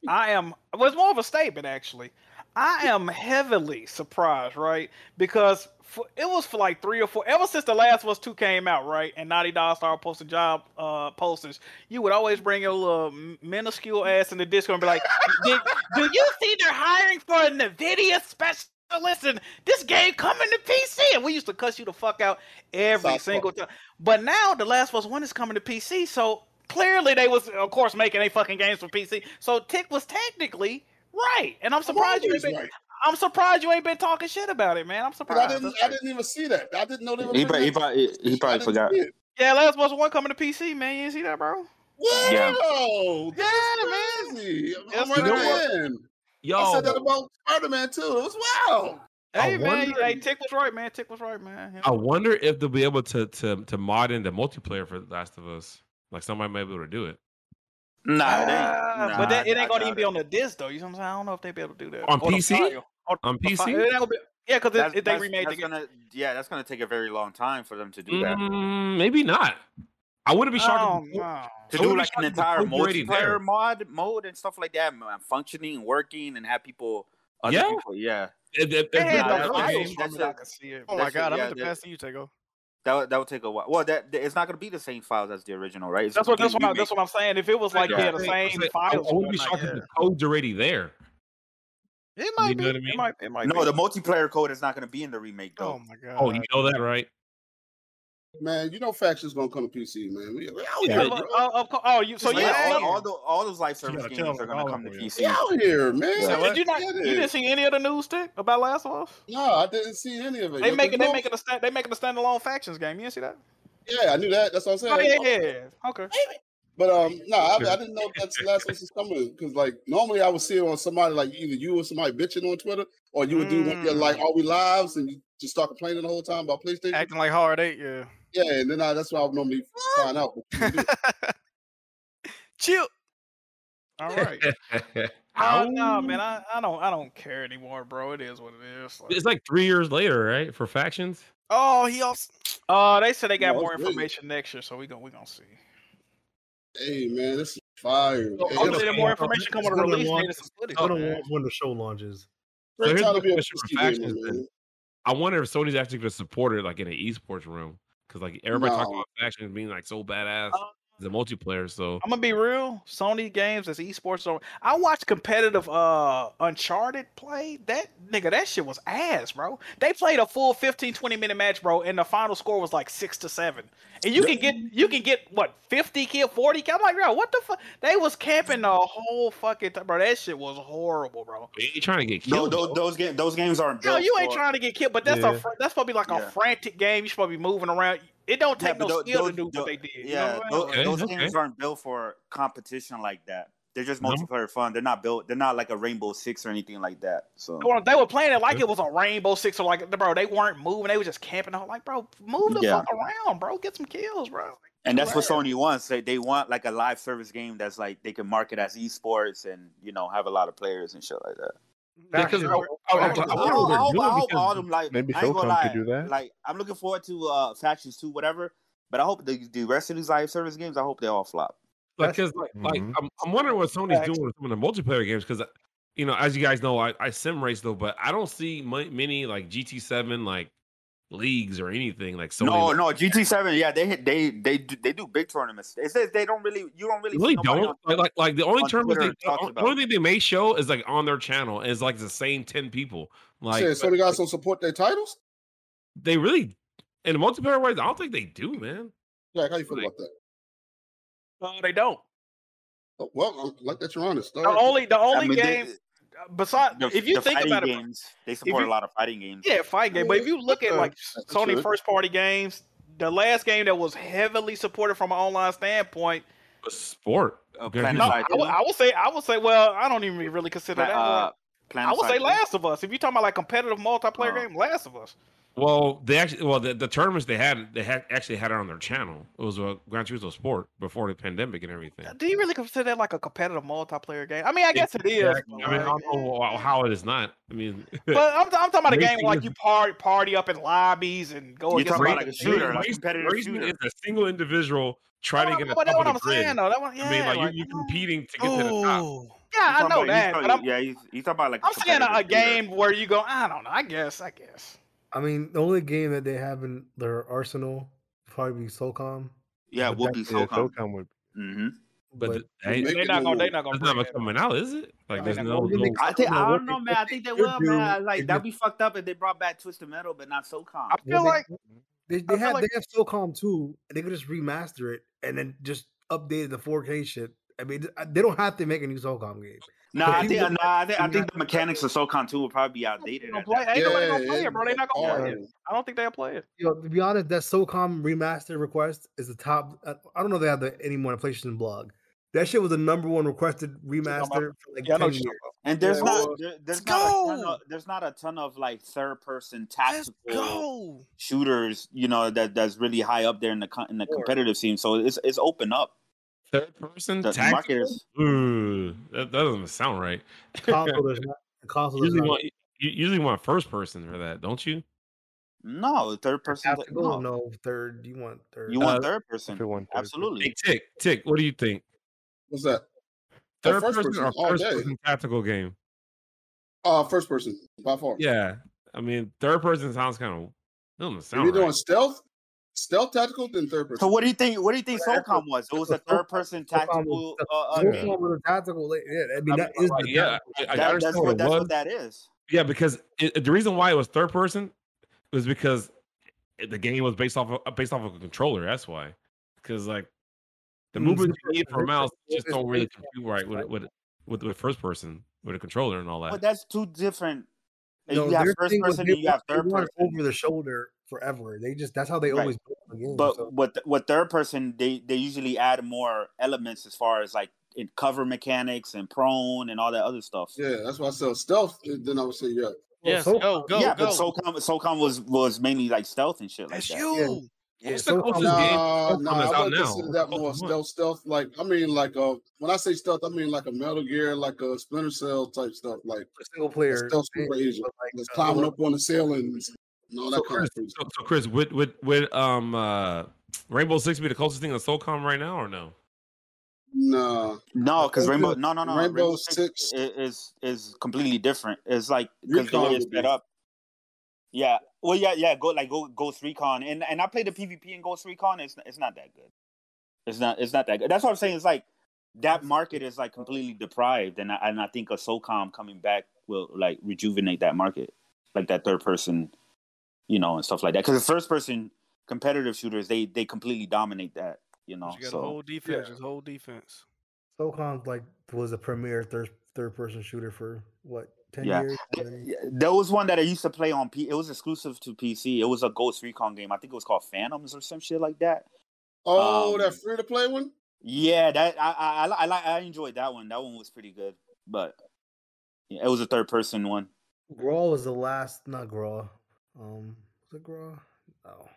Speaker 6: I am. Well, it's more of a statement actually. I am heavily surprised, right? Because for, it was for like three or four. Ever since the Last of Us Two came out, right, and Naughty Dog started posting job uh, postings, you would always bring your little m- minuscule ass in the Discord and be like, "Did- "Do you see they're hiring for a NVIDIA specialist?" Listen, this game coming to PC, and we used to cuss you the fuck out every
Speaker 1: Southpaw.
Speaker 6: single time. But now the Last of Us One is coming to PC, so clearly they was, of course, making a fucking games for PC. So Tick was technically right, and I'm surprised you ain't
Speaker 11: always
Speaker 6: been.
Speaker 11: right.
Speaker 6: I'm surprised you ain't been talking shit about it, man. I'm
Speaker 11: But I
Speaker 6: surprised.
Speaker 11: didn't I didn't even see that. I didn't know they were.
Speaker 1: He,
Speaker 11: bringing
Speaker 1: probably, he
Speaker 11: it.
Speaker 1: probably he probably forgot.
Speaker 6: yeah, Last of Us One coming to PC, man. You didn't see that, bro?
Speaker 1: Yeah.
Speaker 11: Yo, yeah, man. Crazy.
Speaker 6: Yes,
Speaker 11: I'm right
Speaker 6: sir.
Speaker 11: in. I
Speaker 6: Yo.
Speaker 11: said that about Spider Man too. It was wild.
Speaker 6: Hey
Speaker 8: I
Speaker 6: man,
Speaker 8: wonder-
Speaker 6: hey Tick was right, man. Tick was right, man. Uh,
Speaker 8: I wonder if they'll be able to to to mod in the multiplayer for The Last of Us. Like somebody might be able to do it.
Speaker 1: Nah,
Speaker 8: it ain't.
Speaker 6: Ah, but
Speaker 8: Nah,
Speaker 6: that, it
Speaker 8: I
Speaker 6: ain't gonna even
Speaker 1: doubt
Speaker 6: be on the disc though. You know what I'm saying? I don't know if they be able to do that
Speaker 8: On
Speaker 6: Or the
Speaker 8: PC?
Speaker 6: file. Or
Speaker 8: On
Speaker 6: the file.
Speaker 8: PC?
Speaker 6: It ain't gonna be- Yeah, Um, because
Speaker 1: Um, That's-
Speaker 6: they
Speaker 1: that's-
Speaker 6: remade the
Speaker 1: that's
Speaker 6: game.
Speaker 1: gonna, Yeah, that's gonna take a very long time for them to do that.
Speaker 6: Mm-hmm.
Speaker 8: Mm, maybe not. I wouldn't be
Speaker 6: Oh,
Speaker 8: shocked. if-
Speaker 1: To
Speaker 8: I
Speaker 1: do
Speaker 8: wouldn't
Speaker 1: like an
Speaker 8: be shocked if the
Speaker 1: entire
Speaker 8: proof's already there.
Speaker 1: multiplayer mod mode and stuff like that, man, functioning and working, and have people. Other
Speaker 8: Yeah.
Speaker 1: people, yeah.
Speaker 8: It- it-
Speaker 1: Nah,
Speaker 8: it's been-
Speaker 1: that's-
Speaker 8: I
Speaker 1: that's-
Speaker 8: mean,
Speaker 1: that's a-
Speaker 3: Oh my
Speaker 1: that's a-
Speaker 3: god, I'm
Speaker 1: yeah,
Speaker 3: at the
Speaker 1: that-
Speaker 3: best you take over.
Speaker 1: That would, that would take a while. Well, that, that- it's not going to be the same files as the original, right? It's
Speaker 6: That's what
Speaker 1: gonna
Speaker 6: that's
Speaker 1: be
Speaker 6: what, I, that's what I'm saying. If it was like they
Speaker 1: Yeah.
Speaker 6: had the same
Speaker 8: I
Speaker 6: files,
Speaker 8: wouldn't be shocked if the code's already there.
Speaker 6: it
Speaker 8: might be. It might.
Speaker 6: It
Speaker 1: remake. no, the multiplayer code is not going to be in the remake though.
Speaker 3: Oh my god.
Speaker 8: Oh, you know that, right?
Speaker 11: Man, you know factions gonna come to PC, man. We, we out
Speaker 1: Yeah,
Speaker 11: here,
Speaker 1: but-
Speaker 11: bro.
Speaker 6: Oh, of cour- oh, you so
Speaker 1: Just
Speaker 6: yeah,
Speaker 1: like all,
Speaker 6: yeah.
Speaker 1: all, the, all those live service
Speaker 11: gotta
Speaker 1: games
Speaker 11: tell
Speaker 1: are
Speaker 11: them
Speaker 1: going
Speaker 11: all
Speaker 1: to come to
Speaker 11: over here.
Speaker 1: PC.
Speaker 11: We out here, man.
Speaker 1: So
Speaker 6: Did you not?
Speaker 11: Get
Speaker 6: You
Speaker 11: it.
Speaker 6: didn't see any of the news stick about Last of Us?
Speaker 11: No, I didn't see any of it.
Speaker 6: They
Speaker 11: Yo,
Speaker 6: making
Speaker 11: you
Speaker 6: they
Speaker 11: know-
Speaker 6: making a stand, they making a standalone factions game. You didn't see that?
Speaker 11: Yeah, I knew that. That's what I'm saying.
Speaker 6: Oh yeah, yeah. Okay.
Speaker 11: But um, no, I, I didn't know that's last was coming because like normally I would see it on somebody like either you or somebody bitching on Twitter, or you would do one of your,
Speaker 1: Mm.
Speaker 11: like "Are we lives?" and you just start complaining the whole time about PlayStation,
Speaker 3: acting like hard eight. Yeah,
Speaker 11: yeah, and then I, that's what I would normally find out.
Speaker 3: Chill.
Speaker 6: All right. Uh, no, man, I, I don't I don't care anymore, bro. It is what it is.
Speaker 8: It's like three years later, right? For factions.
Speaker 3: Oh, he also.
Speaker 6: Oh, they said they got
Speaker 11: No,
Speaker 6: more
Speaker 11: it's really-
Speaker 6: information next year, so we gonna we gonna see.
Speaker 11: Hey man, this is fire. Hey,
Speaker 6: hopefully
Speaker 11: this-
Speaker 6: there's Oh, more information come
Speaker 14: It's
Speaker 6: with a
Speaker 14: gonna
Speaker 6: release
Speaker 14: launch-
Speaker 6: date and some footage.
Speaker 14: it's gonna
Speaker 6: man.
Speaker 14: launch when the show launches.
Speaker 8: So here's
Speaker 11: trying
Speaker 8: my
Speaker 11: to be a
Speaker 8: question for
Speaker 11: PC gamer,
Speaker 8: factions.
Speaker 11: man.
Speaker 8: Then. I wonder if Sony's actually going to support it, like in an esports room, because like everybody talking
Speaker 11: No.
Speaker 8: about factions being like so badass. the multiplayer, so
Speaker 6: I'm gonna be real. Sony games as esports. Are, I watched competitive uh Uncharted play. That nigga, that shit was ass, bro. They played a full 15, 20 minute match, bro, and the final score was like six to seven. And you can get you can get what fifty kill, forty kill. I'm like, bro, what the fuck? They was camping the whole fucking time, bro. That shit was horrible, bro.
Speaker 8: you ain't trying to get
Speaker 1: No, those,
Speaker 8: killed.
Speaker 1: those games those games aren't built.
Speaker 6: No, you ain't
Speaker 1: for-
Speaker 6: trying to get killed, but that's
Speaker 1: Yeah.
Speaker 6: a fr- that's supposed to be like
Speaker 1: Yeah.
Speaker 6: a frantic game. You supposed to be moving around. It don't
Speaker 1: Yeah,
Speaker 6: take
Speaker 1: but
Speaker 6: no
Speaker 1: tho-
Speaker 6: skill
Speaker 1: those-
Speaker 6: to do
Speaker 1: tho-
Speaker 6: what they did. you know
Speaker 1: Yeah,
Speaker 6: what I'm
Speaker 1: tho-
Speaker 6: saying?
Speaker 1: those
Speaker 6: Like-
Speaker 1: games aren't built for competition like that. They're just
Speaker 6: No.
Speaker 1: multiplayer fun. They're not built. They're not like a Rainbow Six or anything like that. So
Speaker 6: Well, they were playing it like it was a Rainbow Six or like, bro, they weren't moving. They were just camping out. Like, bro, move the
Speaker 1: Yeah.
Speaker 6: fuck around, bro. Get some kills, bro.
Speaker 1: And that's what Sony wants. They they want like a live service game that's like they can market as esports and you know have a lot of players and shit like that.
Speaker 32: Because I- I- I- I- I
Speaker 1: I hope-
Speaker 32: wonder
Speaker 1: I
Speaker 32: what they're
Speaker 1: hope-
Speaker 32: doing
Speaker 1: I hope
Speaker 32: because
Speaker 1: all them like
Speaker 32: maybe
Speaker 1: I ain't gonna
Speaker 32: Showtime could
Speaker 1: lie,
Speaker 32: do that.
Speaker 1: Like I'm looking forward to uh factions two, whatever. But I hope the, the rest of these live service games, I hope they all flop.
Speaker 8: like, cause, like, like
Speaker 1: Mhm.
Speaker 8: I'm, I'm wondering what Sony's doing with some of the multiplayer games uh, because, you know, as you guys know, I, I sim race though, but I don't see my, many like GT7 like leagues or anything like so.
Speaker 1: no, no, GT Seven. Yeah, they they they do, they do big tournaments. It says they don't really. You don't really.
Speaker 8: really
Speaker 1: see nobody
Speaker 8: don't
Speaker 1: on-
Speaker 8: like, like like the only
Speaker 1: on
Speaker 8: term is they,
Speaker 1: Twitter
Speaker 8: the
Speaker 1: talks
Speaker 8: only- the
Speaker 1: about
Speaker 8: only thing they may show is like on their channel and it's like the same ten people. Like
Speaker 11: Shit, so the guys don't support their titles?
Speaker 8: they really in multiplayer ways. I don't think they do, man.
Speaker 11: Jack, how you feel about that?
Speaker 6: No, Uh, they don't.
Speaker 11: Oh, well, I'm like that, you're honest.
Speaker 6: The only the only
Speaker 11: mean, they-
Speaker 6: game besides
Speaker 11: the-
Speaker 6: if you
Speaker 11: the
Speaker 6: think
Speaker 11: fighting
Speaker 6: about it,
Speaker 1: games. They support a
Speaker 6: you-
Speaker 1: lot of fighting games.
Speaker 6: yeah, fight game. But if you look at like
Speaker 1: That's
Speaker 6: Sony
Speaker 1: true.
Speaker 6: first party games, the last game that was heavily supported from an online standpoint.
Speaker 8: Sport.
Speaker 6: Oh,
Speaker 1: Planet
Speaker 6: No, I,
Speaker 1: Side
Speaker 6: would,
Speaker 1: Killer.
Speaker 6: I would say I would say well I don't even really
Speaker 1: Pla-
Speaker 6: consider that.
Speaker 1: uh,
Speaker 6: one.
Speaker 1: Planet
Speaker 6: I would say
Speaker 1: Side Uh-huh. Killer.
Speaker 6: Last of Us. If you're talking about like competitive multiplayer game, Last of Us.
Speaker 8: Well, they actually well the, the tournaments they had they had actually had it on their channel. It was a Gran Turismo Sport before the pandemic and everything.
Speaker 6: Do you really consider that like a competitive multiplayer game? I mean, Uh, I guess it is.
Speaker 8: Exactly.
Speaker 6: but,
Speaker 8: I mean, I
Speaker 6: like-
Speaker 8: don't know wh- how it is not. I mean,
Speaker 6: but I'm, I'm talking about a game
Speaker 8: Racing
Speaker 6: like
Speaker 8: is-
Speaker 6: you party party up in lobbies and go against somebody.
Speaker 8: racing- racing is a single individual trying to get
Speaker 6: no,
Speaker 8: a
Speaker 6: but that's
Speaker 8: top
Speaker 6: what I'm
Speaker 8: of the grid.
Speaker 6: saying though. That one, yeah,
Speaker 8: I mean, like,
Speaker 6: like, Oh.
Speaker 8: you, you're competing to get to the top.
Speaker 6: yeah, I
Speaker 1: He's talking
Speaker 6: know
Speaker 1: about-
Speaker 6: that.
Speaker 1: he's
Speaker 6: But
Speaker 1: talking-
Speaker 6: I'm,
Speaker 1: yeah, he's, he's talking about like. a
Speaker 6: I'm saying a, a
Speaker 1: competitive
Speaker 6: game where you go, I don't know. I guess, I guess.
Speaker 14: I mean, the only game that they have in their arsenal would probably be Solcom.
Speaker 1: Yeah,
Speaker 14: But
Speaker 1: it would
Speaker 14: that-
Speaker 1: be
Speaker 14: yeah,
Speaker 1: SoCom.
Speaker 14: SOCOM would.
Speaker 1: Mm-hmm.
Speaker 8: But,
Speaker 14: But-
Speaker 8: they,
Speaker 14: Make
Speaker 8: are
Speaker 14: it more-
Speaker 8: not gonna. They're not gonna. There's not much coming out, is it? Like, there's no. no
Speaker 1: I think I don't know, man. I
Speaker 14: If
Speaker 1: think they
Speaker 14: they
Speaker 1: will,
Speaker 14: do,
Speaker 1: man.
Speaker 14: if
Speaker 1: Like
Speaker 14: they-
Speaker 1: that'd be fucked up if they brought back Twisted Metal, but not SoCom. I
Speaker 14: Well, they- they, they have they have Solcom too, and they could just remaster it and then just update the 4K shit. I mean, th- they don't have to make a new Solcom game.
Speaker 1: No,
Speaker 14: But
Speaker 1: I
Speaker 14: people
Speaker 1: think,
Speaker 14: don't
Speaker 1: no, I think I
Speaker 14: Yeah.
Speaker 1: think the mechanics of SoCon 2 will probably be outdated. at
Speaker 6: Play,
Speaker 1: that
Speaker 6: ain't nobody
Speaker 1: point.
Speaker 6: gonna play it, bro. They not gonna
Speaker 14: yeah,
Speaker 6: play
Speaker 14: yeah.
Speaker 6: it. I don't think they'll play it.
Speaker 14: you know, to be honest, that SOCOM remaster request is the top. I, I don't know if they have the anymore on PlayStation blog. That shit was the number one requested remaster for like
Speaker 6: Yeah, I know
Speaker 14: 10
Speaker 6: what
Speaker 14: years.
Speaker 6: you're talking
Speaker 1: And there's
Speaker 14: Yeah,
Speaker 1: not
Speaker 14: well,
Speaker 1: there, there's not a ton of there's not a ton of like third person tactical shooters, you know, that that's really high up there in the co- in the competitive scene. So it's it's open up.
Speaker 8: Third person
Speaker 1: the
Speaker 8: tactical?
Speaker 1: market is
Speaker 8: Ooh, that, that doesn't sound right.
Speaker 14: console does not. The console does
Speaker 8: usually
Speaker 14: not.
Speaker 8: want, you usually want first person for that, don't you?
Speaker 1: no third person.
Speaker 14: Tactical, Oh, no. third. You want third.
Speaker 1: You
Speaker 8: Uh,
Speaker 1: want
Speaker 6: Uh,
Speaker 1: third person? Absolutely.
Speaker 8: Hey, Tick, Tick, what do you think?
Speaker 11: What's that? Oh,
Speaker 8: Third
Speaker 11: first
Speaker 8: person,
Speaker 11: person all
Speaker 8: or first
Speaker 11: day.
Speaker 8: person tactical game?
Speaker 11: Uh, first person by far.
Speaker 8: Yeah, I mean, third person sounds kind of doesn't
Speaker 11: If you're
Speaker 8: sound
Speaker 11: doing
Speaker 8: right.
Speaker 11: stealth, stealth tactical, then third person.
Speaker 1: So what do you think? What do you think SOCOM was? It was a third person tactical. Uh, uh,
Speaker 14: Solcom
Speaker 1: game.
Speaker 14: was a tactical. like, Oh, Yeah, I mean,
Speaker 8: I
Speaker 14: that
Speaker 8: mean,
Speaker 14: is
Speaker 8: like,
Speaker 14: the
Speaker 8: yeah,
Speaker 14: tactical.
Speaker 8: I- I
Speaker 1: That- that's
Speaker 8: understand what
Speaker 1: what
Speaker 8: it
Speaker 1: that's
Speaker 8: was.
Speaker 1: what that is.
Speaker 8: Yeah, because it, the reason why it was third person was because the game was based off of, uh, based off of a controller. That's why, because like the
Speaker 33: Mm,
Speaker 8: movement you
Speaker 33: it's-
Speaker 8: need for a
Speaker 33: it's-
Speaker 8: mouse just
Speaker 33: it's
Speaker 8: don't really
Speaker 33: based
Speaker 8: compute right with with with, with first person with a controller and all that.
Speaker 1: But that's two different.
Speaker 14: No,
Speaker 1: you have
Speaker 14: their
Speaker 1: first
Speaker 14: thing was
Speaker 1: person
Speaker 14: they
Speaker 1: and you have
Speaker 14: want- they
Speaker 1: third
Speaker 14: want
Speaker 1: person.
Speaker 14: it over the shoulder forever. They just that's how they
Speaker 1: Right.
Speaker 14: always build the game.
Speaker 1: But
Speaker 14: so.
Speaker 1: what th- what third person they they usually add more elements as far as like in cover mechanics and prone and all that other stuff.
Speaker 11: Yeah, that's why I sell stealth. Then I would say yeah.
Speaker 1: Yes,
Speaker 11: go, go,
Speaker 1: yeah, but
Speaker 11: go.
Speaker 1: SOCOM SOCOM was was mainly like stealth and shit like that.
Speaker 11: you.
Speaker 1: Yeah,
Speaker 11: What's
Speaker 1: so-
Speaker 11: nah,
Speaker 1: Pokemon
Speaker 11: nah,
Speaker 1: is
Speaker 11: I
Speaker 1: out
Speaker 11: wouldn't
Speaker 1: now.
Speaker 11: consider that more stealth, stealth. Like, I mean, like, uh, when I say stealth, I mean like a Metal Gear, like a Splinter Cell type stuff, like
Speaker 14: single
Speaker 8: player
Speaker 11: stealth super agent, that's climbing up on the ceilings and all
Speaker 8: So
Speaker 11: that kind
Speaker 8: Chris,
Speaker 11: of crazy.
Speaker 8: so, so Chris, would would would um uh Rainbow Six be the closest thing to SOCOM right now or no?
Speaker 11: Nah,
Speaker 1: No, because
Speaker 11: Okay.
Speaker 1: Rainbow, no, no, no,
Speaker 11: Rainbow
Speaker 1: Six i- is is completely different. It's like because the
Speaker 11: Recon
Speaker 1: way it's
Speaker 11: would
Speaker 1: set
Speaker 11: be-
Speaker 1: up. Yeah, well, yeah, yeah. Go like go Ghost Recon, and and I played the PvP in Ghost Recon. It's it's not that good. It's not it's not that good. That's what I'm saying. It's like that market is like completely deprived, and I, and I think a SOCOM coming back will like rejuvenate that market, like that third person, you know, and stuff like that. Because the first person competitive shooters, they they completely dominate that, you know.
Speaker 3: You got
Speaker 1: so
Speaker 3: a whole defense. Just whole defense.
Speaker 14: SOCOM like was the premier third third person shooter for what ten
Speaker 1: Yeah.
Speaker 14: years.
Speaker 1: Th- yeah, There was one that I used to play on P. It was exclusive to PC. It was a Ghost Recon game. I think it was called Phantoms or some shit like that.
Speaker 11: Oh,
Speaker 1: Um,
Speaker 11: that free to play one.
Speaker 1: yeah, that I I I, li- I, li- I enjoyed that one. That one was pretty good, but yeah, it was a third person one.
Speaker 14: Grawl was the last, not Grawl. Um, was it Grawl? No,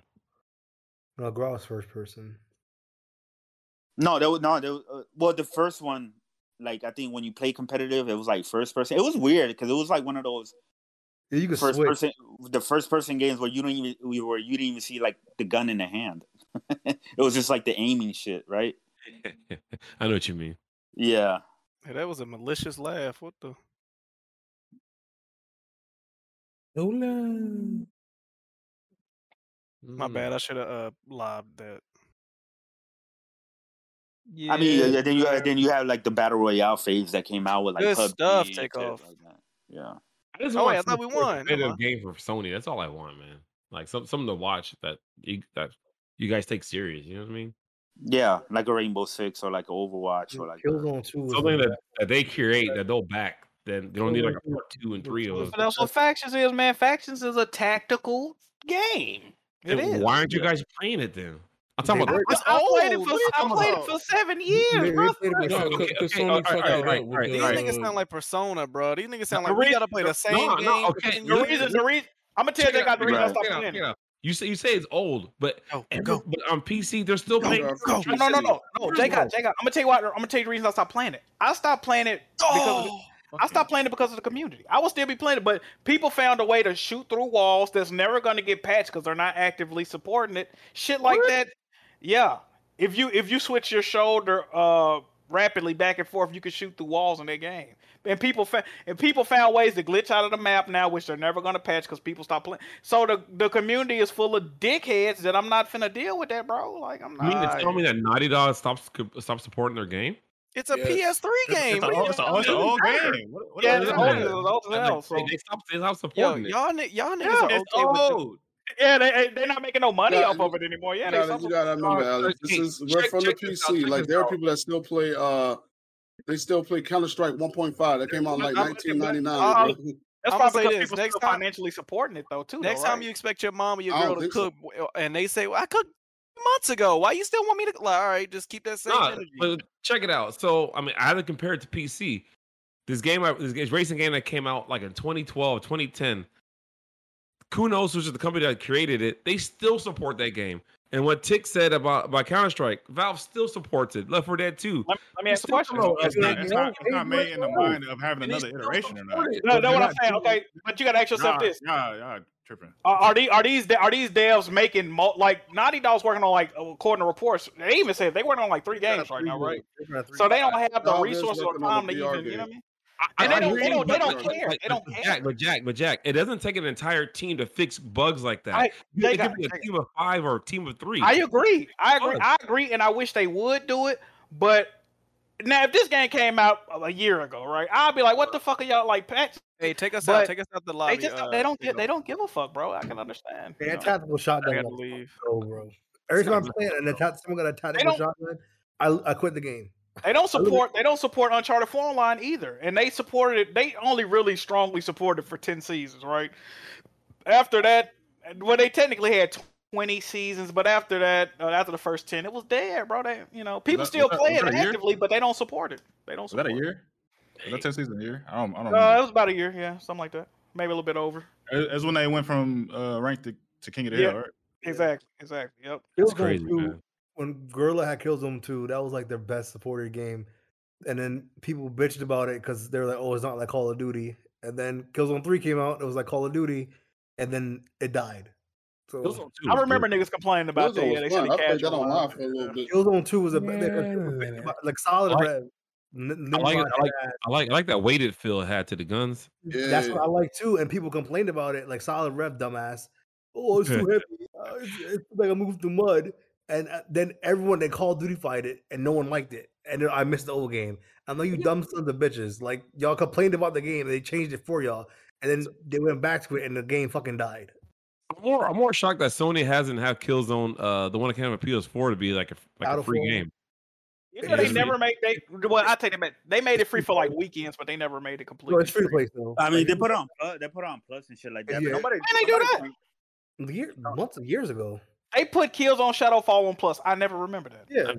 Speaker 14: no, Grawl was first person.
Speaker 1: No, there was no there. Was, uh, well, the first one, like I think when you play competitive, it was like first person. It was weird because it was like one of those
Speaker 14: Yeah, you could
Speaker 1: first
Speaker 14: switch.
Speaker 1: person, the first person games where you don't even we were you didn't even see like the gun in the hand. it was just like the aiming shit, right?
Speaker 8: I know what you mean.
Speaker 1: Yeah.
Speaker 3: Hey, that was a malicious laugh. What the?
Speaker 14: Hola.
Speaker 3: My bad. I should have uh lobbed that.
Speaker 1: I mean, uh, then you then you have like the battle royale phase that came out with like
Speaker 3: Good
Speaker 1: PUBG
Speaker 3: stuff,
Speaker 1: and
Speaker 3: take
Speaker 1: shit
Speaker 3: off.
Speaker 1: like that. Yeah,
Speaker 8: I just
Speaker 3: Oh,
Speaker 8: want
Speaker 3: wait, I thought we
Speaker 8: some sort of
Speaker 3: won.
Speaker 8: competitive
Speaker 3: Never
Speaker 8: game for Sony. That's all I want, man. Like some something to watch that you that you guys take serious. You know what I mean?
Speaker 1: yeah, like a Rainbow Six or like Overwatch or like
Speaker 14: Killzone Two. was
Speaker 8: Something
Speaker 14: like
Speaker 8: that, that they create that they'll back. Then they don't need like a part two and three of.
Speaker 6: But that's what factions is, man. Factions is a tactical game. It
Speaker 8: Then
Speaker 6: is.
Speaker 8: Why aren't you guys playing it then? I'm talking
Speaker 6: I,
Speaker 8: about.
Speaker 6: I- I played it for I played it for seven years, bro.
Speaker 8: No, okay, okay, all right, all right, all right, all right,
Speaker 3: These
Speaker 8: all right.
Speaker 3: niggas sound like Persona, bro. These niggas sound
Speaker 8: No,
Speaker 3: like we
Speaker 8: Ori-
Speaker 3: gotta play
Speaker 8: no,
Speaker 3: the same
Speaker 8: no,
Speaker 3: game.
Speaker 8: no,
Speaker 3: for
Speaker 8: okay.
Speaker 3: 10
Speaker 8: no,
Speaker 3: years.
Speaker 8: reason-
Speaker 6: I'm gonna tell
Speaker 8: Check
Speaker 6: you
Speaker 8: it
Speaker 6: got
Speaker 8: out,
Speaker 6: the reason I
Speaker 8: check it
Speaker 6: stopped
Speaker 8: out,
Speaker 6: playing.
Speaker 8: check it out. You say you say it's old, but every- but on PC they're still playing.
Speaker 6: No, no, no, no, no, J
Speaker 8: Bro.
Speaker 6: got, J got. I'm gonna tell you what. I'm gonna tell you the reason I stopped playing it. I stopped playing it because of the- I stopped playing it because of the community. I will still be playing it, but people found a way to shoot through walls that's never gonna get patched because they're not actively supporting it. Shit like that. Yeah, if you if you switch your shoulder uh rapidly back and forth, you can shoot through walls in that game. And people fa- and people found ways to glitch out of the map now, which they're never gonna patch because people stop playing. So the the community is full of dickheads that I'm not finna deal with that, bro. Like I'm
Speaker 8: You mean to
Speaker 6: not.
Speaker 8: tell me that Naughty Dog stops stops supporting their game?
Speaker 3: It's a PS3 game. What do you mean?
Speaker 6: yeah, it's old, it's old as hell. So.
Speaker 8: They stop, they stop
Speaker 3: Yo,
Speaker 8: supporting it.
Speaker 3: y'all, ni- y'all niggas
Speaker 6: Yeah,
Speaker 3: are okay
Speaker 6: it's
Speaker 3: with the-
Speaker 6: old. Yeah, they they're not making no money off of it anymore. Yeah,
Speaker 11: you
Speaker 6: they
Speaker 11: gotta, you gotta remember, Alex. This is we're from the PC. Like there are people that still play. uh They still play Counter Strike 1.5. That came out in, like
Speaker 6: I'm- I'm-
Speaker 11: 1999. bro.
Speaker 6: Uh, That's
Speaker 3: I'ma say
Speaker 6: probably because
Speaker 3: this,
Speaker 6: people
Speaker 3: next
Speaker 6: still
Speaker 3: time-
Speaker 6: financially supporting it though too.
Speaker 3: Next time you expect your mom or your
Speaker 6: I
Speaker 3: girl
Speaker 6: don't
Speaker 3: to
Speaker 6: think
Speaker 3: cook, w- and they say, well, "I cooked months ago. Why you still want me to?" Like, all right, just keep that same
Speaker 8: Nah,
Speaker 3: energy.
Speaker 8: but check it out. So I mean, I had to compare it to PC. This game, I- this game- racing game that came out like in 2012, 2010. Kunos, which is the company that created it, they still support that game. And what Tick said about, about Counter Strike, Valve still supports it. Left 4 Dead 2. Let,
Speaker 6: me ask you a question.
Speaker 19: So it's not, it's not, it's not made in the mind of having another iteration or not.
Speaker 6: No, no, what I'm saying. Okay, but you gotta ask yourself
Speaker 19: Nah,
Speaker 6: this:
Speaker 19: Nah, nah, tripping.
Speaker 6: Are, are these are these are these devs making mo- like Naughty Dog's working on like according to reports? They even said they working on like three games right now, right? So they don't have the
Speaker 8: Valve is
Speaker 6: resources or
Speaker 8: working on
Speaker 6: time
Speaker 8: a
Speaker 6: to
Speaker 8: VR
Speaker 6: even, you know what I
Speaker 8: game.
Speaker 6: mean? And they don't, they don't, they don't
Speaker 8: But-
Speaker 6: care.
Speaker 8: but-
Speaker 6: They don't
Speaker 8: but
Speaker 6: care.
Speaker 8: Jack, but Jack, but Jack, it doesn't take an entire team to fix bugs like that.
Speaker 6: I- they
Speaker 8: it
Speaker 6: got-
Speaker 8: could be
Speaker 6: they-
Speaker 8: a team of five or a team of three.
Speaker 6: I agree. I agree.
Speaker 8: Fun.
Speaker 6: I agree, and I wish they would do it. But now, if this game came out a year ago, right, I'd be like, "What the fuck are y'all like patch?"
Speaker 3: Hey, take us
Speaker 6: But
Speaker 3: out. Take us out the lobby.
Speaker 6: They just don't-
Speaker 3: uh,
Speaker 6: they don't
Speaker 3: Tico.
Speaker 6: get they don't give a fuck, bro. I can understand. you
Speaker 14: Man,
Speaker 6: know.
Speaker 14: tactical shotgun.
Speaker 6: I
Speaker 14: was
Speaker 6: gotta leave.
Speaker 14: so bro. Every time I'm playing and attack, someone got a tactical shotgun, I, I quit the game.
Speaker 6: They don't support they don't support Uncharted 4 online either. And they supported it, they only really strongly supported it for 10 seasons, right? After that, well they technically had 20 seasons, but after that, uh, after the first 10, it was dead, bro. They, you know, people
Speaker 19: Was that-
Speaker 6: still
Speaker 19: was that-
Speaker 6: play
Speaker 19: was
Speaker 6: it
Speaker 19: that a year?
Speaker 6: actively, but they don't support it. They don't
Speaker 19: Was that
Speaker 6: support
Speaker 19: a year? Was that ten seasons a year? I don't. I
Speaker 6: it.
Speaker 19: don't.
Speaker 6: Uh, it
Speaker 19: remember.
Speaker 6: was about a year, yeah, something like that. Maybe a little bit over.
Speaker 19: That- That's when they went from uh, ranked to, to king of the
Speaker 6: Yeah.
Speaker 19: hill, right?
Speaker 6: Exactly, exactly. Yep.
Speaker 14: Killzone 2, When Gorilla had Killzone 2, that was like their best supported game. And then people bitched about it because they were like, oh, it's not like Call of Duty. And then Killzone 3 came out, it was like Call of Duty, and then it died. So
Speaker 6: Killzone 2 I remember niggas complaining about that.
Speaker 14: Killzone
Speaker 6: Yeah,
Speaker 14: was
Speaker 6: they
Speaker 14: fun.
Speaker 6: said
Speaker 14: I played that
Speaker 6: casual.
Speaker 14: online
Speaker 11: for a little bit.
Speaker 14: Killzone 2 was a b- they- they were bitching about- like solid
Speaker 8: I like-
Speaker 14: red. N-
Speaker 8: I like, it-
Speaker 14: Nimrod
Speaker 8: I like,
Speaker 14: had-
Speaker 8: I like, I like that weighted feel it had to the guns.
Speaker 14: That's what I like too. And people complained about it, like solid rev, dumbass. Oh, it's too heavy. Uh, it's, it's like I moved through mud. And uh, then everyone they Call of Duty fight it, and no one liked it. And then I missed the old game. I know you dumb sons of bitches. Like y'all complained about the game, they changed it for y'all, and then they went back to it, and the game fucking died.
Speaker 8: I'm more, I'm more shocked that Sony hasn't had Killzone, uh, the one that came out on PS4, to be like a like a
Speaker 14: Battlefield.
Speaker 8: free game.
Speaker 6: You know, they
Speaker 8: Yeah.
Speaker 6: never made they. Well, I take it back. They made it free for like weekends, but they never made it complete.
Speaker 14: it's free place though.
Speaker 1: I mean, they put on uh, they put on plus and shit like that.
Speaker 14: Yeah.
Speaker 1: But nobody,
Speaker 6: Why they do
Speaker 1: nobody-
Speaker 6: that?
Speaker 14: Year, months of years ago.
Speaker 6: They put kills on Shadowfall on Plus. I never remember that.
Speaker 14: Yeah,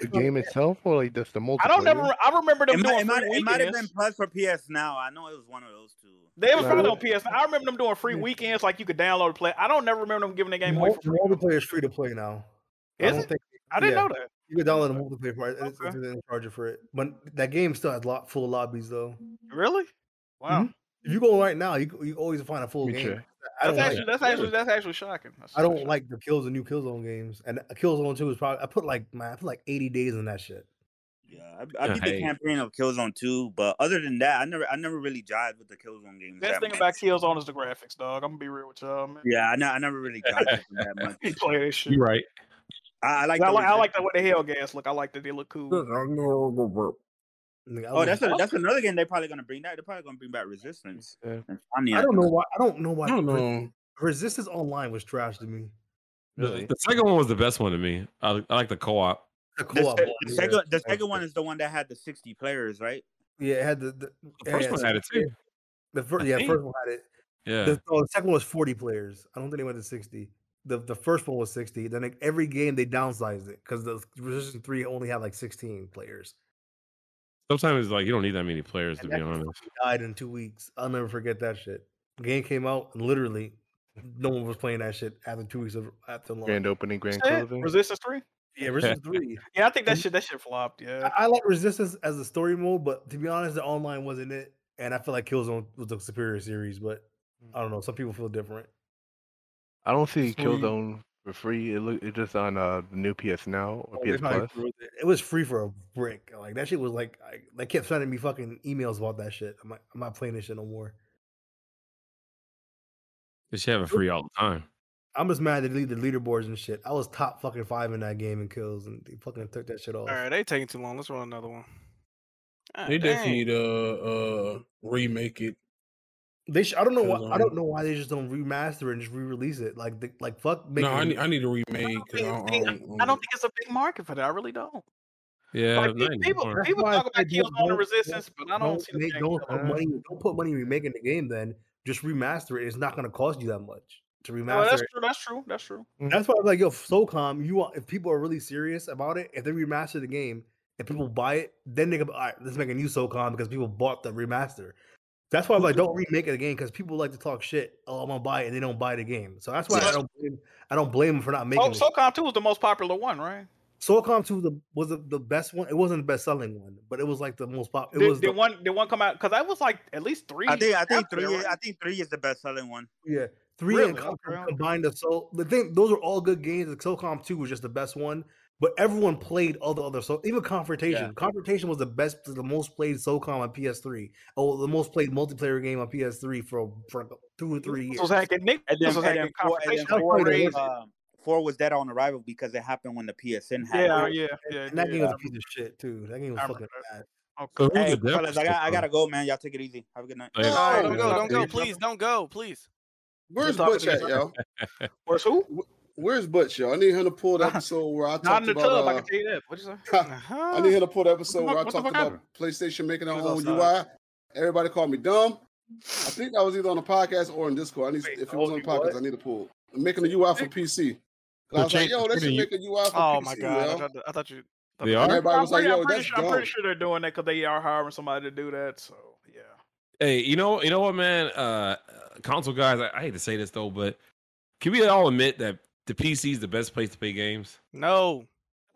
Speaker 21: The game itself, or like just the multiplayer?
Speaker 6: I don't never. I remember them
Speaker 1: It might,
Speaker 6: doing
Speaker 1: it, might,
Speaker 6: free
Speaker 1: it might have been
Speaker 6: weekends.
Speaker 1: plus for PS Now. I know it was one of those two.
Speaker 6: They was
Speaker 14: No.
Speaker 6: probably on PS. I remember them doing free weekends, like you could download and play. I don't never remember them giving the game away for
Speaker 14: Mul- multiplayer is free to play now.
Speaker 6: Is it? I didn't know that.
Speaker 14: You can download a multiplayer part. and It's, it's in charger for it, but that game still has lot full lobbies though.
Speaker 6: Really? Wow.
Speaker 14: Mhm. If you go right now, you you always find a full
Speaker 6: Me
Speaker 14: game.
Speaker 6: too.
Speaker 14: I
Speaker 6: That's
Speaker 14: don't
Speaker 6: actually,
Speaker 14: like.
Speaker 6: that's actually that's actually shocking. That's
Speaker 14: I don't like the kills and new Killzone games, and Killzone Two is probably I put like man, I put like eighty days in that shit.
Speaker 1: Yeah, I, I beat the
Speaker 6: Hey.
Speaker 1: campaign of Killzone 2, but other than that, I never I never really jived with the Killzone games.
Speaker 6: Best
Speaker 1: that
Speaker 6: thing
Speaker 1: much.
Speaker 6: about Killzone is the graphics, dog. I'm gonna be real with y'all, man.
Speaker 1: yeah, I, ne- I never really jived with them that much.
Speaker 6: You play that shit.
Speaker 8: You're right.
Speaker 1: I, I like.
Speaker 6: I
Speaker 1: the
Speaker 6: like, I
Speaker 1: way-
Speaker 6: like the way the Hellgas look. I like that they look cool.
Speaker 1: Oh, that's a, that's another game they're probably gonna bring back. They're probably gonna bring back Resistance. Insomniac.
Speaker 14: I don't know why. I don't know why.
Speaker 1: I don't
Speaker 14: Re-
Speaker 1: know.
Speaker 14: Resistance Online was trash to me.
Speaker 8: The, the second one was the best one to me. I, I like the co-op.
Speaker 14: The
Speaker 1: The, se- the second, the second one is the one that had the sixty players, right?
Speaker 14: Yeah, it had the, the,
Speaker 8: The first one had it too.
Speaker 14: The first,
Speaker 8: I
Speaker 14: yeah,
Speaker 8: think.
Speaker 14: first one had it.
Speaker 8: Yeah.
Speaker 14: The, oh, the second one was forty players. I don't think they went to sixty. The the first one was sixty. Then like, every game they downsized it because the Resistance Three only had like sixteen players.
Speaker 8: Sometimes like you don't need that many players to
Speaker 14: And
Speaker 8: be
Speaker 14: that
Speaker 8: honest.
Speaker 14: died in two weeks. I'll never forget that shit. The game came out and literally no one was playing that shit after two weeks of after launch.
Speaker 21: Grand opening, grand
Speaker 6: Shit,
Speaker 21: closing.
Speaker 6: Resistance three.
Speaker 14: Yeah, Resistance Three.
Speaker 6: Yeah, I think that shit that shit flopped. Yeah,
Speaker 14: I, I like Resistance as a story mode, but to be honest, the online wasn't it. And I feel like Killzone was the superior series, but
Speaker 8: Hmm.
Speaker 14: I don't know. Some people feel different.
Speaker 21: I don't see
Speaker 14: Free.
Speaker 21: Killzone for free. It look it's just on uh the new PS Now
Speaker 19: Oh,
Speaker 21: or PS Plus.
Speaker 14: It was free for a brick. Like that shit was like I, they kept sending me fucking emails about that shit. I'm like, I'm not playing this shit no more.
Speaker 8: They should have it free all the time.
Speaker 14: I'm just mad they leave the leaderboards and shit. I was top fucking five in that game in kills, and they fucking took that shit off.
Speaker 3: All right, they taking too long. Let's run another one. Ah,
Speaker 17: They just
Speaker 3: dang.
Speaker 17: need to uh, remake it.
Speaker 14: They sh- I don't know
Speaker 17: Because,
Speaker 14: why I
Speaker 17: um,
Speaker 14: don't know why they just don't remaster it and just re-release it. Like the, like fuck.
Speaker 17: No, I
Speaker 14: making-
Speaker 17: need, I need a remake. 'cause I don't, um, I
Speaker 6: I
Speaker 17: don't,
Speaker 6: don't think it's a big market for that. I really don't.
Speaker 8: Yeah,
Speaker 6: Like, pe- people
Speaker 14: That's
Speaker 6: people
Speaker 14: why I
Speaker 6: talk about
Speaker 14: said don't-
Speaker 6: Killzone and
Speaker 14: don't-
Speaker 6: Resistance, but I don't
Speaker 14: don't
Speaker 6: see the
Speaker 14: make-
Speaker 6: big
Speaker 14: don't put
Speaker 6: deal.
Speaker 14: money don't put money remaking the game. Then just remaster it. It's not going to cost you that much to remaster
Speaker 6: Well, that's
Speaker 14: it.
Speaker 6: true. That's true. That's true.
Speaker 14: That's why I'm like, yo, SOCOM, you want if people are really serious about it, if they remaster the game and people buy it, then they can all right, let's make a new SOCOM because people bought the remaster. That's why I'm like, don't remake it again because people like to talk shit. Oh, I'm gonna buy it, and they don't buy the game. So that's why I don't blame I don't blame them for not making
Speaker 6: So,
Speaker 14: it.
Speaker 6: SOCOM two is the most popular one, right?
Speaker 14: SOCOM 2 the, was the, the best one. It wasn't the best selling one, but it was like the most pop. It
Speaker 6: Did,
Speaker 14: was
Speaker 6: did
Speaker 14: the,
Speaker 6: one did one come out? Because I was like at least three.
Speaker 1: I think I think
Speaker 6: after
Speaker 1: three.
Speaker 6: that,
Speaker 1: is-
Speaker 6: right?
Speaker 1: I think three is the best selling one.
Speaker 14: Yeah, three
Speaker 1: Really?
Speaker 14: and
Speaker 1: Okay,
Speaker 14: Conquer
Speaker 1: okay.
Speaker 14: combined assault. The thing, those are all good games. The SOCOM two was just the best one, but everyone played all the other. So even Confrontation, Confrontation was the best, the most played SOCOM on PS3. Oh, the most played multiplayer game on PS3 for for two or three years.
Speaker 6: So Zach and Nick,
Speaker 1: And then,
Speaker 6: this was
Speaker 1: and
Speaker 6: like
Speaker 1: then
Speaker 6: a
Speaker 1: four, and then
Speaker 6: confrontation.
Speaker 1: four,
Speaker 14: That's
Speaker 1: was,
Speaker 14: crazy.
Speaker 1: um, four was dead on arrival because it happened when the PSN happened.
Speaker 6: Yeah, yeah, yeah.
Speaker 14: And that
Speaker 6: yeah,
Speaker 14: game
Speaker 6: I
Speaker 14: was a piece of shit too. That game was fucking bad.
Speaker 8: So who's
Speaker 1: Hey,
Speaker 8: the dev
Speaker 1: fellas, I
Speaker 8: for
Speaker 1: got I
Speaker 8: SOCOM?
Speaker 1: gotta go, man. Y'all take it easy. Have a good night.
Speaker 8: Later.
Speaker 3: No,
Speaker 8: Alright,
Speaker 3: don't
Speaker 8: man.
Speaker 3: go, don't go,
Speaker 8: Dude.
Speaker 3: please, don't go, please.
Speaker 11: Where's
Speaker 3: Talk to
Speaker 11: Butch
Speaker 3: me
Speaker 11: at,
Speaker 3: about-
Speaker 11: yo?
Speaker 6: Where's who?
Speaker 11: Where's Butch, yo? I need him to pull the episode where I
Speaker 6: Uh-huh. Not
Speaker 11: talked
Speaker 6: in the
Speaker 11: about.
Speaker 6: tub. I
Speaker 11: uh,
Speaker 6: can tell you that. What you say?
Speaker 3: Uh-huh.
Speaker 11: I need him to pull the episode
Speaker 6: What the
Speaker 11: where I
Speaker 6: fuck
Speaker 11: talked about
Speaker 6: happened?
Speaker 11: PlayStation making their
Speaker 6: He was
Speaker 11: own UI.
Speaker 6: outside.
Speaker 11: Everybody called me dumb. I think I was either on the podcast or in Discord. I need if it
Speaker 8: oh,
Speaker 11: was on the podcast, I need to pull making a UI for
Speaker 3: So
Speaker 11: PC. And I was like,
Speaker 3: change-
Speaker 11: yo, they
Speaker 3: change
Speaker 11: should
Speaker 3: the
Speaker 11: make a UI for PC.
Speaker 3: Oh my god! I
Speaker 11: yo.
Speaker 3: thought, I thought you.
Speaker 11: They are? Everybody was
Speaker 6: I'm
Speaker 11: like,
Speaker 6: pretty-
Speaker 11: yo,
Speaker 6: I'm pretty
Speaker 11: that's
Speaker 6: sure, I'm pretty
Speaker 11: dumb.
Speaker 6: sure they're doing that because they are hiring somebody to do that. So yeah.
Speaker 8: Hey, you know, you know what, man? Uh, console guys, I, I hate to say this though, but can we all admit that the PC is the best place to play games?
Speaker 3: No.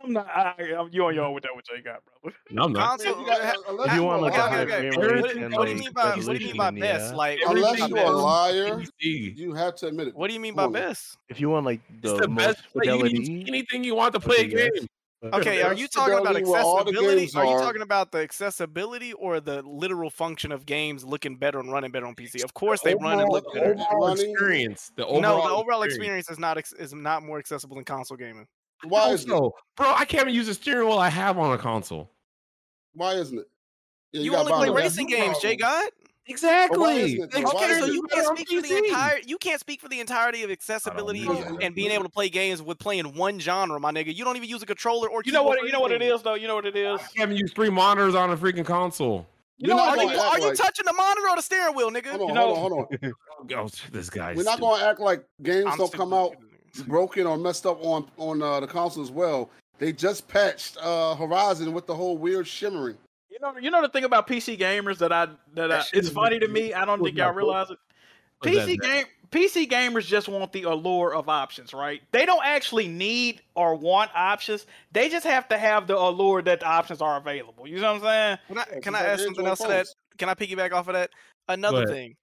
Speaker 6: I'm not. I, I'm, you on your own with that? What you got, brother?
Speaker 8: No, I'm not.
Speaker 3: Console,
Speaker 21: If you want to look at high
Speaker 3: okay, okay.
Speaker 21: frame
Speaker 3: What-
Speaker 21: rate
Speaker 3: what do you
Speaker 21: and
Speaker 3: mean
Speaker 21: like
Speaker 3: by- what do you mean
Speaker 21: resolution
Speaker 3: by
Speaker 21: and the,
Speaker 3: best?
Speaker 21: uh,
Speaker 3: Like,
Speaker 11: Unless
Speaker 3: Everything
Speaker 11: you're a
Speaker 3: best.
Speaker 11: liar,
Speaker 8: PC.
Speaker 11: you have to admit it.
Speaker 3: What do you mean by best?
Speaker 21: if you want like the,
Speaker 8: It's
Speaker 3: Uh,
Speaker 8: the
Speaker 21: most
Speaker 8: best place. You can
Speaker 21: fidelity,
Speaker 8: use anything you want to play a game.
Speaker 3: Okay, are
Speaker 11: That's
Speaker 3: you talking about
Speaker 11: fidelity where all the
Speaker 3: accessibility?
Speaker 11: games
Speaker 3: Are you
Speaker 11: are.
Speaker 3: talking about the accessibility or the literal function of games looking better and running better on PC? Of course, they run and
Speaker 8: Overall-
Speaker 3: look better.
Speaker 8: overall experience. The overall
Speaker 3: no, the overall experience is not ex- is not more accessible than console gaming.
Speaker 11: Why
Speaker 8: is so, bro? I can't even use the steering wheel I have on a console.
Speaker 11: Why isn't it? Yeah,
Speaker 3: you
Speaker 11: got
Speaker 3: only play
Speaker 11: Bioware.
Speaker 3: racing games, Jay God.
Speaker 8: Exactly.
Speaker 11: But why isn't it, though? Why
Speaker 3: Okay, so
Speaker 11: isn't it?
Speaker 3: you can't speak for the entire. You can't speak for the entirety of accessibility and being able to play games with playing one genre, my nigga. You don't even use a controller or
Speaker 6: You know
Speaker 3: keyboard
Speaker 6: what?
Speaker 3: for
Speaker 6: You know what it
Speaker 3: anything.
Speaker 6: is, though. You know what it is.
Speaker 8: I haven't used three monitors on a freaking console.
Speaker 3: You know,
Speaker 11: not
Speaker 3: are you,
Speaker 11: gonna act
Speaker 3: are you
Speaker 11: like-
Speaker 3: touching the monitor or the steering wheel, nigga?
Speaker 11: Hold on,
Speaker 3: you know,
Speaker 11: hold on, hold on.
Speaker 8: Oh, this guy.
Speaker 11: We're not
Speaker 8: going.
Speaker 11: going to act like games
Speaker 8: I'm
Speaker 11: don't come out broken or messed up on on uh, the console as well. They just patched uh, Horizon with the whole weird shimmering.
Speaker 6: You know, you know the thing about PC gamers that I that, I,
Speaker 11: shit
Speaker 6: it's
Speaker 11: is
Speaker 6: funny to
Speaker 11: ridiculous.
Speaker 6: me. I don't
Speaker 11: Was
Speaker 6: think y'all
Speaker 11: not
Speaker 6: realize it.
Speaker 11: Was that
Speaker 6: PC game PC gamers just want the allure of options, right? They don't actually need or want options. They just have to have the allure that the options are available. You know what I'm saying?
Speaker 3: Can I ask something else to that? Can I piggyback off of that? Another
Speaker 6: ahead.
Speaker 3: thing.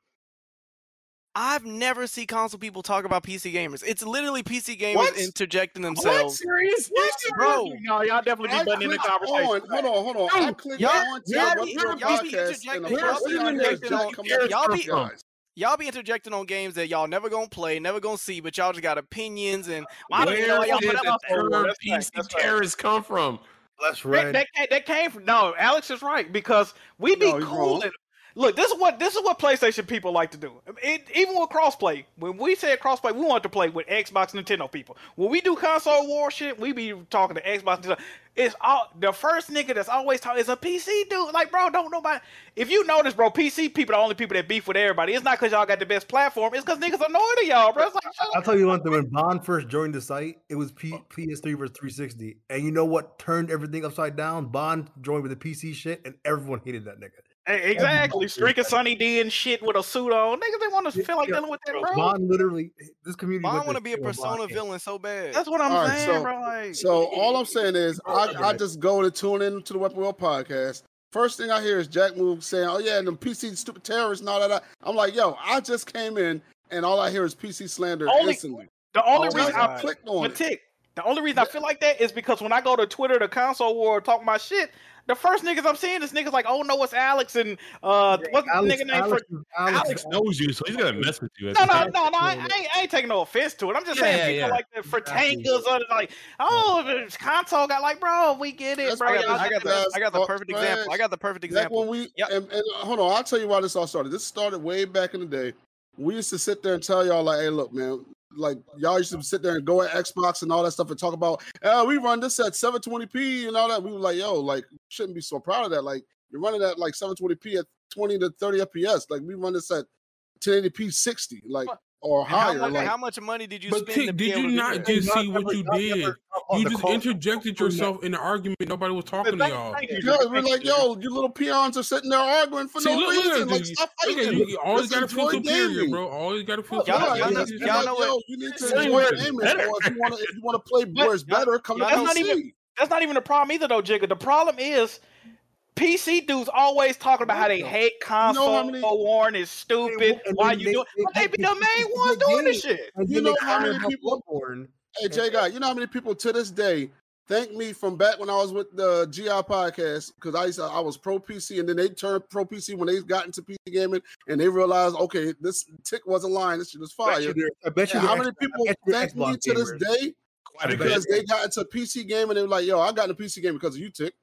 Speaker 3: I've never seen console people talk about PC gamers. It's literally PC gamers
Speaker 11: What?
Speaker 3: interjecting
Speaker 11: What?
Speaker 3: themselves.
Speaker 11: Serious?
Speaker 3: Yes,
Speaker 11: What?
Speaker 3: bro.
Speaker 6: No, y'all definitely
Speaker 11: I clicked on- Hold on, hold on. I clicked on to
Speaker 3: y'all,
Speaker 11: your
Speaker 3: be-
Speaker 11: podcast
Speaker 3: y'all be
Speaker 11: and I'm
Speaker 3: interjecting. Y'all be interjecting
Speaker 11: like, "What's up, guys?
Speaker 3: on-
Speaker 11: Come on,
Speaker 3: y'all be-
Speaker 11: guys."
Speaker 3: Y'all be interjecting on games that y'all never gonna play, never gonna see, but y'all just got opinions and why don't you know
Speaker 8: Where
Speaker 3: why y'all
Speaker 8: did
Speaker 3: put up
Speaker 8: the
Speaker 3: with that?
Speaker 8: term PC terrorists come from?
Speaker 14: That's
Speaker 6: That, that, ca- that came from no. Alex is right because we be cool. and- Look, this is what this is what PlayStation people like to do. It, even with crossplay, when we say crossplay, we want to play with Xbox, Nintendo people. When we do console war shit, we be talking to Xbox. Nintendo. It's all the first nigga that's always talking is a PC dude. Like, bro, don't nobody. If you notice, bro, PC people are the only people that beef with everybody. It's not because y'all got the best platform. It's because niggas annoyed at y'all, bro. It's like, shut
Speaker 14: I'll tell you one thing. When Bond first joined the site, it was
Speaker 3: Oh.
Speaker 14: P- PS3 versus 360, and you know what turned everything upside down? Bond joined with the PC shit, and everyone hated that nigga.
Speaker 6: Hey, Exactly. Streaking Sunny D and shit with a suit on. Niggas, they want to feel like
Speaker 14: yeah,
Speaker 6: dealing with that, bro.
Speaker 14: Bond literally, this community.
Speaker 3: Bond
Speaker 14: went
Speaker 3: want to be a
Speaker 14: shit on Bond.
Speaker 3: persona villain so bad.
Speaker 6: That's what I'm
Speaker 11: All right,
Speaker 6: saying,
Speaker 11: so,
Speaker 6: bro. Like,
Speaker 11: so all I'm saying is, I, I just go to tune in to the Weapon World podcast. First thing I hear is Jack Move saying, "Oh yeah, and them PC stupid terrorists, and all that." I'm like, "Yo, I just came in, and all I hear is PC slander
Speaker 6: Only-
Speaker 11: instantly."
Speaker 6: The only
Speaker 11: Oh my
Speaker 6: reason
Speaker 11: God.
Speaker 6: I
Speaker 11: clicked on
Speaker 6: but
Speaker 11: it.
Speaker 6: Tick, the only reason I feel like that is because when I go to Twitter, the console war, talk my shit. The first niggas I'm seeing is niggas like, oh no, it's Alex and uh, what's the
Speaker 14: Alex-
Speaker 6: nigga name
Speaker 14: Alex-
Speaker 6: for?
Speaker 14: Alex-
Speaker 8: Alex knows you, so he's gonna mess with you.
Speaker 6: No, no, no, no. I, I, ain't, I ain't taking no offense to it. I'm just
Speaker 8: Yeah,
Speaker 6: saying
Speaker 8: yeah,
Speaker 6: people
Speaker 8: yeah.
Speaker 6: like the Fratangas or like, oh, the console got like, bro, we get it,
Speaker 11: That's
Speaker 6: bro.
Speaker 11: why
Speaker 6: Y'all
Speaker 11: y'all
Speaker 6: got
Speaker 11: got
Speaker 6: the-
Speaker 11: that
Speaker 3: I got the
Speaker 11: talk
Speaker 3: perfect example. I got the perfect
Speaker 11: Back
Speaker 3: example.
Speaker 11: when we and, and, uh, hold on, I'll tell you why this all started. This started way back in the day. We used to sit there and tell y'all like, "Hey, look, man." Like y'all used to sit there and go at Xbox and all that stuff and talk about, "Oh, we run this at 720p and all that." We were like, "Yo, like shouldn't be so proud of that. Like you're running at like 720p at 20 to 30 FPS. Like we run this at 1080p 60, like or
Speaker 3: And how,
Speaker 11: higher."
Speaker 3: much,
Speaker 11: like
Speaker 3: how much money did you
Speaker 17: But
Speaker 3: spend? to
Speaker 17: Tick,
Speaker 3: be
Speaker 17: did
Speaker 3: able
Speaker 17: you
Speaker 3: to do
Speaker 17: not
Speaker 3: that?
Speaker 17: just see what you did?
Speaker 14: on
Speaker 17: You
Speaker 14: the
Speaker 17: just
Speaker 14: call.
Speaker 17: interjected yourself in the argument. Nobody was talking to
Speaker 11: Thank-
Speaker 17: y'all.
Speaker 11: thank you, Joe. we're like, yo, you little peons are sitting there arguing for
Speaker 17: See,
Speaker 11: no
Speaker 17: look- look at
Speaker 11: reason.
Speaker 17: you.
Speaker 11: like, stop
Speaker 17: Look at
Speaker 11: fighting.
Speaker 17: you. You always
Speaker 11: Just
Speaker 17: gotta feel
Speaker 11: enjoy
Speaker 17: superior,
Speaker 11: gaming.
Speaker 17: bro. Always gotta feel
Speaker 11: Look,
Speaker 17: superior.
Speaker 11: Y'all, y'all,
Speaker 17: Yeah,
Speaker 11: know-
Speaker 17: yeah,
Speaker 11: y'all
Speaker 17: yeah.
Speaker 11: know yo, you need to
Speaker 17: Same
Speaker 11: enjoy
Speaker 17: word,
Speaker 11: gaming.
Speaker 17: better.
Speaker 11: Or if you want to, if you want to play Boys better, come to
Speaker 6: that's not
Speaker 11: PC.
Speaker 6: even that's not even a problem either though, Jigga. The problem is PC dudes always talking about how they hate console warn is stupid. Why you doing? But they be the main ones doing this shit.
Speaker 11: You know how many people?
Speaker 14: Bloodborne.
Speaker 11: Hey, Jay, guy, you know how many people to this day thank me from back when I was with the GI podcast because I used to, I was pro PC and then they turned pro PC when they got into PC gaming and they realized okay, this tick wasn't lying. This shit is fire.
Speaker 14: Bet you there- I bet you
Speaker 11: And how
Speaker 14: there
Speaker 11: many
Speaker 14: Xbox- I
Speaker 11: people
Speaker 14: bet you there
Speaker 11: thank me
Speaker 14: Xbox
Speaker 11: to this
Speaker 14: gamers.
Speaker 11: day
Speaker 8: Quite a bit.
Speaker 11: because they got into PC game and they were like, yo, I got into PC game because of you, tick.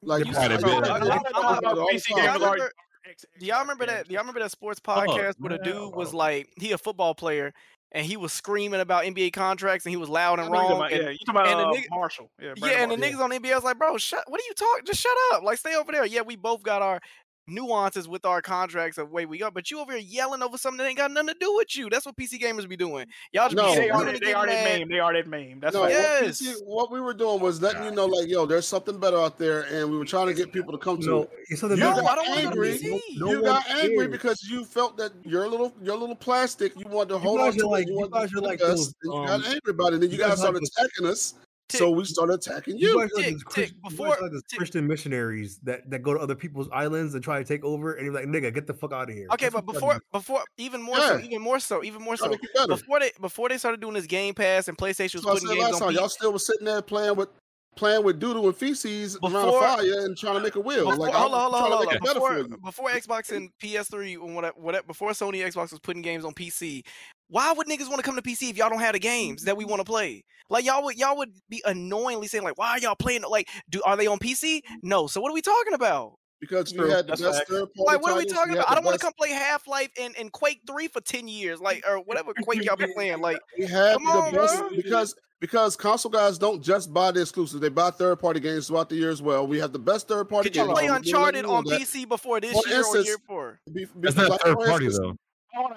Speaker 11: Like
Speaker 8: Quite a
Speaker 11: I
Speaker 8: bit.
Speaker 11: get
Speaker 8: A
Speaker 11: that.
Speaker 8: lot
Speaker 11: I get that all the time.
Speaker 3: y'all remember, do y'all remember that? Do y'all remember that sports podcast where the dude was like, he a football player and he was screaming about NBA contracts and he was loud and
Speaker 6: I know
Speaker 3: wrong.
Speaker 6: you talking about-
Speaker 3: and,
Speaker 6: yeah, you talking about,
Speaker 3: and the
Speaker 6: uh,
Speaker 3: nigga-
Speaker 6: Marshall. Yeah,
Speaker 3: yeah,
Speaker 6: Brandon
Speaker 3: and the niggas on NBA was like, bro, shut. What are you talking? Just shut up. Like, stay over there. Yeah, we both got our nuances with our contracts of way we go, but you over here yelling over something that ain't got nothing to do with you. That's what PC gamers be doing. Y'all just
Speaker 11: No,
Speaker 3: be
Speaker 11: they
Speaker 3: yelling
Speaker 11: are-
Speaker 3: and
Speaker 11: they
Speaker 3: getting
Speaker 11: are that
Speaker 3: mad.
Speaker 6: They are that meme. That's
Speaker 11: no,
Speaker 6: right.
Speaker 11: what, we did- what we were doing was letting you know, like, yo, there's something better out there, and we were trying to get people to come to.
Speaker 14: No,
Speaker 11: it.
Speaker 14: it's something
Speaker 11: you
Speaker 14: better
Speaker 11: got
Speaker 14: out there.
Speaker 11: angry.
Speaker 14: No- no
Speaker 11: you
Speaker 14: one
Speaker 11: got angry
Speaker 14: cares.
Speaker 11: because you felt that your little your little plastic. You wanted to hold
Speaker 14: guys
Speaker 11: on to
Speaker 14: are like-
Speaker 11: it. You,
Speaker 14: you
Speaker 11: wanted
Speaker 14: guys
Speaker 11: to
Speaker 14: are
Speaker 11: protect
Speaker 14: like
Speaker 11: us,
Speaker 14: those,
Speaker 11: and you
Speaker 14: um,
Speaker 11: got angry about it. Then you,
Speaker 14: you guys
Speaker 11: guys
Speaker 14: are like
Speaker 11: started
Speaker 14: those-
Speaker 11: attacking us, so we started attacking
Speaker 14: You
Speaker 11: you.
Speaker 14: guys are like those Christ- you guys
Speaker 3: before-
Speaker 14: are like those Christian missionaries that, that go to other people's islands and try to take over, and you're like, nigga, get the fuck out of here.
Speaker 3: Okay,
Speaker 14: That's
Speaker 3: but
Speaker 14: what you gotta
Speaker 3: before before
Speaker 14: do.
Speaker 3: even more so,
Speaker 14: Yeah.
Speaker 3: even more so, even more
Speaker 14: Gotta
Speaker 3: so,
Speaker 14: make it better.
Speaker 3: before they before they started doing this Game Pass and PlayStation was
Speaker 11: So I
Speaker 3: putting
Speaker 11: said
Speaker 3: games
Speaker 11: last
Speaker 3: on
Speaker 11: time,
Speaker 3: P-
Speaker 11: y'all still was sitting there playing with playing with doodle and feces around a
Speaker 3: Before-
Speaker 11: fire and trying to make a will.
Speaker 3: before,
Speaker 11: like,
Speaker 3: hold on,
Speaker 11: I'm
Speaker 3: hold on,
Speaker 11: trying to
Speaker 3: hold
Speaker 11: make
Speaker 3: on.
Speaker 11: it better for
Speaker 3: Before,
Speaker 11: you.
Speaker 3: before Xbox and PS3 and whatever, whatever, before Sony Xbox was putting games on PC, why would niggas want to come to PC if y'all don't have the games that we want to play? Like y'all would, y'all would be annoyingly saying like, "Why are y'all playing? Like, do are they on PC? No. So what are we talking about?"
Speaker 11: Because we had the
Speaker 3: That's
Speaker 11: best
Speaker 3: facts.
Speaker 11: third party.
Speaker 3: Like, what are we talking about? I don't want to
Speaker 11: come.
Speaker 3: come play Half Life and, and Quake Three for ten years, like or whatever Quake y'all be playing. Like,
Speaker 11: We have
Speaker 3: come
Speaker 11: the
Speaker 3: on,
Speaker 11: best
Speaker 3: bro.
Speaker 11: because because console guys don't just buy the exclusives; they buy third party games throughout the year as well. We have the best third party
Speaker 3: Did you
Speaker 11: games.
Speaker 3: play
Speaker 11: We really
Speaker 3: Uncharted
Speaker 11: know
Speaker 3: on
Speaker 11: that.
Speaker 3: PC before this
Speaker 11: For
Speaker 3: year or
Speaker 11: instance,
Speaker 3: year four?
Speaker 11: be- be-
Speaker 8: That's not
Speaker 11: like,
Speaker 8: third
Speaker 11: for
Speaker 8: party
Speaker 11: instance-
Speaker 8: though.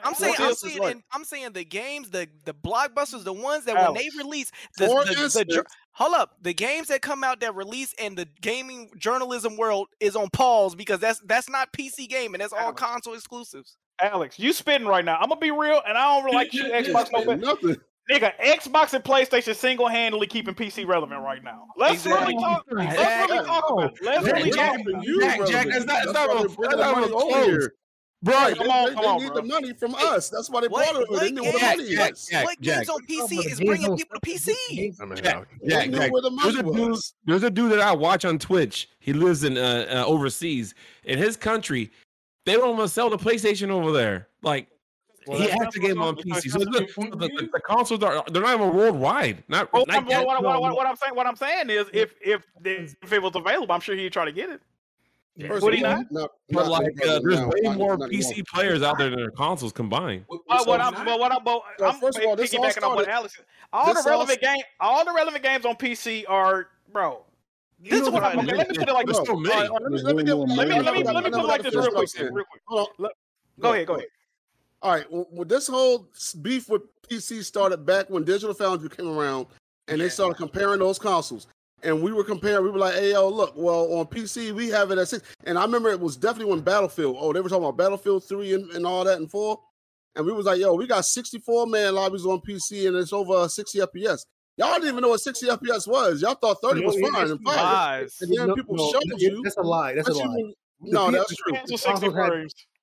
Speaker 3: I'm saying,
Speaker 11: For
Speaker 3: I'm
Speaker 11: instance,
Speaker 3: saying,
Speaker 11: right.
Speaker 3: in, I'm saying the games, the the blockbusters, the ones that when they
Speaker 11: Alex,
Speaker 3: release, the,
Speaker 11: for
Speaker 3: the, the jour-
Speaker 11: instance-
Speaker 3: hold up, the games that come out that release and the gaming journalism world is on pause because that's that's not PC gaming, that's all console exclusives.
Speaker 6: Alex, you spitting right now. I'm gonna be real, and I don't really like you, Xbox. No better.
Speaker 11: nothing.
Speaker 6: Nigga, Xbox and PlayStation single handedly keeping PC relevant right now. Let's
Speaker 11: Exactly.
Speaker 6: really talk. Let's really
Speaker 11: Exactly.
Speaker 6: talk about. it. Let's
Speaker 11: They're
Speaker 6: really talk.
Speaker 11: keeping you relevant. That's why they're bringing the money over here. Bro,
Speaker 3: Right,
Speaker 11: come
Speaker 3: they-
Speaker 11: on,
Speaker 3: they-
Speaker 11: come
Speaker 3: they
Speaker 11: on,
Speaker 3: need
Speaker 11: bro.
Speaker 3: the
Speaker 11: money from us. That's why they
Speaker 3: What,
Speaker 11: brought it. They
Speaker 3: what, games,
Speaker 11: knew where the money
Speaker 3: Jack,
Speaker 11: is.
Speaker 3: Jack, what games on PC is bringing people to PC?
Speaker 11: Jack,
Speaker 8: Yeah,
Speaker 11: They knew
Speaker 8: Jack.
Speaker 11: where the money
Speaker 8: There's a
Speaker 11: was.
Speaker 8: dude. There's a dude that I watch on Twitch. He lives in uh, uh overseas. In his country, they don't even sell the PlayStation over there. Like he
Speaker 6: that's
Speaker 8: has
Speaker 6: not
Speaker 8: the game on
Speaker 6: what I'm-
Speaker 8: PC. So look, the, the- the consoles are they're not even worldwide. Not,
Speaker 6: Oh,
Speaker 8: not
Speaker 6: I'm-
Speaker 8: yet.
Speaker 6: what, what, what, what, what I'm saying, what I'm saying is, if if there's- if it was available, I'm sure he'd try to get it.
Speaker 11: First
Speaker 6: Would
Speaker 11: of
Speaker 6: he
Speaker 11: all,
Speaker 6: not?
Speaker 11: no,
Speaker 8: But
Speaker 11: no,
Speaker 8: like,
Speaker 11: no,
Speaker 8: uh,
Speaker 11: no,
Speaker 8: there's
Speaker 11: no,
Speaker 8: way
Speaker 11: no,
Speaker 8: more
Speaker 11: no, no.
Speaker 8: PC players out there than their consoles combined.
Speaker 6: Well, what
Speaker 11: So
Speaker 6: I'm, well, what I'm, well,
Speaker 11: So
Speaker 6: I'm
Speaker 11: first of all, this all
Speaker 6: piggybacking on what
Speaker 11: started-
Speaker 6: Alex. said. All
Speaker 11: this
Speaker 6: the
Speaker 11: all
Speaker 6: relevant game, all the relevant games on PC are, bro. This is what I'm. Okay, let me put it like this.
Speaker 11: Bro, all right, let me- let me get-
Speaker 6: Let me let me let me
Speaker 11: let
Speaker 6: put it like this
Speaker 11: finish
Speaker 6: real
Speaker 11: what I'm
Speaker 6: quick.
Speaker 11: saying.
Speaker 6: Real quick.
Speaker 11: Hold on.
Speaker 6: Let- Go ahead. Go ahead.
Speaker 11: All right. Well, well, this whole s- beef with PC started back when Digital Foundry came around, and they started comparing those consoles. And we were comparing. We were like, "Hey, yo, look. Well, on PC we have it at six. And I remember it was definitely when Battlefield. Oh, they were talking about Battlefield three and, and all that and four. And we was like, "Yo, we got sixty four man lobbies on PC, and it's over sixty FPS." Y'all didn't even know what sixty FPS was. Y'all thought thirty
Speaker 14: No,
Speaker 11: was
Speaker 14: it-
Speaker 11: fine
Speaker 14: it's
Speaker 11: and fine.
Speaker 14: lies.
Speaker 11: And then
Speaker 14: No,
Speaker 11: people
Speaker 14: no,
Speaker 11: showed
Speaker 14: that-
Speaker 11: you.
Speaker 14: that's a lie. That's
Speaker 11: but
Speaker 14: a
Speaker 11: you
Speaker 14: lie.
Speaker 11: didn't-
Speaker 14: The
Speaker 11: No,
Speaker 14: PS3
Speaker 11: that's true.
Speaker 14: consoles had- Consoles had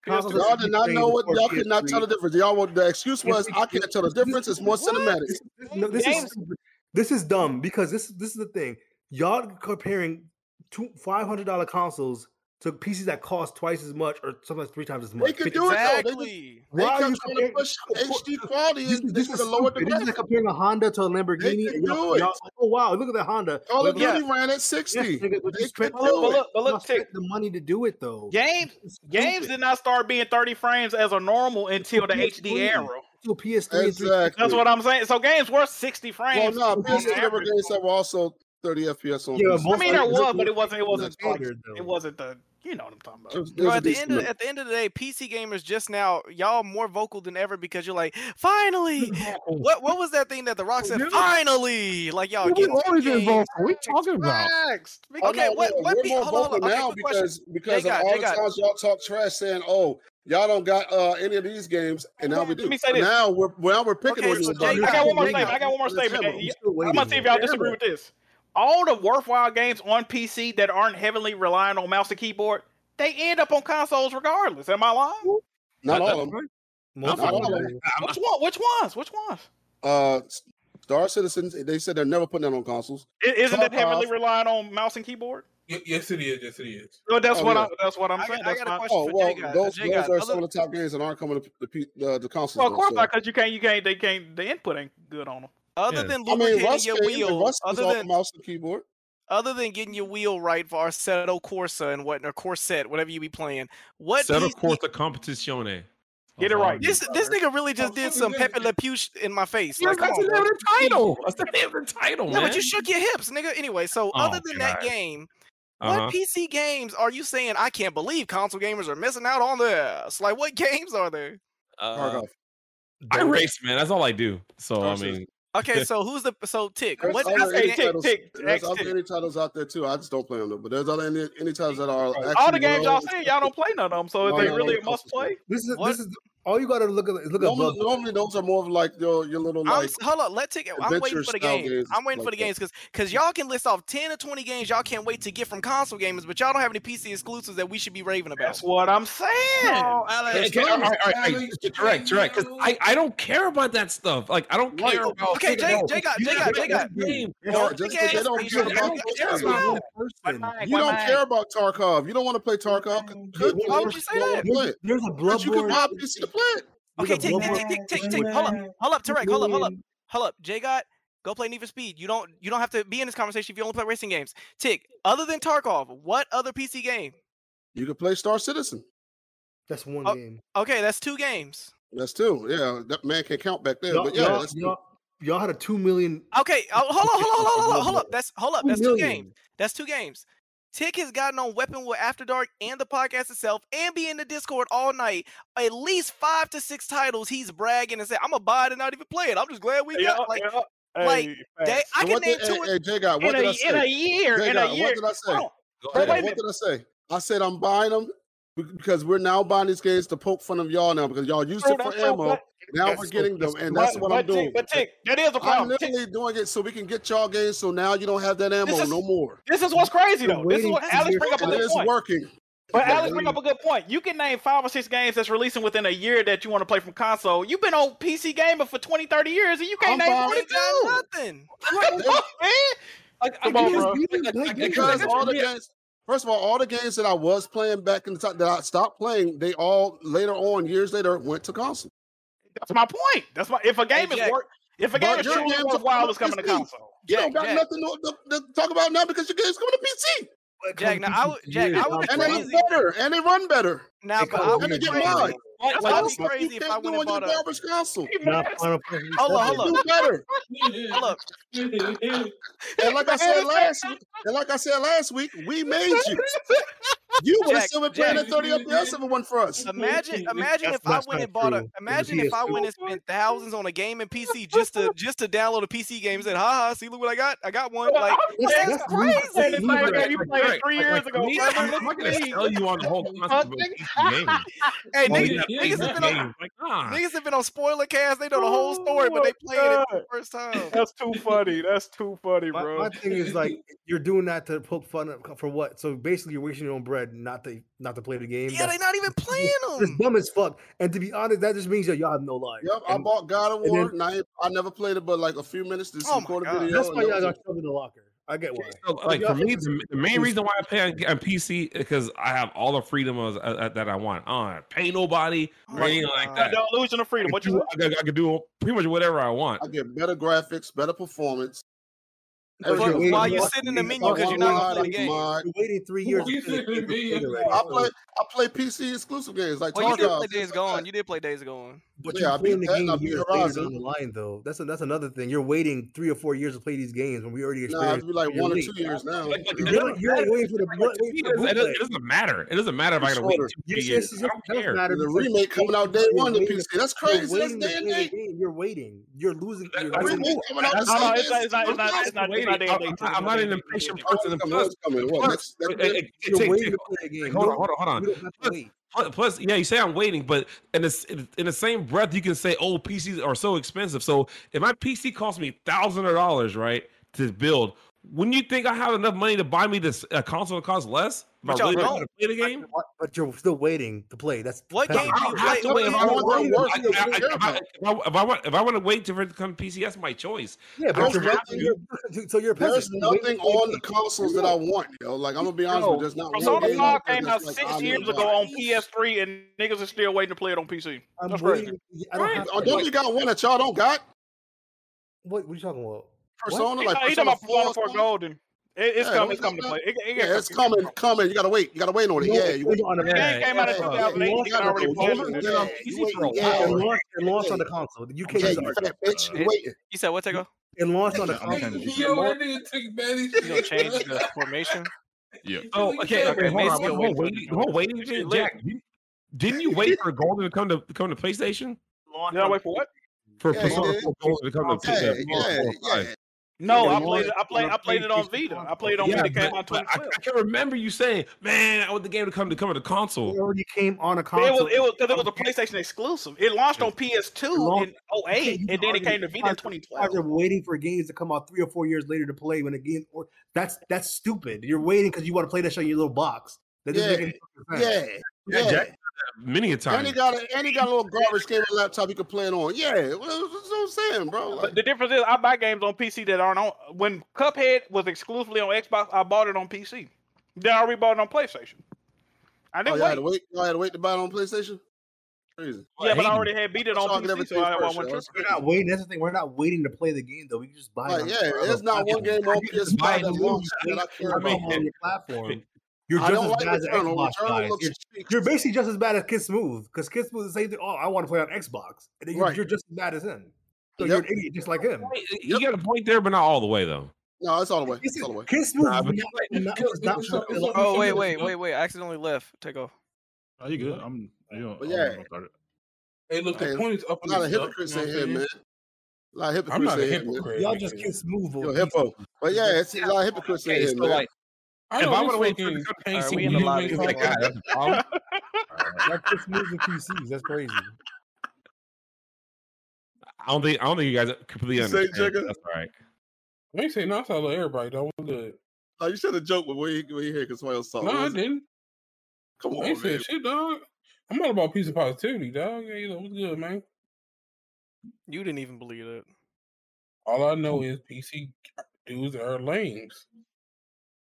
Speaker 14: consoles had
Speaker 11: Y'all did not
Speaker 14: 60
Speaker 11: know what
Speaker 14: frames
Speaker 11: y'all
Speaker 14: for
Speaker 11: could not tell the
Speaker 14: PS3.
Speaker 11: difference. Y'all what the excuse
Speaker 14: Yes,
Speaker 11: was,
Speaker 14: we-
Speaker 11: I can't tell the difference. It's more cinematic.
Speaker 14: No, this is stupid. this is dumb because this this is the thing. Y'all comparing two five hundred dollar consoles to PCs that cost twice as much or sometimes three times as much.
Speaker 11: They could do it though. They, just, they
Speaker 14: Why
Speaker 11: kept
Speaker 14: are
Speaker 11: trying
Speaker 14: you
Speaker 11: to push HD quality.
Speaker 14: This,
Speaker 11: and
Speaker 14: is-
Speaker 11: they
Speaker 14: this
Speaker 11: should
Speaker 14: is
Speaker 11: have lowered the
Speaker 14: stupid. This is
Speaker 11: graphics.
Speaker 14: like comparing a Honda to a Lamborghini.
Speaker 11: could
Speaker 14: and y'all-
Speaker 11: do it.
Speaker 14: y'all- oh wow, look at the Honda.
Speaker 11: Call of
Speaker 14: But- yeah.
Speaker 11: Duty ran at sixty.
Speaker 14: Yes, nigga, but
Speaker 11: They
Speaker 14: you spent,
Speaker 11: could do
Speaker 14: but
Speaker 11: it.
Speaker 14: look, but look, spent the money to do it though.
Speaker 6: Games games did not start being 30 frames as a normal until the HD
Speaker 14: PS3.
Speaker 6: era.
Speaker 14: To PS3 and 360.
Speaker 6: That's what I'm saying. So games were 60
Speaker 11: Well,
Speaker 6: frames.
Speaker 11: no,
Speaker 6: on
Speaker 11: PS3 never
Speaker 6: average.
Speaker 11: games that were also thirty FPS on.
Speaker 14: Yeah,
Speaker 11: PC.
Speaker 6: I mean, there was, but it wasn't. It wasn't. Like, it wasn't the. You know what I'm talking about.
Speaker 11: It was- it
Speaker 6: Bro,
Speaker 11: was
Speaker 6: at the
Speaker 11: decent
Speaker 6: end
Speaker 3: end of, at the end of the day, PC gamers just now, y'all more vocal than ever because you're like, finally. what what was that thing that The Rock said? Finally, like y'all
Speaker 19: We
Speaker 3: get
Speaker 19: always been vocal. What are you talking about?
Speaker 6: Next.
Speaker 11: Oh,
Speaker 3: Okay,
Speaker 11: no,
Speaker 3: what
Speaker 11: no,
Speaker 3: what
Speaker 11: we're
Speaker 3: be-
Speaker 11: more
Speaker 3: hold on, hold
Speaker 11: vocal
Speaker 3: on. Okay,
Speaker 11: now
Speaker 3: quick question.
Speaker 11: because because
Speaker 3: J-God,
Speaker 11: of all
Speaker 3: J-God.
Speaker 11: the times y'all talk trash saying, "Oh, y'all don't got uh, any of these games," and now we do.
Speaker 6: Let me say this.
Speaker 11: Now we're now we're picking
Speaker 6: Okay,
Speaker 11: on you.
Speaker 6: so
Speaker 11: about
Speaker 6: Jay-
Speaker 11: it.
Speaker 6: I got one more statement. I got one more statement.
Speaker 11: Hammer.
Speaker 6: Yeah, I'm gonna see if y'all disagree with this. All the worthwhile games on PC that aren't heavily reliant on mouse and keyboard, they end up on consoles regardless. Am I lying?
Speaker 11: Not all of them.
Speaker 6: Most
Speaker 11: Not
Speaker 6: of
Speaker 11: all
Speaker 6: them.
Speaker 11: of them.
Speaker 6: Which one? Which ones? Which ones?
Speaker 11: Uh, Star Citizens. They said they're never putting that on consoles.
Speaker 6: I- Isn't that
Speaker 11: Tarkov,
Speaker 6: heavily reliant on mouse and keyboard?
Speaker 17: yes, it is. Yes, it is.
Speaker 6: No, that's
Speaker 11: Oh,
Speaker 6: what
Speaker 11: yeah.
Speaker 6: I, that's what I'm saying. that's my-
Speaker 11: Oh well, those, those are some of the top games that aren't coming to the P- the, the consoles.
Speaker 6: Well, of
Speaker 11: though,
Speaker 6: course
Speaker 11: so.
Speaker 6: not, because you can't, you can't, they can't. The input ain't good on them.
Speaker 3: Other than
Speaker 11: I mean,
Speaker 3: lubricating
Speaker 11: Rust
Speaker 3: your
Speaker 11: came, and
Speaker 3: wheel,
Speaker 11: Rust was
Speaker 3: other
Speaker 11: off
Speaker 3: than-
Speaker 11: mouse and keyboard.
Speaker 3: other than getting your wheel right for Arsetto Corsa and what or Corset, whatever you be playing, what
Speaker 8: Set
Speaker 3: PC
Speaker 8: of course the competition.
Speaker 6: Get it
Speaker 8: Uh-huh.
Speaker 6: right.
Speaker 3: This this nigga really
Speaker 8: Oh,
Speaker 3: just did some Pepe Le Pew sh- in my face.
Speaker 8: Yeah,
Speaker 3: Like, come
Speaker 8: that's
Speaker 3: on,
Speaker 8: the
Speaker 3: bro.
Speaker 8: name of the title. That's the name of the title,
Speaker 3: Yeah,
Speaker 8: man.
Speaker 3: but you shook your hips, nigga. Anyway, so
Speaker 8: Oh,
Speaker 3: other than that
Speaker 8: God.
Speaker 3: game,
Speaker 8: Uh-huh.
Speaker 3: what PC games are you saying? I can't believe console gamers are missing out on this. Like, what games are there?
Speaker 8: Uh, I race, man. That's all I do. So I mean,
Speaker 3: Okay, so who's the so tick?
Speaker 11: There's
Speaker 3: What
Speaker 11: other
Speaker 3: PC game-
Speaker 11: indie titles- There's other indie titles out there too. I just don't play them though. But there's other indie, indie titles that are actually
Speaker 6: All the games y'all
Speaker 11: well-
Speaker 6: saying, y'all don't play none of them. So
Speaker 11: No,
Speaker 6: if they
Speaker 11: no, no,
Speaker 6: really
Speaker 11: no.
Speaker 6: must play,
Speaker 14: This is this is all you got to look at. is Look at
Speaker 11: Normally,
Speaker 14: Bloodborne.
Speaker 11: normally those are more of like your your little
Speaker 3: I'm,
Speaker 11: like.
Speaker 3: s- hold up, let tick. I'm waiting
Speaker 11: adventure
Speaker 3: for the
Speaker 11: style
Speaker 3: games.
Speaker 11: games
Speaker 3: I'm waiting for the
Speaker 11: like that.
Speaker 3: games because because y'all can list off ten or twenty games y'all can't wait to get from console gamers, but y'all don't have any PC exclusives that we should be raving about.
Speaker 6: that's what I'm saying.
Speaker 3: No, Alex,
Speaker 8: Okay, all right, all right, all right. Correct, correct. Because I, I don't care about that stuff. Like I don't care about.
Speaker 3: Okay, Jay, Jay got,
Speaker 8: You
Speaker 3: Jay
Speaker 8: have
Speaker 3: got, Jay
Speaker 8: that
Speaker 3: got.
Speaker 8: game.
Speaker 11: No, just 'cause they don't care about Tarkov. You don't care about Tarkov. You don't want to play Tarkov. Good.
Speaker 3: Mm. Why would you say that?
Speaker 11: Play it.
Speaker 14: There's a
Speaker 11: But you can
Speaker 3: Bloodborne-
Speaker 11: buy a PC to play it.
Speaker 3: Okay, take, take, take, take, take. Hold up, hold up, Tarek, hold up, hold up, hold up. Jay got. Go play Need for Speed. You don't. You don't have to be in this conversation if you only play racing games. Tick. Other than Tarkov, what other PC game?
Speaker 11: You can play Star Citizen.
Speaker 14: That's one
Speaker 3: Oh.
Speaker 14: game.
Speaker 3: Okay, that's two games.
Speaker 11: That's two. Yeah, that man can count back there.
Speaker 14: Y'all,
Speaker 11: But yeah,
Speaker 14: y'all-
Speaker 11: that's
Speaker 14: y'all- y'all had a two million.
Speaker 3: Okay, oh, hold on, hold on, hold on, hold on, hold up. That's hold up.
Speaker 14: Two
Speaker 3: That's two
Speaker 14: million.
Speaker 3: games. That's two games. Tick has gotten on Weapon with After Dark and the podcast itself, and be in the Discord all night. At least five to six titles he's bragging and saying, "I'm gonna buy it and not even play it. I'm just glad we
Speaker 6: Yeah,
Speaker 3: got like,
Speaker 6: yeah.
Speaker 3: like
Speaker 6: Hey,
Speaker 3: they,
Speaker 6: facts.
Speaker 3: I
Speaker 11: So
Speaker 3: can
Speaker 11: what
Speaker 3: name
Speaker 11: did-
Speaker 3: two.
Speaker 11: hey, hey, Jay God,
Speaker 3: in
Speaker 11: what did
Speaker 3: a-
Speaker 11: I
Speaker 3: in
Speaker 11: say?
Speaker 3: a year, in
Speaker 11: Jay
Speaker 3: a
Speaker 11: God,
Speaker 3: year.
Speaker 11: What did I say?
Speaker 3: Hold
Speaker 11: Jay
Speaker 3: But
Speaker 11: God,
Speaker 3: wait a
Speaker 11: what did I say? I said I'm buying them because we're now buying these games to poke fun of y'all now because y'all used
Speaker 6: Bro,
Speaker 11: it for
Speaker 6: that's so
Speaker 11: ammo.
Speaker 6: bad.
Speaker 11: Now
Speaker 6: That's
Speaker 11: we're
Speaker 6: so-
Speaker 11: getting them,
Speaker 6: that's
Speaker 11: and
Speaker 6: so
Speaker 11: that's
Speaker 6: bad.
Speaker 11: what
Speaker 6: But
Speaker 11: I'm doing.
Speaker 6: Tick- but Tick, that is a
Speaker 11: I'm
Speaker 6: problem. Tick-
Speaker 11: literally doing it so we can get y'all games, so now you don't have that ammo
Speaker 6: This is-
Speaker 11: no more.
Speaker 6: This is what's crazy though. This is what Alex bring up a
Speaker 11: It
Speaker 6: good
Speaker 11: is
Speaker 6: point.
Speaker 11: working.
Speaker 6: But Alex bring up a good point. You can name five or six games that's releasing within a year that you want to play from console. You've been on PC gamer for 20, 30 years, and you can't
Speaker 3: I'm
Speaker 6: name
Speaker 3: fine.
Speaker 6: one or two.
Speaker 3: Nothing.
Speaker 6: What the fuck, man?
Speaker 11: Like,
Speaker 6: come on, bro.
Speaker 11: Because all the games, first of all, all the games that I was playing back in the time that I stopped playing, they all later on, years later, went to console.
Speaker 6: That's my point. That's my if a game is worth if a game is truly worthwhile, it's coming to console.
Speaker 11: You don't got
Speaker 6: Jack.
Speaker 11: nothing to, to- to talk about now because your game's coming to PC.
Speaker 3: Jack, now I would, Jack, I would be
Speaker 11: and
Speaker 3: crazy.
Speaker 11: they better, and they run better.
Speaker 3: Now, but I would
Speaker 11: and
Speaker 3: be
Speaker 11: they get
Speaker 3: crazy.
Speaker 11: mine.
Speaker 3: I'd be crazy if I went and bought a
Speaker 11: garbage console.
Speaker 3: Hold
Speaker 11: They
Speaker 3: on, hold
Speaker 11: do
Speaker 3: on.
Speaker 11: better.
Speaker 3: Hold up.
Speaker 11: And like I said last, week- and like I said last week, we made you. You would have
Speaker 3: Jack,
Speaker 11: still been playing
Speaker 3: Jack.
Speaker 11: at 30 FPS if it wasn't for us.
Speaker 3: Imagine, imagine if I went and bought a. Imagine if I went and spent thousands on a game in PC just to just to download a PC game. and Said, ha ha, see look what I got. I got one. Like
Speaker 6: That's-
Speaker 3: that's
Speaker 6: that's
Speaker 3: crazy.
Speaker 6: It's like, man, you played three years ago,
Speaker 8: me,
Speaker 6: brother.
Speaker 8: I'm
Speaker 6: Look
Speaker 8: not
Speaker 6: at
Speaker 8: gonna
Speaker 6: me.
Speaker 8: sell you on the whole concept of PC gaming.
Speaker 3: Hey,
Speaker 8: Oh,
Speaker 3: niggas,
Speaker 8: yeah,
Speaker 3: niggas have been
Speaker 8: PC
Speaker 3: on
Speaker 8: games. Like, nah.
Speaker 3: niggas have been on spoiler cast. They know the whole story, but they played it for the first time.
Speaker 6: That's too funny. That's too funny,
Speaker 14: My,
Speaker 6: bro.
Speaker 14: my thing is like you're doing that to poke fun at, for what? So basically, you're wasting your own bread not to not to play the game.
Speaker 3: Yeah, they're not even playing
Speaker 14: It's
Speaker 3: them.
Speaker 14: dumb as fuck. And to be honest, that just means that y'all have no life.
Speaker 11: Yep, I bought God of
Speaker 14: and
Speaker 11: War.
Speaker 14: then-
Speaker 11: and I, I never played it, but like a few minutes to oh record a video.
Speaker 14: That's
Speaker 11: and
Speaker 14: why
Speaker 11: that
Speaker 14: y'all
Speaker 11: was
Speaker 14: got
Speaker 11: it.
Speaker 14: shoved in the locker. I get why.
Speaker 8: So, like for me, the, the main reason why I play on, on PC because I have all the freedom of, uh, uh, that I want. I don't pay nobody or anything like that.
Speaker 6: The illusion of freedom.
Speaker 8: I
Speaker 6: What
Speaker 8: can
Speaker 6: you
Speaker 8: do- I can- I can do pretty much whatever I want.
Speaker 11: I get better graphics, better performance.
Speaker 14: But you're
Speaker 11: Everything.
Speaker 14: waiting- While you're sitting in the menu 'cause you're not gonna play the game.
Speaker 11: My-
Speaker 14: You're waiting three years to play the game already.
Speaker 11: I play I play PC exclusive games like
Speaker 3: Well, you
Speaker 11: Tarkov.
Speaker 3: did play Days Gone. You did play Days Gone.
Speaker 14: But
Speaker 11: Yeah, I
Speaker 14: you're playing
Speaker 11: beat
Speaker 14: the
Speaker 11: that and I
Speaker 14: game
Speaker 11: beat
Speaker 14: years later
Speaker 11: Horizon.
Speaker 14: down the line, though. That's a, that's another thing. You're waiting three or four years to play these games when we already
Speaker 11: Nah, it'd
Speaker 14: experienced.
Speaker 11: be like
Speaker 14: three
Speaker 11: one or
Speaker 14: late.
Speaker 11: two years now.
Speaker 14: You're, like- you're like waiting for the. You're like waiting
Speaker 8: It
Speaker 14: for the
Speaker 8: doesn't, it doesn't-
Speaker 14: bootleg.
Speaker 8: it doesn't matter. It doesn't matter if I gotta wait
Speaker 14: Shorter.
Speaker 8: two
Speaker 14: Yes,
Speaker 8: three
Speaker 14: yes, yes,
Speaker 8: years. I
Speaker 14: it
Speaker 8: don't
Speaker 14: does
Speaker 8: care.
Speaker 14: matter
Speaker 11: The
Speaker 14: because
Speaker 11: remake coming out day
Speaker 14: you're
Speaker 11: one to
Speaker 14: waiting
Speaker 11: PC. That's crazy.
Speaker 14: You're
Speaker 11: That's
Speaker 14: waiting
Speaker 11: day
Speaker 14: to
Speaker 11: and
Speaker 14: play the
Speaker 11: date.
Speaker 14: game. You're waiting. You're losing. You're
Speaker 8: That's
Speaker 14: losing.
Speaker 11: remake coming out
Speaker 8: That's-
Speaker 11: the
Speaker 8: I know,
Speaker 11: same
Speaker 8: it's
Speaker 11: day.
Speaker 8: not- it's not- it's not- it's not- it's not day and date. I'm- I'm not an impatient person. Plus-
Speaker 11: coming. What,
Speaker 8: Oh, plus-
Speaker 11: next- next
Speaker 8: it-
Speaker 11: day?
Speaker 8: it- it
Speaker 11: You're
Speaker 8: takes-
Speaker 11: waiting
Speaker 8: it-
Speaker 11: to play the game.
Speaker 8: Hold on,
Speaker 11: No,
Speaker 8: hold on, hold on.
Speaker 11: you don't have to
Speaker 8: Plus-
Speaker 11: wait.
Speaker 8: plus- Plus, yeah, you say I'm waiting, but in the s- in in the same breath, you can say, "Oh, PCs are so expensive." So if my PC costs me thousands of dollars, right, to build, wouldn't you think I have enough money to buy me this a console that costs less? If I
Speaker 14: But y'all
Speaker 8: really
Speaker 14: don't.
Speaker 8: wanna play the game.
Speaker 14: But- But you're still waiting to play. That's
Speaker 3: What
Speaker 14: petty.
Speaker 3: game do you
Speaker 8: I have
Speaker 3: play?
Speaker 8: to wait. If I
Speaker 3: what-
Speaker 8: want-
Speaker 3: what-
Speaker 8: I- I- I- if I- if I- if I want, if I want to wait till it become PC, that's my choice.
Speaker 14: Yeah,
Speaker 8: I
Speaker 14: but
Speaker 8: don't
Speaker 14: you're,
Speaker 8: have to.
Speaker 14: you're, you're, so you're a
Speaker 11: There's
Speaker 14: peasant. You're waiting
Speaker 11: nothing
Speaker 14: to play
Speaker 11: on
Speaker 14: the
Speaker 11: the
Speaker 14: game.
Speaker 11: consoles that I want, yo. Like I'm gonna be honest
Speaker 6: Oh,
Speaker 11: with you, there's not one
Speaker 6: Persona
Speaker 11: game
Speaker 6: 5
Speaker 11: out there
Speaker 6: came out
Speaker 11: that's like
Speaker 6: six
Speaker 11: I
Speaker 6: years
Speaker 11: really
Speaker 6: ago
Speaker 11: want.
Speaker 6: on PS3, and niggas are still waiting to play it on PC.
Speaker 14: I'm
Speaker 6: That's
Speaker 14: waiting-
Speaker 6: crazy.
Speaker 14: I don't have
Speaker 11: Oh,
Speaker 14: to-
Speaker 11: Don't you got one that y'all don't got?
Speaker 14: What, what are you talking about? What?
Speaker 11: Persona, like
Speaker 6: He talking
Speaker 11: Persona
Speaker 6: about Persona
Speaker 11: 4
Speaker 6: 4 Golden. It, it's
Speaker 11: Yeah,
Speaker 6: coming. It's
Speaker 11: don't-
Speaker 6: coming to play. It, it,
Speaker 11: Yeah, it's coming, coming. You gotta wait. You gotta wait on it.
Speaker 14: No,
Speaker 11: Yeah,
Speaker 14: it
Speaker 11: you
Speaker 14: was on a-
Speaker 6: The game came out in
Speaker 11: Yeah,
Speaker 6: 2008.
Speaker 11: you
Speaker 6: You can
Speaker 11: gotta
Speaker 6: already
Speaker 11: wait.
Speaker 6: play
Speaker 11: You
Speaker 6: it.
Speaker 11: gotta wait. Yeah,
Speaker 14: It launched, it launched on the console. The UK
Speaker 11: yeah,
Speaker 14: is
Speaker 11: you
Speaker 14: already-
Speaker 11: fat bitch. You waiting.
Speaker 3: You said what, Tego?
Speaker 14: It launched on the
Speaker 3: I'm trying
Speaker 14: console.
Speaker 3: to do
Speaker 14: It launched-
Speaker 17: nigga took Manny's
Speaker 3: You gonna change the formation?
Speaker 8: Yeah. Oh,
Speaker 3: Okay,
Speaker 8: okay. okay hold
Speaker 3: Mace
Speaker 8: on.
Speaker 3: still
Speaker 8: The
Speaker 3: waiting
Speaker 8: whole
Speaker 3: for it to do
Speaker 8: waiting, the whole
Speaker 3: it.
Speaker 8: waiting
Speaker 3: Shit
Speaker 8: thing,
Speaker 3: lit.
Speaker 8: Jack. you- Didn't you wait for Golden to come to come to PlayStation?
Speaker 6: Did I wait for what?
Speaker 8: For
Speaker 6: Yeah, you
Speaker 8: Persona
Speaker 6: did.
Speaker 8: 4 Golden to come to
Speaker 6: Yeah,
Speaker 8: PlayStation.
Speaker 6: yeah,
Speaker 8: yeah.
Speaker 6: No, I played. it- I played. I played it on Vita. I played it on
Speaker 8: Yeah,
Speaker 6: Vita. Came
Speaker 8: but-
Speaker 6: out
Speaker 8: but I,
Speaker 6: 2012.
Speaker 8: I can remember you saying, "Man, I want the game to come to come to the console."
Speaker 14: It already came on a
Speaker 6: It
Speaker 14: console.
Speaker 6: was it was because it was a PlayStation exclusive. It launched on PS2 in 08, and then it came to Vita in 2012.
Speaker 14: After waiting for games to come out three or four years later to play when a game or that's that's stupid. You're waiting because you want to play that show in your little box. That doesn't make any fucking
Speaker 11: Yeah,
Speaker 14: sense.
Speaker 11: yeah.
Speaker 8: Jack did that many a
Speaker 11: And
Speaker 8: time.
Speaker 11: he got a and he got a little garbage game laptop you can play it on. Yeah, well, that's what I'm saying, bro. Like,
Speaker 6: But the difference is, I buy games on PC that aren't on. When Cuphead was exclusively on Xbox, I bought it on PC. Then I rebought it on PlayStation. I
Speaker 11: oh,
Speaker 6: didn't
Speaker 11: y'all had
Speaker 6: wait.
Speaker 11: to wait. Y'all had to wait to buy it on PlayStation. Crazy.
Speaker 6: Yeah, but I already had beat it
Speaker 11: That's
Speaker 6: on
Speaker 11: why I get
Speaker 6: PC, so
Speaker 11: everything
Speaker 6: I want
Speaker 11: first, yo.
Speaker 6: to.
Speaker 11: That's
Speaker 14: We're not waiting. That's the thing. We're not waiting to play the game though. We can just buy it.
Speaker 11: Right,
Speaker 14: on-
Speaker 11: yeah, there's not one game on PS5
Speaker 14: buy it
Speaker 11: that
Speaker 14: on
Speaker 11: launched
Speaker 14: the
Speaker 11: that I care
Speaker 14: platform,
Speaker 11: about.
Speaker 14: on your platform. You're
Speaker 11: I
Speaker 14: just
Speaker 11: don't
Speaker 14: as
Speaker 11: like
Speaker 14: bad as the
Speaker 11: Returnal.
Speaker 14: Xbox
Speaker 11: Returnal
Speaker 14: guys.
Speaker 11: looks
Speaker 14: You're, you're basically just as bad as Kid Smooth because Kid Smooth is the same thing. Oh, I want to play on Xbox. And then you're,
Speaker 11: Right.
Speaker 14: you're just as bad as him. So you're an idiot just like him.
Speaker 8: You got a point there, but not all the way though.
Speaker 11: No, it's all the way. It's all the way.
Speaker 14: Kid Smooth
Speaker 8: Nah,
Speaker 14: is
Speaker 8: but-
Speaker 14: not, not, is not trying to play
Speaker 3: Oh wait, wait, wait, wait! I accidentally left. Take off.
Speaker 19: Oh, you good? I'm. You know,
Speaker 11: But yeah.
Speaker 17: Hey, look, the
Speaker 11: Hey,
Speaker 17: point is up.
Speaker 11: a lot of hypocrites in here, man. A lot of hypocrites
Speaker 17: I'm not a
Speaker 11: in here, man.
Speaker 17: hypocrite.
Speaker 14: Y'all just Kid Smooth.
Speaker 11: Yo,
Speaker 14: over
Speaker 11: hippo. But yeah, it's a lot of hypocrites in
Speaker 8: Okay,
Speaker 11: here,
Speaker 8: so
Speaker 11: man.
Speaker 8: like,
Speaker 17: I
Speaker 8: if
Speaker 17: know
Speaker 8: I
Speaker 17: we
Speaker 8: want to wait for
Speaker 17: fucking-
Speaker 8: it to come to
Speaker 17: Alright,
Speaker 8: PC,
Speaker 17: we
Speaker 8: you
Speaker 17: in the lobby.
Speaker 8: wait for that guy. That's a problem.
Speaker 19: That just moves with PCs. That's crazy.
Speaker 8: I don't think I don't think you guys completely
Speaker 17: You say
Speaker 8: understand.
Speaker 17: Jigga?
Speaker 8: That's all right.
Speaker 17: We ain't say no. I saw everybody. That was good.
Speaker 11: Oh, you should have joked when we, when you here because somebody else saw it.
Speaker 17: No, I
Speaker 11: What was it?
Speaker 17: didn't. Come on, said, shit, dog. I'm all about piece of positivity, dog. Yeah, you know, what's good, man?
Speaker 3: You didn't even believe that.
Speaker 17: All I know is PC dudes are lames.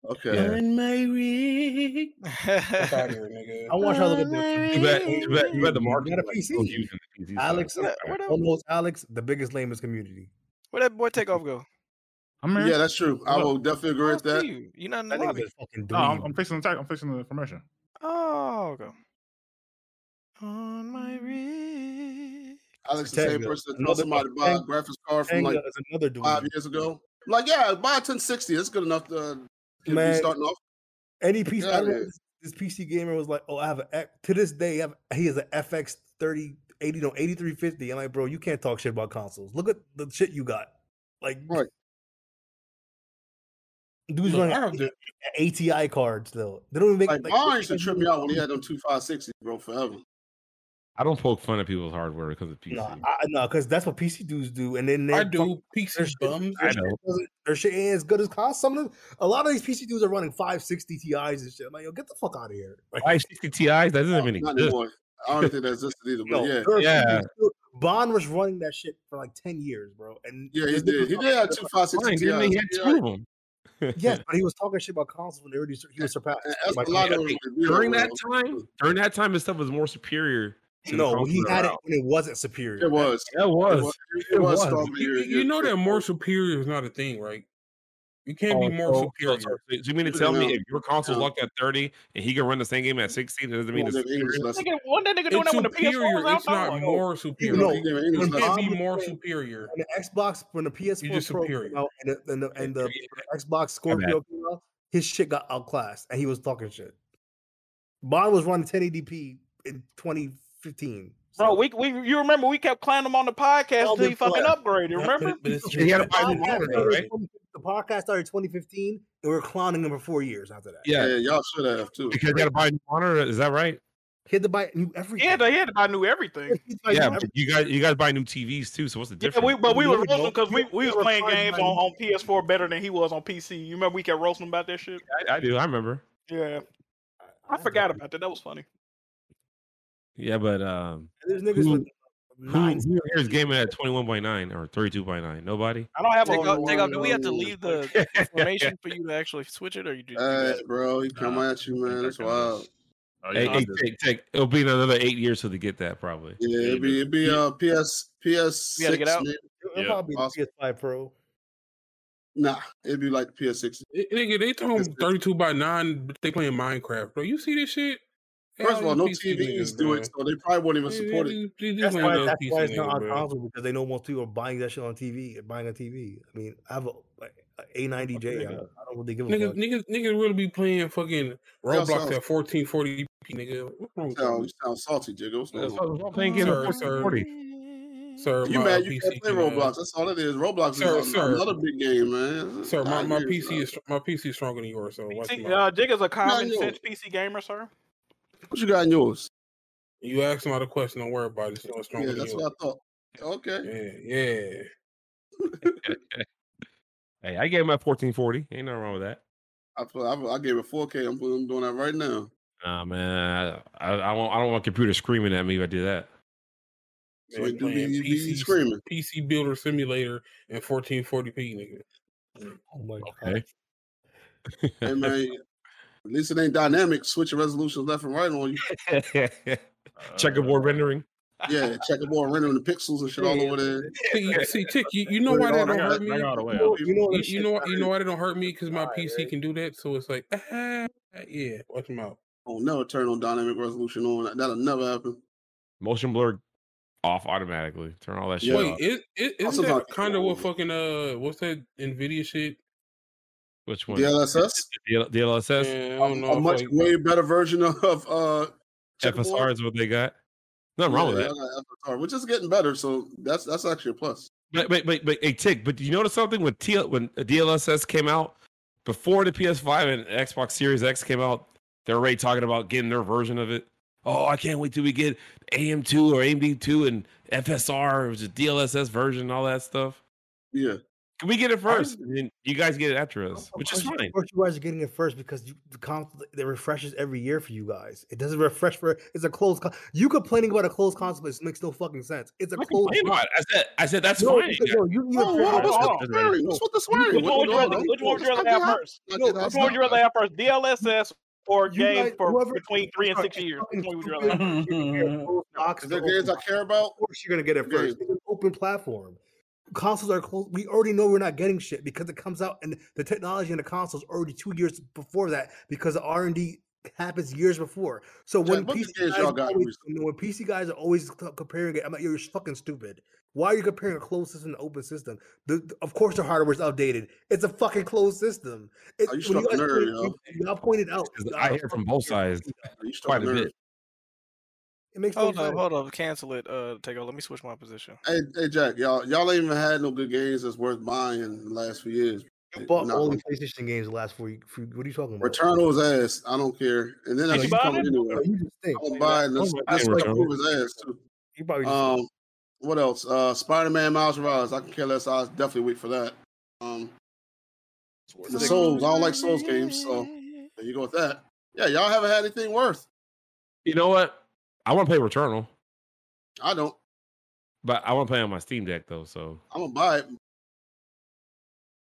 Speaker 11: Okay.
Speaker 17: Run my rig. Fuck outta here, nigga.
Speaker 14: I watch her look at this.
Speaker 8: You bet. You bet. You bet the market.
Speaker 14: Not a PC. Alex, almost Alex, the biggest lame is community.
Speaker 3: Where that boy take off go?
Speaker 11: Yeah, that's true. I will definitely agree with that.
Speaker 3: You. You're not in the
Speaker 12: That nigga's
Speaker 3: lobby.
Speaker 12: a
Speaker 17: Oh,
Speaker 12: No, Oh, I'm, I'm fixing the tag. I'm fixing the information.
Speaker 3: Oh, go. On my rig.
Speaker 11: Alex, the same
Speaker 12: Tango.
Speaker 11: person that
Speaker 12: Another
Speaker 11: told somebody to buy a
Speaker 12: fucking
Speaker 11: graphics card from
Speaker 12: Tango
Speaker 11: like
Speaker 12: is
Speaker 14: another
Speaker 11: five years ago. I'm like, yeah, buy a 1060. That's good enough to uh, get me
Speaker 14: Man.
Speaker 11: starting off.
Speaker 14: Any PC,
Speaker 11: Yeah,
Speaker 14: I remember
Speaker 11: dude.
Speaker 14: this, this PC gamer was like, "Oh, I have a F- to this day, I have, he has an FX 30, 80, no, 8350. I'm like, bro, you can't talk shit about consoles. Look at the shit you got. Like, dudes
Speaker 11: Look, I
Speaker 14: running ATI cards though. They don't even make
Speaker 11: Like, mine used to trip me out when he had them two 560, bro, forever.
Speaker 8: I don't poke fun at people's hardware because of PC.
Speaker 14: No, I, no, because that's what PC dudes do, and then I do
Speaker 17: PC bums.
Speaker 8: I know.
Speaker 14: Their shit ain't as good as cost. Some of them, a lot of these PC dudes are running 560 TIs and shit. I'm like, yo, get the fuck out of here.
Speaker 8: Why 60 Ti's? That doesn't even
Speaker 11: Not
Speaker 8: exist.
Speaker 11: anymore. I don't think that existed either, but
Speaker 14: No,
Speaker 11: yeah.
Speaker 14: there are some dudes still- Bond was running that shit for like 10 years, bro. And
Speaker 11: Yeah, he did. He did have two 560
Speaker 14: Fine, didn't he? He had
Speaker 11: TIs.
Speaker 14: two of them. yes, but he was talking shit about consoles when they already sur- he was surpassed.
Speaker 11: that's
Speaker 14: by
Speaker 11: a lot of
Speaker 14: Sony.
Speaker 8: During that time, during that time, his stuff was more superior. To
Speaker 14: No, he had it
Speaker 8: when
Speaker 14: it wasn't superior.
Speaker 11: It was.
Speaker 8: It was. It was.
Speaker 17: You, you- you know that more superior is not a thing, right? You can't
Speaker 12: Oh,
Speaker 17: be more
Speaker 8: so-
Speaker 17: superior.
Speaker 8: so- so you mean to tell me if your console's locked at 30 and he can run the same game at 60, that doesn't mean it's superior?
Speaker 6: Nigga, one day nigga doing
Speaker 17: It's
Speaker 6: that when the PS4 was
Speaker 17: superior.
Speaker 6: out.
Speaker 17: It's not more superior.
Speaker 14: No,
Speaker 17: you can't
Speaker 14: Bond
Speaker 17: be
Speaker 14: was
Speaker 17: more
Speaker 14: playing-
Speaker 17: superior.
Speaker 14: When the Xbox, when the PS4
Speaker 17: just
Speaker 14: Pro
Speaker 17: superior.
Speaker 14: came out and the, and the, and the Xbox Scorpio came out, his shit got outclassed and he was talking shit. Bond was running 1080p in 2015.
Speaker 6: Bro, we, we you remember we kept clowning him on the podcast until he fucking upgraded. Remember?
Speaker 14: the, podcast started, the podcast started 2015 and we are clowning him for four years after that.
Speaker 8: Yeah.
Speaker 11: yeah, y'all should have too.
Speaker 8: Because you got to buy a new monitor. Is that right?
Speaker 14: He had to buy new everything.
Speaker 6: Yeah, they had to buy new everything.
Speaker 8: yeah, but you guys, you guys buy new TVs too. So what's the
Speaker 6: Yeah,
Speaker 8: difference?
Speaker 6: we, but we were roasting because we, we was playing games on, on PS4 better than he was on PC. You remember we kept roasting about that shit?
Speaker 8: I, I do. I remember.
Speaker 6: Yeah. I forgot about that. That was funny.
Speaker 8: Yeah, but um,
Speaker 14: There's
Speaker 8: who, who, who here is gaming at 21.9 or 32.9? Nobody.
Speaker 6: I don't have
Speaker 3: take
Speaker 6: a
Speaker 3: off, take off. Do we have to leave the information for you to actually switch it, or you just do
Speaker 11: Hey,
Speaker 3: that?
Speaker 11: bro, he come at you, man. That's wild.
Speaker 8: Hey, hey, take, take, it'll be another eight years till they get that probably.
Speaker 11: Yeah, it'd be it'd be uh PS PS
Speaker 14: You gotta get
Speaker 11: six.
Speaker 14: out? It'll
Speaker 8: Yeah.
Speaker 14: probably be the PS5 Pro.
Speaker 11: Nah, it'd be like PS six.
Speaker 17: Eh, Nigga, they told him 32 by 9, but they playing Minecraft, bro. You see this shit?
Speaker 11: First of
Speaker 17: Hell,
Speaker 11: all,
Speaker 17: you
Speaker 11: no
Speaker 17: PC
Speaker 11: TVs
Speaker 17: niggas,
Speaker 11: do
Speaker 17: bro.
Speaker 11: it, so they probably won't even
Speaker 17: Yeah,
Speaker 11: support
Speaker 17: yeah,
Speaker 11: it.
Speaker 17: yeah,
Speaker 14: That's
Speaker 17: yeah,
Speaker 14: why,
Speaker 17: yeah,
Speaker 14: that's
Speaker 17: yeah,
Speaker 14: why
Speaker 17: yeah,
Speaker 14: it's not
Speaker 17: yeah,
Speaker 14: on
Speaker 17: bro.
Speaker 14: console because they know most people are buying that shit on TV, buying a TV. I mean, I have a A90J. I don't, I don't really give a
Speaker 17: Niggas,
Speaker 14: fuck.
Speaker 17: niggas, niggas really be playing fucking
Speaker 14: Sounds-
Speaker 17: Roblox at 1440p, nigga. What's
Speaker 14: Oh,
Speaker 17: wrong
Speaker 11: Sound,
Speaker 17: with you?
Speaker 11: you sound salty, Jigga. What's going on?
Speaker 17: Sir, sir, sir,
Speaker 11: You
Speaker 17: my
Speaker 11: mad
Speaker 17: uh,
Speaker 11: you
Speaker 17: PC
Speaker 11: can't play
Speaker 17: can, uh,
Speaker 11: Roblox. That's all it is. Roblox
Speaker 17: Sir,
Speaker 11: is
Speaker 17: sir.
Speaker 11: another big game, man.
Speaker 17: Sir, my,
Speaker 11: Nah,
Speaker 17: my
Speaker 11: yeah,
Speaker 17: PC is my PC is stronger than yours, so watch
Speaker 6: See,
Speaker 17: me out.
Speaker 6: uh, Jig is a common
Speaker 17: yo.
Speaker 6: sense PC gamer, sir.
Speaker 11: What you got in yours?
Speaker 17: You asked him out a question. Don't worry about it. It's not stronger
Speaker 11: Yeah,
Speaker 17: than
Speaker 11: that's
Speaker 17: yours.
Speaker 11: what I thought. Okay.
Speaker 17: Yeah, yeah.
Speaker 8: Hey, I gave him at 1440. Ain't nothing wrong with that.
Speaker 11: I, play, I, I gave it 4K. I'm, I'm doing that right now.
Speaker 8: Nah, man, I, I, I, don't, I don't want a computer screaming at me if I do that.
Speaker 11: So
Speaker 17: Man,
Speaker 11: it do
Speaker 17: playing
Speaker 11: be- it be
Speaker 17: PC
Speaker 11: screaming.
Speaker 17: PC Builder Simulator and 1440p, nigga. Mm,
Speaker 14: Oh my god.
Speaker 8: Okay.
Speaker 11: Hey, man, at least it ain't dynamic. Switching resolutions left and right on you.
Speaker 17: Uh,
Speaker 8: Checkerboard rendering.
Speaker 11: Yeah, checkerboard rendering the pixels and shit all over there.
Speaker 17: See, see, Tick, you, you know why that don't hurt me? You know, you, know, why- you know why they don't hurt me because my PC can do that. So it's like, ah, yeah, watch them out.
Speaker 11: I'll never turn on dynamic resolution on. That'll never happen.
Speaker 8: Motion blur off automatically. Turn all that shit
Speaker 17: Wait,
Speaker 8: off.
Speaker 17: is it,
Speaker 11: I'm
Speaker 17: isn't that
Speaker 11: sometimes-
Speaker 17: kind of what fucking uh, what's that Nvidia shit?
Speaker 8: Which one?
Speaker 11: DLSS?
Speaker 8: DL- DLSS?
Speaker 17: Yeah, I don't know.
Speaker 11: a much
Speaker 17: like-
Speaker 11: way better version of, of uh
Speaker 8: FSR is what they got. Nothing wrong with
Speaker 11: yeah,
Speaker 8: that.
Speaker 11: FSR, which is getting better. So that's that's actually a plus.
Speaker 8: But but but, but hey, Tick. But do you notice something when T- when DLSS came out before the PS5 and Xbox Series X came out, they're already talking about getting their version of it. Oh, I can't wait till we get AM2 or AMD2 and FSR, which is DLSS version, and all that stuff.
Speaker 11: Yeah,
Speaker 8: Can we get it first? And then you guys get it after us, which is
Speaker 14: Of course-
Speaker 8: fine.
Speaker 14: Of course, you guys are getting it first because you, the console that refreshes every year for you guys. It doesn't refresh for it's a closed. Con- you complaining about a closed console it makes no fucking sense. It's a closed.
Speaker 8: Complain about it. I said, I said that's
Speaker 14: No,
Speaker 8: fine.
Speaker 14: because, no, you- you
Speaker 6: Whoa,
Speaker 14: refresh
Speaker 6: whoa,
Speaker 14: it.
Speaker 6: what's
Speaker 14: No,
Speaker 6: with What's Which
Speaker 14: no, no.
Speaker 11: with the
Speaker 6: one would you rather, which one would you rather have first? Which one would you rather have first? DLSS or games
Speaker 14: guys-
Speaker 6: for
Speaker 14: whoever-
Speaker 6: between three and six years? Which one would you rather have?
Speaker 14: Box
Speaker 8: Mm-hmm.
Speaker 11: Is there
Speaker 14: to open
Speaker 11: games I
Speaker 14: box.
Speaker 11: care about?
Speaker 14: Of course, you're gonna get it first. It's an open platform. Consoles are closed. We already know we're not getting shit because it comes out, and the technology in the consoles already two years before that because the R and D happens years before. So when
Speaker 11: what
Speaker 14: PC
Speaker 11: games
Speaker 14: guys
Speaker 11: y'all got
Speaker 14: always, when PC guys are always c- comparing it, I'm like, you're fucking stupid. Why are you comparing a closed system to open system? The, the- of course, the hardware's outdated. It's a fucking closed system. It,
Speaker 11: Oh, you
Speaker 14: when
Speaker 11: struck a
Speaker 14: guys
Speaker 11: nerve,
Speaker 14: pointed-
Speaker 11: yo.
Speaker 14: y'all pointed out.
Speaker 8: I hear from both sides quite a
Speaker 11: nerve.
Speaker 8: bit.
Speaker 14: It makes
Speaker 3: hold
Speaker 14: no
Speaker 3: up,
Speaker 14: sense.
Speaker 3: hold up, cancel it. Uh, take Let me switch my position.
Speaker 11: Hey, hey, Jack, y'all, y'all ain't even had no good games that's worth buying in the last few years.
Speaker 14: Bought
Speaker 11: Nah,
Speaker 14: all the PlayStation games the last four. ye- few- What are you talking about?
Speaker 11: Returnal's ass. I don't care. And then
Speaker 14: Did
Speaker 11: I
Speaker 14: you
Speaker 11: keep
Speaker 14: buy
Speaker 11: coming
Speaker 14: it?
Speaker 11: anyway.
Speaker 17: Oh,
Speaker 14: You just think.
Speaker 11: I'm gonna buy it.
Speaker 14: Oh
Speaker 11: Let's,
Speaker 14: my
Speaker 11: let's
Speaker 14: God.
Speaker 11: like prove his ass too.
Speaker 14: You probably just
Speaker 11: um, what else? Uh, Spider-Man, Miles Morales. I can care less. I definitely wait for that. Um, the Souls. I don't like Souls games, so there you go with that. Yeah, y'all haven't had anything worth.
Speaker 8: You know what? I want to play Returnal,
Speaker 11: I don't.
Speaker 8: but I want to play on my Steam Deck though, so
Speaker 11: I'm gonna buy it.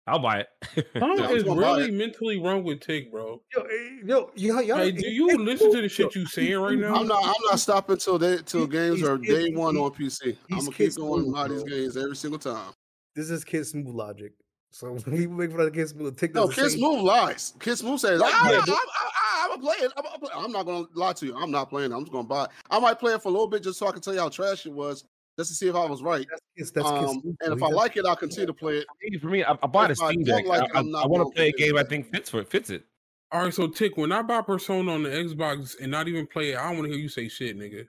Speaker 8: I'll buy it.
Speaker 17: Tom is
Speaker 8: I'll buy
Speaker 17: really
Speaker 8: it.
Speaker 17: mentally wrong with Tick, bro.
Speaker 14: Yo, eh, yo, yo, yo
Speaker 17: like, do you listen to the shit you saying right now?
Speaker 11: I'm not. I'm not stopping till they till games are day one on PC. I'm
Speaker 14: these
Speaker 11: gonna keep
Speaker 14: kids
Speaker 11: going
Speaker 14: smooth,
Speaker 11: by these
Speaker 14: bro.
Speaker 11: games every single time.
Speaker 14: This is Kid Smooth logic. So when people make fun of Kid Smooth, take
Speaker 11: No, Kiss Move lies. Kiss Move says,
Speaker 14: Yeah,
Speaker 11: "Ah, I'm,
Speaker 14: yeah,
Speaker 11: I'm,
Speaker 14: but-
Speaker 11: I'm, I'm playing. I'm, I'm, play- I'm not gonna lie to you. I'm not playing. it. I'm just gonna buy. It. I might play it for a little bit just so I can tell you how trash it was, just to see if I was right.
Speaker 14: That's,
Speaker 8: that's Kiss
Speaker 11: um,
Speaker 8: Move,
Speaker 11: and if
Speaker 8: bro.
Speaker 11: I
Speaker 8: He
Speaker 11: like it, I'll continue to play it.
Speaker 8: For me, I, I bought a
Speaker 11: If I
Speaker 8: Steam
Speaker 11: don't
Speaker 8: Deck.
Speaker 11: like it,
Speaker 8: I,
Speaker 11: I'm not
Speaker 8: want
Speaker 11: gonna
Speaker 8: to play a
Speaker 11: play
Speaker 8: game I think fits for fits it.
Speaker 17: All right, so Tick, when I buy Persona on the Xbox and not even play it, I don't want to hear you say shit, nigga.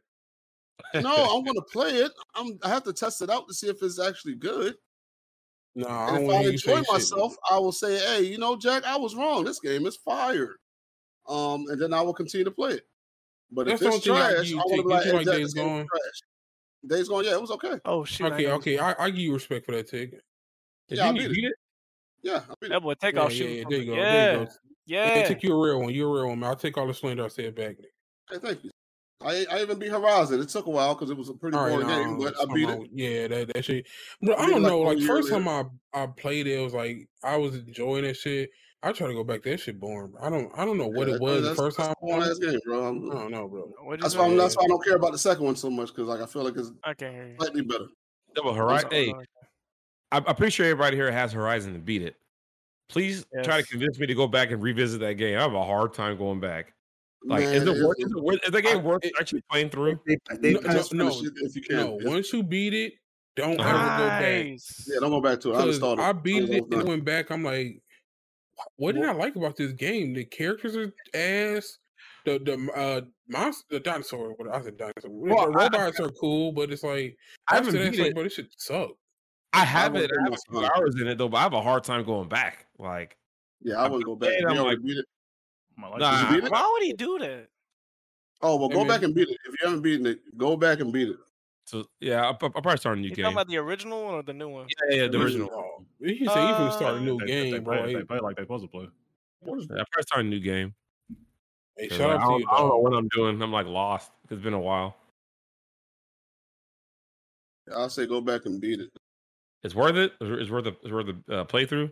Speaker 11: No, I'm gonna play it. I'm. I have to test it out to see if it's actually good.
Speaker 17: No, I
Speaker 11: And if
Speaker 17: don't want
Speaker 11: I
Speaker 17: to hear you say
Speaker 11: enjoy
Speaker 17: shit.
Speaker 11: myself, I will say, "Hey, you know, Jack, I was wrong. This game is fire." Um, and then I will continue to play it. But
Speaker 17: That's
Speaker 11: if
Speaker 17: the
Speaker 11: it's
Speaker 17: only thing I
Speaker 11: trash, I
Speaker 17: give you,
Speaker 11: want to
Speaker 17: Jake.
Speaker 11: be
Speaker 17: You
Speaker 11: like,
Speaker 17: feel
Speaker 11: "Hey,
Speaker 17: like
Speaker 11: Jack,
Speaker 17: Days
Speaker 11: this game
Speaker 17: Gone?
Speaker 11: is trash." Days gone, yeah, it was okay.
Speaker 3: Oh shit!
Speaker 17: Okay, okay, I, I give you respect for that, Tick.
Speaker 11: Yeah, I beat it. Yeah, I beat
Speaker 3: That boy take
Speaker 17: Yeah,
Speaker 3: off
Speaker 17: yeah,
Speaker 3: shooting.
Speaker 17: yeah,
Speaker 3: from
Speaker 17: there
Speaker 3: the-
Speaker 17: you go. There
Speaker 3: Yeah,
Speaker 17: you go. Hey,
Speaker 3: yeah.
Speaker 17: Tick, you're a real one. You're a real one, man. I'll take all the slander I said back.
Speaker 11: Hey, thank you. I I even beat Horizon. It took a while because it was a pretty
Speaker 17: All right,
Speaker 11: boring game,
Speaker 17: nah,
Speaker 11: but I
Speaker 17: somehow-
Speaker 11: beat it.
Speaker 17: Yeah, that, that shit. But I
Speaker 11: beat it
Speaker 17: don't
Speaker 11: like
Speaker 17: know.
Speaker 11: one
Speaker 17: Like
Speaker 11: year
Speaker 17: first
Speaker 11: later.
Speaker 17: time I I played it, it was like I was enjoying that shit. I try to go back. That shit boring. bro. I don't I don't know what
Speaker 11: Yeah,
Speaker 17: it was the
Speaker 11: that's-
Speaker 17: first
Speaker 11: that's
Speaker 17: time.
Speaker 11: a boring ass game, bro. I'm-
Speaker 17: I don't know, bro.
Speaker 11: That's why, I'm, that's why I don't care about the second one so much because like I feel like it's slightly better.
Speaker 8: Double
Speaker 11: I'm
Speaker 8: Horizon.
Speaker 11: sorry.
Speaker 8: Hey, I'm, I'm pretty sure everybody here has Horizon to beat it. Please try to
Speaker 11: Yes.
Speaker 8: convince me to go back and revisit that game. I have a hard time going back. Like, is,
Speaker 17: Man,
Speaker 8: it
Speaker 17: it's-
Speaker 8: worth, is, it worth, is that game worth actually playing through?
Speaker 17: No, no, no, no. Once you beat it, don't
Speaker 8: Uh-huh.
Speaker 17: ever go back.
Speaker 11: Yeah, don't go back to it. I
Speaker 17: Because
Speaker 11: uninstalled it.
Speaker 17: I
Speaker 11: I
Speaker 17: beat
Speaker 11: was
Speaker 17: it
Speaker 11: almost
Speaker 17: and
Speaker 11: done.
Speaker 17: went back. I'm like, what did I like about this game? The characters are ass. The the uh monster, the dinosaur. What I said, dinosaur.
Speaker 8: Well,
Speaker 17: the
Speaker 8: I-
Speaker 17: robots are cool, but it's like
Speaker 8: I
Speaker 17: after
Speaker 8: haven't
Speaker 17: that, it's
Speaker 8: beat
Speaker 17: like,
Speaker 8: it.
Speaker 17: bro, this shit suck.
Speaker 8: I have
Speaker 17: wouldn't
Speaker 8: it.
Speaker 17: go
Speaker 8: I have
Speaker 17: back.
Speaker 8: a few hours in it though, but I have a hard time going back. Like,
Speaker 11: yeah, I wouldn't go back.
Speaker 8: I'm like,
Speaker 11: Did you beat it?
Speaker 3: Why would he do that?
Speaker 11: Oh well,
Speaker 8: Hey,
Speaker 11: go
Speaker 8: man.
Speaker 11: back and beat it. If you haven't beaten it, go back and beat it.
Speaker 8: so yeah, I'll, I'll probably start a new
Speaker 3: You
Speaker 8: game.
Speaker 3: talking about the original one or the new one? Uh,
Speaker 8: yeah, yeah, the original.
Speaker 17: You can
Speaker 3: say you can start a
Speaker 17: new
Speaker 21: game,
Speaker 17: bro.
Speaker 21: They play like they supposed to play.
Speaker 8: Yeah, I'll probably start a new game.
Speaker 17: Hey,
Speaker 8: 'Cause
Speaker 17: shout
Speaker 8: I,
Speaker 17: out to
Speaker 8: don't,
Speaker 17: you,
Speaker 8: I don't know
Speaker 17: dog.
Speaker 8: what I'm doing. I'm like lost. It's been a while.
Speaker 11: I'll say go back and beat it.
Speaker 8: It's worth it. It's it's worth the it's worth the uh, playthrough.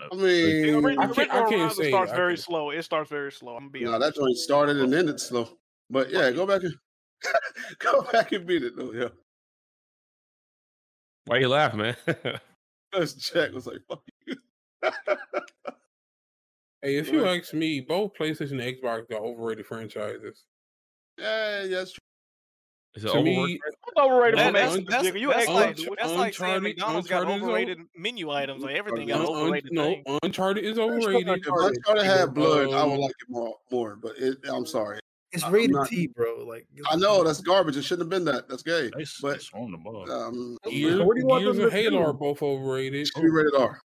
Speaker 11: I mean,
Speaker 8: I can't- I can't
Speaker 11: Horizon
Speaker 8: say,
Speaker 11: starts
Speaker 8: I
Speaker 11: very
Speaker 3: Very slow. It starts very slow. I'm gonna be
Speaker 11: No, that joint started and ended slow. But yeah, go back and go back and beat it though. Yeah,
Speaker 8: Why you laugh, man?
Speaker 11: because Jack was like, "Fuck you."
Speaker 17: Hey, if you ask me, both PlayStation and Xbox are overrated franchises.
Speaker 11: Yeah, yeah, that's true.
Speaker 8: Is
Speaker 17: To me,
Speaker 3: That's overrated.
Speaker 17: That-
Speaker 3: for
Speaker 17: that's-
Speaker 3: Mexican
Speaker 17: that's-
Speaker 3: chicken. you
Speaker 17: that's
Speaker 3: act like
Speaker 17: Unch-
Speaker 3: that's like saying
Speaker 17: Uncharted-
Speaker 3: McDonald's got
Speaker 17: Uncharted is over-
Speaker 3: overrated menu items. Like everything got
Speaker 17: Un- un-
Speaker 3: overrated.
Speaker 17: no, Uncharted is overrated.
Speaker 11: If Uncharted had blood, I would
Speaker 17: Um,
Speaker 11: like it more. More, but it, I'm sorry,
Speaker 14: It's
Speaker 11: I- I'm
Speaker 14: rated
Speaker 11: not-
Speaker 14: T, bro. Like,
Speaker 11: I know that's garbage. It shouldn't have been that. That's gay. but on the um,
Speaker 17: Gears,
Speaker 11: what do you want
Speaker 17: Gears
Speaker 11: them
Speaker 17: and
Speaker 11: to
Speaker 17: Halo
Speaker 11: do?
Speaker 17: are both overrated.
Speaker 11: Should be rated R.